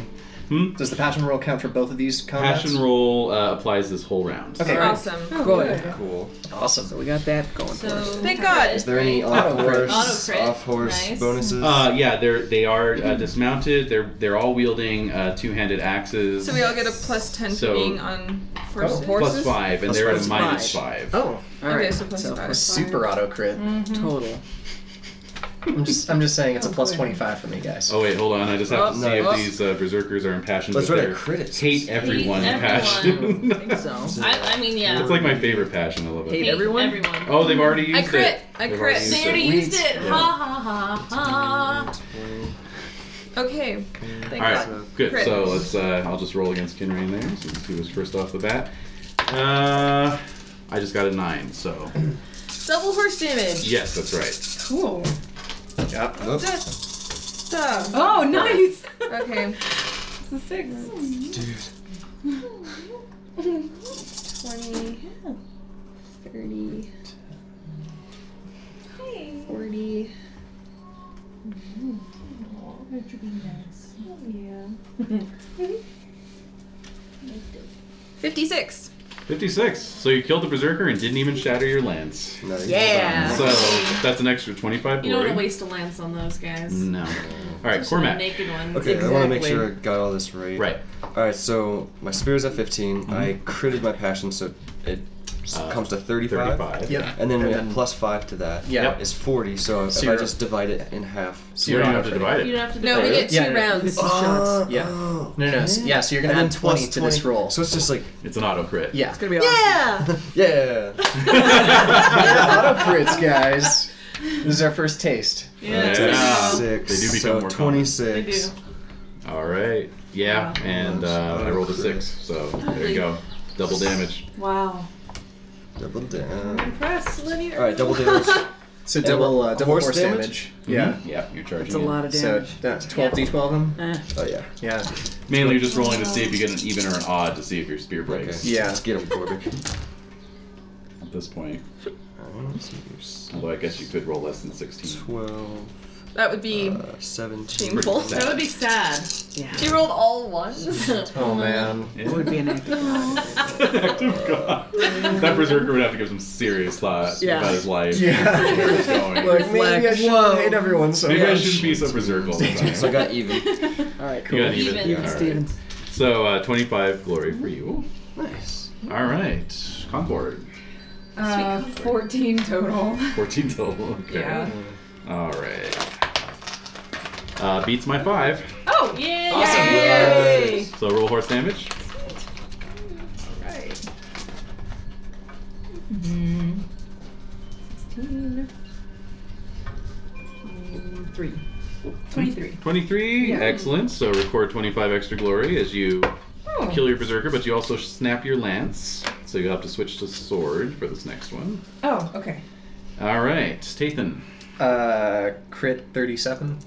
[SPEAKER 1] hmm
[SPEAKER 5] Does the passion roll count for both of these combats?
[SPEAKER 1] Passion roll uh, applies this whole round.
[SPEAKER 5] Okay. great.
[SPEAKER 9] Awesome.
[SPEAKER 7] Good.
[SPEAKER 10] Cool.
[SPEAKER 5] Awesome.
[SPEAKER 7] So we got that going for us.
[SPEAKER 14] So
[SPEAKER 9] Thank God.
[SPEAKER 10] Is there any off
[SPEAKER 5] Auto crit.
[SPEAKER 10] horse,
[SPEAKER 14] Auto crit.
[SPEAKER 10] off horse
[SPEAKER 14] Nice.
[SPEAKER 10] bonuses?
[SPEAKER 1] Uh, yeah, they're they are uh, dismounted. They're they're all wielding uh, two-handed axes.
[SPEAKER 9] So we all get a plus ten
[SPEAKER 1] So-
[SPEAKER 9] for being on
[SPEAKER 5] Oh,
[SPEAKER 9] horses.
[SPEAKER 5] horse-
[SPEAKER 1] plus five, and
[SPEAKER 10] Plus
[SPEAKER 1] they're at a
[SPEAKER 10] five.
[SPEAKER 1] minus five.
[SPEAKER 5] Oh,
[SPEAKER 7] All right.
[SPEAKER 9] Okay, so plus
[SPEAKER 7] so
[SPEAKER 9] five.
[SPEAKER 5] a
[SPEAKER 7] plus
[SPEAKER 5] super auto crit.
[SPEAKER 7] total.
[SPEAKER 5] I'm just I'm just saying it's a plus 25 for me, guys.
[SPEAKER 1] Oh wait, hold on. I just have
[SPEAKER 9] Oh,
[SPEAKER 1] to see
[SPEAKER 10] no.
[SPEAKER 1] if
[SPEAKER 9] Oh.
[SPEAKER 1] these uh, berserkers are impassioned.
[SPEAKER 10] Let's
[SPEAKER 1] but
[SPEAKER 10] write a
[SPEAKER 1] they're-
[SPEAKER 10] crit. It's-
[SPEAKER 1] Hate everyone
[SPEAKER 14] everyone.
[SPEAKER 1] passion. [LAUGHS]
[SPEAKER 7] I think so.
[SPEAKER 14] I, I mean, yeah.
[SPEAKER 1] It's like my favorite passion. I love it.
[SPEAKER 7] Hate
[SPEAKER 14] Hate
[SPEAKER 7] everyone?
[SPEAKER 14] Everyone.
[SPEAKER 1] Oh, they've already used
[SPEAKER 9] I crit.
[SPEAKER 1] it.
[SPEAKER 9] I
[SPEAKER 1] They've
[SPEAKER 9] crit.
[SPEAKER 1] already
[SPEAKER 14] They
[SPEAKER 1] used
[SPEAKER 14] already
[SPEAKER 1] it.
[SPEAKER 14] used it.
[SPEAKER 1] Yeah.
[SPEAKER 14] Ha ha ha ha.
[SPEAKER 9] Okay.
[SPEAKER 1] All
[SPEAKER 9] Thank
[SPEAKER 1] right,
[SPEAKER 9] God.
[SPEAKER 1] good.
[SPEAKER 9] Crit.
[SPEAKER 1] So let's. Uh, I'll just roll against Kinrain there since he was first off the bat. Uh, I just got a nine. So
[SPEAKER 9] Double horse damage.
[SPEAKER 1] yes, that's right.
[SPEAKER 8] [LAUGHS] Cool.
[SPEAKER 5] Yep.
[SPEAKER 10] Oops.
[SPEAKER 9] That stuff.
[SPEAKER 8] Oh, nice.
[SPEAKER 9] Okay.
[SPEAKER 8] It's a six.
[SPEAKER 10] Dude.
[SPEAKER 9] 20, 30, 40. Fifty-six.
[SPEAKER 1] Fifty-six. So you killed the berserker and didn't even shatter your lance.
[SPEAKER 10] Nice.
[SPEAKER 9] Yeah.
[SPEAKER 1] So that's an extra twenty-five
[SPEAKER 14] You don't
[SPEAKER 1] glory. Mm.
[SPEAKER 14] want to waste a lance on those guys.
[SPEAKER 1] no. All
[SPEAKER 14] Especially
[SPEAKER 1] right,
[SPEAKER 14] the
[SPEAKER 1] Cormac.
[SPEAKER 14] naked ones.
[SPEAKER 10] Okay, I want to make
[SPEAKER 7] Exactly.
[SPEAKER 10] sure I got all this right.
[SPEAKER 1] Right. Mm-hmm.
[SPEAKER 10] All right, so my spear is at 15. I critted my passion, so it s-
[SPEAKER 1] Uh,
[SPEAKER 10] comes to 35.
[SPEAKER 1] Thirty-five.
[SPEAKER 5] Yep.
[SPEAKER 10] And then we
[SPEAKER 5] And
[SPEAKER 10] have
[SPEAKER 5] then-
[SPEAKER 10] plus 5 to that.
[SPEAKER 5] Yeah.
[SPEAKER 1] Yep.
[SPEAKER 10] Is 40, so,
[SPEAKER 5] So
[SPEAKER 10] if I
[SPEAKER 5] you're-
[SPEAKER 10] just divide it in half.
[SPEAKER 1] So you don't have to divide
[SPEAKER 14] You
[SPEAKER 1] it.
[SPEAKER 14] don't have to.
[SPEAKER 9] No, we
[SPEAKER 14] do
[SPEAKER 9] get
[SPEAKER 14] it.
[SPEAKER 9] two
[SPEAKER 5] Yeah, yeah.
[SPEAKER 9] rounds.
[SPEAKER 7] Some shots.
[SPEAKER 5] Yeah.
[SPEAKER 10] Oh,
[SPEAKER 5] No, no, no.
[SPEAKER 10] okay.
[SPEAKER 5] Yeah, so you're gonna
[SPEAKER 10] And then
[SPEAKER 5] add 20
[SPEAKER 10] plus
[SPEAKER 5] to this roll.
[SPEAKER 10] So it's just like,
[SPEAKER 1] It's an auto crit.
[SPEAKER 5] Yeah. [LAUGHS]
[SPEAKER 7] It's gonna be awesome.
[SPEAKER 9] Yeah.
[SPEAKER 10] yeah.
[SPEAKER 5] yeah, auto [LAUGHS] crits, guys. This is our first taste.
[SPEAKER 4] Yeah.
[SPEAKER 1] Yeah.
[SPEAKER 10] Six,
[SPEAKER 1] They do become
[SPEAKER 10] so
[SPEAKER 1] more common.
[SPEAKER 10] 26.
[SPEAKER 4] They
[SPEAKER 1] All right. Yeah, and uh, I rolled a
[SPEAKER 10] Crit.
[SPEAKER 1] six, so there you go. Double damage.
[SPEAKER 4] Wow.
[SPEAKER 10] Double down.
[SPEAKER 17] Impressed, Lydia.
[SPEAKER 10] All right, double damage.
[SPEAKER 1] [LAUGHS]
[SPEAKER 5] So
[SPEAKER 10] And
[SPEAKER 5] double,
[SPEAKER 10] what,
[SPEAKER 5] uh, double
[SPEAKER 10] horse
[SPEAKER 5] force
[SPEAKER 10] damage?
[SPEAKER 5] damage. Mm-hmm. Yeah.
[SPEAKER 10] Mhm.
[SPEAKER 1] Hmm? Yeah, you're charging.
[SPEAKER 5] That's a
[SPEAKER 1] in.
[SPEAKER 5] lot of damage. So uh, that's 12 d12 of them?
[SPEAKER 1] Oh yeah.
[SPEAKER 5] Yeah.
[SPEAKER 1] Mainly you're just rolling to see if you get an even or an odd to see if your spear breaks.
[SPEAKER 5] Okay. Yeah. Let's
[SPEAKER 10] get him, Corbin.
[SPEAKER 1] At this point. Although I guess you could roll less
[SPEAKER 5] [LAUGHS]
[SPEAKER 1] than 16.
[SPEAKER 10] 12.
[SPEAKER 9] That would be.
[SPEAKER 10] Uh, 17.
[SPEAKER 9] Shameful. [LAUGHS]
[SPEAKER 1] That would
[SPEAKER 9] be
[SPEAKER 4] sad.
[SPEAKER 17] Yeah.
[SPEAKER 9] She rolled all ones.
[SPEAKER 5] Oh man.
[SPEAKER 1] It
[SPEAKER 17] would be an
[SPEAKER 1] active god. active god. That berserker would have to give some serious thought
[SPEAKER 5] Yeah.
[SPEAKER 1] about his life.
[SPEAKER 5] Yeah.
[SPEAKER 1] Where it's
[SPEAKER 5] [LAUGHS]
[SPEAKER 1] going.
[SPEAKER 5] Like, maybe I
[SPEAKER 17] Reflect.
[SPEAKER 5] shouldn't
[SPEAKER 17] Whoa.
[SPEAKER 5] hate everyone so
[SPEAKER 1] Maybe I
[SPEAKER 5] much.
[SPEAKER 1] shouldn't be so berserk all the
[SPEAKER 5] [LAUGHS]
[SPEAKER 1] time.
[SPEAKER 10] So I got even.
[SPEAKER 9] [LAUGHS]
[SPEAKER 5] All right,
[SPEAKER 1] You
[SPEAKER 5] cool.
[SPEAKER 1] got even.
[SPEAKER 5] Even
[SPEAKER 1] All right.
[SPEAKER 5] Stevens.
[SPEAKER 1] So uh, 25 glory for you.
[SPEAKER 10] Nice.
[SPEAKER 1] All right. Concord.
[SPEAKER 8] Uh, 14 total.
[SPEAKER 1] 14 total. Okay.
[SPEAKER 8] Yeah.
[SPEAKER 1] All right. Uh, beats my 5.
[SPEAKER 9] Oh! Yay!
[SPEAKER 1] Awesome. So roll horse damage.
[SPEAKER 9] Right.
[SPEAKER 8] Mm. 16. Mm, Three. 23.
[SPEAKER 1] 23,
[SPEAKER 8] Yeah.
[SPEAKER 1] excellent. So record 25 extra glory as you
[SPEAKER 8] Oh.
[SPEAKER 1] kill your berserker, but you also snap your lance. So you'll have to switch to sword for this next one.
[SPEAKER 8] Oh, okay.
[SPEAKER 1] All right, Tathan.
[SPEAKER 5] Uh, crit 37.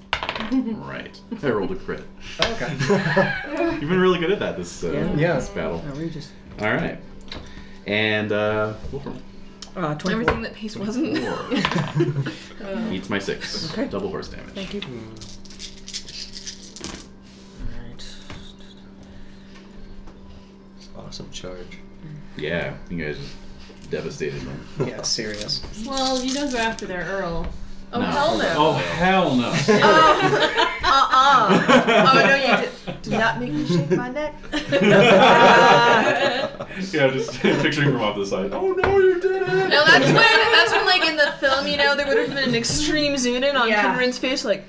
[SPEAKER 1] Right. I rolled a crit.
[SPEAKER 24] Oh,
[SPEAKER 5] Okay.
[SPEAKER 1] You've been really good at that this, uh,
[SPEAKER 5] Yeah. [LAUGHS] Yeah.
[SPEAKER 1] this battle.
[SPEAKER 7] Oh,
[SPEAKER 24] Outrageous.
[SPEAKER 1] All right. And uh, Wolfram.
[SPEAKER 7] Uh, 24.
[SPEAKER 9] Everything that Pace wasn't.
[SPEAKER 1] Four. Eats my 6.
[SPEAKER 7] Okay.
[SPEAKER 1] Double horse damage.
[SPEAKER 7] Thank you.
[SPEAKER 10] Awesome charge.
[SPEAKER 1] Yeah, you guys just devastated them.
[SPEAKER 5] Yeah, serious.
[SPEAKER 14] Well, you don't go after their Earl.
[SPEAKER 9] Oh, hell no.
[SPEAKER 1] Oh, hell no.
[SPEAKER 9] Oh.
[SPEAKER 10] [LAUGHS]
[SPEAKER 4] Oh.
[SPEAKER 9] Uh-uh.
[SPEAKER 23] oh no, you did, do not make me shake my
[SPEAKER 10] [LAUGHS]
[SPEAKER 9] [LAUGHS]
[SPEAKER 23] neck.
[SPEAKER 1] [LAUGHS]
[SPEAKER 9] Oh,
[SPEAKER 1] yeah, just [LAUGHS] picturing from off the side. Oh, no.
[SPEAKER 9] No, that's when that's when like in the film, you know, there would
[SPEAKER 1] [LAUGHS]
[SPEAKER 9] have been an extreme zoom in on
[SPEAKER 17] Yeah.
[SPEAKER 9] Kunrin's face, like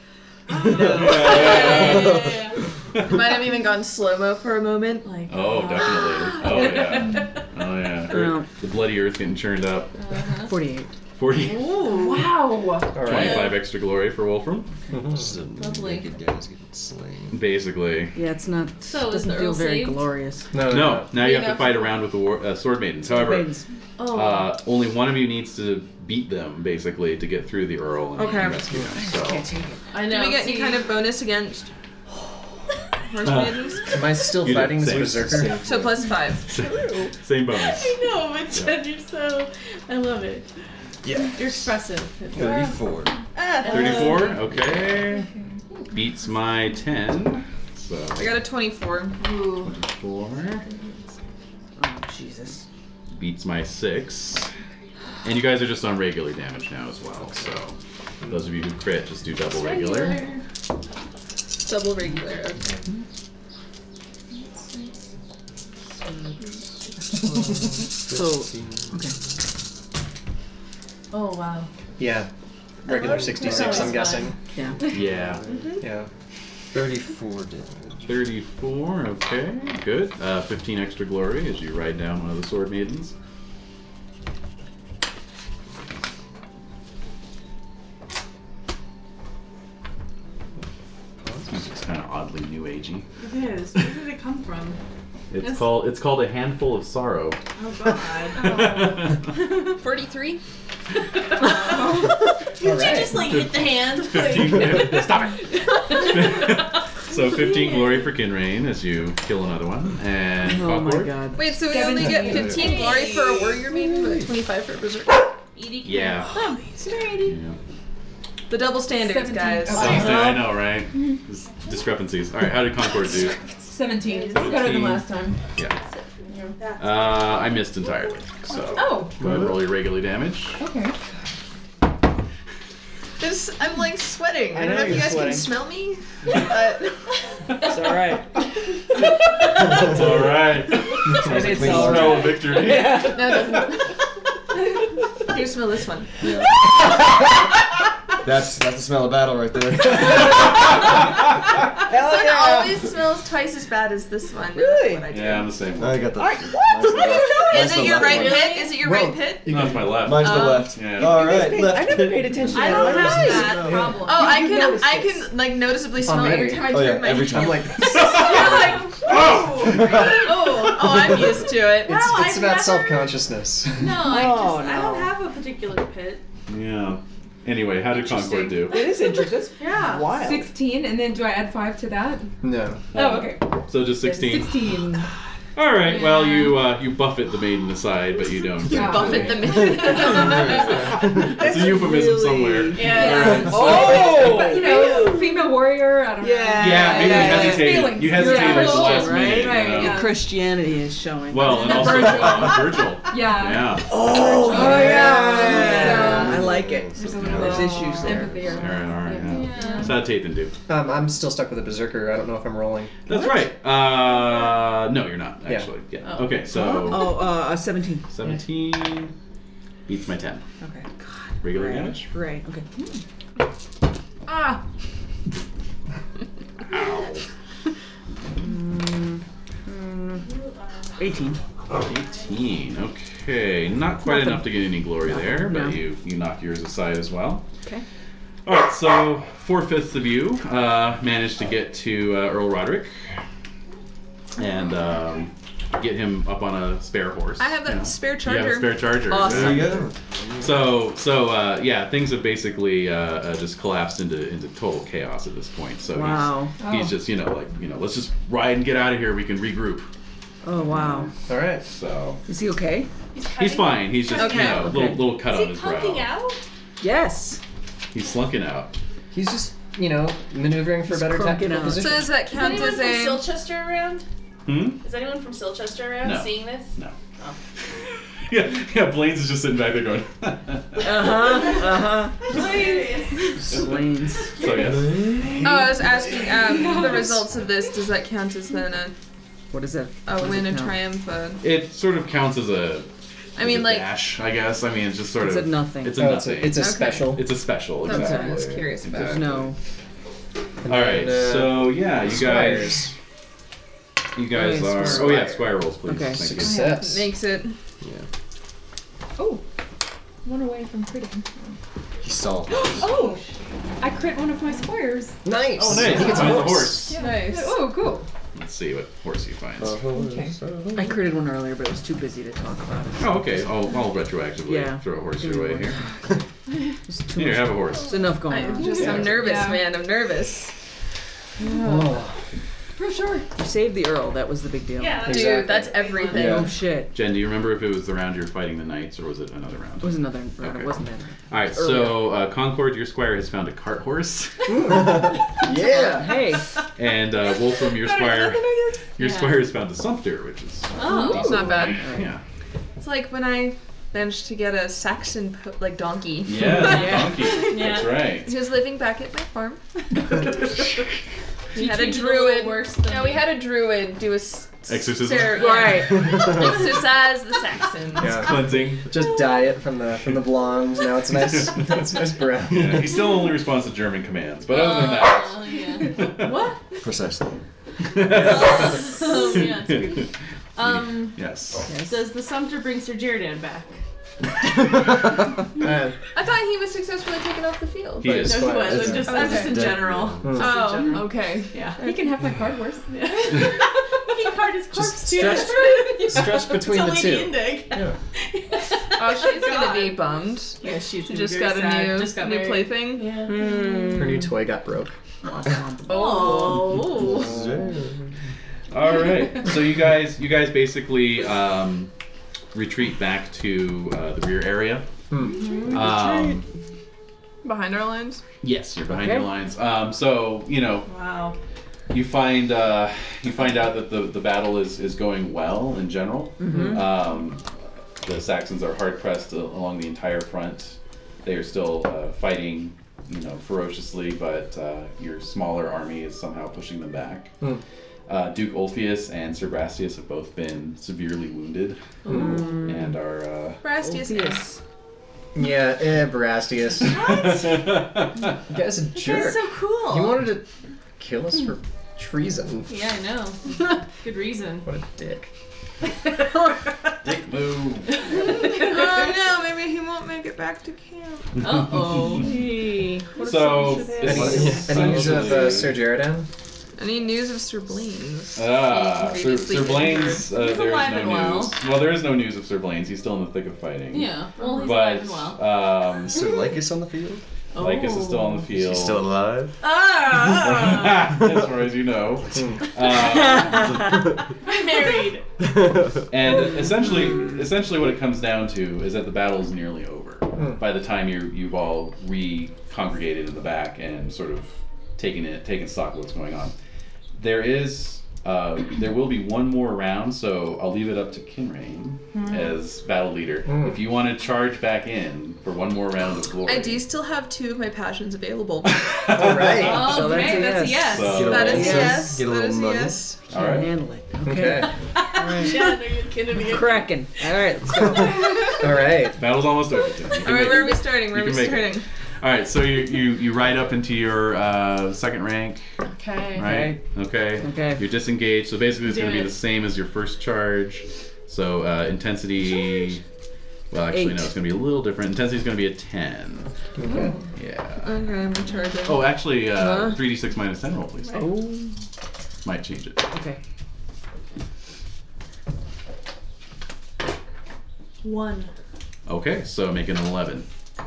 [SPEAKER 1] Yeah.
[SPEAKER 10] [LAUGHS]
[SPEAKER 9] it might have even gone slow mo for a moment, like.
[SPEAKER 1] Oh, definitely. Oh, [LAUGHS] yeah. Oh, yeah. Earth-
[SPEAKER 24] No.
[SPEAKER 1] The bloody earth getting churned up.
[SPEAKER 24] 48.
[SPEAKER 1] 40,
[SPEAKER 4] oh,
[SPEAKER 17] Ooh, wow.
[SPEAKER 1] 25 extra glory for Wolfram.
[SPEAKER 10] Just some
[SPEAKER 14] Lovely.
[SPEAKER 10] naked guys getting slain.
[SPEAKER 1] Basically. Uh,
[SPEAKER 24] Yeah, it's not.
[SPEAKER 14] So is
[SPEAKER 24] doesn't
[SPEAKER 14] the
[SPEAKER 24] feel
[SPEAKER 14] Earl
[SPEAKER 24] very
[SPEAKER 14] saved?
[SPEAKER 24] glorious.
[SPEAKER 5] No, no,
[SPEAKER 1] No, now you
[SPEAKER 14] You
[SPEAKER 1] have to
[SPEAKER 14] know.
[SPEAKER 1] fight around with the war, uh, sword maidens. However,
[SPEAKER 24] Maidens.
[SPEAKER 14] Oh.
[SPEAKER 1] uh, only one of you needs to beat them, basically, to get through the Earl and
[SPEAKER 7] Okay.
[SPEAKER 1] rescue them. So.
[SPEAKER 14] I
[SPEAKER 9] Do
[SPEAKER 14] know.
[SPEAKER 9] we get any
[SPEAKER 14] see?
[SPEAKER 4] [LAUGHS]
[SPEAKER 9] kind of bonus against horse
[SPEAKER 1] Uh.
[SPEAKER 9] maidens?
[SPEAKER 5] Am I still
[SPEAKER 1] You did
[SPEAKER 5] fighting this
[SPEAKER 1] same-
[SPEAKER 5] berserker?
[SPEAKER 9] So plus five.
[SPEAKER 1] [LAUGHS] Same bonus.
[SPEAKER 14] I know, but
[SPEAKER 1] Yeah.
[SPEAKER 14] Jen, you're so. I love it.
[SPEAKER 10] Yeah.
[SPEAKER 14] You're expressive.
[SPEAKER 10] 34.
[SPEAKER 1] 34, okay. Beats my 10. So.
[SPEAKER 9] I got a twenty-four.
[SPEAKER 1] 24.
[SPEAKER 24] Oh Jesus.
[SPEAKER 1] beats my six. And you guys are just on regular damage now as well. So those of you who crit, just do double regular.
[SPEAKER 9] Double regular. Okay.
[SPEAKER 24] So okay.
[SPEAKER 14] Oh wow.
[SPEAKER 5] Yeah. Regular 66, I'm
[SPEAKER 14] That's
[SPEAKER 5] guessing.
[SPEAKER 24] Yeah.
[SPEAKER 1] Yeah.
[SPEAKER 5] Yeah.
[SPEAKER 10] 34 damage.
[SPEAKER 1] 34. Okay. Good. Uh, 15 extra glory as you ride down one of the sword maidens. Oh, This is kind of oddly new agey.
[SPEAKER 4] It is. Where did it come from?
[SPEAKER 1] It's
[SPEAKER 4] Yes.
[SPEAKER 1] called it's called a handful of sorrow.
[SPEAKER 4] Oh
[SPEAKER 1] [LAUGHS]
[SPEAKER 4] [LAUGHS] God.
[SPEAKER 9] Forty-three.
[SPEAKER 14] Did you just like hit the
[SPEAKER 1] [LAUGHS]
[SPEAKER 14] hand?
[SPEAKER 4] [LAUGHS]
[SPEAKER 1] Fifteen. Stop it. so 15 glory for Kinrain as you kill another one, and
[SPEAKER 24] Oh my
[SPEAKER 1] Clockwork.
[SPEAKER 24] God.
[SPEAKER 9] Wait, so we only get
[SPEAKER 1] Seventeen.
[SPEAKER 9] fifteen glory for a warrior maiden, but twenty-five for a berserker.
[SPEAKER 14] Edie.
[SPEAKER 1] Yeah.
[SPEAKER 9] Oh,
[SPEAKER 1] yeah.
[SPEAKER 9] The double standards, guys.
[SPEAKER 1] Sounds good, I know, right? There's discrepancies. All right, how did Concord do?
[SPEAKER 8] 17. It's better than last time.
[SPEAKER 1] Yeah. Uh, I missed entirely. So
[SPEAKER 8] Oh.
[SPEAKER 1] go ahead and roll your
[SPEAKER 24] [LAUGHS]
[SPEAKER 1] regular damage.
[SPEAKER 8] Okay.
[SPEAKER 9] [LAUGHS] This, I'm like sweating. I,
[SPEAKER 5] I
[SPEAKER 9] don't know
[SPEAKER 5] know
[SPEAKER 9] if you
[SPEAKER 5] you're
[SPEAKER 9] guys
[SPEAKER 5] sweating.
[SPEAKER 9] can smell [LAUGHS] me, but
[SPEAKER 24] It's all right.
[SPEAKER 1] That's all right.
[SPEAKER 24] It's
[SPEAKER 1] Please
[SPEAKER 24] all right.
[SPEAKER 1] smell
[SPEAKER 24] [LAUGHS]
[SPEAKER 1] victory.
[SPEAKER 24] Yeah.
[SPEAKER 9] no, [LAUGHS] it doesn't. Here, smell this one.
[SPEAKER 10] [LAUGHS] Yeah. that's that's the smell of battle right [LAUGHS] there.
[SPEAKER 5] Oh,
[SPEAKER 9] This one
[SPEAKER 24] yeah.
[SPEAKER 9] always smells twice as bad as this one.
[SPEAKER 24] Really?
[SPEAKER 9] That's what I do.
[SPEAKER 1] Yeah, I'm the same
[SPEAKER 10] I
[SPEAKER 1] one.
[SPEAKER 10] got the.
[SPEAKER 24] All right. What? What are you doing?
[SPEAKER 10] Mine's
[SPEAKER 9] Is
[SPEAKER 10] the
[SPEAKER 9] it your
[SPEAKER 10] left
[SPEAKER 9] right
[SPEAKER 10] one.
[SPEAKER 9] pit? Is it your
[SPEAKER 10] Well-
[SPEAKER 9] right pit?
[SPEAKER 1] No, it's my left.
[SPEAKER 10] Mine's the
[SPEAKER 9] Um,
[SPEAKER 10] left.
[SPEAKER 1] Yeah.
[SPEAKER 10] All
[SPEAKER 24] This
[SPEAKER 10] right,
[SPEAKER 24] thing-
[SPEAKER 10] left.
[SPEAKER 24] I never paid attention.
[SPEAKER 14] I
[SPEAKER 24] to
[SPEAKER 14] don't
[SPEAKER 24] that.
[SPEAKER 14] have
[SPEAKER 9] Nice.
[SPEAKER 14] that
[SPEAKER 1] [LAUGHS]
[SPEAKER 14] problem.
[SPEAKER 9] Oh, I can
[SPEAKER 24] noticed
[SPEAKER 9] I
[SPEAKER 24] this.
[SPEAKER 9] can like noticeably
[SPEAKER 5] On
[SPEAKER 9] smell it every
[SPEAKER 5] me.
[SPEAKER 9] [LAUGHS]
[SPEAKER 5] [LAUGHS]
[SPEAKER 9] time I
[SPEAKER 10] Oh
[SPEAKER 9] drink
[SPEAKER 10] yeah,
[SPEAKER 9] my
[SPEAKER 10] every time.
[SPEAKER 5] I'm like,
[SPEAKER 9] You're like,
[SPEAKER 1] Oh!
[SPEAKER 9] oh, Oh, I'm used to
[SPEAKER 11] It's,
[SPEAKER 9] it.
[SPEAKER 4] Wow,
[SPEAKER 11] it's
[SPEAKER 4] I've
[SPEAKER 11] about
[SPEAKER 4] never-
[SPEAKER 11] self consciousness.
[SPEAKER 4] No, I
[SPEAKER 17] Oh,
[SPEAKER 4] just I
[SPEAKER 17] no.
[SPEAKER 4] don't have a particular pit.
[SPEAKER 1] Yeah. Anyway, how did Concord do?
[SPEAKER 17] It is interesting. That's
[SPEAKER 4] Yeah.
[SPEAKER 7] Oh.
[SPEAKER 17] wild.
[SPEAKER 8] 16, and then do I add 5 to that?
[SPEAKER 1] No.
[SPEAKER 8] Oh, okay.
[SPEAKER 1] So just 16.
[SPEAKER 8] 16.
[SPEAKER 1] All right. Well, you uh, you buffet the maiden aside, but you don't.
[SPEAKER 8] Yeah.
[SPEAKER 14] Buffet the [LAUGHS]
[SPEAKER 1] It's a euphemism somewhere.
[SPEAKER 8] Yeah.
[SPEAKER 17] Oh!
[SPEAKER 8] But, you know, female warrior, I don't
[SPEAKER 17] Yeah.
[SPEAKER 8] know.
[SPEAKER 1] Yeah, maybe
[SPEAKER 17] yeah,
[SPEAKER 1] you hesitated.
[SPEAKER 8] Feelings.
[SPEAKER 1] You hesitated
[SPEAKER 8] Yeah.
[SPEAKER 1] at the last
[SPEAKER 8] Right,
[SPEAKER 1] minute. you
[SPEAKER 8] right.
[SPEAKER 1] know.
[SPEAKER 7] Your Christianity is showing.
[SPEAKER 1] Well,
[SPEAKER 7] [LAUGHS]
[SPEAKER 1] and also uh, [LAUGHS] Virgil.
[SPEAKER 8] Yeah.
[SPEAKER 1] Yeah.
[SPEAKER 7] Oh,
[SPEAKER 8] yeah.
[SPEAKER 7] I like it.
[SPEAKER 8] There's a little
[SPEAKER 7] There's issues there.
[SPEAKER 8] empathy
[SPEAKER 1] All
[SPEAKER 8] or
[SPEAKER 1] right. All right. Yeah. So how'd Tathan do?
[SPEAKER 5] Um, I'm still stuck with a berserker. I don't know if I'm rolling.
[SPEAKER 1] That's right. Uh, no, you're not actually. Yeah.
[SPEAKER 7] Oh.
[SPEAKER 1] Okay. So
[SPEAKER 7] Oh, uh, a 17.
[SPEAKER 1] 17 beats my 10.
[SPEAKER 7] Okay.
[SPEAKER 1] Regular
[SPEAKER 7] Right.
[SPEAKER 1] damage.
[SPEAKER 7] Right. Okay.
[SPEAKER 8] Ah!
[SPEAKER 1] [LAUGHS] Ow.
[SPEAKER 7] Mm, mm, 18.
[SPEAKER 1] 18. Okay. Not quite
[SPEAKER 7] Nothing.
[SPEAKER 1] enough to get any glory there, but
[SPEAKER 7] No.
[SPEAKER 1] you you knock yours aside as well.
[SPEAKER 7] Okay.
[SPEAKER 1] All right. So four fifths of you uh, managed to get to uh, Earl Roderick and um, get him up on a spare horse.
[SPEAKER 9] I have
[SPEAKER 1] you
[SPEAKER 9] that
[SPEAKER 1] know.
[SPEAKER 9] spare
[SPEAKER 1] You have
[SPEAKER 9] charger.
[SPEAKER 1] a spare charger.
[SPEAKER 9] Awesome.
[SPEAKER 1] Yeah. So, so uh, yeah, things have basically uh, uh, just collapsed into into total chaos at this point. So
[SPEAKER 7] Wow.
[SPEAKER 1] he's, he's
[SPEAKER 7] Oh.
[SPEAKER 1] just you know like you know let's just ride and get out of here. We can regroup.
[SPEAKER 7] Oh, wow.
[SPEAKER 1] All right. So
[SPEAKER 7] Is he okay?
[SPEAKER 1] he's fine. He's just you
[SPEAKER 7] Okay.
[SPEAKER 1] know
[SPEAKER 7] Okay.
[SPEAKER 1] little little cut on his brow.
[SPEAKER 4] out?
[SPEAKER 7] Yes.
[SPEAKER 1] He's slunking out. [LAUGHS]
[SPEAKER 5] He's just, you know, maneuvering for a better
[SPEAKER 7] crunking
[SPEAKER 5] tactical
[SPEAKER 7] out.
[SPEAKER 5] position.
[SPEAKER 9] So does that
[SPEAKER 4] Is
[SPEAKER 9] count
[SPEAKER 4] anyone
[SPEAKER 9] as
[SPEAKER 4] from
[SPEAKER 9] a?
[SPEAKER 4] Silchester around?
[SPEAKER 1] Hmm.
[SPEAKER 4] Is anyone from Silchester around
[SPEAKER 1] No.
[SPEAKER 4] seeing this?
[SPEAKER 1] No. Yeah. Yeah. Blaine's is just sitting back there going. [LAUGHS]
[SPEAKER 7] Uh huh.
[SPEAKER 4] Please.
[SPEAKER 7] Slain.
[SPEAKER 1] so yes.
[SPEAKER 9] Oh, I was asking um, the results of this. Does that count as then a,
[SPEAKER 7] What is it?
[SPEAKER 9] a win, a
[SPEAKER 7] count?
[SPEAKER 9] triumph? Uh, A,
[SPEAKER 1] It sort of counts as a.
[SPEAKER 9] I mean,
[SPEAKER 1] as a
[SPEAKER 9] like-
[SPEAKER 1] dash, I guess. I mean, it's just sort
[SPEAKER 7] It's
[SPEAKER 1] of
[SPEAKER 7] a nothing.
[SPEAKER 1] It's a
[SPEAKER 5] Oh, it's a-
[SPEAKER 1] nothing.
[SPEAKER 5] it's a
[SPEAKER 9] Okay.
[SPEAKER 5] special.
[SPEAKER 1] It's a special.
[SPEAKER 9] That's
[SPEAKER 1] Exactly.
[SPEAKER 9] what I was curious about.
[SPEAKER 1] Exactly.
[SPEAKER 7] No.
[SPEAKER 1] All right.
[SPEAKER 5] uh,
[SPEAKER 1] so yeah, you
[SPEAKER 5] Squires.
[SPEAKER 1] guys, you guys
[SPEAKER 7] Oh,
[SPEAKER 1] are.
[SPEAKER 7] yes,
[SPEAKER 1] Oh yeah,
[SPEAKER 5] Squire.
[SPEAKER 1] squire rolls, please.
[SPEAKER 7] Okay.
[SPEAKER 1] Thank you.
[SPEAKER 5] Success.
[SPEAKER 9] Makes it.
[SPEAKER 8] Oh,
[SPEAKER 17] One away from critting.
[SPEAKER 5] He saw.
[SPEAKER 8] oh! I crit one of my squires.
[SPEAKER 5] Nice.
[SPEAKER 1] Oh, nice.
[SPEAKER 5] He
[SPEAKER 1] You
[SPEAKER 5] gets
[SPEAKER 1] find
[SPEAKER 5] a
[SPEAKER 1] the
[SPEAKER 5] horse.
[SPEAKER 1] horse.
[SPEAKER 9] Nice.
[SPEAKER 8] Oh, cool.
[SPEAKER 1] Let's see what horse he finds.
[SPEAKER 5] Uh-huh.
[SPEAKER 8] Okay.
[SPEAKER 7] I created one earlier, but it was too busy to talk about. It
[SPEAKER 1] Oh, okay. I'll, I'll retroactively
[SPEAKER 7] Yeah.
[SPEAKER 1] throw a horse
[SPEAKER 7] Give
[SPEAKER 1] your
[SPEAKER 7] me
[SPEAKER 1] way
[SPEAKER 7] one.
[SPEAKER 1] here.
[SPEAKER 7] was too
[SPEAKER 1] Here,
[SPEAKER 7] much-
[SPEAKER 1] have a horse.
[SPEAKER 7] It's enough going
[SPEAKER 9] I'm
[SPEAKER 7] on.
[SPEAKER 9] just, I'm nervous,
[SPEAKER 8] Yeah.
[SPEAKER 9] man. I'm nervous.
[SPEAKER 8] For sure.
[SPEAKER 7] Save the Earl. That was the big deal.
[SPEAKER 4] Yeah.
[SPEAKER 9] Dude,
[SPEAKER 5] Exactly.
[SPEAKER 9] that's everything.
[SPEAKER 5] Yeah.
[SPEAKER 7] Oh shit.
[SPEAKER 1] Jen, do you remember if it was the round you were fighting the knights, or was it another round?
[SPEAKER 7] It was another. round,
[SPEAKER 1] Okay.
[SPEAKER 7] It wasn't that.
[SPEAKER 1] All right. So uh, Concord, your squire has found a cart horse, [LAUGHS]
[SPEAKER 5] Yeah.
[SPEAKER 7] Hey.
[SPEAKER 1] and uh, Wolfram, your squire, your
[SPEAKER 14] Yeah.
[SPEAKER 1] squire has found a sumpter, which is
[SPEAKER 9] Oh, it's not bad.
[SPEAKER 1] yeah.
[SPEAKER 9] It's like when I managed to get a Saxon po- like donkey.
[SPEAKER 1] Yeah, the donkey.
[SPEAKER 14] Yeah.
[SPEAKER 1] That's right.
[SPEAKER 9] He was living back at my farm. We had a
[SPEAKER 14] treated it a
[SPEAKER 9] druid.
[SPEAKER 14] little worse than
[SPEAKER 9] no, we had a druid do a s-
[SPEAKER 1] Exorcism?
[SPEAKER 9] Sarah- yeah. Exercise the Saxon.
[SPEAKER 5] [LAUGHS] Yeah.
[SPEAKER 1] [LAUGHS] Cleansing.
[SPEAKER 5] Just dye it from the from the blonde. Now it's nice. it's nice brown. [LAUGHS]
[SPEAKER 1] Yeah, he still only responds to German commands, but other than
[SPEAKER 9] Uh,
[SPEAKER 1] that.
[SPEAKER 14] Oh, [LAUGHS] yeah.
[SPEAKER 1] [LAUGHS]
[SPEAKER 9] [LAUGHS]
[SPEAKER 1] what?
[SPEAKER 5] Precisely.
[SPEAKER 14] Oh, yeah. Um,
[SPEAKER 1] yes.
[SPEAKER 14] Does the Sumter bring Sir Jerdan back?
[SPEAKER 9] I thought he was successfully taken off the field.
[SPEAKER 1] He is.
[SPEAKER 14] No, he was. I'm
[SPEAKER 5] Isn't
[SPEAKER 14] just,
[SPEAKER 9] it?
[SPEAKER 14] I'm just in
[SPEAKER 5] Okay.
[SPEAKER 14] general.
[SPEAKER 9] Oh,
[SPEAKER 14] General.
[SPEAKER 9] okay.
[SPEAKER 14] Yeah.
[SPEAKER 8] He can have my card horse.
[SPEAKER 4] [LAUGHS]
[SPEAKER 14] he card his corpse
[SPEAKER 5] Just
[SPEAKER 14] too.
[SPEAKER 5] stretch-
[SPEAKER 14] That's right.
[SPEAKER 5] Stretched between
[SPEAKER 14] it's a
[SPEAKER 5] the
[SPEAKER 14] lady
[SPEAKER 5] two.
[SPEAKER 14] Indig.
[SPEAKER 4] [LAUGHS]
[SPEAKER 5] Yeah.
[SPEAKER 9] Oh, she's gonna
[SPEAKER 14] God.
[SPEAKER 9] be bummed.
[SPEAKER 14] Yeah, she's
[SPEAKER 9] She
[SPEAKER 14] gonna
[SPEAKER 9] just
[SPEAKER 14] be
[SPEAKER 9] got
[SPEAKER 14] very
[SPEAKER 9] a
[SPEAKER 14] sad.
[SPEAKER 9] new
[SPEAKER 14] just got
[SPEAKER 9] new
[SPEAKER 14] married.
[SPEAKER 9] plaything.
[SPEAKER 14] Yeah.
[SPEAKER 5] Her new toy got broke.
[SPEAKER 9] Oh.
[SPEAKER 1] All [LAUGHS] right. So you guys, you guys basically um, retreat back to uh, the rear area. Um,
[SPEAKER 9] Behind our lines.
[SPEAKER 1] yes, you're behind
[SPEAKER 7] Okay.
[SPEAKER 1] your lines. Um, so you know,
[SPEAKER 14] Wow.
[SPEAKER 1] you find uh, you find out that the, the battle is, is going well in general. Um, the Saxons are hard pressed along the entire front. They are still uh, fighting, you know, ferociously, but uh, your smaller army is somehow pushing them back.
[SPEAKER 5] Hmm.
[SPEAKER 1] Uh, Duke Ulfius and Sir Brastius have both been severely wounded and are. Uh...
[SPEAKER 9] Brastius.
[SPEAKER 7] Yes.
[SPEAKER 5] Yeah, eh, [LAUGHS] Brastius. You
[SPEAKER 1] [LAUGHS]
[SPEAKER 5] guys a jerk.
[SPEAKER 14] That's so cool.
[SPEAKER 5] You wanted to kill us for treason.
[SPEAKER 14] Yeah, I
[SPEAKER 4] [LAUGHS]
[SPEAKER 14] know. Good reason.
[SPEAKER 5] What a dick.
[SPEAKER 1] Dick move.
[SPEAKER 9] [LAUGHS] oh no, maybe he won't make it back to camp.
[SPEAKER 14] Uh oh.
[SPEAKER 4] [LAUGHS]
[SPEAKER 1] So
[SPEAKER 5] Any,
[SPEAKER 1] it's
[SPEAKER 5] any use of uh,
[SPEAKER 1] supposedly-
[SPEAKER 5] Sir Jeridan?
[SPEAKER 9] Oh, Any news of Sir Blaine's?
[SPEAKER 1] Ah, Sir,
[SPEAKER 9] Previously
[SPEAKER 1] Sir Blaine's. Uh,
[SPEAKER 9] injured. He's
[SPEAKER 1] there is
[SPEAKER 9] alive
[SPEAKER 1] no
[SPEAKER 9] and
[SPEAKER 1] news.
[SPEAKER 9] well.
[SPEAKER 1] Well, there is no news of Sir Blaine's. He's still in the thick of fighting.
[SPEAKER 9] Yeah, well, he's
[SPEAKER 1] but,
[SPEAKER 9] alive and
[SPEAKER 1] Um,
[SPEAKER 10] Sir Lycus on the field?
[SPEAKER 1] Lycus is still on the
[SPEAKER 10] Is he
[SPEAKER 1] field. [LAUGHS]
[SPEAKER 10] still alive?
[SPEAKER 4] Ah,
[SPEAKER 1] as far as you know. Um,
[SPEAKER 4] ah. [LAUGHS]
[SPEAKER 26] Married.
[SPEAKER 1] and essentially, essentially, what it comes down to is that the battle is nearly over. By the time you you've all re-congregated in the back and sort of taken it, taken stock of what's going on, there is. Uh, there will be one more round, so I'll leave it up to Kinrain
[SPEAKER 9] Hmm.
[SPEAKER 1] as battle leader.
[SPEAKER 9] Hmm.
[SPEAKER 1] If you want to charge back in for one more round of glory,
[SPEAKER 9] I do still have two of my passions available.
[SPEAKER 1] All right.
[SPEAKER 4] Oh,
[SPEAKER 9] So that's a
[SPEAKER 3] Okay, that's a yes.
[SPEAKER 9] yes.
[SPEAKER 1] So-
[SPEAKER 3] That is a
[SPEAKER 1] Get a
[SPEAKER 3] yes.
[SPEAKER 10] Get a
[SPEAKER 3] That
[SPEAKER 10] little
[SPEAKER 3] is a
[SPEAKER 10] money.
[SPEAKER 3] yes.
[SPEAKER 1] All right.
[SPEAKER 7] Handle it.
[SPEAKER 1] Okay.
[SPEAKER 26] Chad, are you kidding me?
[SPEAKER 7] Cracking. All right, let's go.
[SPEAKER 1] All right. Battle's almost over. Tim. You can
[SPEAKER 9] All right,
[SPEAKER 1] make
[SPEAKER 9] where
[SPEAKER 1] it.
[SPEAKER 9] are we starting? Where are
[SPEAKER 1] You
[SPEAKER 9] we
[SPEAKER 1] can make it.
[SPEAKER 9] starting?
[SPEAKER 1] All right, so you, you, you ride up into your uh, second rank,
[SPEAKER 9] Okay.
[SPEAKER 1] right? Okay. Okay. You're disengaged, so basically it's
[SPEAKER 9] Do
[SPEAKER 1] going to be
[SPEAKER 9] it.
[SPEAKER 1] the same as your first charge. So uh, intensity. Well, actually,
[SPEAKER 9] Eight.
[SPEAKER 1] no, it's going to be a little different. Intensity's going to be a 10.
[SPEAKER 9] Okay.
[SPEAKER 1] Yeah.
[SPEAKER 9] Okay, I'm charging.
[SPEAKER 1] Oh, actually, uh,
[SPEAKER 9] Huh?
[SPEAKER 1] 3d6 minus 10 roll, please.
[SPEAKER 9] Oh.
[SPEAKER 1] Might change it.
[SPEAKER 7] Okay.
[SPEAKER 4] One.
[SPEAKER 1] Okay, so make it an 11.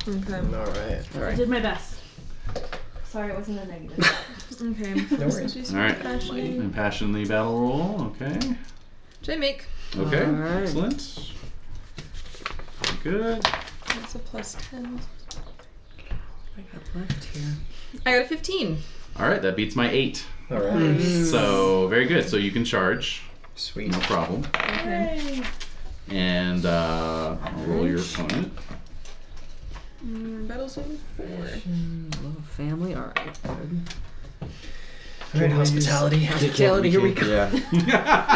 [SPEAKER 9] Okay.
[SPEAKER 1] All right. All
[SPEAKER 4] I did my best. Sorry, it wasn't a negative.
[SPEAKER 9] Okay.
[SPEAKER 4] No worries.
[SPEAKER 1] All right.
[SPEAKER 9] Passionate.
[SPEAKER 1] Impassionedly battle roll. Okay.
[SPEAKER 9] Should I make?
[SPEAKER 1] Okay. Excellent. Good.
[SPEAKER 9] That's a plus ten.
[SPEAKER 7] I got left here.
[SPEAKER 9] I got a fifteen.
[SPEAKER 1] All right, that beats my eight. All
[SPEAKER 5] right.
[SPEAKER 9] Nice.
[SPEAKER 1] So very good. So you can charge. Sweet. No problem.
[SPEAKER 9] Okay.
[SPEAKER 1] And uh, I'll roll your opponent.
[SPEAKER 9] Mm, battles level four.
[SPEAKER 7] Little family. All right. Good.
[SPEAKER 5] All right, hospitality. [LAUGHS]
[SPEAKER 7] Hospitality, here we go.
[SPEAKER 10] Yeah.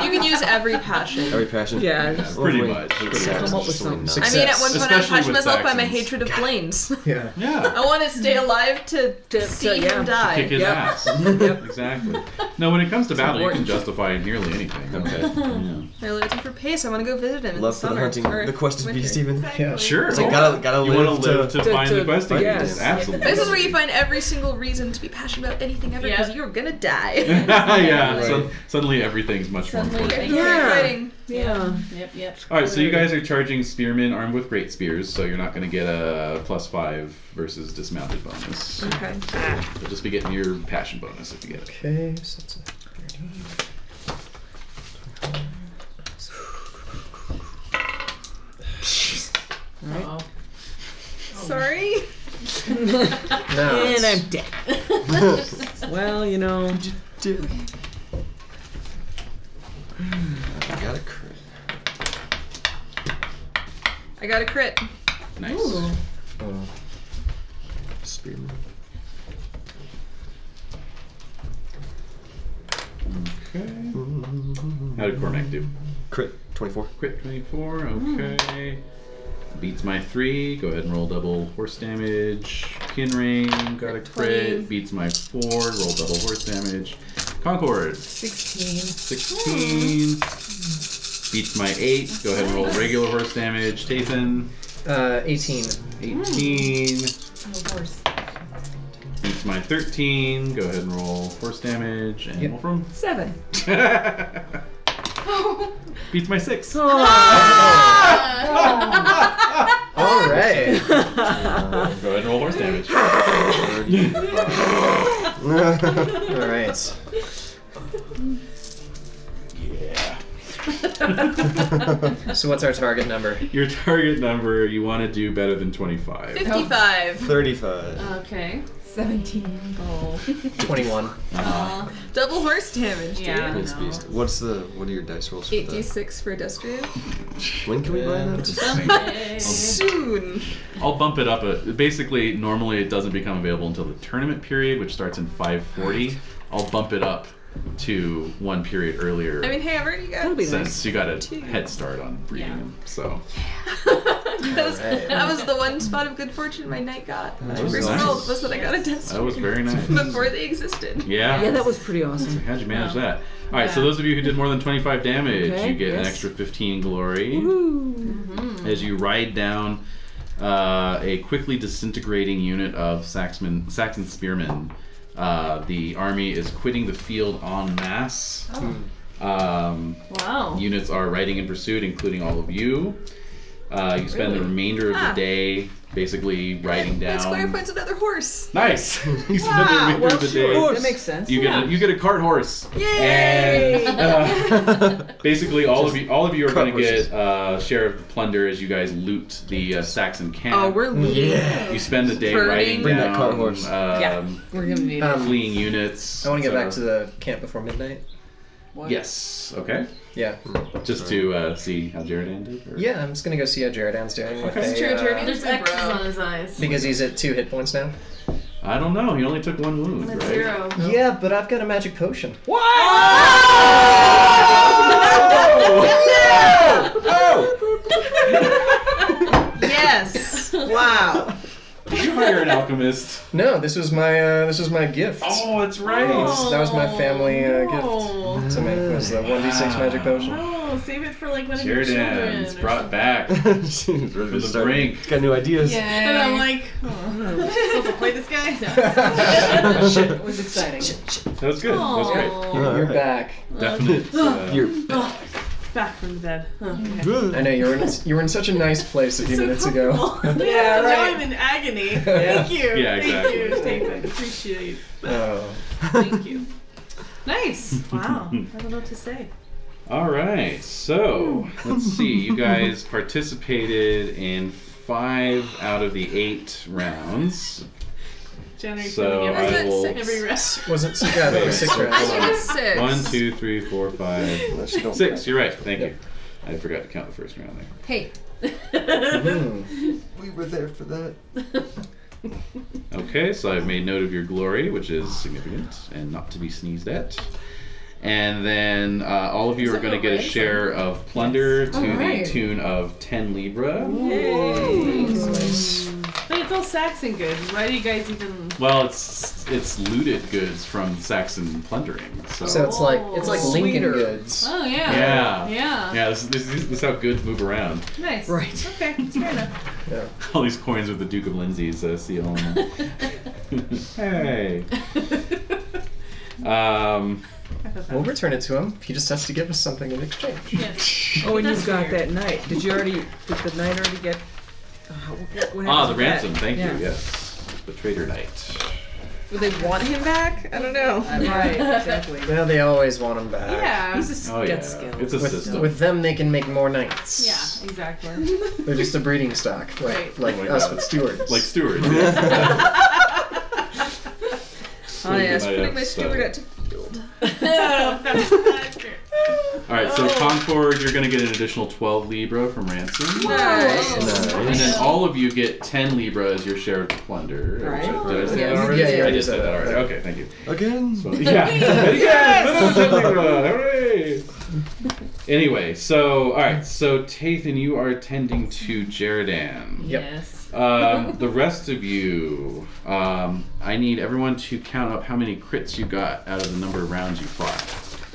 [SPEAKER 9] You can use every passion.
[SPEAKER 10] Every passion.
[SPEAKER 7] Yeah,
[SPEAKER 1] just- Pretty much.
[SPEAKER 7] Come up with something.
[SPEAKER 9] I mean, at one point I
[SPEAKER 1] Especially
[SPEAKER 9] passioned
[SPEAKER 1] with
[SPEAKER 9] myself by my
[SPEAKER 1] Saxons.
[SPEAKER 9] hatred of Blaine's.
[SPEAKER 5] Yeah.
[SPEAKER 1] Yeah.
[SPEAKER 9] [LAUGHS] I want to stay alive to, see
[SPEAKER 7] to- yeah.
[SPEAKER 9] him die.
[SPEAKER 1] Kick his ass. [LAUGHS] exactly. No, when it comes to battle, you can
[SPEAKER 9] important.
[SPEAKER 1] justify nearly anything. Okay. [LAUGHS] yeah.
[SPEAKER 9] I live for pace. I want to go visit him in the
[SPEAKER 10] Love for the
[SPEAKER 9] summer.
[SPEAKER 10] hunting.
[SPEAKER 9] or
[SPEAKER 10] The quest is
[SPEAKER 9] winter.
[SPEAKER 10] beast even.
[SPEAKER 1] Yeah. Sure.
[SPEAKER 10] So gotta gotta
[SPEAKER 1] You
[SPEAKER 10] live,
[SPEAKER 1] wanna live to find the quest
[SPEAKER 10] find
[SPEAKER 1] yes.
[SPEAKER 10] it.
[SPEAKER 1] Absolutely.
[SPEAKER 9] This is
[SPEAKER 1] [LAUGHS]
[SPEAKER 9] where you find every single reason to be passionate about anything ever because you're gonna
[SPEAKER 10] [LAUGHS]
[SPEAKER 9] die.
[SPEAKER 1] yeah. So, suddenly everything's much more
[SPEAKER 9] [LAUGHS]
[SPEAKER 1] important.
[SPEAKER 9] It's exciting.
[SPEAKER 4] Yeah. Yep, yep.
[SPEAKER 1] All right, so you guys are charging spearmen armed with great spears, so you're not going to get a plus five versus dismounted bonus.
[SPEAKER 9] Okay.
[SPEAKER 1] You'll just be getting your passion bonus if you get it.
[SPEAKER 5] Okay, so that's a 30.
[SPEAKER 7] All
[SPEAKER 9] Sorry.
[SPEAKER 7] right. and I'm [LAUGHS] dead. well, you know.
[SPEAKER 10] I got a crit.
[SPEAKER 9] I got a crit.
[SPEAKER 1] Nice.
[SPEAKER 10] Uh, spearman.
[SPEAKER 1] Okay. How did Cormac do?
[SPEAKER 10] Crit. 24.
[SPEAKER 1] Crit 24, okay. Beats my three. Go ahead and roll double horse damage. Kinrain got a
[SPEAKER 8] Twenty.
[SPEAKER 1] crit. Beats my four. Roll double horse damage. Concord,
[SPEAKER 8] 16.
[SPEAKER 1] 16. Beats my eight. Go ahead and roll regular horse damage. Tathan,
[SPEAKER 5] Uh, 18.
[SPEAKER 1] 18.
[SPEAKER 8] Oh, horse.
[SPEAKER 1] Beats my 13. Go ahead and roll horse damage. And
[SPEAKER 5] Yep.
[SPEAKER 1] Wolfram
[SPEAKER 9] Seven.
[SPEAKER 1] [LAUGHS] beats my six.
[SPEAKER 5] All
[SPEAKER 10] [LAUGHS]
[SPEAKER 5] right.
[SPEAKER 1] Go ahead and roll horse damage. [LAUGHS]
[SPEAKER 5] All right.
[SPEAKER 1] yeah.
[SPEAKER 5] So what's our target number?
[SPEAKER 1] Your target number, you want to do better than 25.
[SPEAKER 9] Fifty-five.
[SPEAKER 1] 35.
[SPEAKER 9] Okay.
[SPEAKER 8] 17.
[SPEAKER 9] Oh.
[SPEAKER 5] 21.
[SPEAKER 9] Aw. Double horse damage. Dude.
[SPEAKER 4] Yeah.
[SPEAKER 10] Prince Beast. What's the what are your dice rolls for
[SPEAKER 9] Eight d
[SPEAKER 10] that?
[SPEAKER 9] six for destructive.
[SPEAKER 10] When can we buy
[SPEAKER 5] Yeah.
[SPEAKER 1] I'll-
[SPEAKER 9] Someday. Soon.
[SPEAKER 1] I'll bump it up. A, basically, normally it doesn't become available until the tournament period, which starts in 540. I'll bump it up to one period earlier.
[SPEAKER 9] I mean, hey, I've already got.
[SPEAKER 1] since you got a head start on reading them, so
[SPEAKER 9] Because
[SPEAKER 5] Alright.
[SPEAKER 9] [LAUGHS] that was the one spot of good fortune my knight got. My
[SPEAKER 1] That was
[SPEAKER 9] first
[SPEAKER 1] nice.
[SPEAKER 9] roll was that I got a death
[SPEAKER 1] that was [LAUGHS] very nice.
[SPEAKER 9] [LAUGHS] before they existed.
[SPEAKER 1] Yeah.
[SPEAKER 7] Yeah, that was pretty awesome.
[SPEAKER 1] How'd you manage that? All right, so those of you who did more than 25 damage,
[SPEAKER 7] Okay,
[SPEAKER 1] you get an
[SPEAKER 7] yes.
[SPEAKER 1] extra 15 glory
[SPEAKER 7] Woohoo.
[SPEAKER 1] as you ride down uh, a quickly disintegrating unit of Saxman, Saxon spearmen. Uh, the army is quitting the field en masse. [LAUGHS]
[SPEAKER 14] Oh.
[SPEAKER 1] Um,
[SPEAKER 14] Wow.
[SPEAKER 1] Units are riding in pursuit, including all of you. Uh, you spend the
[SPEAKER 9] Really?
[SPEAKER 1] remainder of
[SPEAKER 9] Ah.
[SPEAKER 1] the day basically riding down.
[SPEAKER 9] My squire finds another horse.
[SPEAKER 1] Nice. You spend the
[SPEAKER 9] Wow,
[SPEAKER 1] remainder
[SPEAKER 9] well,
[SPEAKER 1] of the
[SPEAKER 9] sure,
[SPEAKER 1] day-
[SPEAKER 9] that makes sense,
[SPEAKER 1] You get
[SPEAKER 9] yeah.
[SPEAKER 1] a, you get a cart horse.
[SPEAKER 9] Yay!
[SPEAKER 1] And, uh, basically, all of you all of you are
[SPEAKER 10] cart
[SPEAKER 1] going to get uh, share of the plunder as you guys loot the uh, Saxon camp.
[SPEAKER 9] Oh, we're looting.
[SPEAKER 1] You spend the day
[SPEAKER 9] Burning.
[SPEAKER 1] riding
[SPEAKER 9] Bring
[SPEAKER 1] down,
[SPEAKER 9] that cart horse.
[SPEAKER 1] Um,
[SPEAKER 9] Yeah,
[SPEAKER 14] we're gonna need
[SPEAKER 5] it.
[SPEAKER 1] fleeing units.
[SPEAKER 5] Um, I want to get
[SPEAKER 1] so-
[SPEAKER 5] back to the camp before midnight.
[SPEAKER 1] Yes. Okay.
[SPEAKER 5] Yeah.
[SPEAKER 10] Mm.
[SPEAKER 1] Just to uh, see how Jared ended. Or...
[SPEAKER 5] Yeah, I'm just gonna go see how Jared Ann's doing. with
[SPEAKER 1] Okay.
[SPEAKER 5] a,
[SPEAKER 1] Sure,
[SPEAKER 5] uh,
[SPEAKER 1] Jared Ann's-
[SPEAKER 14] There's X's on his eyes.
[SPEAKER 5] because he's at two hit points now.
[SPEAKER 1] I don't know. He only took one wound, right?
[SPEAKER 4] Oh.
[SPEAKER 5] Yeah, but I've got a magic potion.
[SPEAKER 9] What?
[SPEAKER 1] Oh!
[SPEAKER 5] Yes. wow.
[SPEAKER 1] Did you hire an alchemist?
[SPEAKER 5] No, this was my uh, this was my gift.
[SPEAKER 1] Oh, that's right.
[SPEAKER 5] This- that was my family uh, gift to make was the one d six magic potion.
[SPEAKER 14] No, Oh, save it for like one of your
[SPEAKER 1] Jared
[SPEAKER 14] children.
[SPEAKER 1] Ann's brought [LAUGHS] back.
[SPEAKER 10] [LAUGHS] She's ready
[SPEAKER 1] the
[SPEAKER 10] to start.
[SPEAKER 1] brink.
[SPEAKER 10] Got
[SPEAKER 5] [LAUGHS]
[SPEAKER 10] new ideas.
[SPEAKER 14] And I'm like, oh, am I supposed to play this guy?
[SPEAKER 10] Shit,
[SPEAKER 17] it was exciting.
[SPEAKER 1] That was good. That was great.
[SPEAKER 14] Aw.
[SPEAKER 5] You're
[SPEAKER 10] Alright.
[SPEAKER 5] back.
[SPEAKER 1] Definitely. uh,
[SPEAKER 14] Oh, back from the bed. Oh, okay.
[SPEAKER 5] I know you were in you were in such a nice place a few minutes ago.
[SPEAKER 14] [LAUGHS] Yeah,
[SPEAKER 4] Now
[SPEAKER 14] right.
[SPEAKER 4] I'm in agony. Thank you.
[SPEAKER 5] Yeah,
[SPEAKER 4] Thank
[SPEAKER 5] exactly.
[SPEAKER 4] you, David. Appreciate.
[SPEAKER 5] [LAUGHS] oh.
[SPEAKER 4] Thank you.
[SPEAKER 14] Nice. Wow. I don't know what to say.
[SPEAKER 1] All right, so let's see. You guys participated in five out of the eight rounds.
[SPEAKER 4] January
[SPEAKER 1] So
[SPEAKER 4] feeling
[SPEAKER 1] I
[SPEAKER 4] every,
[SPEAKER 1] will-
[SPEAKER 4] every rest.
[SPEAKER 5] Was it six? Yeah, there were six rounds.
[SPEAKER 4] six.
[SPEAKER 1] One, two, three, four, five,
[SPEAKER 5] don't
[SPEAKER 1] six. You're right. Thank you. I forgot to count the first round there.
[SPEAKER 9] Hey.
[SPEAKER 10] We were there for that.
[SPEAKER 1] Okay, so I've made note of your glory, which is significant and not to be sneezed at. And then uh, all of you are going to get a share of plunder to
[SPEAKER 14] Alright.
[SPEAKER 1] the tune of 10 Libra.
[SPEAKER 14] But it's all Saxon goods. Why do you guys even?
[SPEAKER 1] Well, it's it's looted goods from Saxon plundering. So,
[SPEAKER 5] So it's like it's like Lincoln
[SPEAKER 14] Sweeter.
[SPEAKER 5] goods.
[SPEAKER 14] Oh
[SPEAKER 1] yeah,
[SPEAKER 14] yeah.
[SPEAKER 1] yeah. this, this, this is how goods move around. [LAUGHS]
[SPEAKER 14] Nice. Right. Okay. It's fair [LAUGHS] enough.
[SPEAKER 5] Yeah.
[SPEAKER 1] All these coins with the Duke of Lindsay's uh, seal on
[SPEAKER 4] [LAUGHS]
[SPEAKER 1] them. hey. Um,
[SPEAKER 5] We'll return it to him. He just has to give us something in exchange.
[SPEAKER 7] Oh, and you've got that knight. Did you already? Did the knight already get? Oh, what, what
[SPEAKER 1] ah,
[SPEAKER 7] happens
[SPEAKER 1] the
[SPEAKER 7] with that?
[SPEAKER 1] ransom. Thank
[SPEAKER 7] Yeah.
[SPEAKER 1] you. Yes, the traitor knight.
[SPEAKER 23] Would they want him back? I don't know.
[SPEAKER 7] [LAUGHS] Right, exactly.
[SPEAKER 5] Well, they always want him back.
[SPEAKER 7] He's a
[SPEAKER 1] Oh, yeah.
[SPEAKER 7] death skill.
[SPEAKER 1] It's a
[SPEAKER 5] with,
[SPEAKER 1] system.
[SPEAKER 5] with them, they can make more knights.
[SPEAKER 14] Yeah. Exactly. [LAUGHS]
[SPEAKER 5] They're just a breeding stock, like
[SPEAKER 14] Right.
[SPEAKER 5] like
[SPEAKER 1] Oh my
[SPEAKER 5] us
[SPEAKER 1] God.
[SPEAKER 5] with stewards.
[SPEAKER 1] Like Stewart. Yeah.
[SPEAKER 23] Oh, yeah, it's
[SPEAKER 1] Might
[SPEAKER 23] putting
[SPEAKER 1] have
[SPEAKER 23] my steward
[SPEAKER 1] said.
[SPEAKER 23] out to field.
[SPEAKER 14] Oh,
[SPEAKER 1] All right, so Concord, you're going to get an additional 12 Libra from Ransom.
[SPEAKER 23] Nice.
[SPEAKER 1] And then all of you get 10 Libra as your share of the plunder. which I-
[SPEAKER 23] Right.
[SPEAKER 1] Did I say
[SPEAKER 23] Yes.
[SPEAKER 1] that already?
[SPEAKER 23] Yeah, you
[SPEAKER 1] I
[SPEAKER 23] already
[SPEAKER 1] did say
[SPEAKER 23] said
[SPEAKER 1] that
[SPEAKER 23] that.
[SPEAKER 1] already. Okay, thank you.
[SPEAKER 10] Again.
[SPEAKER 1] So, [LAUGHS] yeah. Again, another 10 Libra. Hooray. Anyway, so, all right, so Tathan, you are attending to Jeridan.
[SPEAKER 14] Yes.
[SPEAKER 1] Um, the rest of you, um, I need everyone to count up how many crits you got out of the number of rounds you fought.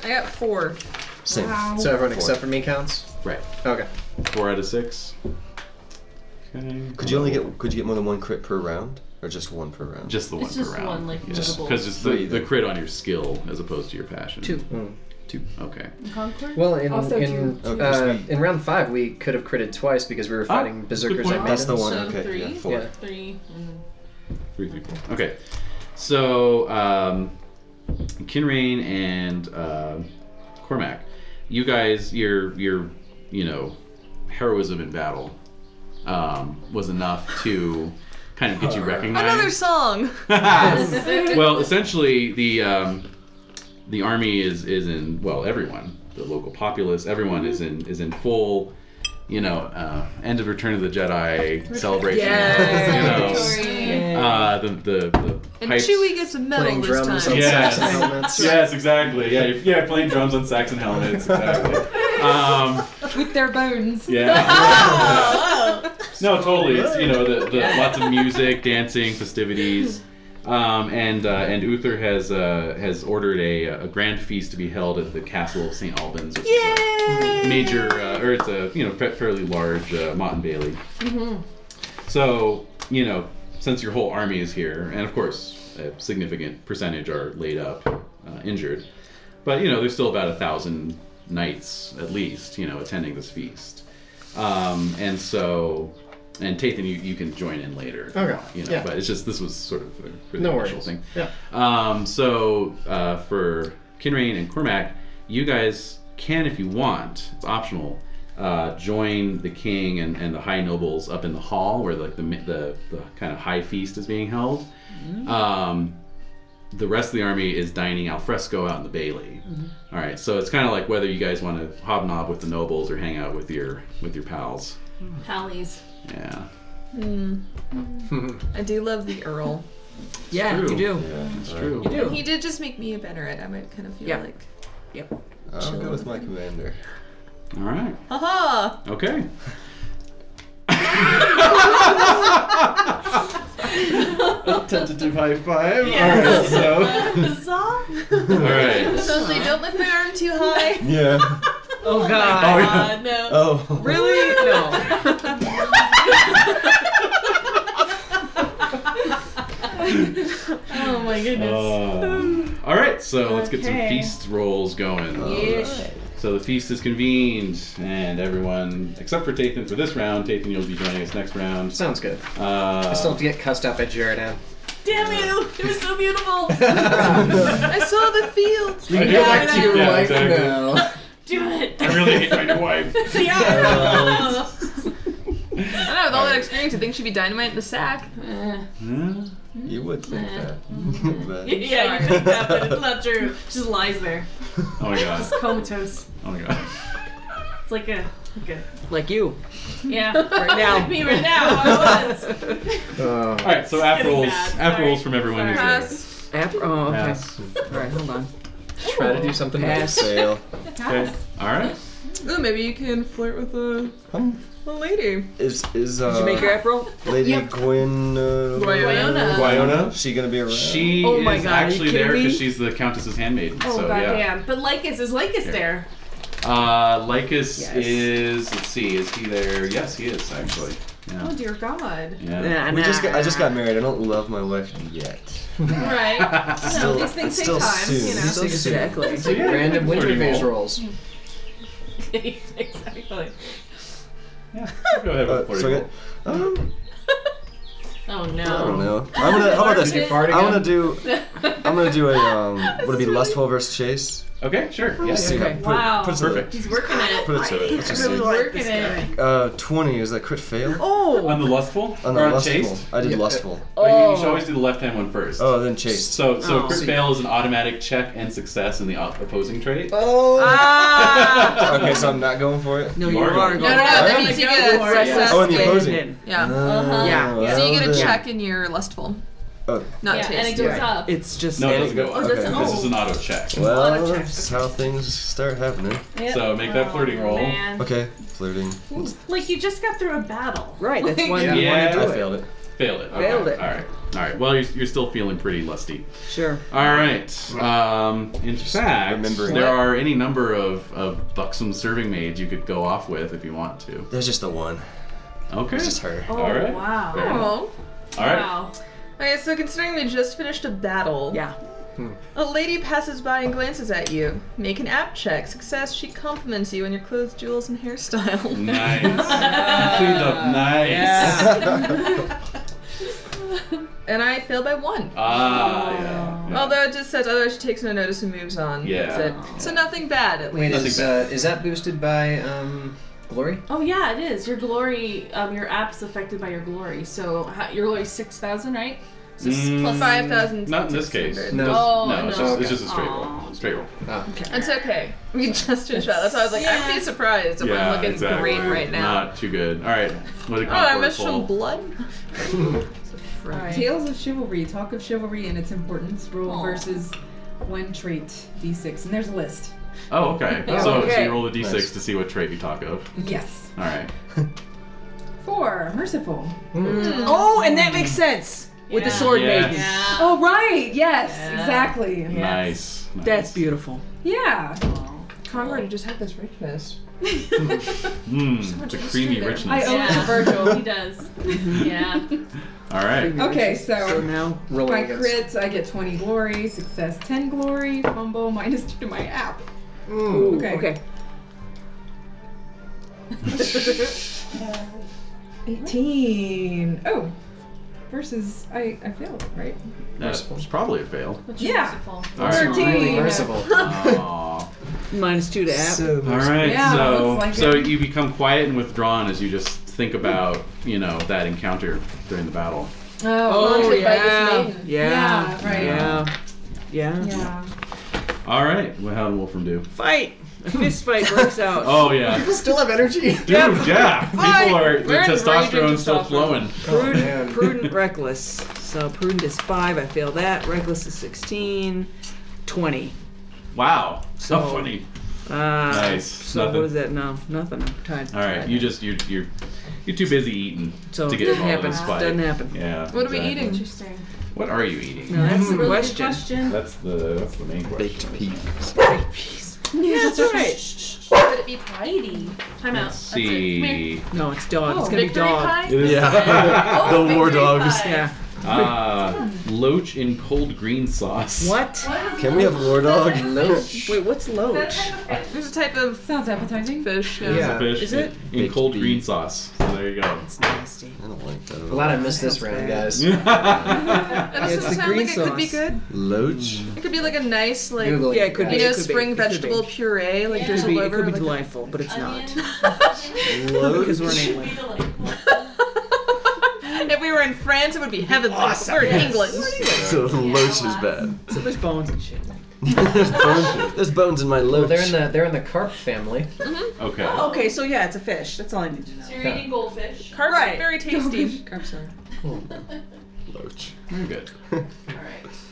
[SPEAKER 23] I got four.
[SPEAKER 5] Same.
[SPEAKER 23] Wow.
[SPEAKER 5] So everyone
[SPEAKER 1] Four.
[SPEAKER 5] except for me counts.
[SPEAKER 1] Right.
[SPEAKER 5] Okay.
[SPEAKER 1] Four out of six. Okay.
[SPEAKER 10] Could you only get could you get more than one crit per round, or just one per round?
[SPEAKER 1] Just the one
[SPEAKER 14] It's
[SPEAKER 1] per
[SPEAKER 14] just
[SPEAKER 1] round.
[SPEAKER 14] one, like, notable.
[SPEAKER 1] because it's the,
[SPEAKER 10] Three
[SPEAKER 1] the
[SPEAKER 10] then.
[SPEAKER 1] crit on your skill as opposed to your passion.
[SPEAKER 7] Two.
[SPEAKER 23] Hmm.
[SPEAKER 1] Two. Okay.
[SPEAKER 14] Concord.
[SPEAKER 5] Well, in
[SPEAKER 14] Also
[SPEAKER 5] in
[SPEAKER 10] two. Okay,
[SPEAKER 5] uh,
[SPEAKER 10] sweet.
[SPEAKER 5] in round five, we could have critted twice because we were fighting berserkers
[SPEAKER 1] Ah, point.
[SPEAKER 5] and
[SPEAKER 10] That's the
[SPEAKER 5] maidens.
[SPEAKER 10] one.
[SPEAKER 14] So
[SPEAKER 10] okay.
[SPEAKER 14] three,
[SPEAKER 10] Yeah. Four.
[SPEAKER 5] Yeah.
[SPEAKER 14] three. Mm.
[SPEAKER 1] Three, three, four. Okay. So, um, Kinrain and uh, Cormac, you guys, your your you know heroism in battle um, was enough to kind of [LAUGHS] get you recognized.
[SPEAKER 23] Another song.
[SPEAKER 1] [LAUGHS] well, essentially, the um, the army is is in well, everyone, the local populace, everyone is in is in full, you know, uh, end of Return of the Jedi celebration.
[SPEAKER 23] Yes.
[SPEAKER 1] You know, uh, the the, the
[SPEAKER 23] And
[SPEAKER 1] pipes.
[SPEAKER 23] Chewie gets a medal
[SPEAKER 5] Playing
[SPEAKER 23] this
[SPEAKER 5] drums
[SPEAKER 23] time.
[SPEAKER 5] on
[SPEAKER 1] Yes.
[SPEAKER 5] Saxon helmets.
[SPEAKER 1] Yes, exactly. Yeah, you're- yeah, playing drums on Saxon helmets. Exactly. Um,
[SPEAKER 9] With their bones.
[SPEAKER 1] yeah. no, totally. It's you know the, the lots of music, dancing, festivities, um, and uh, and Uther has uh, has ordered a, a grand feast to be held at the castle of St Albans, which is a major uh, or it's a you know fa- fairly large uh, Mott and Bailey.
[SPEAKER 14] Mhm.
[SPEAKER 1] So you know since your whole army is here, and of course a significant percentage are laid up, uh, injured. But you know, there's still about a thousand knights at least, you know, attending this feast. Um, and so, and Tathan, you, you can join in later. if you
[SPEAKER 11] Okay,
[SPEAKER 1] want, You know,
[SPEAKER 11] yeah.
[SPEAKER 1] but it's just this was sort of a, for the
[SPEAKER 11] No
[SPEAKER 1] initial
[SPEAKER 11] worries.
[SPEAKER 1] thing.
[SPEAKER 11] Yeah.
[SPEAKER 1] Um, so uh, for Kinrain and Cormac, you guys can, if you want, it's optional, uh, join the king and, and the high nobles up in the hall where like the mi- the, the kind of high feast is being held. Um, the rest of the army is dining al fresco out in the bailey. All right, so it's kind of like whether you guys want to hobnob with the nobles or hang out with your with your pals.
[SPEAKER 14] Pallies.
[SPEAKER 1] Yeah.
[SPEAKER 9] Hmm. I do love the Earl.
[SPEAKER 7] Yeah, you do.
[SPEAKER 1] it's true.
[SPEAKER 7] You do.
[SPEAKER 9] He did just make me a better at. I might kind of feel
[SPEAKER 7] Yeah.
[SPEAKER 9] like.
[SPEAKER 7] Yep.
[SPEAKER 10] I'll go with my commander.
[SPEAKER 1] All right.
[SPEAKER 9] Haha!
[SPEAKER 1] Okay. Tentative high five. All right. So.
[SPEAKER 14] [LAUGHS]
[SPEAKER 1] All right.
[SPEAKER 9] So they don't lift my arm too [LAUGHS] high.
[SPEAKER 10] Yeah.
[SPEAKER 7] Oh God.
[SPEAKER 10] Oh,
[SPEAKER 14] Uh,
[SPEAKER 10] yeah.
[SPEAKER 9] no.
[SPEAKER 10] [LAUGHS] Oh.
[SPEAKER 7] Really? No.
[SPEAKER 14] Oh my goodness.
[SPEAKER 1] Uh, all right. So let's get some
[SPEAKER 14] Okay.
[SPEAKER 1] feast rolls going.
[SPEAKER 14] Yes.
[SPEAKER 1] So the feast is convened, and everyone, except for Tathan for this round, Tathan, you'll be joining us next round.
[SPEAKER 5] Sounds good.
[SPEAKER 1] Uh,
[SPEAKER 5] I still have to get cussed up at [LAUGHS]
[SPEAKER 1] [LAUGHS]
[SPEAKER 5] Jaredan.
[SPEAKER 4] Damn you! It was so beautiful.
[SPEAKER 9] I saw the fields.
[SPEAKER 11] You can go back to your
[SPEAKER 1] Yeah,
[SPEAKER 11] wife
[SPEAKER 1] exactly.
[SPEAKER 11] now.
[SPEAKER 4] Do it.
[SPEAKER 14] [LAUGHS]
[SPEAKER 1] I really hate my new wife.
[SPEAKER 10] [LAUGHS]
[SPEAKER 9] Yeah. [LAUGHS] I don't know, with all that experience, I think she'd be dynamite in the sack.
[SPEAKER 10] You would think that. [LAUGHS] but
[SPEAKER 14] yeah, you think that, but it's not true. She just lies there.
[SPEAKER 1] Oh my god.
[SPEAKER 14] Just comatose.
[SPEAKER 1] Oh
[SPEAKER 14] [LAUGHS]
[SPEAKER 1] my god.
[SPEAKER 14] It's like a, like a,
[SPEAKER 7] Like you.
[SPEAKER 14] yeah.
[SPEAKER 7] Right now.
[SPEAKER 14] like me [LAUGHS] right now. I
[SPEAKER 10] [LAUGHS]
[SPEAKER 14] was.
[SPEAKER 1] All right. So app
[SPEAKER 14] getting
[SPEAKER 1] rolls.
[SPEAKER 14] bad.
[SPEAKER 1] App
[SPEAKER 14] Sorry.
[SPEAKER 1] rolls from everyone. who's there.
[SPEAKER 9] Pass.
[SPEAKER 7] Ap- oh, okay.
[SPEAKER 1] Pass.
[SPEAKER 7] All right, hold on.
[SPEAKER 5] Try to do something
[SPEAKER 7] Pass.
[SPEAKER 5] nice.
[SPEAKER 10] fail.
[SPEAKER 1] [LAUGHS] Okay. All right.
[SPEAKER 9] Ooh, maybe you can flirt with a,
[SPEAKER 10] Um,
[SPEAKER 9] a lady.
[SPEAKER 10] is is uh,
[SPEAKER 7] Did you make your app roll?
[SPEAKER 10] Lady
[SPEAKER 9] Yep.
[SPEAKER 10] Gwyn? Uh,
[SPEAKER 9] Guiona.
[SPEAKER 10] Guiona? She gonna be around?
[SPEAKER 1] Um, She
[SPEAKER 7] Oh my
[SPEAKER 1] is
[SPEAKER 7] God, are you
[SPEAKER 1] actually
[SPEAKER 7] kidding
[SPEAKER 1] there
[SPEAKER 7] me?
[SPEAKER 1] because she's the Countess's handmaiden.
[SPEAKER 14] Oh
[SPEAKER 1] so
[SPEAKER 14] god
[SPEAKER 1] yeah.
[SPEAKER 14] damn. But Lycus is Lycus
[SPEAKER 1] Here.
[SPEAKER 14] there.
[SPEAKER 1] Uh, Lycus
[SPEAKER 7] Yes.
[SPEAKER 1] is. Let's see. Is he there? Yes, he is actually.
[SPEAKER 14] Oh
[SPEAKER 1] Yeah.
[SPEAKER 14] dear god.
[SPEAKER 1] [LAUGHS] Yeah.
[SPEAKER 7] Nah,
[SPEAKER 10] We just got, I just got
[SPEAKER 7] nah.
[SPEAKER 10] married. I don't love my wife yet. [LAUGHS]
[SPEAKER 14] Right. [LAUGHS]
[SPEAKER 10] Still-
[SPEAKER 14] these things
[SPEAKER 10] it's
[SPEAKER 14] take
[SPEAKER 10] still
[SPEAKER 14] time, you
[SPEAKER 10] soon.
[SPEAKER 14] know.
[SPEAKER 10] So soon.
[SPEAKER 7] Exactly.
[SPEAKER 1] So, yeah,
[SPEAKER 5] Random winter
[SPEAKER 1] pretty
[SPEAKER 5] phase
[SPEAKER 1] well.
[SPEAKER 5] rolls.
[SPEAKER 14] exactly.
[SPEAKER 1] Yeah. Go ahead
[SPEAKER 10] Uh,
[SPEAKER 1] with
[SPEAKER 10] so I
[SPEAKER 1] forty.
[SPEAKER 10] get- um,
[SPEAKER 14] Oh
[SPEAKER 10] I
[SPEAKER 14] [LAUGHS]
[SPEAKER 10] don't
[SPEAKER 14] no.
[SPEAKER 10] know. I'm gonna. How about this?
[SPEAKER 5] You
[SPEAKER 10] I
[SPEAKER 5] fart
[SPEAKER 10] wanna
[SPEAKER 5] again?
[SPEAKER 10] do. I'm gonna do a. Um, would it be lustful versus chase?
[SPEAKER 1] Okay, sure. Yeah.
[SPEAKER 10] Let's see
[SPEAKER 7] okay.
[SPEAKER 10] how- put-
[SPEAKER 14] Wow.
[SPEAKER 10] Put, it to
[SPEAKER 1] Perfect.
[SPEAKER 14] He's working it.
[SPEAKER 10] the- Put it to it. Let's just
[SPEAKER 14] Really
[SPEAKER 10] see.
[SPEAKER 14] working it.
[SPEAKER 10] Uh, 20 is that crit fail?
[SPEAKER 7] Oh.
[SPEAKER 1] On the lustful
[SPEAKER 10] On the
[SPEAKER 1] or on
[SPEAKER 10] lustful.
[SPEAKER 1] chase?
[SPEAKER 10] I did
[SPEAKER 5] Yeah.
[SPEAKER 10] lustful.
[SPEAKER 1] But you- you
[SPEAKER 7] Oh.
[SPEAKER 1] should always do the left hand one first.
[SPEAKER 10] Oh, then chase.
[SPEAKER 1] So, so
[SPEAKER 7] Oh.
[SPEAKER 1] crit fail is an automatic check and success in the op- opposing trait.
[SPEAKER 10] Oh.
[SPEAKER 9] [LAUGHS]
[SPEAKER 10] [LAUGHS]
[SPEAKER 9] Ah!
[SPEAKER 10] okay, so I'm not going for it.
[SPEAKER 7] No,
[SPEAKER 1] You
[SPEAKER 7] you,
[SPEAKER 1] are
[SPEAKER 7] are,
[SPEAKER 1] going.
[SPEAKER 7] going.
[SPEAKER 9] No, no, no,
[SPEAKER 10] I
[SPEAKER 9] that
[SPEAKER 10] am
[SPEAKER 9] means you
[SPEAKER 14] going
[SPEAKER 9] get
[SPEAKER 14] for it, yeah.
[SPEAKER 9] success
[SPEAKER 10] Oh, and the
[SPEAKER 9] gain.
[SPEAKER 10] opposing.
[SPEAKER 9] Yeah.
[SPEAKER 10] Oh.
[SPEAKER 7] Yeah. Yeah.
[SPEAKER 9] So you get a
[SPEAKER 10] then-
[SPEAKER 9] check and you're lustful,
[SPEAKER 10] Oh,
[SPEAKER 9] not
[SPEAKER 14] yeah, and it
[SPEAKER 9] taste.
[SPEAKER 14] goes
[SPEAKER 7] Right.
[SPEAKER 14] up.
[SPEAKER 7] It's just
[SPEAKER 1] No, it
[SPEAKER 10] And
[SPEAKER 1] doesn't
[SPEAKER 10] it
[SPEAKER 1] go
[SPEAKER 10] go-
[SPEAKER 1] up.
[SPEAKER 10] Oh, that's
[SPEAKER 1] It's
[SPEAKER 10] an
[SPEAKER 1] just an auto check.
[SPEAKER 10] Well,
[SPEAKER 14] Auto check.
[SPEAKER 10] that's how things start happening.
[SPEAKER 14] Yep.
[SPEAKER 1] So make that flirting
[SPEAKER 14] Oh,
[SPEAKER 1] roll.
[SPEAKER 14] man.
[SPEAKER 10] Okay, flirting.
[SPEAKER 14] Like you just got through a battle.
[SPEAKER 7] Right, that's one
[SPEAKER 1] Yeah.
[SPEAKER 7] you
[SPEAKER 1] Yeah.
[SPEAKER 7] want to do
[SPEAKER 10] I
[SPEAKER 7] it.
[SPEAKER 10] failed it.
[SPEAKER 1] Failed it. Okay.
[SPEAKER 7] Failed it.
[SPEAKER 1] All right. All right. Well, you're, you're still feeling pretty lusty.
[SPEAKER 7] Sure.
[SPEAKER 1] All right. Um, in fact,
[SPEAKER 10] remembering.
[SPEAKER 1] there are any number of, of buxom serving maids you could go off with if you want to.
[SPEAKER 10] There's just the one.
[SPEAKER 1] Okay.
[SPEAKER 10] It's just her.
[SPEAKER 14] Oh
[SPEAKER 1] All right.
[SPEAKER 14] wow.
[SPEAKER 1] Fair enough.
[SPEAKER 9] Oh.
[SPEAKER 1] All right.
[SPEAKER 14] Wow.
[SPEAKER 9] Okay, so considering we just finished a battle,
[SPEAKER 7] Yeah.
[SPEAKER 9] a lady passes by and glances at you. Make an app check. Success. She compliments you on your clothes, jewels, and hairstyle. [LAUGHS]
[SPEAKER 1] Nice. Cleaned up nice.
[SPEAKER 9] and I fail by one.
[SPEAKER 1] Ah,
[SPEAKER 9] [LAUGHS]
[SPEAKER 1] yeah. yeah.
[SPEAKER 9] Although it just says otherwise she takes no notice and moves on.
[SPEAKER 1] Yeah.
[SPEAKER 9] That's it. So nothing bad at least.
[SPEAKER 5] Wait,
[SPEAKER 1] Nothing
[SPEAKER 5] is,
[SPEAKER 1] bad.
[SPEAKER 5] uh, is that boosted by um, glory?
[SPEAKER 14] Oh yeah, it is. Your glory, um, your app's affected by your glory. So ha- your glory's six thousand, right?
[SPEAKER 9] So it's
[SPEAKER 1] Mm,
[SPEAKER 9] plus five thousand.
[SPEAKER 1] Not in this case.
[SPEAKER 5] No.
[SPEAKER 14] Oh,
[SPEAKER 1] no, it's
[SPEAKER 14] no.
[SPEAKER 1] just, it's just a straight
[SPEAKER 14] Aw.
[SPEAKER 1] roll. Straight roll.
[SPEAKER 5] Oh.
[SPEAKER 9] It's okay. [LAUGHS] We just finished that. That's why I was like, I'm pretty surprised if I'm looking great right now.
[SPEAKER 1] Not too good. All right. What did
[SPEAKER 9] Oh, I
[SPEAKER 1] Concord
[SPEAKER 9] missed some
[SPEAKER 1] pull?
[SPEAKER 9] blood. Alright.
[SPEAKER 8] Tales of Chivalry, Talk of Chivalry and Its Importance, Roll
[SPEAKER 9] Aw.
[SPEAKER 8] versus One Trait, D6. And there's a list.
[SPEAKER 1] Oh,
[SPEAKER 9] [LAUGHS]
[SPEAKER 1] okay.
[SPEAKER 7] Yeah.
[SPEAKER 1] So, so
[SPEAKER 7] Okay.
[SPEAKER 1] you roll a d6
[SPEAKER 10] Nice.
[SPEAKER 1] to see what trait you talk of.
[SPEAKER 9] Mm-hmm.
[SPEAKER 8] Yes.
[SPEAKER 1] All right.
[SPEAKER 8] Four, Merciful.
[SPEAKER 7] Oh, and that makes sense with the
[SPEAKER 14] Yeah.
[SPEAKER 7] sword
[SPEAKER 1] Yes.
[SPEAKER 7] maiden.
[SPEAKER 14] Yeah.
[SPEAKER 8] Oh, right. Yes,
[SPEAKER 14] Yeah.
[SPEAKER 8] exactly.
[SPEAKER 1] Nice. nice.
[SPEAKER 7] That's beautiful.
[SPEAKER 8] Yeah. [LAUGHS]
[SPEAKER 9] Conrad, you just had this richness.
[SPEAKER 1] Mmm, the creamy richness.
[SPEAKER 14] I owe it to
[SPEAKER 8] Yeah.
[SPEAKER 14] Virgil. [LAUGHS] He does. yeah.
[SPEAKER 1] All right.
[SPEAKER 8] Okay, so,
[SPEAKER 1] So
[SPEAKER 8] now
[SPEAKER 1] roll
[SPEAKER 8] my
[SPEAKER 1] against-
[SPEAKER 8] crits, I get 20 glory, success 10 glory, fumble minus 2 to my app.
[SPEAKER 7] Ooh,
[SPEAKER 8] okay.
[SPEAKER 7] okay.
[SPEAKER 8] [LAUGHS] 18. Oh, versus I, I failed, right?
[SPEAKER 1] That's probably a fail.
[SPEAKER 8] yeah.
[SPEAKER 1] All right.
[SPEAKER 8] Thirteen.
[SPEAKER 7] [LAUGHS]
[SPEAKER 1] Aw.
[SPEAKER 7] Minus two to app.
[SPEAKER 1] All right,
[SPEAKER 7] Yeah,
[SPEAKER 1] so
[SPEAKER 7] looks like
[SPEAKER 1] so
[SPEAKER 7] it.
[SPEAKER 1] you become quiet and withdrawn as you just think about you know that encounter during the battle.
[SPEAKER 7] Oh,
[SPEAKER 8] haunted by this
[SPEAKER 7] yeah.
[SPEAKER 8] maiden.
[SPEAKER 7] yeah.
[SPEAKER 8] Yeah, right.
[SPEAKER 7] Yeah. Yeah.
[SPEAKER 8] Yeah.
[SPEAKER 1] All right, well, how did Wolfram do?
[SPEAKER 7] Fight. A fist fight breaks out.
[SPEAKER 1] [LAUGHS] Oh
[SPEAKER 7] [LAUGHS]
[SPEAKER 1] yeah, dude,
[SPEAKER 7] still have energy.
[SPEAKER 1] yeah, people are
[SPEAKER 7] [LAUGHS] We're
[SPEAKER 1] their
[SPEAKER 7] enraging
[SPEAKER 1] testosterone's still
[SPEAKER 7] testosterone.
[SPEAKER 1] flowing.
[SPEAKER 7] Prudent, prudent, reckless. So prudent is five. I failed that. Reckless is 16. 20.
[SPEAKER 1] Wow, so
[SPEAKER 7] So-
[SPEAKER 1] funny.
[SPEAKER 7] Uh,
[SPEAKER 1] Nice.
[SPEAKER 7] So
[SPEAKER 1] Nothing.
[SPEAKER 7] what is that now? Nothing. I'm tied.
[SPEAKER 1] All right, you just you're you're you're too busy eating
[SPEAKER 7] So
[SPEAKER 1] to get involved
[SPEAKER 7] doesn't
[SPEAKER 1] in
[SPEAKER 7] happen.
[SPEAKER 1] this fight.
[SPEAKER 7] Doesn't happen.
[SPEAKER 1] Yeah.
[SPEAKER 7] What are we
[SPEAKER 1] exactly.
[SPEAKER 7] eating?
[SPEAKER 14] Interesting.
[SPEAKER 1] What are you eating?
[SPEAKER 7] No, that's the
[SPEAKER 14] Really good
[SPEAKER 7] question.
[SPEAKER 1] That's the that's the main question. Baked peas.
[SPEAKER 7] Yeah, that's right.
[SPEAKER 14] Would it be piety? Time out.
[SPEAKER 1] Let's see.
[SPEAKER 7] No, it's dog. it's
[SPEAKER 14] Oh,
[SPEAKER 7] gonna be
[SPEAKER 14] victory
[SPEAKER 7] dog.
[SPEAKER 14] pie?
[SPEAKER 7] [LAUGHS]
[SPEAKER 1] Yeah.
[SPEAKER 14] Oh,
[SPEAKER 1] the war
[SPEAKER 14] victory
[SPEAKER 1] dogs.
[SPEAKER 14] pie.
[SPEAKER 7] Yeah.
[SPEAKER 1] Uh, loach in cold green sauce.
[SPEAKER 7] What?
[SPEAKER 10] Can we have war dog?
[SPEAKER 7] Wait, what's loach?
[SPEAKER 9] There's a type of
[SPEAKER 8] sounds appetizing
[SPEAKER 9] fish.
[SPEAKER 1] It is a fish
[SPEAKER 7] Is it?
[SPEAKER 1] in in cold green sauce. So there
[SPEAKER 7] [LAUGHS]
[SPEAKER 1] you go. It's
[SPEAKER 7] nasty.
[SPEAKER 10] I don't like that at all.
[SPEAKER 5] Glad I missed this round, guys.
[SPEAKER 9] That doesn't
[SPEAKER 5] It's the
[SPEAKER 9] sound
[SPEAKER 5] green
[SPEAKER 9] like it could be
[SPEAKER 5] sauce.
[SPEAKER 9] good.
[SPEAKER 10] Loach.
[SPEAKER 9] It could be like a nice like
[SPEAKER 5] Google it,
[SPEAKER 7] Yeah, it could be,
[SPEAKER 9] you know
[SPEAKER 7] it could be,
[SPEAKER 9] spring
[SPEAKER 7] it could be.
[SPEAKER 9] vegetable puree like
[SPEAKER 7] It could
[SPEAKER 9] drizzled
[SPEAKER 7] be, it
[SPEAKER 9] over
[SPEAKER 7] could be
[SPEAKER 9] like
[SPEAKER 7] delightful, but it's not. [LAUGHS]
[SPEAKER 10] Loach.
[SPEAKER 7] because we're in England.
[SPEAKER 9] A... If we were in France, it would be heavenly. but We're in
[SPEAKER 7] Yes.
[SPEAKER 9] England.
[SPEAKER 10] So loach is bad.
[SPEAKER 7] So there's bones and shit.
[SPEAKER 10] [LAUGHS] there's, bones, there's bones in my
[SPEAKER 5] Well,
[SPEAKER 10] loach.
[SPEAKER 5] they're in the they're in the carp family.
[SPEAKER 1] Okay.
[SPEAKER 7] Oh.
[SPEAKER 17] Okay, so yeah, it's a fish. That's all I need to know.
[SPEAKER 14] So you're eating goldfish.
[SPEAKER 9] Carbs are
[SPEAKER 17] Right.
[SPEAKER 7] [LAUGHS]
[SPEAKER 9] very tasty.
[SPEAKER 17] Carp sorry.
[SPEAKER 10] Loach.
[SPEAKER 1] I'm good.
[SPEAKER 14] Alright.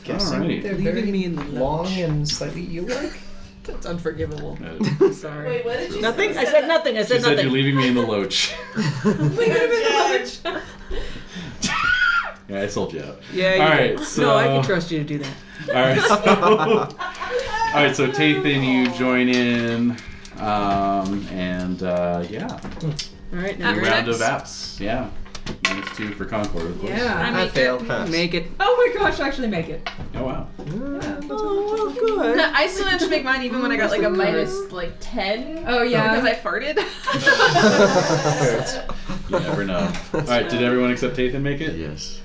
[SPEAKER 5] Guessing
[SPEAKER 1] Alright.
[SPEAKER 5] they're
[SPEAKER 7] Leaving
[SPEAKER 5] very
[SPEAKER 7] me in the
[SPEAKER 5] long and slightly you-like.
[SPEAKER 7] That's unforgivable. [LAUGHS] Sorry.
[SPEAKER 14] Wait, what did you
[SPEAKER 7] Nothing. I said nothing. I
[SPEAKER 1] She
[SPEAKER 7] said
[SPEAKER 1] Uh, said
[SPEAKER 7] nothing. [LAUGHS]
[SPEAKER 1] you're leaving me in the loach. [LAUGHS] yeah, I sold you out.
[SPEAKER 7] yeah. You
[SPEAKER 1] All right.
[SPEAKER 7] did.
[SPEAKER 1] So.
[SPEAKER 7] No, I can trust you to do that.
[SPEAKER 1] All right.
[SPEAKER 7] [LAUGHS]
[SPEAKER 1] So, all right. So Tathan, you join in, um, and uh, yeah,
[SPEAKER 7] All right. Now
[SPEAKER 9] App
[SPEAKER 7] you're
[SPEAKER 1] round of apps. Yeah, minus two for Concord, of course.
[SPEAKER 8] Yeah.
[SPEAKER 10] [LAUGHS]
[SPEAKER 9] I fail.
[SPEAKER 7] up. Make it.
[SPEAKER 8] Oh my gosh, I actually make it.
[SPEAKER 1] Oh wow.
[SPEAKER 7] Oh, good.
[SPEAKER 9] No, I still managed to make mine even when I got like a minus like ten.
[SPEAKER 8] Oh, yeah.
[SPEAKER 9] Because I farted.
[SPEAKER 1] You never
[SPEAKER 5] [LAUGHS]
[SPEAKER 1] know. All right. Did everyone except Tathan make it?
[SPEAKER 10] Yes.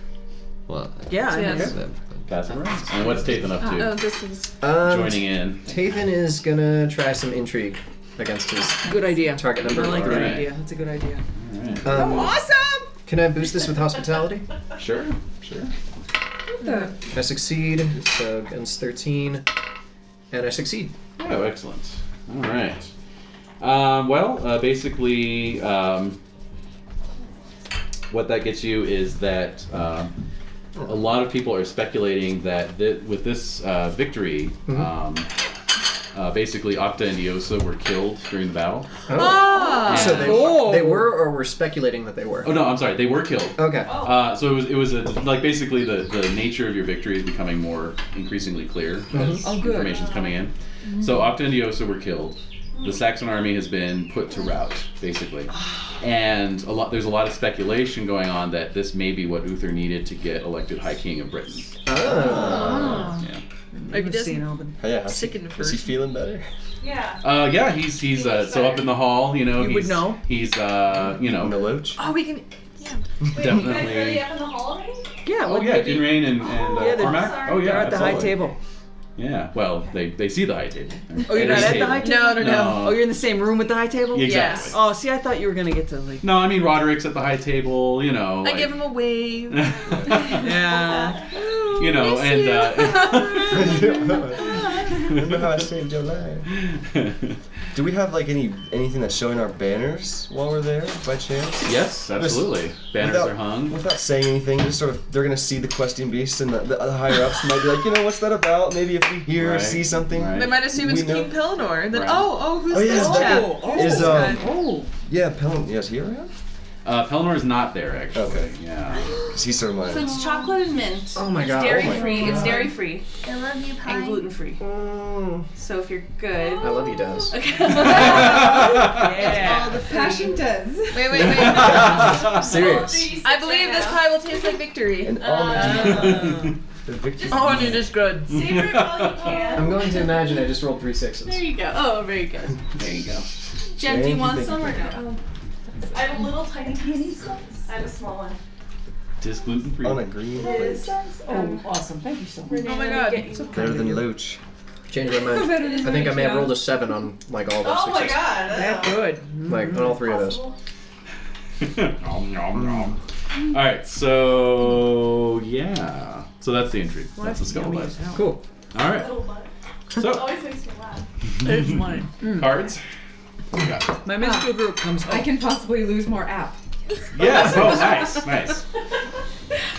[SPEAKER 10] Well,
[SPEAKER 7] Yeah. I
[SPEAKER 9] Yes.
[SPEAKER 7] made it.
[SPEAKER 1] Pass it around. And what's Tathan up to?
[SPEAKER 9] oh, this is.
[SPEAKER 5] Um,
[SPEAKER 1] Joining in.
[SPEAKER 5] Tathan is gonna try some intrigue against his
[SPEAKER 7] Good idea.
[SPEAKER 5] target
[SPEAKER 7] I
[SPEAKER 5] number.
[SPEAKER 7] like that
[SPEAKER 1] Alright.
[SPEAKER 7] idea. That's a good idea.
[SPEAKER 5] Um,
[SPEAKER 9] Awesome!
[SPEAKER 5] Can I boost this with hospitality?
[SPEAKER 1] Sure. Sure.
[SPEAKER 8] What the?
[SPEAKER 5] I succeed, so guns 13, and I succeed.
[SPEAKER 1] Oh, excellent. All right. Um, well, uh, basically, um, what that gets you is that um, a lot of people are speculating that th- with this uh, victory,
[SPEAKER 5] Mm-hmm.
[SPEAKER 1] um, uh, basically Octa and Iosa were killed during the battle.
[SPEAKER 5] Oh. So they,
[SPEAKER 7] Oh.
[SPEAKER 5] they were, or were speculating that they were.
[SPEAKER 1] Oh no, I'm sorry, they were killed.
[SPEAKER 5] Okay.
[SPEAKER 1] Uh, so it was, it was a, like basically the, the nature of your victory is becoming more increasingly clear as
[SPEAKER 8] Oh, good. Mm-hmm.
[SPEAKER 1] information's coming in. So Opta and Diosa were killed. The Saxon army has been put to rout, basically.
[SPEAKER 8] [SIGHS]
[SPEAKER 1] And a lot there's a lot of speculation going on that this may be what Uther needed to get elected High King of Britain.
[SPEAKER 10] Ah.
[SPEAKER 1] Yeah.
[SPEAKER 7] Maybe St. Alban.
[SPEAKER 10] yeah.
[SPEAKER 9] Sick and
[SPEAKER 10] Oh. Is he feeling better?
[SPEAKER 14] Yeah.
[SPEAKER 1] Uh, yeah, he's he's uh, so up in the hall, you know.
[SPEAKER 7] You
[SPEAKER 1] he's,
[SPEAKER 7] would know.
[SPEAKER 1] He's uh, you know,
[SPEAKER 10] In the [LAUGHS]
[SPEAKER 8] [LAUGHS]
[SPEAKER 10] loach.
[SPEAKER 9] Oh, we can.
[SPEAKER 14] Wait, you guys already
[SPEAKER 1] definitely.
[SPEAKER 14] up in the hall already?
[SPEAKER 7] Yeah.
[SPEAKER 1] Oh
[SPEAKER 7] well,
[SPEAKER 1] yeah,
[SPEAKER 7] maybe-
[SPEAKER 1] Dinrain and, and uh,
[SPEAKER 7] Yeah, they're-
[SPEAKER 1] Cormac. Oh yeah,
[SPEAKER 7] They're at the high
[SPEAKER 1] absolutely.
[SPEAKER 7] table.
[SPEAKER 1] Yeah, well, they, they see the high table.
[SPEAKER 7] Oh, you're not
[SPEAKER 1] There's
[SPEAKER 7] at the
[SPEAKER 1] table.
[SPEAKER 7] high table.
[SPEAKER 9] No, no, no.
[SPEAKER 1] No.
[SPEAKER 7] Oh, you're in the same room with the high table.
[SPEAKER 1] Yeah, Exactly.
[SPEAKER 7] Oh, see, I thought you were gonna get to like.
[SPEAKER 1] No, I mean Roderick's at the high table. You know.
[SPEAKER 9] I
[SPEAKER 7] [LAUGHS]
[SPEAKER 9] give him a wave.
[SPEAKER 1] [LAUGHS]
[SPEAKER 7] Yeah.
[SPEAKER 1] you know, and
[SPEAKER 10] [LAUGHS] Remember how I saved your life?
[SPEAKER 1] uh,
[SPEAKER 10] Do we have like any anything that's showing our banners while we're there by
[SPEAKER 1] [LAUGHS]
[SPEAKER 10] chance?
[SPEAKER 1] yes, absolutely. Banners
[SPEAKER 10] Without-
[SPEAKER 1] are hung.
[SPEAKER 10] Without saying anything, just sort of they're gonna see the questing beast and the, the, the higher ups might be like, you know, what's that about? Maybe if we hear or
[SPEAKER 1] Right,
[SPEAKER 10] see something.
[SPEAKER 1] right.
[SPEAKER 9] They might assume it's
[SPEAKER 10] We know-
[SPEAKER 9] King Pelennor. Then
[SPEAKER 1] Right.
[SPEAKER 9] oh oh who's
[SPEAKER 10] Oh, yeah.
[SPEAKER 9] this
[SPEAKER 10] Oh,
[SPEAKER 9] chap?
[SPEAKER 10] Is
[SPEAKER 9] This
[SPEAKER 10] um
[SPEAKER 9] guy.
[SPEAKER 7] Oh.
[SPEAKER 10] yeah, Pelin yes, he around?
[SPEAKER 1] Uh, Pelnor is not there actually. Okay.
[SPEAKER 7] [LAUGHS]
[SPEAKER 1] Yeah. [LAUGHS]
[SPEAKER 10] Because he's so
[SPEAKER 4] So it's chocolate and mint.
[SPEAKER 1] Oh my God,
[SPEAKER 4] It's dairy
[SPEAKER 1] oh my
[SPEAKER 4] free. It's
[SPEAKER 1] God.
[SPEAKER 4] dairy free.
[SPEAKER 9] I love you,
[SPEAKER 4] And gluten free.
[SPEAKER 10] Mm.
[SPEAKER 4] So if you're good.
[SPEAKER 5] I love you, Des.
[SPEAKER 4] Okay.
[SPEAKER 1] [LAUGHS]
[SPEAKER 4] yeah.
[SPEAKER 5] all the
[SPEAKER 4] [LAUGHS]
[SPEAKER 9] Passion does. Wait,
[SPEAKER 7] [LAUGHS]
[SPEAKER 9] wait,
[SPEAKER 5] wait.
[SPEAKER 9] wait.
[SPEAKER 5] Serious.
[SPEAKER 9] I believe this pie will taste like victory.
[SPEAKER 5] And
[SPEAKER 4] Uh,
[SPEAKER 1] [LAUGHS]
[SPEAKER 10] [LAUGHS]
[SPEAKER 5] The victory.
[SPEAKER 9] it is good.
[SPEAKER 4] Savor [LAUGHS] it while you can.
[SPEAKER 5] I'm going to imagine I just rolled three sixes.
[SPEAKER 4] There you go. Oh, very good. There you go. Jen, do
[SPEAKER 5] Thank
[SPEAKER 4] you
[SPEAKER 5] you,
[SPEAKER 4] want
[SPEAKER 5] thank
[SPEAKER 4] some
[SPEAKER 5] you,
[SPEAKER 4] or no? I have a little tiny tiny slice. I have a small one.
[SPEAKER 1] Just gluten free. On
[SPEAKER 10] a green
[SPEAKER 4] Um,
[SPEAKER 17] Oh, awesome. Thank you so much.
[SPEAKER 4] Oh my god.
[SPEAKER 10] Better than Luch.
[SPEAKER 5] Change my mind.
[SPEAKER 17] Better than
[SPEAKER 5] I think I
[SPEAKER 17] Luch,
[SPEAKER 5] may have
[SPEAKER 17] yeah.
[SPEAKER 5] rolled a seven on like all those
[SPEAKER 4] Oh my
[SPEAKER 5] sixes.
[SPEAKER 4] god.
[SPEAKER 17] That good.
[SPEAKER 5] Like on all three of those.
[SPEAKER 1] [LAUGHS] nom, nom, nom. All right. So yeah. So that's the entry. That's the scuttle
[SPEAKER 17] Yummy as
[SPEAKER 1] list.
[SPEAKER 17] hell.
[SPEAKER 5] Cool.
[SPEAKER 1] All right. So-
[SPEAKER 4] always makes me laugh.
[SPEAKER 17] There's mine. Mm.
[SPEAKER 1] Cards. What do you got?
[SPEAKER 7] My mystical group comes
[SPEAKER 8] I can possibly lose more app.
[SPEAKER 1] Yes. Oh, nice, nice.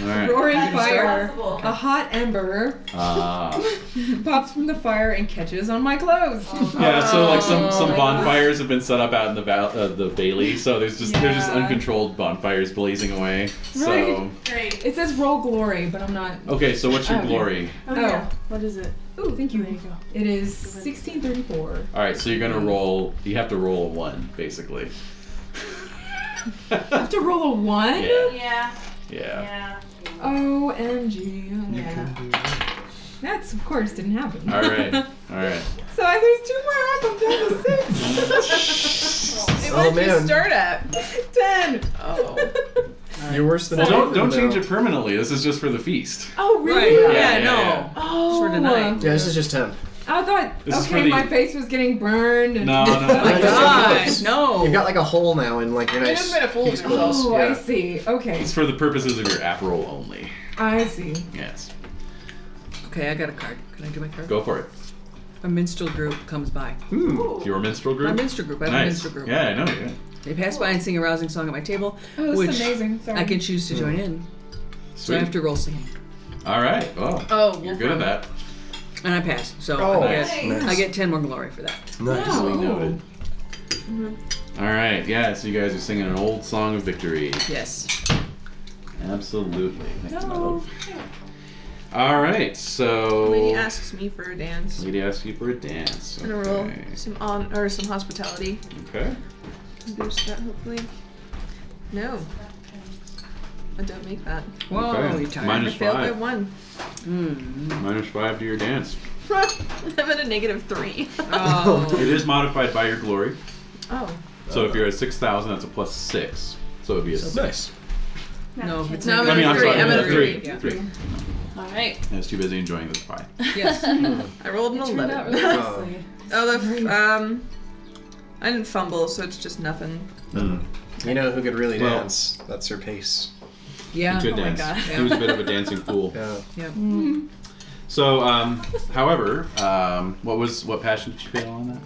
[SPEAKER 1] All right.
[SPEAKER 8] Roaring
[SPEAKER 4] That's
[SPEAKER 8] fire.
[SPEAKER 4] possible.
[SPEAKER 8] A hot ember
[SPEAKER 1] Uh,
[SPEAKER 8] [LAUGHS] pops from the fire and catches on my clothes.
[SPEAKER 1] yeah. So like some some bonfires have been set up out in the val- uh, the Bailey. So there's just there's just
[SPEAKER 8] Yeah.
[SPEAKER 1] uncontrolled bonfires blazing away. So
[SPEAKER 8] Right.
[SPEAKER 4] Great.
[SPEAKER 8] It says roll glory, but I'm not.
[SPEAKER 1] okay. So what's your
[SPEAKER 8] Okay.
[SPEAKER 1] glory?
[SPEAKER 4] Oh,
[SPEAKER 8] Oh.
[SPEAKER 4] yeah. What is it?
[SPEAKER 8] Ooh, thank you. It is 1634.
[SPEAKER 1] All right. So you're gonna roll. You have to roll a one basically. [LAUGHS]
[SPEAKER 8] I have to roll a one.
[SPEAKER 1] Yeah.
[SPEAKER 4] Yeah.
[SPEAKER 1] Yeah.
[SPEAKER 8] Omg. Oh, That's of course didn't happen.
[SPEAKER 1] All right. All right.
[SPEAKER 8] so I lose two more up. I'm down to six.
[SPEAKER 9] It
[SPEAKER 5] Oh,
[SPEAKER 9] would
[SPEAKER 5] man.
[SPEAKER 9] you start at?
[SPEAKER 8] Ten.
[SPEAKER 17] Oh.
[SPEAKER 5] You're worse than
[SPEAKER 1] Well,
[SPEAKER 5] I
[SPEAKER 1] don't
[SPEAKER 5] am,
[SPEAKER 1] don't
[SPEAKER 5] though.
[SPEAKER 1] change it permanently. This is just for the feast.
[SPEAKER 8] Oh
[SPEAKER 7] Right.
[SPEAKER 8] really?
[SPEAKER 7] Yeah,
[SPEAKER 1] Yeah, yeah,
[SPEAKER 7] no.
[SPEAKER 1] yeah.
[SPEAKER 8] Oh.
[SPEAKER 7] For tonight.
[SPEAKER 5] Yeah, this is just temp.
[SPEAKER 8] I thought
[SPEAKER 1] This is for
[SPEAKER 8] okay,
[SPEAKER 1] the-
[SPEAKER 8] my face was getting burned. And...
[SPEAKER 1] No, no,
[SPEAKER 5] Oh my
[SPEAKER 1] no. [LAUGHS]
[SPEAKER 5] God.
[SPEAKER 7] No.
[SPEAKER 5] You've got like a hole now in like your
[SPEAKER 17] You
[SPEAKER 5] nice
[SPEAKER 17] haven't been a fool of
[SPEAKER 5] peace
[SPEAKER 17] yourself.
[SPEAKER 5] clothes.
[SPEAKER 8] Oh, I
[SPEAKER 5] Yeah.
[SPEAKER 8] see. Okay,
[SPEAKER 1] It's for the purposes of your app roll only.
[SPEAKER 8] I see.
[SPEAKER 1] Yes.
[SPEAKER 7] Okay, I got a card. Can I do my card?
[SPEAKER 1] Go for it.
[SPEAKER 7] A minstrel group comes by.
[SPEAKER 1] Your minstrel
[SPEAKER 7] My
[SPEAKER 1] group.
[SPEAKER 7] minstrel group. I have a
[SPEAKER 1] nice.
[SPEAKER 7] minstrel group.
[SPEAKER 1] Yeah, I know. Yeah.
[SPEAKER 7] They pass by and sing a rousing song at my table,
[SPEAKER 8] Oh, this
[SPEAKER 7] which
[SPEAKER 8] is amazing. Sorry.
[SPEAKER 7] I can choose to join in. So I
[SPEAKER 1] Hmm. Sweet.
[SPEAKER 7] have to roll singing,
[SPEAKER 1] All right. Well,
[SPEAKER 7] Oh,
[SPEAKER 1] you're
[SPEAKER 7] well,
[SPEAKER 1] good at that.
[SPEAKER 7] and I pass. So
[SPEAKER 5] Oh,
[SPEAKER 7] I, get,
[SPEAKER 10] nice.
[SPEAKER 7] I get ten more glory for that.
[SPEAKER 10] Nice.
[SPEAKER 1] Easily noted.
[SPEAKER 7] Mm-hmm.
[SPEAKER 1] All right. Yeah. So you guys are singing an old song of victory.
[SPEAKER 7] Yes.
[SPEAKER 1] Absolutely. Thank you, my
[SPEAKER 7] Oh,
[SPEAKER 1] love. All right. So.
[SPEAKER 23] Lady asks me for a dance.
[SPEAKER 1] Lady asks you for a dance.
[SPEAKER 23] I'm gonna roll some on or some hospitality.
[SPEAKER 1] Okay.
[SPEAKER 23] Boost that hopefully. No. I don't make that.
[SPEAKER 7] Whoa,
[SPEAKER 1] Okay.
[SPEAKER 7] you tired?
[SPEAKER 23] Oh, I
[SPEAKER 1] Minus
[SPEAKER 23] failed by
[SPEAKER 1] five.
[SPEAKER 23] one. [LAUGHS]
[SPEAKER 7] Mm.
[SPEAKER 1] Minus five to your dance.
[SPEAKER 23] I'm at a negative
[SPEAKER 7] [LAUGHS]
[SPEAKER 23] three.
[SPEAKER 7] Oh.
[SPEAKER 1] It is modified by your glory.
[SPEAKER 23] oh.
[SPEAKER 1] So if you're at six thousand, that's a plus six. So it'd be a six.
[SPEAKER 10] Nice.
[SPEAKER 7] no, if it's
[SPEAKER 23] No, I'm
[SPEAKER 1] I mean, I'm
[SPEAKER 23] Three,
[SPEAKER 1] sorry.
[SPEAKER 23] I'm at a
[SPEAKER 1] three.
[SPEAKER 23] three, yeah.
[SPEAKER 1] Three.
[SPEAKER 14] All right.
[SPEAKER 1] I was too busy enjoying this pie.
[SPEAKER 7] Yes.
[SPEAKER 23] I rolled an
[SPEAKER 8] It turned out
[SPEAKER 23] eleven.
[SPEAKER 8] really
[SPEAKER 5] Oh.
[SPEAKER 8] nicely.
[SPEAKER 23] Oh, the f- um, I didn't fumble, so it's just nothing.
[SPEAKER 5] You know who could really
[SPEAKER 1] Well-
[SPEAKER 5] dance? That's her pace.
[SPEAKER 7] yeah.
[SPEAKER 1] He could dance.
[SPEAKER 23] Oh, God.
[SPEAKER 1] He was a bit of
[SPEAKER 23] [LAUGHS]
[SPEAKER 1] a dancing fool.
[SPEAKER 5] Yeah.
[SPEAKER 7] Yeah.
[SPEAKER 1] So, um, however, um, what was what passion did you fail on that?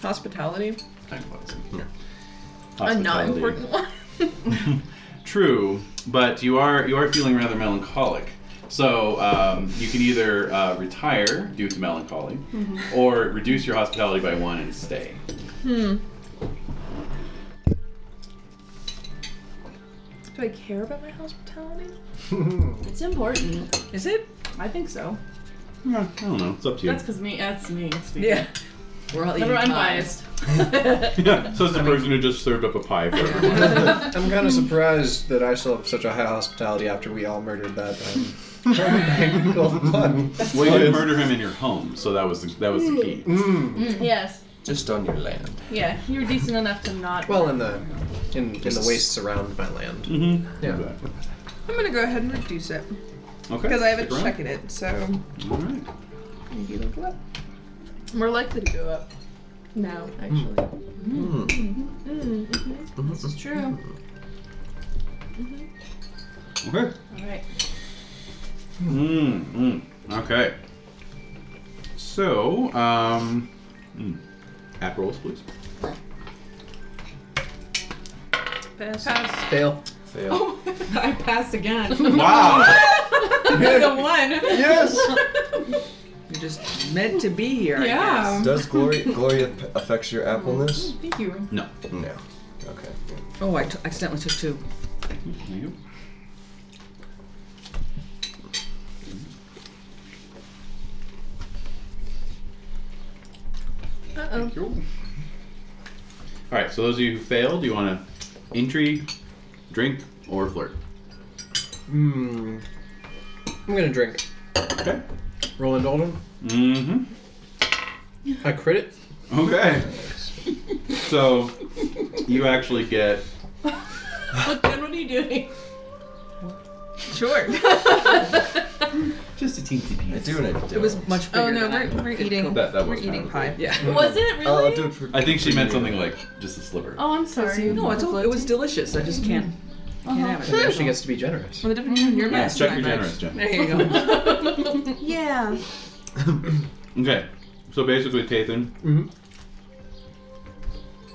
[SPEAKER 23] Hospitality,
[SPEAKER 1] Kind of wasn't.
[SPEAKER 23] a not
[SPEAKER 1] Hospitality.
[SPEAKER 23] important one.
[SPEAKER 1] [LAUGHS] True, but you are you are feeling rather melancholic. So um, you can either uh, retire due to melancholy,
[SPEAKER 23] Mm-hmm.
[SPEAKER 1] or reduce your hospitality by one and stay.
[SPEAKER 23] hmm. Do I care about my hospitality?
[SPEAKER 14] It's important.
[SPEAKER 23] Is it?
[SPEAKER 14] I think so.
[SPEAKER 1] Yeah, I don't know. It's up to you.
[SPEAKER 4] That's because me. That's me. Speaking.
[SPEAKER 7] Yeah. We're all eating
[SPEAKER 4] Never mind,
[SPEAKER 7] pie.
[SPEAKER 14] [LAUGHS]
[SPEAKER 4] biased.
[SPEAKER 1] [LAUGHS] yeah. So it's the person who just served up a pie for everyone.
[SPEAKER 4] [LAUGHS]
[SPEAKER 5] I'm kind of surprised that I still have such a high hospitality after we all murdered that. Um, [LAUGHS] Angle fun.
[SPEAKER 1] [LAUGHS] well, you didn't murder him in your home, so that was the, that was the key.
[SPEAKER 5] Mm,
[SPEAKER 14] Yes.
[SPEAKER 5] just on your land.
[SPEAKER 14] Yeah. You were decent enough to not.
[SPEAKER 5] Well, in the in, in the wastes around my land.
[SPEAKER 1] Mm-hmm.
[SPEAKER 5] Yeah.
[SPEAKER 1] Exactly.
[SPEAKER 23] I'm gonna go ahead and reduce it
[SPEAKER 1] Okay.
[SPEAKER 23] because I haven't
[SPEAKER 1] stick around.
[SPEAKER 23] checked it, so
[SPEAKER 1] All right.
[SPEAKER 23] maybe it'll go up. More likely to go up now, actually.
[SPEAKER 5] Mm.
[SPEAKER 23] Mm, mhm.
[SPEAKER 14] this is true.
[SPEAKER 1] Okay.
[SPEAKER 14] All
[SPEAKER 4] [LAUGHS]
[SPEAKER 14] right.
[SPEAKER 1] Mm, mm, okay. So, um, mm, app rolls, please.
[SPEAKER 23] Pass.
[SPEAKER 5] Fail. Fail.
[SPEAKER 10] [LAUGHS]
[SPEAKER 8] I
[SPEAKER 14] [LAUGHS]
[SPEAKER 4] [LAUGHS]
[SPEAKER 8] pass again.
[SPEAKER 1] Wow.
[SPEAKER 8] the one.
[SPEAKER 5] Yes.
[SPEAKER 7] You're just meant to be here. I
[SPEAKER 8] Yeah.
[SPEAKER 7] guess.
[SPEAKER 10] Does glory glory aff- affects your appleness?
[SPEAKER 8] Thank you.
[SPEAKER 1] no.
[SPEAKER 10] No. Okay.
[SPEAKER 7] Oh, Oh, I t- accidentally took two.
[SPEAKER 14] Uh oh.
[SPEAKER 1] All right, so those of you who failed, you want to intrigue, drink, or flirt.
[SPEAKER 5] Hmm. I'm gonna drink.
[SPEAKER 1] Okay.
[SPEAKER 5] Roland Oldham.
[SPEAKER 1] Mm-hmm.
[SPEAKER 5] I crit it.
[SPEAKER 1] Okay. [LAUGHS] So you actually get
[SPEAKER 14] But then what are you doing?
[SPEAKER 9] Sure.
[SPEAKER 1] just a teensy piece.
[SPEAKER 10] doing it.
[SPEAKER 7] It was [LAUGHS] much bigger.
[SPEAKER 9] Oh no,
[SPEAKER 7] than I-
[SPEAKER 9] we're, we're eating
[SPEAKER 1] That- that
[SPEAKER 9] we're
[SPEAKER 1] was kind
[SPEAKER 9] eating
[SPEAKER 1] of
[SPEAKER 9] pie.
[SPEAKER 7] Yeah.
[SPEAKER 14] [LAUGHS] Was
[SPEAKER 5] Uh,
[SPEAKER 14] it really?
[SPEAKER 10] Oh, I'll do it for.
[SPEAKER 1] I think she meant something like just a sliver.
[SPEAKER 14] Oh, I'm sorry.
[SPEAKER 7] No, it's, all- it was delicious. I just can't. I can't have
[SPEAKER 5] Now
[SPEAKER 7] it.
[SPEAKER 5] she gets to be generous.
[SPEAKER 7] Well, the difference between your
[SPEAKER 1] Yeah,
[SPEAKER 7] mess
[SPEAKER 1] check
[SPEAKER 7] and
[SPEAKER 1] your
[SPEAKER 7] my
[SPEAKER 1] generous,
[SPEAKER 7] mess.
[SPEAKER 1] Jen.
[SPEAKER 7] There you go.
[SPEAKER 23] Yeah.
[SPEAKER 1] Okay. So basically, Tathan,
[SPEAKER 5] Mhm.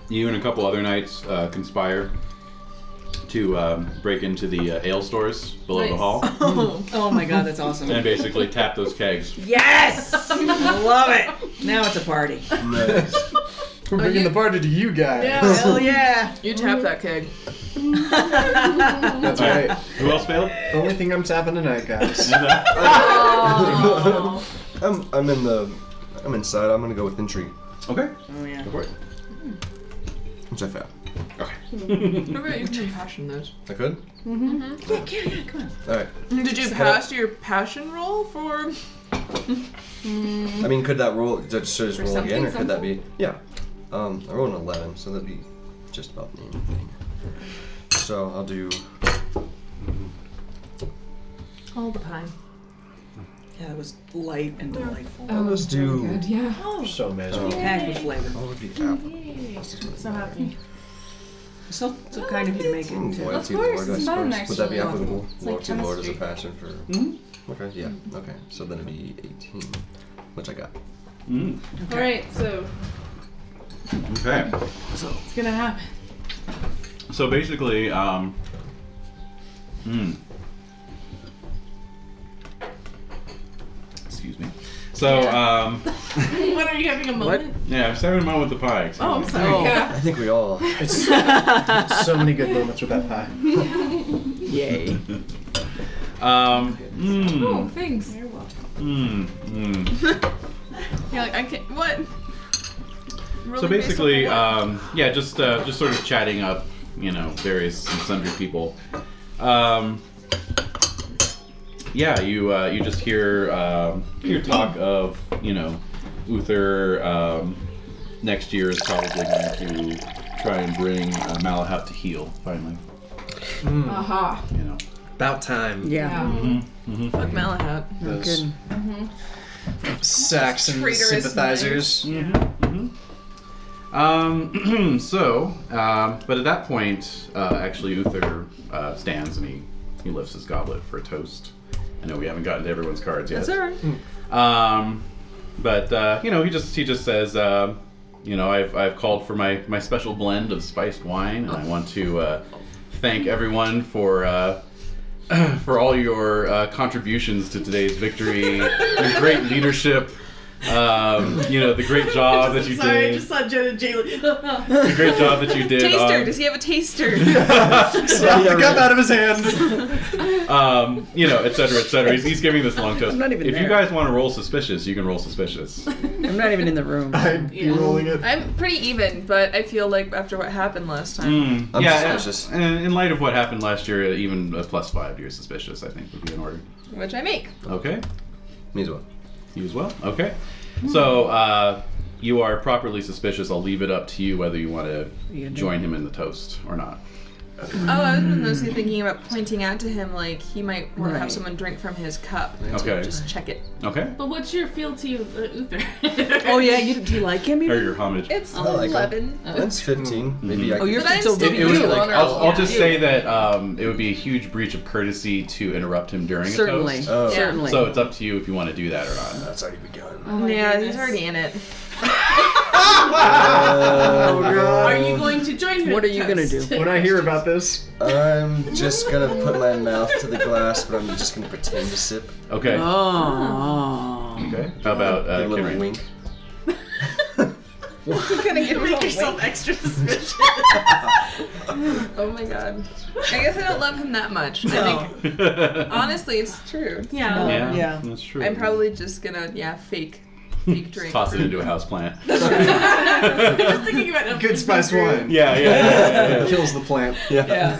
[SPEAKER 1] you and a couple other knights uh, conspire to um, break into the uh, ale stores below the
[SPEAKER 7] Nice.
[SPEAKER 1] hall
[SPEAKER 7] Oh, [LAUGHS] oh my god, that's awesome.
[SPEAKER 1] and basically tap those kegs. [LAUGHS]
[SPEAKER 7] Yes! I love it. Now it's a party.
[SPEAKER 1] Nice.
[SPEAKER 11] We're bringing the party to you guys.
[SPEAKER 7] [LAUGHS]
[SPEAKER 23] Yeah, hell
[SPEAKER 7] yeah.
[SPEAKER 23] You tap that keg.
[SPEAKER 5] That's right.
[SPEAKER 1] Who else failed?
[SPEAKER 5] Only thing I'm tapping tonight, guys.
[SPEAKER 10] I'm, I'm in the. I'm inside. I'm gonna go with intrigue,
[SPEAKER 1] okay.
[SPEAKER 7] Oh yeah.
[SPEAKER 1] Go for it.
[SPEAKER 10] which I failed.
[SPEAKER 7] [LAUGHS]
[SPEAKER 1] Okay.
[SPEAKER 23] What about your passion those?
[SPEAKER 10] I could.
[SPEAKER 23] Mm-hmm.
[SPEAKER 7] Yeah, yeah, yeah, come on.
[SPEAKER 10] All right.
[SPEAKER 23] Did you pass your passion roll for?
[SPEAKER 10] I mean, could that roll? Did I just, should I just
[SPEAKER 23] For
[SPEAKER 10] roll again, or
[SPEAKER 23] something,
[SPEAKER 10] could that be? Yeah. Um, I rolled an eleven, so that'd be just about the same thing. So I'll do.
[SPEAKER 7] All the pie. Yeah, it was light and delightful.
[SPEAKER 8] Oh,
[SPEAKER 10] let's
[SPEAKER 8] very
[SPEAKER 10] do-
[SPEAKER 8] Good. Yeah.
[SPEAKER 5] so
[SPEAKER 10] Oh.
[SPEAKER 5] miserable.
[SPEAKER 7] Packed with flavor.
[SPEAKER 10] What would be apple?
[SPEAKER 4] So happy.
[SPEAKER 7] So, so kind of you to
[SPEAKER 1] [LAUGHS]
[SPEAKER 7] make
[SPEAKER 10] Mm,
[SPEAKER 7] it too.
[SPEAKER 10] loyalty
[SPEAKER 9] Of
[SPEAKER 10] lord,
[SPEAKER 9] course,
[SPEAKER 10] I
[SPEAKER 9] it's fun,
[SPEAKER 10] suppose. Would that be
[SPEAKER 9] actually.
[SPEAKER 10] applicable?
[SPEAKER 9] It's like
[SPEAKER 10] Loyalty lord is a
[SPEAKER 9] chemistry.
[SPEAKER 10] passion for. Okay. Yeah. Okay. So then it'd be eighteen, which I got.
[SPEAKER 1] Mm.
[SPEAKER 14] All right, so
[SPEAKER 1] Okay.
[SPEAKER 14] it's gonna happen.
[SPEAKER 1] So basically, um, mm. excuse me. So, um,
[SPEAKER 14] what are you having a moment?
[SPEAKER 1] yeah, I'm just having a moment with the pie.
[SPEAKER 14] Oh, I'm sorry.
[SPEAKER 7] Oh.
[SPEAKER 14] Yeah.
[SPEAKER 10] [LAUGHS] I think we all.
[SPEAKER 5] It's so many good moments with that pie.
[SPEAKER 7] Yay.
[SPEAKER 1] Um,
[SPEAKER 8] Oh,
[SPEAKER 1] mm,
[SPEAKER 8] thanks.
[SPEAKER 14] You're welcome.
[SPEAKER 1] mm, mm.
[SPEAKER 23] [LAUGHS] You're like I can't. What?
[SPEAKER 1] hmm. So basically, um, yeah, just uh, just sort of chatting up, you know, various and sundry people. Um, yeah, you uh, you just hear um, hear talk of you know, Uther. Um, next year is probably going to try and bring uh, Malahat to heal finally.
[SPEAKER 8] Aha.
[SPEAKER 1] You know.
[SPEAKER 5] About time.
[SPEAKER 7] Yeah.
[SPEAKER 8] Yeah.
[SPEAKER 1] Mm-hmm.
[SPEAKER 23] Fuck Malahat.
[SPEAKER 5] Those
[SPEAKER 7] Good.
[SPEAKER 5] Saxon
[SPEAKER 23] Traitorous
[SPEAKER 5] Mm-hmm. sympathizers.
[SPEAKER 1] Um, [CLEARS THROAT] so, um, but at that point, uh, actually, Uther uh, stands and he, he lifts his goblet for a toast. I know we haven't gotten to everyone's cards yet.
[SPEAKER 23] That's alright.
[SPEAKER 1] Um, but uh, you know, he just he just says, uh, you know, I've, I've called for my, my special blend of spiced wine, and I want to uh, thank everyone for uh, [CLEARS THROAT] for all your uh, contributions to today's victory, your great leadership. Um, you know the great
[SPEAKER 4] [LAUGHS]
[SPEAKER 1] job that you
[SPEAKER 4] Sorry, I
[SPEAKER 1] did.
[SPEAKER 4] just saw Jen and Jalen.
[SPEAKER 1] The great job
[SPEAKER 4] [LAUGHS]
[SPEAKER 1] that you did.
[SPEAKER 23] Taster.
[SPEAKER 1] on-
[SPEAKER 23] Does he have a
[SPEAKER 1] [LAUGHS]
[SPEAKER 23] taster?
[SPEAKER 5] Slap the cup out of his hand.
[SPEAKER 1] [LAUGHS] um, you know, et cetera, et cetera. He's, he's giving this long toast.
[SPEAKER 7] I'm not even
[SPEAKER 1] if you
[SPEAKER 7] there.
[SPEAKER 1] guys want to roll suspicious, you can roll suspicious.
[SPEAKER 7] I'm not even in
[SPEAKER 1] [LAUGHS]
[SPEAKER 7] the room.
[SPEAKER 5] I'd be rolling it.
[SPEAKER 23] I'm pretty even, but I feel like after what happened last time.
[SPEAKER 1] Mm,
[SPEAKER 10] I'm
[SPEAKER 1] yeah,
[SPEAKER 10] suspicious.
[SPEAKER 1] And in light of what happened last year, even a plus five, you're suspicious. I think would be in order.
[SPEAKER 23] Which I make.
[SPEAKER 1] Okay,
[SPEAKER 10] Me as well.
[SPEAKER 1] you as well. Okay, so uh, you are properly suspicious. I'll leave it up to you whether you want to join him in the toast or not.
[SPEAKER 23] Oh, I was mostly thinking about pointing out to him like he might want to
[SPEAKER 7] Right.
[SPEAKER 23] have someone drink from his cup.
[SPEAKER 1] Okay.
[SPEAKER 23] Just check it.
[SPEAKER 1] Okay.
[SPEAKER 14] But what's your fealty of uh, [LAUGHS] Uther?
[SPEAKER 7] Oh yeah, you do you like him?
[SPEAKER 1] Or
[SPEAKER 7] Even?
[SPEAKER 1] your homage.
[SPEAKER 23] It's
[SPEAKER 10] I like 'em.
[SPEAKER 23] eleven.
[SPEAKER 10] That's fifteen. Maybe I.
[SPEAKER 7] Oh,
[SPEAKER 10] could-
[SPEAKER 7] you're
[SPEAKER 23] But I'm
[SPEAKER 7] so
[SPEAKER 23] still
[SPEAKER 1] It,
[SPEAKER 7] big.
[SPEAKER 1] it would,
[SPEAKER 23] You
[SPEAKER 1] like,
[SPEAKER 23] honor
[SPEAKER 1] I'll,
[SPEAKER 23] all
[SPEAKER 1] I'll
[SPEAKER 23] of
[SPEAKER 1] just
[SPEAKER 23] you.
[SPEAKER 1] say that um, it would be a huge breach of courtesy to interrupt him during a
[SPEAKER 7] Certainly,
[SPEAKER 1] toast.
[SPEAKER 10] Oh.
[SPEAKER 7] certainly.
[SPEAKER 1] So it's up to you if you want to do that or not.
[SPEAKER 10] That's already begun.
[SPEAKER 9] [LAUGHS]
[SPEAKER 14] Oh my
[SPEAKER 23] yeah,
[SPEAKER 14] goodness.
[SPEAKER 23] he's already in [LAUGHS] it.
[SPEAKER 10] oh
[SPEAKER 14] Are you going to join him?
[SPEAKER 7] What
[SPEAKER 14] in
[SPEAKER 7] are you gonna
[SPEAKER 14] toast? [LAUGHS]
[SPEAKER 5] When I hear about this,
[SPEAKER 10] I'm just gonna put my mouth to the glass, but I'm just gonna pretend to sip.
[SPEAKER 1] Okay.
[SPEAKER 7] Oh.
[SPEAKER 1] Okay. How about uh,
[SPEAKER 10] Give a little
[SPEAKER 1] Kimmy? [LAUGHS]
[SPEAKER 10] wink.
[SPEAKER 23] [LAUGHS] You're gonna give yourself
[SPEAKER 4] Extra
[SPEAKER 9] oh my god. I guess I don't love him that much. I
[SPEAKER 7] No.
[SPEAKER 9] think honestly, it's true.
[SPEAKER 14] Yeah.
[SPEAKER 1] No. Yeah, Yeah. that's true.
[SPEAKER 9] I'm probably just gonna yeah fake
[SPEAKER 1] [LAUGHS]
[SPEAKER 9] fake drink.
[SPEAKER 1] Toss it into a [LAUGHS] houseplant.
[SPEAKER 14] [LAUGHS]
[SPEAKER 4] Just thinking about it.
[SPEAKER 5] Good spice wine.
[SPEAKER 1] Yeah, yeah, yeah, yeah, yeah.
[SPEAKER 5] Kills the [LAUGHS] plant.
[SPEAKER 4] Yeah.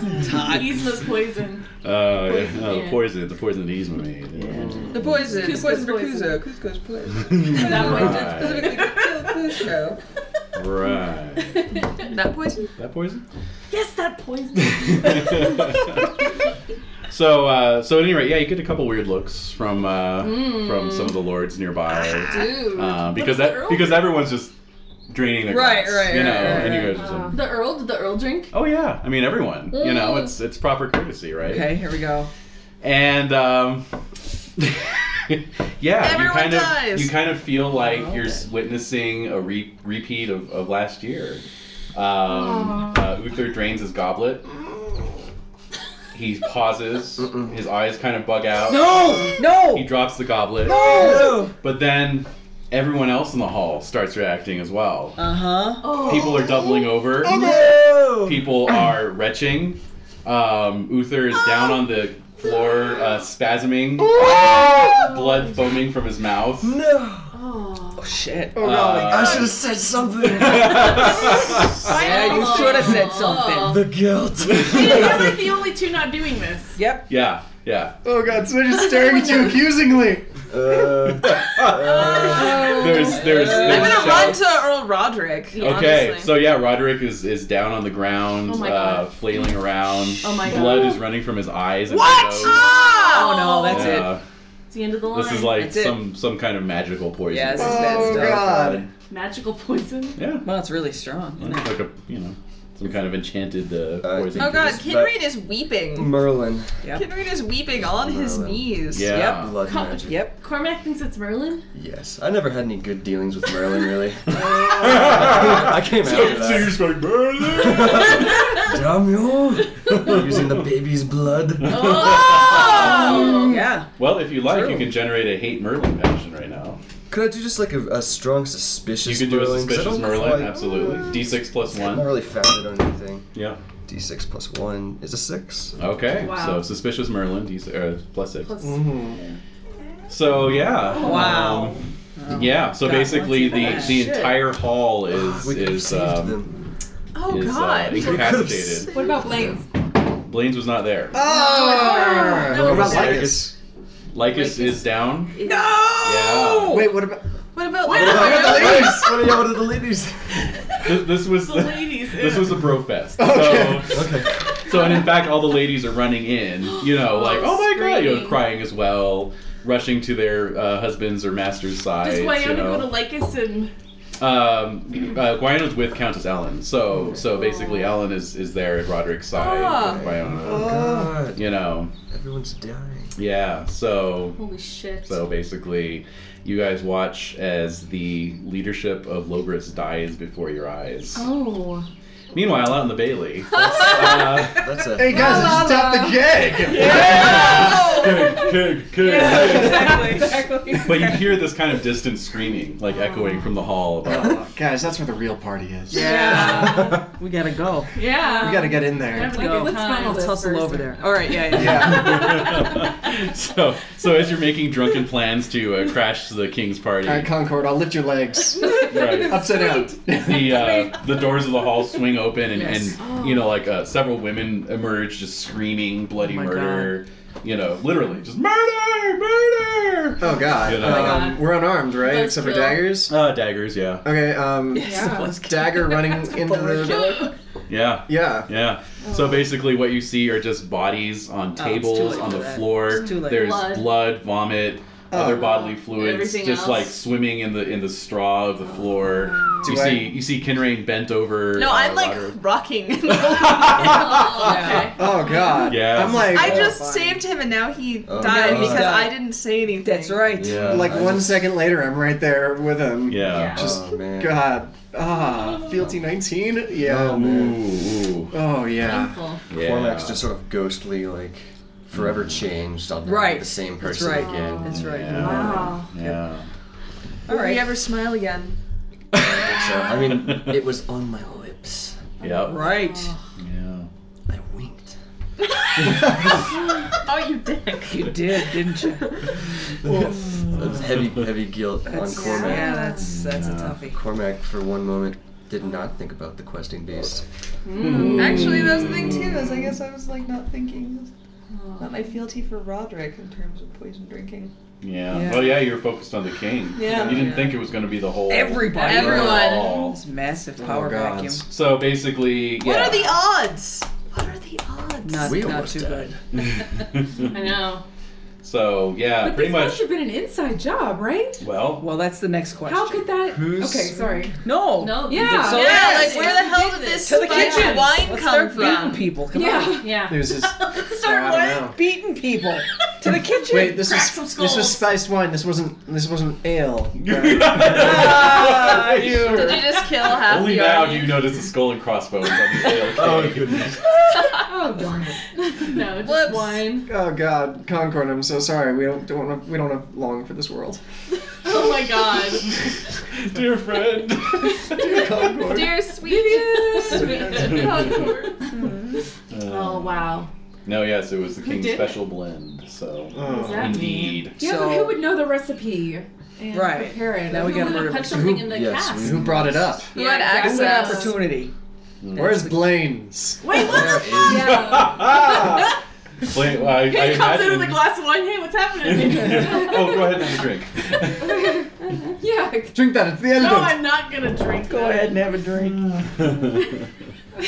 [SPEAKER 4] Easement's poison.
[SPEAKER 1] Oh, yeah. Oh, the
[SPEAKER 4] yeah.
[SPEAKER 1] poison. The poison that Yzma made. [LAUGHS] Yeah.
[SPEAKER 9] The poison.
[SPEAKER 4] Cusco's
[SPEAKER 9] the poison for
[SPEAKER 4] poison.
[SPEAKER 9] Cusco. Cusco's poison.
[SPEAKER 1] Right.
[SPEAKER 9] Specifically kill Cusco.
[SPEAKER 1] Right.
[SPEAKER 9] That poison?
[SPEAKER 1] That poison?
[SPEAKER 14] Yes, that poison.
[SPEAKER 1] [LAUGHS] so, uh, so at any rate, yeah, you get a couple weird looks from uh,
[SPEAKER 14] Mm.
[SPEAKER 1] from some of the lords nearby,
[SPEAKER 14] Dude.
[SPEAKER 1] uh, because
[SPEAKER 14] But the
[SPEAKER 1] that
[SPEAKER 14] Earl-
[SPEAKER 1] because everyone's just draining their
[SPEAKER 14] Right,
[SPEAKER 1] glass,
[SPEAKER 14] right,
[SPEAKER 1] you
[SPEAKER 14] right,
[SPEAKER 1] know,
[SPEAKER 14] right,
[SPEAKER 1] and you
[SPEAKER 14] right.
[SPEAKER 1] guys are just like,
[SPEAKER 14] The Earl? Did the Earl drink?
[SPEAKER 1] oh yeah, I mean everyone, you know,
[SPEAKER 14] Mm.
[SPEAKER 1] it's it's proper courtesy, right?
[SPEAKER 7] Okay, here we go.
[SPEAKER 1] And um, [LAUGHS] yeah, you
[SPEAKER 7] Everyone
[SPEAKER 1] kind of
[SPEAKER 7] dies.
[SPEAKER 1] you kind of feel like
[SPEAKER 7] Oh,
[SPEAKER 1] you're
[SPEAKER 7] okay.
[SPEAKER 1] s- witnessing a re- repeat of, of last year. Um, uh, Uther drains his goblet. He pauses. his eyes kind of bug out.
[SPEAKER 24] No!
[SPEAKER 7] No!
[SPEAKER 1] He drops the goblet.
[SPEAKER 24] No!
[SPEAKER 1] But then everyone else in the hall starts reacting as well.
[SPEAKER 7] Uh huh.
[SPEAKER 1] People are doubling over.
[SPEAKER 7] no!
[SPEAKER 1] People are retching. Um, Uther is down on the floor, uh, spasming, blood foaming from his mouth. Uh,
[SPEAKER 7] No.
[SPEAKER 14] Oh
[SPEAKER 7] shit.
[SPEAKER 1] Oh, Raleigh.
[SPEAKER 10] I should have said something.
[SPEAKER 7] yeah, you should have said something.
[SPEAKER 14] [LAUGHS]
[SPEAKER 10] the guilt.
[SPEAKER 1] [LAUGHS]
[SPEAKER 4] We're like the only two not doing
[SPEAKER 7] [LAUGHS]
[SPEAKER 4] this.
[SPEAKER 7] Yep.
[SPEAKER 1] [LAUGHS] Yeah, yeah.
[SPEAKER 5] Oh god, so just staring at you accusingly.
[SPEAKER 10] Uh,
[SPEAKER 7] Oh.
[SPEAKER 1] There's, there's, there's
[SPEAKER 9] I'm gonna run
[SPEAKER 1] shouts.
[SPEAKER 9] to Earl Roderick.
[SPEAKER 1] Okay,
[SPEAKER 9] honestly.
[SPEAKER 1] so yeah, Roderick is, is down on the ground,
[SPEAKER 9] Oh my
[SPEAKER 1] uh, flailing around.
[SPEAKER 14] Oh my God.
[SPEAKER 1] Blood is running from his eyes. And
[SPEAKER 14] What?
[SPEAKER 1] nose.
[SPEAKER 7] Oh no, that's it.
[SPEAKER 1] Yeah.
[SPEAKER 14] It's the end of the line.
[SPEAKER 1] This is like
[SPEAKER 7] That's it.
[SPEAKER 1] some some kind of magical poison.
[SPEAKER 7] Yeah, this is bad stuff.
[SPEAKER 14] Magical poison.
[SPEAKER 1] Yeah.
[SPEAKER 7] Well, it's really strong.
[SPEAKER 1] Well, it's like a you know some kind of enchanted uh, poison.
[SPEAKER 9] Oh god,
[SPEAKER 1] Just-
[SPEAKER 9] Kinraid is weeping.
[SPEAKER 10] Merlin.
[SPEAKER 7] Yep.
[SPEAKER 9] Kinraid is weeping on his
[SPEAKER 10] Merlin.
[SPEAKER 9] knees.
[SPEAKER 1] Yeah.
[SPEAKER 10] Blood
[SPEAKER 14] Come-
[SPEAKER 10] magic.
[SPEAKER 7] Yep.
[SPEAKER 14] Cormac thinks it's Merlin.
[SPEAKER 10] Yes. I never had any good dealings with Merlin, really. [LAUGHS] I came
[SPEAKER 1] So-
[SPEAKER 10] after
[SPEAKER 1] so you're
[SPEAKER 10] that.
[SPEAKER 1] just like Merlin.
[SPEAKER 10] Damn you! [LAUGHS] Using the baby's blood.
[SPEAKER 14] [LAUGHS]
[SPEAKER 7] Oh! Yeah.
[SPEAKER 1] Well, if you like,
[SPEAKER 10] True.
[SPEAKER 1] you can generate a hate Merlin passion right now.
[SPEAKER 10] Could I do just like a, a strong suspicious
[SPEAKER 1] You can do a
[SPEAKER 10] Merlin? 'Cause I
[SPEAKER 1] suspicious
[SPEAKER 10] don't
[SPEAKER 1] Merlin,
[SPEAKER 10] quite-
[SPEAKER 1] absolutely. D6 plus
[SPEAKER 10] I'm not
[SPEAKER 1] one.
[SPEAKER 10] really founded on anything.
[SPEAKER 1] Yeah.
[SPEAKER 10] D6 plus one is a six.
[SPEAKER 1] Okay.
[SPEAKER 14] Wow.
[SPEAKER 1] So suspicious Merlin, D6, uh, plus six.
[SPEAKER 5] Mm-hmm.
[SPEAKER 1] So yeah.
[SPEAKER 7] Oh, Wow.
[SPEAKER 1] um, yeah. So
[SPEAKER 7] God,
[SPEAKER 1] basically,
[SPEAKER 7] what's
[SPEAKER 1] the
[SPEAKER 7] even that?
[SPEAKER 1] the
[SPEAKER 7] Shit.
[SPEAKER 1] entire hall is
[SPEAKER 10] We could've
[SPEAKER 1] is
[SPEAKER 10] saved
[SPEAKER 1] um,
[SPEAKER 10] them.
[SPEAKER 9] Oh
[SPEAKER 1] is uh,
[SPEAKER 7] [LAUGHS]
[SPEAKER 9] god.
[SPEAKER 1] incapacitated.
[SPEAKER 4] What about Blaine's?
[SPEAKER 1] Blaines was not there.
[SPEAKER 7] Oh.
[SPEAKER 10] What about
[SPEAKER 1] Lycus?
[SPEAKER 10] Lycus?
[SPEAKER 1] Lycus is down.
[SPEAKER 7] No.
[SPEAKER 1] Yeah.
[SPEAKER 7] Wait, what about?
[SPEAKER 9] What about
[SPEAKER 7] What
[SPEAKER 5] [LAUGHS]
[SPEAKER 9] Lyra?
[SPEAKER 7] about
[SPEAKER 10] Oh. What about the ladies? What
[SPEAKER 1] [LAUGHS]
[SPEAKER 10] about the ladies?
[SPEAKER 1] This, this was the,
[SPEAKER 4] ladies,
[SPEAKER 1] This was the bro fest.
[SPEAKER 10] Okay.
[SPEAKER 1] So,
[SPEAKER 10] Okay.
[SPEAKER 5] [LAUGHS]
[SPEAKER 1] so and in fact, all the ladies are running in. You
[SPEAKER 4] [GASPS]
[SPEAKER 1] know, like oh my god, you know,
[SPEAKER 4] Screaming.
[SPEAKER 1] crying as well, rushing to their uh, husbands or masters' sides.
[SPEAKER 4] Does
[SPEAKER 1] you
[SPEAKER 4] Wyona
[SPEAKER 1] know.
[SPEAKER 4] go to Lycus and
[SPEAKER 1] Um, uh, Gwyon's with Countess Ellen, so
[SPEAKER 4] Oh.
[SPEAKER 1] so basically Ellen is is there at Roderick's side
[SPEAKER 9] Ah.
[SPEAKER 1] with Gwyona.
[SPEAKER 10] Oh. God.
[SPEAKER 1] You know,
[SPEAKER 10] Everyone's dying.
[SPEAKER 1] yeah. So
[SPEAKER 14] Holy shit.
[SPEAKER 1] so basically, you guys watch as the leadership of Logris dies before your eyes.
[SPEAKER 14] Oh.
[SPEAKER 1] Meanwhile, out in the
[SPEAKER 4] [LAUGHS]
[SPEAKER 1] Bailey, uh,
[SPEAKER 10] That's a.
[SPEAKER 5] Hey guys, I just stopped the gag.
[SPEAKER 1] keg, keg, keg. [LAUGHS]
[SPEAKER 7] Exactly. exactly. Oh.
[SPEAKER 1] But you hear this kind of distant screaming, like echoing from the hall above. [LAUGHS]
[SPEAKER 5] Oh, Guys, that's where the real party is.
[SPEAKER 7] Yeah. we gotta go.
[SPEAKER 4] yeah.
[SPEAKER 5] We gotta get in there.
[SPEAKER 7] Let's go.
[SPEAKER 4] good time.
[SPEAKER 7] I'll tussle over there. All right. Yeah. [LAUGHS] Yeah.
[SPEAKER 5] Yeah.
[SPEAKER 1] so, so as you're making drunken plans to uh, crash the king's party,
[SPEAKER 5] All right, Concord, I'll lift your legs.
[SPEAKER 1] [LAUGHS] right,
[SPEAKER 5] Upside down.
[SPEAKER 1] the uh, the doors of the hall swing open, and,
[SPEAKER 7] [GASPS]
[SPEAKER 1] and you know, like uh, several women emerge, just screaming bloody
[SPEAKER 7] Oh my
[SPEAKER 1] murder. You know, literally, just murder, murder.
[SPEAKER 5] [LAUGHS] Oh god.
[SPEAKER 1] You know.
[SPEAKER 5] um,
[SPEAKER 1] Oh
[SPEAKER 14] my God.
[SPEAKER 5] We're unarmed, right?
[SPEAKER 14] Let's
[SPEAKER 5] Except for
[SPEAKER 14] kill.
[SPEAKER 5] daggers.
[SPEAKER 1] Uh, daggers, yeah,
[SPEAKER 5] Okay, um dagger running into the
[SPEAKER 1] yeah,
[SPEAKER 5] Yeah.
[SPEAKER 1] yeah. So basically, what you see are just bodies on
[SPEAKER 7] Oh. too
[SPEAKER 1] tables,
[SPEAKER 7] late
[SPEAKER 1] on
[SPEAKER 7] for
[SPEAKER 1] the
[SPEAKER 7] that.
[SPEAKER 1] floor.
[SPEAKER 7] It's too late. Oh.
[SPEAKER 1] There's
[SPEAKER 14] Blood.
[SPEAKER 1] blood, vomit. Other bodily fluids,
[SPEAKER 14] Everything
[SPEAKER 1] just
[SPEAKER 14] else.
[SPEAKER 1] like swimming in the in the straw of the floor.
[SPEAKER 5] Do
[SPEAKER 7] Oh.
[SPEAKER 1] you
[SPEAKER 5] I-
[SPEAKER 1] see you see Kinrain bent over.
[SPEAKER 9] No,
[SPEAKER 1] uh,
[SPEAKER 9] I'm like
[SPEAKER 1] Roderick.
[SPEAKER 7] [LAUGHS]
[SPEAKER 9] rocking.
[SPEAKER 14] Okay.
[SPEAKER 5] Oh god.
[SPEAKER 1] Yeah.
[SPEAKER 5] I'm like
[SPEAKER 9] I just
[SPEAKER 7] Horrifying.
[SPEAKER 9] saved him and now he
[SPEAKER 10] Oh,
[SPEAKER 9] died
[SPEAKER 10] God.
[SPEAKER 9] because
[SPEAKER 7] Died.
[SPEAKER 9] I didn't say anything.
[SPEAKER 7] That's right.
[SPEAKER 10] Yeah.
[SPEAKER 5] like
[SPEAKER 10] I
[SPEAKER 5] one second
[SPEAKER 10] just-
[SPEAKER 5] later I'm right there with him. [LAUGHS]
[SPEAKER 1] Yeah.
[SPEAKER 5] Just
[SPEAKER 10] Oh, man.
[SPEAKER 5] God. Ah, fealty 19?
[SPEAKER 10] Oh,
[SPEAKER 5] Yeah.
[SPEAKER 10] man.
[SPEAKER 1] Ooh, ooh.
[SPEAKER 5] Oh yeah.
[SPEAKER 14] Painful.
[SPEAKER 1] Yeah. Mm.
[SPEAKER 10] Cormac's just sort of ghostly, like forever changed. I'll never be
[SPEAKER 7] Right.
[SPEAKER 10] the same
[SPEAKER 7] That's
[SPEAKER 10] person
[SPEAKER 7] right.
[SPEAKER 10] again.
[SPEAKER 7] That's right.
[SPEAKER 1] Yeah.
[SPEAKER 14] Wow.
[SPEAKER 1] Oh. Yeah.
[SPEAKER 9] Will
[SPEAKER 7] All right.
[SPEAKER 9] we ever smile again?
[SPEAKER 10] So I mean, it was on my lips.
[SPEAKER 1] [LAUGHS] Yep.
[SPEAKER 7] Right.
[SPEAKER 1] Yeah.
[SPEAKER 14] oh, you dick.
[SPEAKER 7] You did, didn't [LAUGHS] you?
[SPEAKER 10] That's, that's heavy, heavy guilt
[SPEAKER 7] That's-
[SPEAKER 10] on Cormac.
[SPEAKER 7] yeah, that's- that's a toughie.
[SPEAKER 10] Cormac, for one moment, did not think about the questing beast.
[SPEAKER 9] Mm. Actually, that was the thing too. Is I guess I was like not thinking. Not my fealty for Roderick in terms of poison drinking.
[SPEAKER 1] Yeah.
[SPEAKER 9] Yeah.
[SPEAKER 1] Well, yeah, you were focused on the king.
[SPEAKER 9] Yeah.
[SPEAKER 1] You didn't
[SPEAKER 9] Yeah.
[SPEAKER 1] think it was going to be the whole.
[SPEAKER 7] Everybody.
[SPEAKER 9] Everyone.
[SPEAKER 1] All.
[SPEAKER 7] This massive
[SPEAKER 1] Oh
[SPEAKER 7] power vacuum.
[SPEAKER 1] So basically, yeah.
[SPEAKER 9] What are the odds? What are the odds?
[SPEAKER 7] Not,
[SPEAKER 1] We
[SPEAKER 7] not
[SPEAKER 1] almost
[SPEAKER 7] too good.
[SPEAKER 1] [LAUGHS]
[SPEAKER 9] [LAUGHS]
[SPEAKER 14] I know.
[SPEAKER 1] So yeah,
[SPEAKER 8] but
[SPEAKER 1] pretty
[SPEAKER 8] this must
[SPEAKER 1] much.
[SPEAKER 8] have been an inside job, right?
[SPEAKER 7] [LAUGHS]
[SPEAKER 1] Well. [LAUGHS]
[SPEAKER 7] Well, that's the next question.
[SPEAKER 8] How could that?
[SPEAKER 7] Who's-
[SPEAKER 8] Okay, sorry.
[SPEAKER 7] No.
[SPEAKER 14] No.
[SPEAKER 8] Yeah.
[SPEAKER 7] So
[SPEAKER 8] Yeah,
[SPEAKER 7] that's-
[SPEAKER 8] like, where the hell did this
[SPEAKER 7] to the
[SPEAKER 8] spicy
[SPEAKER 7] kitchen?
[SPEAKER 9] wine
[SPEAKER 7] Let's
[SPEAKER 9] come
[SPEAKER 7] start
[SPEAKER 9] from?
[SPEAKER 7] beating people. Come
[SPEAKER 8] Yeah.
[SPEAKER 7] on.
[SPEAKER 14] Yeah.
[SPEAKER 11] There's
[SPEAKER 8] [LAUGHS]
[SPEAKER 11] this.
[SPEAKER 9] Start
[SPEAKER 11] I don't know.
[SPEAKER 7] Beating people [LAUGHS] to the kitchen.
[SPEAKER 11] Wait, this
[SPEAKER 7] Crack
[SPEAKER 11] is
[SPEAKER 7] some
[SPEAKER 11] this was
[SPEAKER 7] skulls.
[SPEAKER 11] spiced wine. This wasn't this wasn't ale.
[SPEAKER 7] Ah, you.
[SPEAKER 9] Did you just kill half
[SPEAKER 1] Only
[SPEAKER 9] the
[SPEAKER 1] now do
[SPEAKER 9] army?
[SPEAKER 1] you notice the skull and crossbones on the ale
[SPEAKER 5] Oh,
[SPEAKER 1] cake. [LAUGHS]
[SPEAKER 5] goodness.
[SPEAKER 8] Oh darn it.
[SPEAKER 14] No, just
[SPEAKER 9] Whoops.
[SPEAKER 14] wine.
[SPEAKER 5] Oh God, Concord, I'm so sorry. We don't don't have, we don't have long for this world.
[SPEAKER 14] Oh my god.
[SPEAKER 1] Dear friend.
[SPEAKER 5] Dear Concord.
[SPEAKER 9] Dear sweet, sweet Concord.
[SPEAKER 14] Oh wow.
[SPEAKER 1] [LAUGHS] No, yes, it was the king's
[SPEAKER 8] did it?
[SPEAKER 1] special blend. So
[SPEAKER 5] Oh.
[SPEAKER 8] does that mean?
[SPEAKER 1] indeed.
[SPEAKER 8] Yeah, but who would know the recipe and
[SPEAKER 7] Right.
[SPEAKER 8] prepare it?
[SPEAKER 7] Now we
[SPEAKER 8] Who
[SPEAKER 7] gotta
[SPEAKER 8] would
[SPEAKER 7] murder
[SPEAKER 14] Put
[SPEAKER 7] people.
[SPEAKER 14] something
[SPEAKER 10] Who-
[SPEAKER 14] in the
[SPEAKER 10] yes,
[SPEAKER 14] cast.
[SPEAKER 5] Who brought it up?
[SPEAKER 9] Who had
[SPEAKER 7] That's an
[SPEAKER 9] access?
[SPEAKER 7] opportunity.
[SPEAKER 5] Where's Blaine's?
[SPEAKER 14] [LAUGHS] Wait,
[SPEAKER 10] There
[SPEAKER 14] what?
[SPEAKER 10] is
[SPEAKER 7] [LAUGHS]
[SPEAKER 1] Ah! [LAUGHS] Wait, well, I, I
[SPEAKER 14] He comes in with a
[SPEAKER 1] imagine-
[SPEAKER 14] glass of wine. Hey, what's
[SPEAKER 1] [LAUGHS]
[SPEAKER 14] happening?
[SPEAKER 7] [LAUGHS]
[SPEAKER 1] oh, go ahead and have a drink.
[SPEAKER 4] [LAUGHS]
[SPEAKER 8] Yeah.
[SPEAKER 5] Drink that. It's the end
[SPEAKER 14] no,
[SPEAKER 5] of it.
[SPEAKER 14] I'm not gonna drink.
[SPEAKER 7] Go
[SPEAKER 14] that.
[SPEAKER 7] ahead and have a drink.
[SPEAKER 10] Well,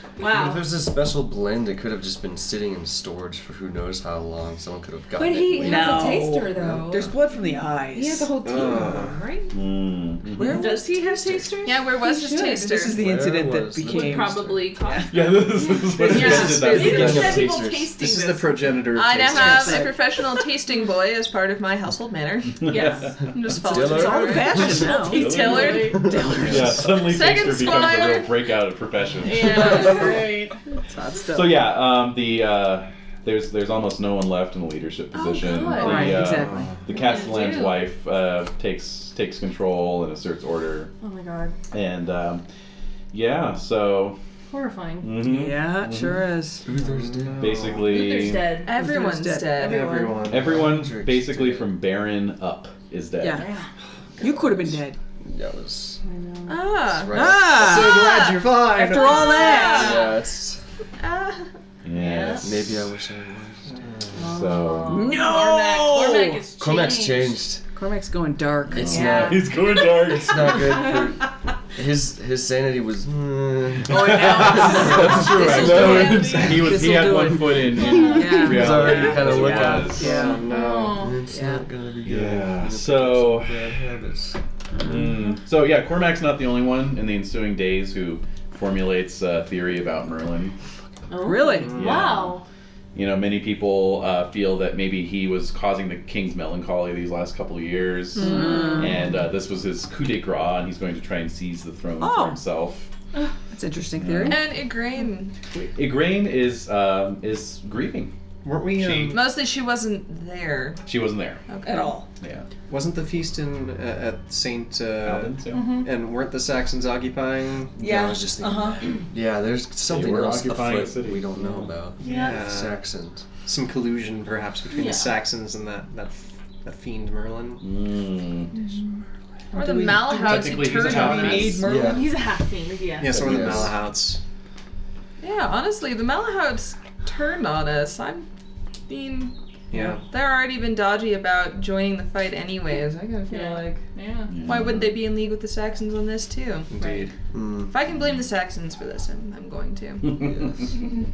[SPEAKER 14] [LAUGHS] Wow.
[SPEAKER 10] there's a special blend, it could have just been sitting in storage for who knows how long. Someone could have gotten
[SPEAKER 8] But he
[SPEAKER 10] it.
[SPEAKER 8] has
[SPEAKER 7] No.
[SPEAKER 8] a taster though.
[SPEAKER 7] There's blood from the eyes.
[SPEAKER 8] he has a whole team of
[SPEAKER 5] Ugh.
[SPEAKER 8] them, right?
[SPEAKER 1] Mm.
[SPEAKER 7] Where
[SPEAKER 9] Does
[SPEAKER 7] was he have tasters?
[SPEAKER 9] Yeah, where was
[SPEAKER 8] He
[SPEAKER 9] his
[SPEAKER 8] should.
[SPEAKER 9] taster?
[SPEAKER 7] This is the
[SPEAKER 10] Where
[SPEAKER 7] incident that
[SPEAKER 10] was the-
[SPEAKER 7] became.
[SPEAKER 14] Probably cost.
[SPEAKER 1] Yeah, this, this is what
[SPEAKER 10] This
[SPEAKER 1] yeah.
[SPEAKER 10] is-
[SPEAKER 1] that.
[SPEAKER 10] this
[SPEAKER 14] You
[SPEAKER 10] is-
[SPEAKER 1] because-
[SPEAKER 14] just had people
[SPEAKER 10] Tasters.
[SPEAKER 14] tasting
[SPEAKER 5] This is the progenitor of
[SPEAKER 9] [LAUGHS] I now
[SPEAKER 5] taste.
[SPEAKER 9] have a professional tasting boy as part of my household manor.
[SPEAKER 14] [LAUGHS] Yes.
[SPEAKER 9] I'm just following
[SPEAKER 10] Dillard.
[SPEAKER 9] his
[SPEAKER 10] It's all
[SPEAKER 7] Oh,
[SPEAKER 9] order.
[SPEAKER 7] fashion now.
[SPEAKER 1] Dillard.
[SPEAKER 5] [LAUGHS]
[SPEAKER 9] Dillard.
[SPEAKER 1] Yeah, suddenly
[SPEAKER 9] Second
[SPEAKER 1] taster becomes a
[SPEAKER 9] squire.
[SPEAKER 1] real breakout profession.
[SPEAKER 9] Yeah.
[SPEAKER 14] Right.
[SPEAKER 7] It's hot stuff.
[SPEAKER 1] So yeah, um, the uh, there's there's almost no one left in the leadership
[SPEAKER 14] Oh,
[SPEAKER 1] position.
[SPEAKER 14] good.
[SPEAKER 1] The,
[SPEAKER 7] Right,
[SPEAKER 1] uh,
[SPEAKER 7] exactly.
[SPEAKER 1] The
[SPEAKER 14] gonna
[SPEAKER 1] castellan's
[SPEAKER 14] do?
[SPEAKER 1] wife uh, takes takes control and asserts order,
[SPEAKER 14] Oh my god.
[SPEAKER 1] and um, yeah, so
[SPEAKER 14] Horrifying.
[SPEAKER 1] mhm.
[SPEAKER 7] Yeah, it sure is.
[SPEAKER 10] Uther's dead.
[SPEAKER 1] basically
[SPEAKER 14] Luther's dead.
[SPEAKER 9] Everyone's
[SPEAKER 7] Everyone's
[SPEAKER 9] dead.
[SPEAKER 7] dead.
[SPEAKER 5] Everyone.
[SPEAKER 1] everyone
[SPEAKER 10] Hendrix
[SPEAKER 1] basically
[SPEAKER 10] did.
[SPEAKER 1] from Baron up is dead.
[SPEAKER 7] Yeah. You could have been dead.
[SPEAKER 10] That was
[SPEAKER 9] Ah.
[SPEAKER 10] right.
[SPEAKER 5] So
[SPEAKER 7] Ah!
[SPEAKER 5] glad you're fine.
[SPEAKER 7] After all that!
[SPEAKER 10] Yeah, it's,
[SPEAKER 9] Ah.
[SPEAKER 1] Yes.
[SPEAKER 10] maybe I wish I was.
[SPEAKER 1] So
[SPEAKER 7] No!
[SPEAKER 14] Cormac, Cormac is
[SPEAKER 10] Cormac's changed.
[SPEAKER 7] Cormac's going dark.
[SPEAKER 10] It's
[SPEAKER 14] Yeah.
[SPEAKER 10] not.
[SPEAKER 1] he's going dark.
[SPEAKER 10] It's not good. For, his his sanity was. mm,
[SPEAKER 7] Oh, and now
[SPEAKER 1] [LAUGHS] That's true.
[SPEAKER 7] This'll
[SPEAKER 9] do
[SPEAKER 1] I know.
[SPEAKER 9] it.
[SPEAKER 1] He was. He
[SPEAKER 7] This'll
[SPEAKER 1] had
[SPEAKER 7] do
[SPEAKER 1] one
[SPEAKER 7] it.
[SPEAKER 1] foot in. in
[SPEAKER 7] Yeah.
[SPEAKER 1] reality
[SPEAKER 7] He's
[SPEAKER 10] already
[SPEAKER 1] as
[SPEAKER 10] kinda
[SPEAKER 1] it
[SPEAKER 10] looking.
[SPEAKER 1] was.
[SPEAKER 7] Yeah.
[SPEAKER 5] No.
[SPEAKER 10] It's
[SPEAKER 7] Yeah.
[SPEAKER 10] not gonna be good.
[SPEAKER 1] Yeah,
[SPEAKER 10] I'm gonna pick up
[SPEAKER 1] so-
[SPEAKER 10] some bad habits.
[SPEAKER 1] Mm. So yeah, Cormac's not the only one in the ensuing days who formulates a theory about Merlin.
[SPEAKER 14] Oh.
[SPEAKER 7] Really?
[SPEAKER 14] Wow.
[SPEAKER 1] You know, many people uh, feel that maybe he was causing the king's melancholy these last couple of years, and uh, this was his coup de grace, and he's going to try and seize the throne
[SPEAKER 7] Oh.
[SPEAKER 1] for himself.
[SPEAKER 7] That's an interesting theory.
[SPEAKER 9] And Igraine.
[SPEAKER 1] Igraine is um, is grieving.
[SPEAKER 5] Weren't we?
[SPEAKER 1] She-
[SPEAKER 5] Um,
[SPEAKER 9] Mostly she wasn't there.
[SPEAKER 1] She wasn't there.
[SPEAKER 9] Okay.
[SPEAKER 7] At all.
[SPEAKER 1] Yeah,
[SPEAKER 5] wasn't the feast in uh, at Saint? Uh,
[SPEAKER 1] Alban, so.
[SPEAKER 5] and weren't the Saxons occupying?
[SPEAKER 10] Yeah, I was just thinking.
[SPEAKER 7] Uh-huh.
[SPEAKER 10] Yeah, there's something
[SPEAKER 1] were
[SPEAKER 10] else
[SPEAKER 1] occupying
[SPEAKER 10] afoot
[SPEAKER 1] cities,
[SPEAKER 10] we don't know
[SPEAKER 1] yeah.
[SPEAKER 10] about.
[SPEAKER 5] Yeah.
[SPEAKER 10] Saxons.
[SPEAKER 5] Some collusion, perhaps, between
[SPEAKER 14] Yeah.
[SPEAKER 5] the Saxons and that that, that fiend Merlin.
[SPEAKER 1] Mm-hmm. Mm.
[SPEAKER 9] Or the
[SPEAKER 7] Do we-
[SPEAKER 9] Malahouts who
[SPEAKER 1] Technically, he's a
[SPEAKER 9] turned
[SPEAKER 1] half
[SPEAKER 9] on
[SPEAKER 1] beast.
[SPEAKER 9] us.
[SPEAKER 7] Need Merlin?
[SPEAKER 10] Yeah.
[SPEAKER 14] He's a half fiend. Yeah.
[SPEAKER 5] Yeah, so were the
[SPEAKER 10] Yes.
[SPEAKER 5] Malahouts.
[SPEAKER 9] Yeah, honestly, the Malahouts turned on us. I'm being.
[SPEAKER 5] Yeah.
[SPEAKER 9] They're already been dodgy about joining the fight, anyways. I kind of feel
[SPEAKER 14] Yeah.
[SPEAKER 9] like.
[SPEAKER 14] Yeah.
[SPEAKER 9] Why wouldn't they be in league with the Saxons on this, too?
[SPEAKER 5] Indeed.
[SPEAKER 10] Mm.
[SPEAKER 9] If I can blame the Saxons for this, I'm, I'm going to.
[SPEAKER 1] Mm.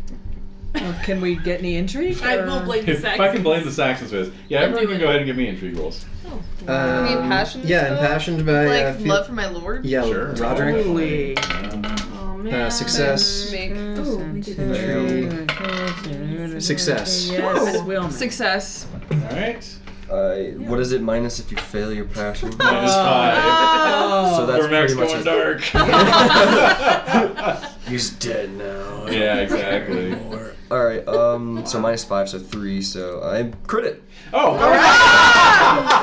[SPEAKER 10] Yes.
[SPEAKER 7] Oh, can we get any intrigue?
[SPEAKER 14] I
[SPEAKER 7] or-
[SPEAKER 14] will blame the
[SPEAKER 1] [LAUGHS] If
[SPEAKER 14] sex.
[SPEAKER 1] I can blame the Saxons for this, yeah, everyone
[SPEAKER 14] do
[SPEAKER 1] can
[SPEAKER 14] it.
[SPEAKER 1] go ahead and give me intrigue rolls.
[SPEAKER 5] Um,
[SPEAKER 9] Are we impassioned
[SPEAKER 5] Yeah,
[SPEAKER 9] still?
[SPEAKER 5] impassioned by
[SPEAKER 9] like,
[SPEAKER 5] uh, fe-
[SPEAKER 9] love for my lord?
[SPEAKER 5] Yeah,
[SPEAKER 1] Sure.
[SPEAKER 5] Roderick.
[SPEAKER 7] Holy.
[SPEAKER 14] Oh man.
[SPEAKER 5] Uh, success.
[SPEAKER 9] Make
[SPEAKER 8] Oh, we did
[SPEAKER 5] Success.
[SPEAKER 7] Yes, Wilma.
[SPEAKER 9] success.
[SPEAKER 1] All right.
[SPEAKER 10] I, uh, what is it minus if you fail your [LAUGHS] passion?
[SPEAKER 1] Minus five.
[SPEAKER 10] so that's
[SPEAKER 1] Cormac's
[SPEAKER 10] pretty much
[SPEAKER 1] going
[SPEAKER 10] it.
[SPEAKER 1] dark.
[SPEAKER 10] [LAUGHS] He's dead now.
[SPEAKER 1] yeah,
[SPEAKER 10] [LAUGHS]
[SPEAKER 1] exactly.
[SPEAKER 10] All right. Um. So minus five, so three. So I crit it.
[SPEAKER 1] Oh, all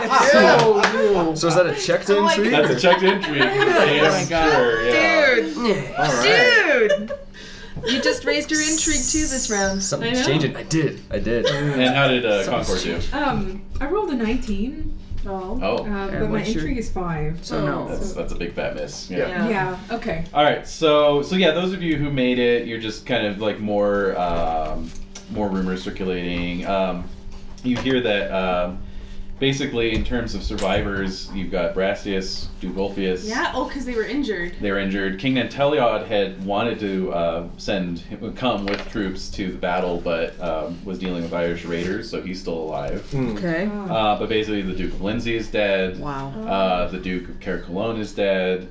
[SPEAKER 1] right.
[SPEAKER 7] So you.
[SPEAKER 10] So is that a checked
[SPEAKER 1] [LAUGHS]
[SPEAKER 10] entry?
[SPEAKER 1] That's a checked entry.
[SPEAKER 7] Oh my
[SPEAKER 1] Yes,
[SPEAKER 7] God.
[SPEAKER 1] sure. Yeah.
[SPEAKER 9] Dude!
[SPEAKER 5] All right.
[SPEAKER 9] Dude! You just raised your intrigue too this round.
[SPEAKER 10] Something's changing. I did. I did. Oh
[SPEAKER 1] And how did uh, Concord do?
[SPEAKER 17] Um, I rolled a 19. Well,
[SPEAKER 1] Oh.
[SPEAKER 8] um,
[SPEAKER 17] uh,
[SPEAKER 1] And
[SPEAKER 17] but my
[SPEAKER 1] what's your-
[SPEAKER 17] intrigue is five. So no.
[SPEAKER 1] That's, that's a big fat miss.
[SPEAKER 17] yeah. Okay.
[SPEAKER 1] All right, so so yeah, those of you who made it, you're just kind of like more um, more rumors circulating. Um, you hear that um, basically in terms of survivors, you've got Brassius, Dugolphius.
[SPEAKER 4] Yeah. Oh, because they were injured.
[SPEAKER 1] They were injured. King Nanteliod had wanted to uh, send come with troops to the battle, but um, was dealing with Irish raiders, so he's still alive.
[SPEAKER 7] Okay.
[SPEAKER 1] Uh, but basically, the Duke of Lindsey is dead.
[SPEAKER 7] Wow.
[SPEAKER 1] Uh, the Duke of Caracalone is dead.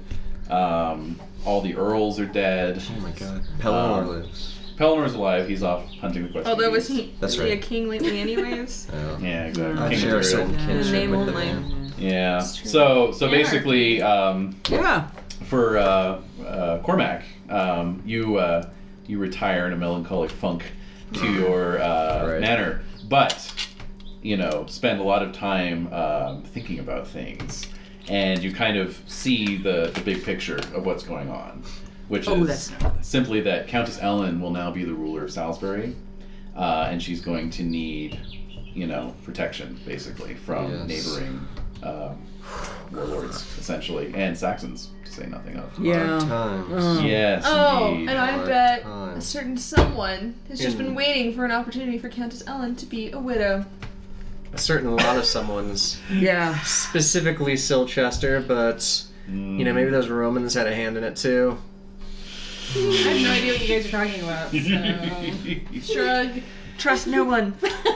[SPEAKER 1] Um, all the earls are dead. Oh my god.
[SPEAKER 10] Pelennor
[SPEAKER 1] lives. Pelinor's alive. He's off hunting the
[SPEAKER 7] Oh,
[SPEAKER 1] quest.
[SPEAKER 23] Although wasn't
[SPEAKER 1] That's
[SPEAKER 23] he
[SPEAKER 1] right.
[SPEAKER 23] a king lately, anyways?
[SPEAKER 1] Yeah, exactly.
[SPEAKER 10] I'm
[SPEAKER 1] King
[SPEAKER 10] sure
[SPEAKER 1] of the
[SPEAKER 10] certain
[SPEAKER 1] Earls.
[SPEAKER 23] In the name only.
[SPEAKER 1] Yeah. So so basically, um,
[SPEAKER 7] Yeah.
[SPEAKER 1] for uh, uh, Cormac, um, you uh, you retire in a melancholic funk to your uh, manor, but you know spend a lot of time um, thinking about things, and you kind of see the the big picture of what's going on, which
[SPEAKER 7] Oh,
[SPEAKER 1] is
[SPEAKER 7] that's
[SPEAKER 1] simply that Countess Ellen will now be the ruler of Salisbury, uh, and she's going to need you know protection basically from
[SPEAKER 10] Yes.
[SPEAKER 1] neighboring. Um, warlords, essentially, and Saxons, to say nothing of.
[SPEAKER 10] Yeah. Hard times.
[SPEAKER 7] uh,
[SPEAKER 10] Oh.
[SPEAKER 1] Yes.
[SPEAKER 9] Oh,
[SPEAKER 1] indeed.
[SPEAKER 9] and I
[SPEAKER 1] Hard
[SPEAKER 9] bet
[SPEAKER 1] times.
[SPEAKER 9] a certain someone has just
[SPEAKER 7] Hmm.
[SPEAKER 9] been
[SPEAKER 5] In-
[SPEAKER 9] waiting for an opportunity for Countess Ellen to be a widow.
[SPEAKER 5] a certain lot of someone's.
[SPEAKER 7] Yeah.
[SPEAKER 5] Specifically Silchester, but you know maybe those Romans had a hand in it too.
[SPEAKER 14] I have no idea what you guys are talking about. So shrug.
[SPEAKER 23] Trust no one.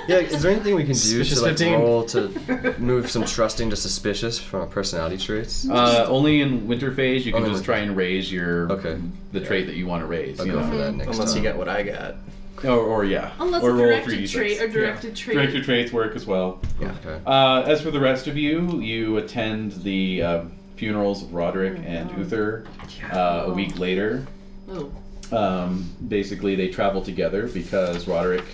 [SPEAKER 10] Yeah, is there anything we can do
[SPEAKER 1] Suspicious
[SPEAKER 10] to like
[SPEAKER 1] 15.
[SPEAKER 10] roll to move some trusting to suspicious from our personality traits?
[SPEAKER 1] Uh, only in winter phase you can
[SPEAKER 10] Only
[SPEAKER 1] just try and raise your okay. the trait that you want to raise.
[SPEAKER 10] I'll
[SPEAKER 1] you
[SPEAKER 10] go
[SPEAKER 1] know?
[SPEAKER 10] for that next
[SPEAKER 5] Unless you
[SPEAKER 10] time.
[SPEAKER 5] got what I got.
[SPEAKER 1] Or, or yeah.
[SPEAKER 4] Unless
[SPEAKER 1] or
[SPEAKER 4] a
[SPEAKER 1] roll
[SPEAKER 4] directed
[SPEAKER 1] 3d6.
[SPEAKER 4] trait or directed
[SPEAKER 1] yeah.
[SPEAKER 4] trait.
[SPEAKER 1] Directed traits work as well.
[SPEAKER 10] Yeah. Okay.
[SPEAKER 1] Uh, as for the rest of you, you attend the uh, funerals of Roderick
[SPEAKER 24] Oh
[SPEAKER 1] and Uther uh, a week later.
[SPEAKER 14] Oh.
[SPEAKER 1] Um, basically, they travel together because Roderick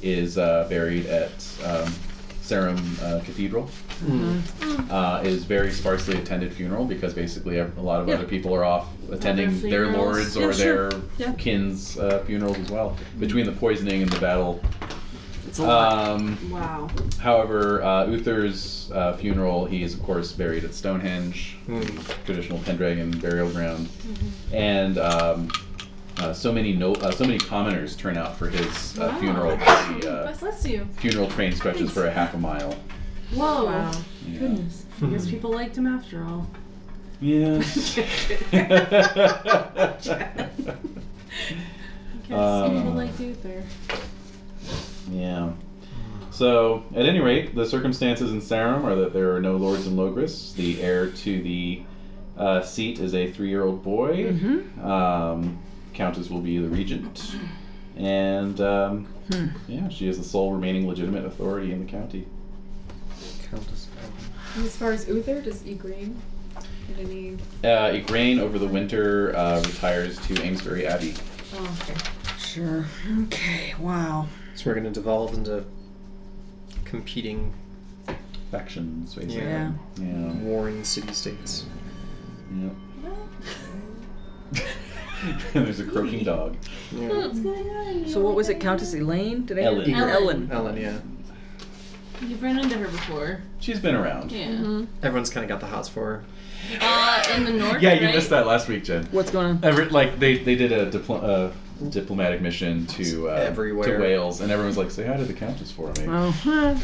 [SPEAKER 1] is uh, buried at um, Sarum uh, Cathedral.
[SPEAKER 24] Mhm.
[SPEAKER 1] Uh, it is very sparsely attended funeral because basically ev- a lot of
[SPEAKER 24] Yeah.
[SPEAKER 1] other people are off attending
[SPEAKER 24] Other
[SPEAKER 1] their
[SPEAKER 24] funerals.
[SPEAKER 1] lords
[SPEAKER 24] Yeah,
[SPEAKER 1] or
[SPEAKER 24] sure.
[SPEAKER 1] their
[SPEAKER 24] Yeah.
[SPEAKER 1] kin's uh, funerals as well. Between the poisoning and the battle,
[SPEAKER 24] It's
[SPEAKER 1] a lot. Um,
[SPEAKER 17] Wow.
[SPEAKER 1] However, uh, Uther's uh, funeral, he is of course buried at Stonehenge, traditional Pendragon burial ground, and um, uh, so many no, uh, so many commoners turn out for his uh,
[SPEAKER 14] Wow.
[SPEAKER 1] funeral. that The uh,
[SPEAKER 14] God bless you.
[SPEAKER 1] funeral train stretches for a half a mile.
[SPEAKER 14] Whoa.
[SPEAKER 17] Wow.
[SPEAKER 1] Yeah.
[SPEAKER 14] Goodness. I guess people liked him after all.
[SPEAKER 1] [LAUGHS] Yes.
[SPEAKER 14] I guess people
[SPEAKER 1] Um,
[SPEAKER 14] liked Uther.
[SPEAKER 1] Yeah. So, at any rate, the circumstances in Sarum are that there are no lords in Logris. The heir to the uh, seat is a three-year-old boy. Um, Countess will be the regent, and um, yeah, she is the sole remaining legitimate authority in the county.
[SPEAKER 10] Countess.
[SPEAKER 17] And as far as Uther, does Igraine get any?
[SPEAKER 1] Uh, Igraine, over the winter, uh, retires to Amesbury Abbey.
[SPEAKER 17] Oh, okay.
[SPEAKER 7] Sure. Okay. Wow.
[SPEAKER 5] So we're gonna devolve into competing
[SPEAKER 1] factions, basically.
[SPEAKER 5] Yeah.
[SPEAKER 1] Yeah. [LAUGHS]
[SPEAKER 5] Warring city states.
[SPEAKER 1] Yeah. There's a croaking dog.
[SPEAKER 14] What's going on?
[SPEAKER 7] So what was it, Countess Elaine? Did I
[SPEAKER 1] Ellen.
[SPEAKER 7] Ellen.
[SPEAKER 14] Ellen.
[SPEAKER 5] Ellen, yeah.
[SPEAKER 14] You've run into her before.
[SPEAKER 1] She's been around.
[SPEAKER 14] Yeah.
[SPEAKER 5] Everyone's kind of got the hots for
[SPEAKER 14] Uh, in the north.
[SPEAKER 1] Yeah, you
[SPEAKER 14] right?
[SPEAKER 1] missed that last week, Jen.
[SPEAKER 7] What's going on?
[SPEAKER 1] Every, like they, they did a dipl- uh, diplomatic mission to uh,
[SPEAKER 5] Everywhere.
[SPEAKER 1] to Wales, and everyone was like, "Say hi to the Countess for me."
[SPEAKER 7] Uh-huh.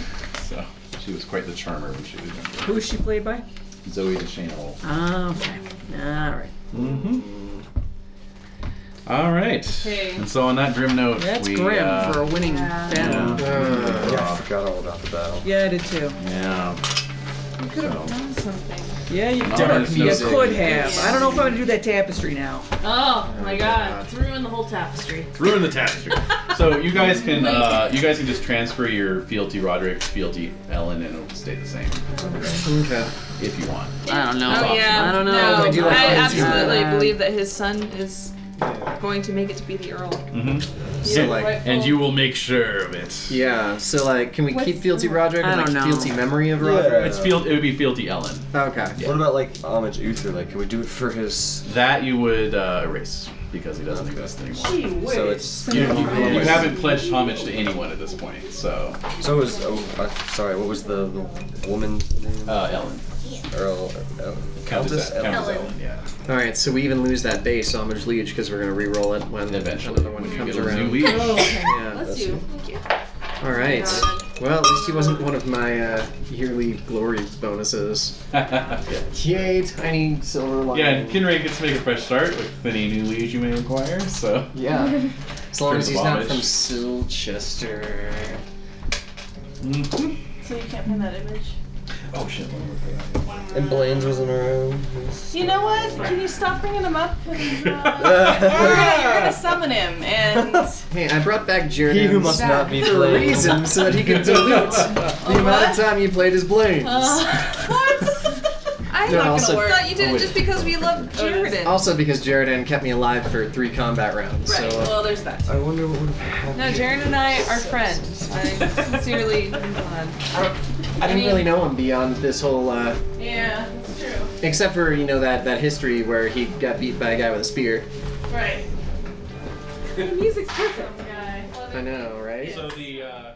[SPEAKER 1] So she was quite the charmer when she was younger.
[SPEAKER 7] Who is she played by?
[SPEAKER 1] Zoe Deschanel.
[SPEAKER 7] Ah, okay. All right.
[SPEAKER 1] Mm-hmm. All right.
[SPEAKER 7] Okay.
[SPEAKER 1] And so on that grim note,
[SPEAKER 7] That's
[SPEAKER 1] we,
[SPEAKER 7] grim
[SPEAKER 1] uh,
[SPEAKER 7] for a winning
[SPEAKER 1] yeah.
[SPEAKER 7] battle.
[SPEAKER 1] Yeah.
[SPEAKER 10] Yeah, I forgot all about the battle.
[SPEAKER 7] Yeah, I did too.
[SPEAKER 1] Yeah.
[SPEAKER 7] You could have
[SPEAKER 14] Done something.
[SPEAKER 7] Yeah, you,
[SPEAKER 10] Dark
[SPEAKER 7] dark you
[SPEAKER 10] music.
[SPEAKER 7] could have.
[SPEAKER 14] Yeah.
[SPEAKER 7] I don't know if I'm gonna do that tapestry now.
[SPEAKER 14] Oh, my god.
[SPEAKER 7] Oh, God.
[SPEAKER 14] It's ruined the whole tapestry.
[SPEAKER 1] Ruin the tapestry. so you guys can uh, you guys can just transfer your fealty Roderick, fealty Ellen, and it'll stay the same.
[SPEAKER 5] Okay.
[SPEAKER 1] If you want.
[SPEAKER 7] I don't know.
[SPEAKER 23] Oh yeah.
[SPEAKER 7] I don't know.
[SPEAKER 23] No,
[SPEAKER 7] I do like
[SPEAKER 23] I
[SPEAKER 7] that.
[SPEAKER 23] absolutely
[SPEAKER 7] Uh,
[SPEAKER 23] believe that his son is going to make it to be the earl.
[SPEAKER 1] Mm-hmm.
[SPEAKER 5] So, like-
[SPEAKER 1] and you will make sure of it.
[SPEAKER 5] Yeah, so like, can we
[SPEAKER 23] What's
[SPEAKER 5] keep fealty Roderick
[SPEAKER 7] I
[SPEAKER 5] and like
[SPEAKER 7] don't know.
[SPEAKER 5] fealty memory of Roderick?
[SPEAKER 1] It's field. It would be fealty Ellen.
[SPEAKER 5] Okay.
[SPEAKER 10] What about like homage Uther? Like, can we do it for his?
[SPEAKER 1] That you would uh, erase. because he doesn't exist anymore.
[SPEAKER 10] Gee whiz.
[SPEAKER 1] So it's you,
[SPEAKER 10] You- you-
[SPEAKER 1] you haven't pledged homage to anyone at this point. So
[SPEAKER 10] So it was. Oh, uh, sorry. What was the, the woman's name?
[SPEAKER 1] Uh, Ellen.
[SPEAKER 10] Earl. uh, Ellen.
[SPEAKER 1] Countess,
[SPEAKER 10] Countess
[SPEAKER 1] Countess Ellen.
[SPEAKER 10] Ellen.
[SPEAKER 1] yeah.
[SPEAKER 5] All right, so we even lose that base homage liege because we're gonna re-roll it when another one comes
[SPEAKER 1] get a [LAUGHS]
[SPEAKER 5] around.
[SPEAKER 1] new liege. Oh, okay.
[SPEAKER 5] Yeah,
[SPEAKER 14] Bless
[SPEAKER 5] that's-
[SPEAKER 14] you.
[SPEAKER 5] All right. Well, at least he wasn't one of my uh, yearly glory bonuses. Yay, tiny silver lining.
[SPEAKER 1] Yeah, and Kinray gets to make a fresh start with any new liege you may require. So
[SPEAKER 10] [LAUGHS]
[SPEAKER 5] Yeah. As long as
[SPEAKER 1] Prince of
[SPEAKER 5] he's not
[SPEAKER 1] Homage.
[SPEAKER 5] from Silchester.
[SPEAKER 1] Mm-hmm.
[SPEAKER 4] So you can't find that image.
[SPEAKER 1] Oh shit.
[SPEAKER 10] And Blaine's was in her own.
[SPEAKER 4] You know what? Can you stop bringing him up? 'Cause, uh, we're, gonna, you're gonna summon him, and uh,
[SPEAKER 5] Hey, I brought back Jared.
[SPEAKER 10] He who must not be
[SPEAKER 5] for a
[SPEAKER 10] blamed.
[SPEAKER 5] reason, so that he can
[SPEAKER 1] [LAUGHS]
[SPEAKER 10] [LAUGHS]
[SPEAKER 5] dilute the
[SPEAKER 4] Oh,
[SPEAKER 5] amount
[SPEAKER 4] what?
[SPEAKER 5] of time you played as Blaine.
[SPEAKER 10] Uh,
[SPEAKER 9] I
[SPEAKER 5] No, also-
[SPEAKER 9] thought you did
[SPEAKER 5] oh,
[SPEAKER 9] it
[SPEAKER 5] wait.
[SPEAKER 9] just because we love Jared.
[SPEAKER 5] Also, because Jared kept me alive for three combat rounds.
[SPEAKER 9] Right,
[SPEAKER 5] So, uh,
[SPEAKER 9] well, there's that.
[SPEAKER 10] I wonder what would have happened.
[SPEAKER 9] No, Jared and I are friends. I'm sincerely glad.
[SPEAKER 5] I didn't really know him beyond this whole, uh,
[SPEAKER 4] yeah, that's true.
[SPEAKER 5] except for you know that that history where he got beat by a guy with a spear.
[SPEAKER 4] Right.
[SPEAKER 5] I know, right?
[SPEAKER 1] So the uh,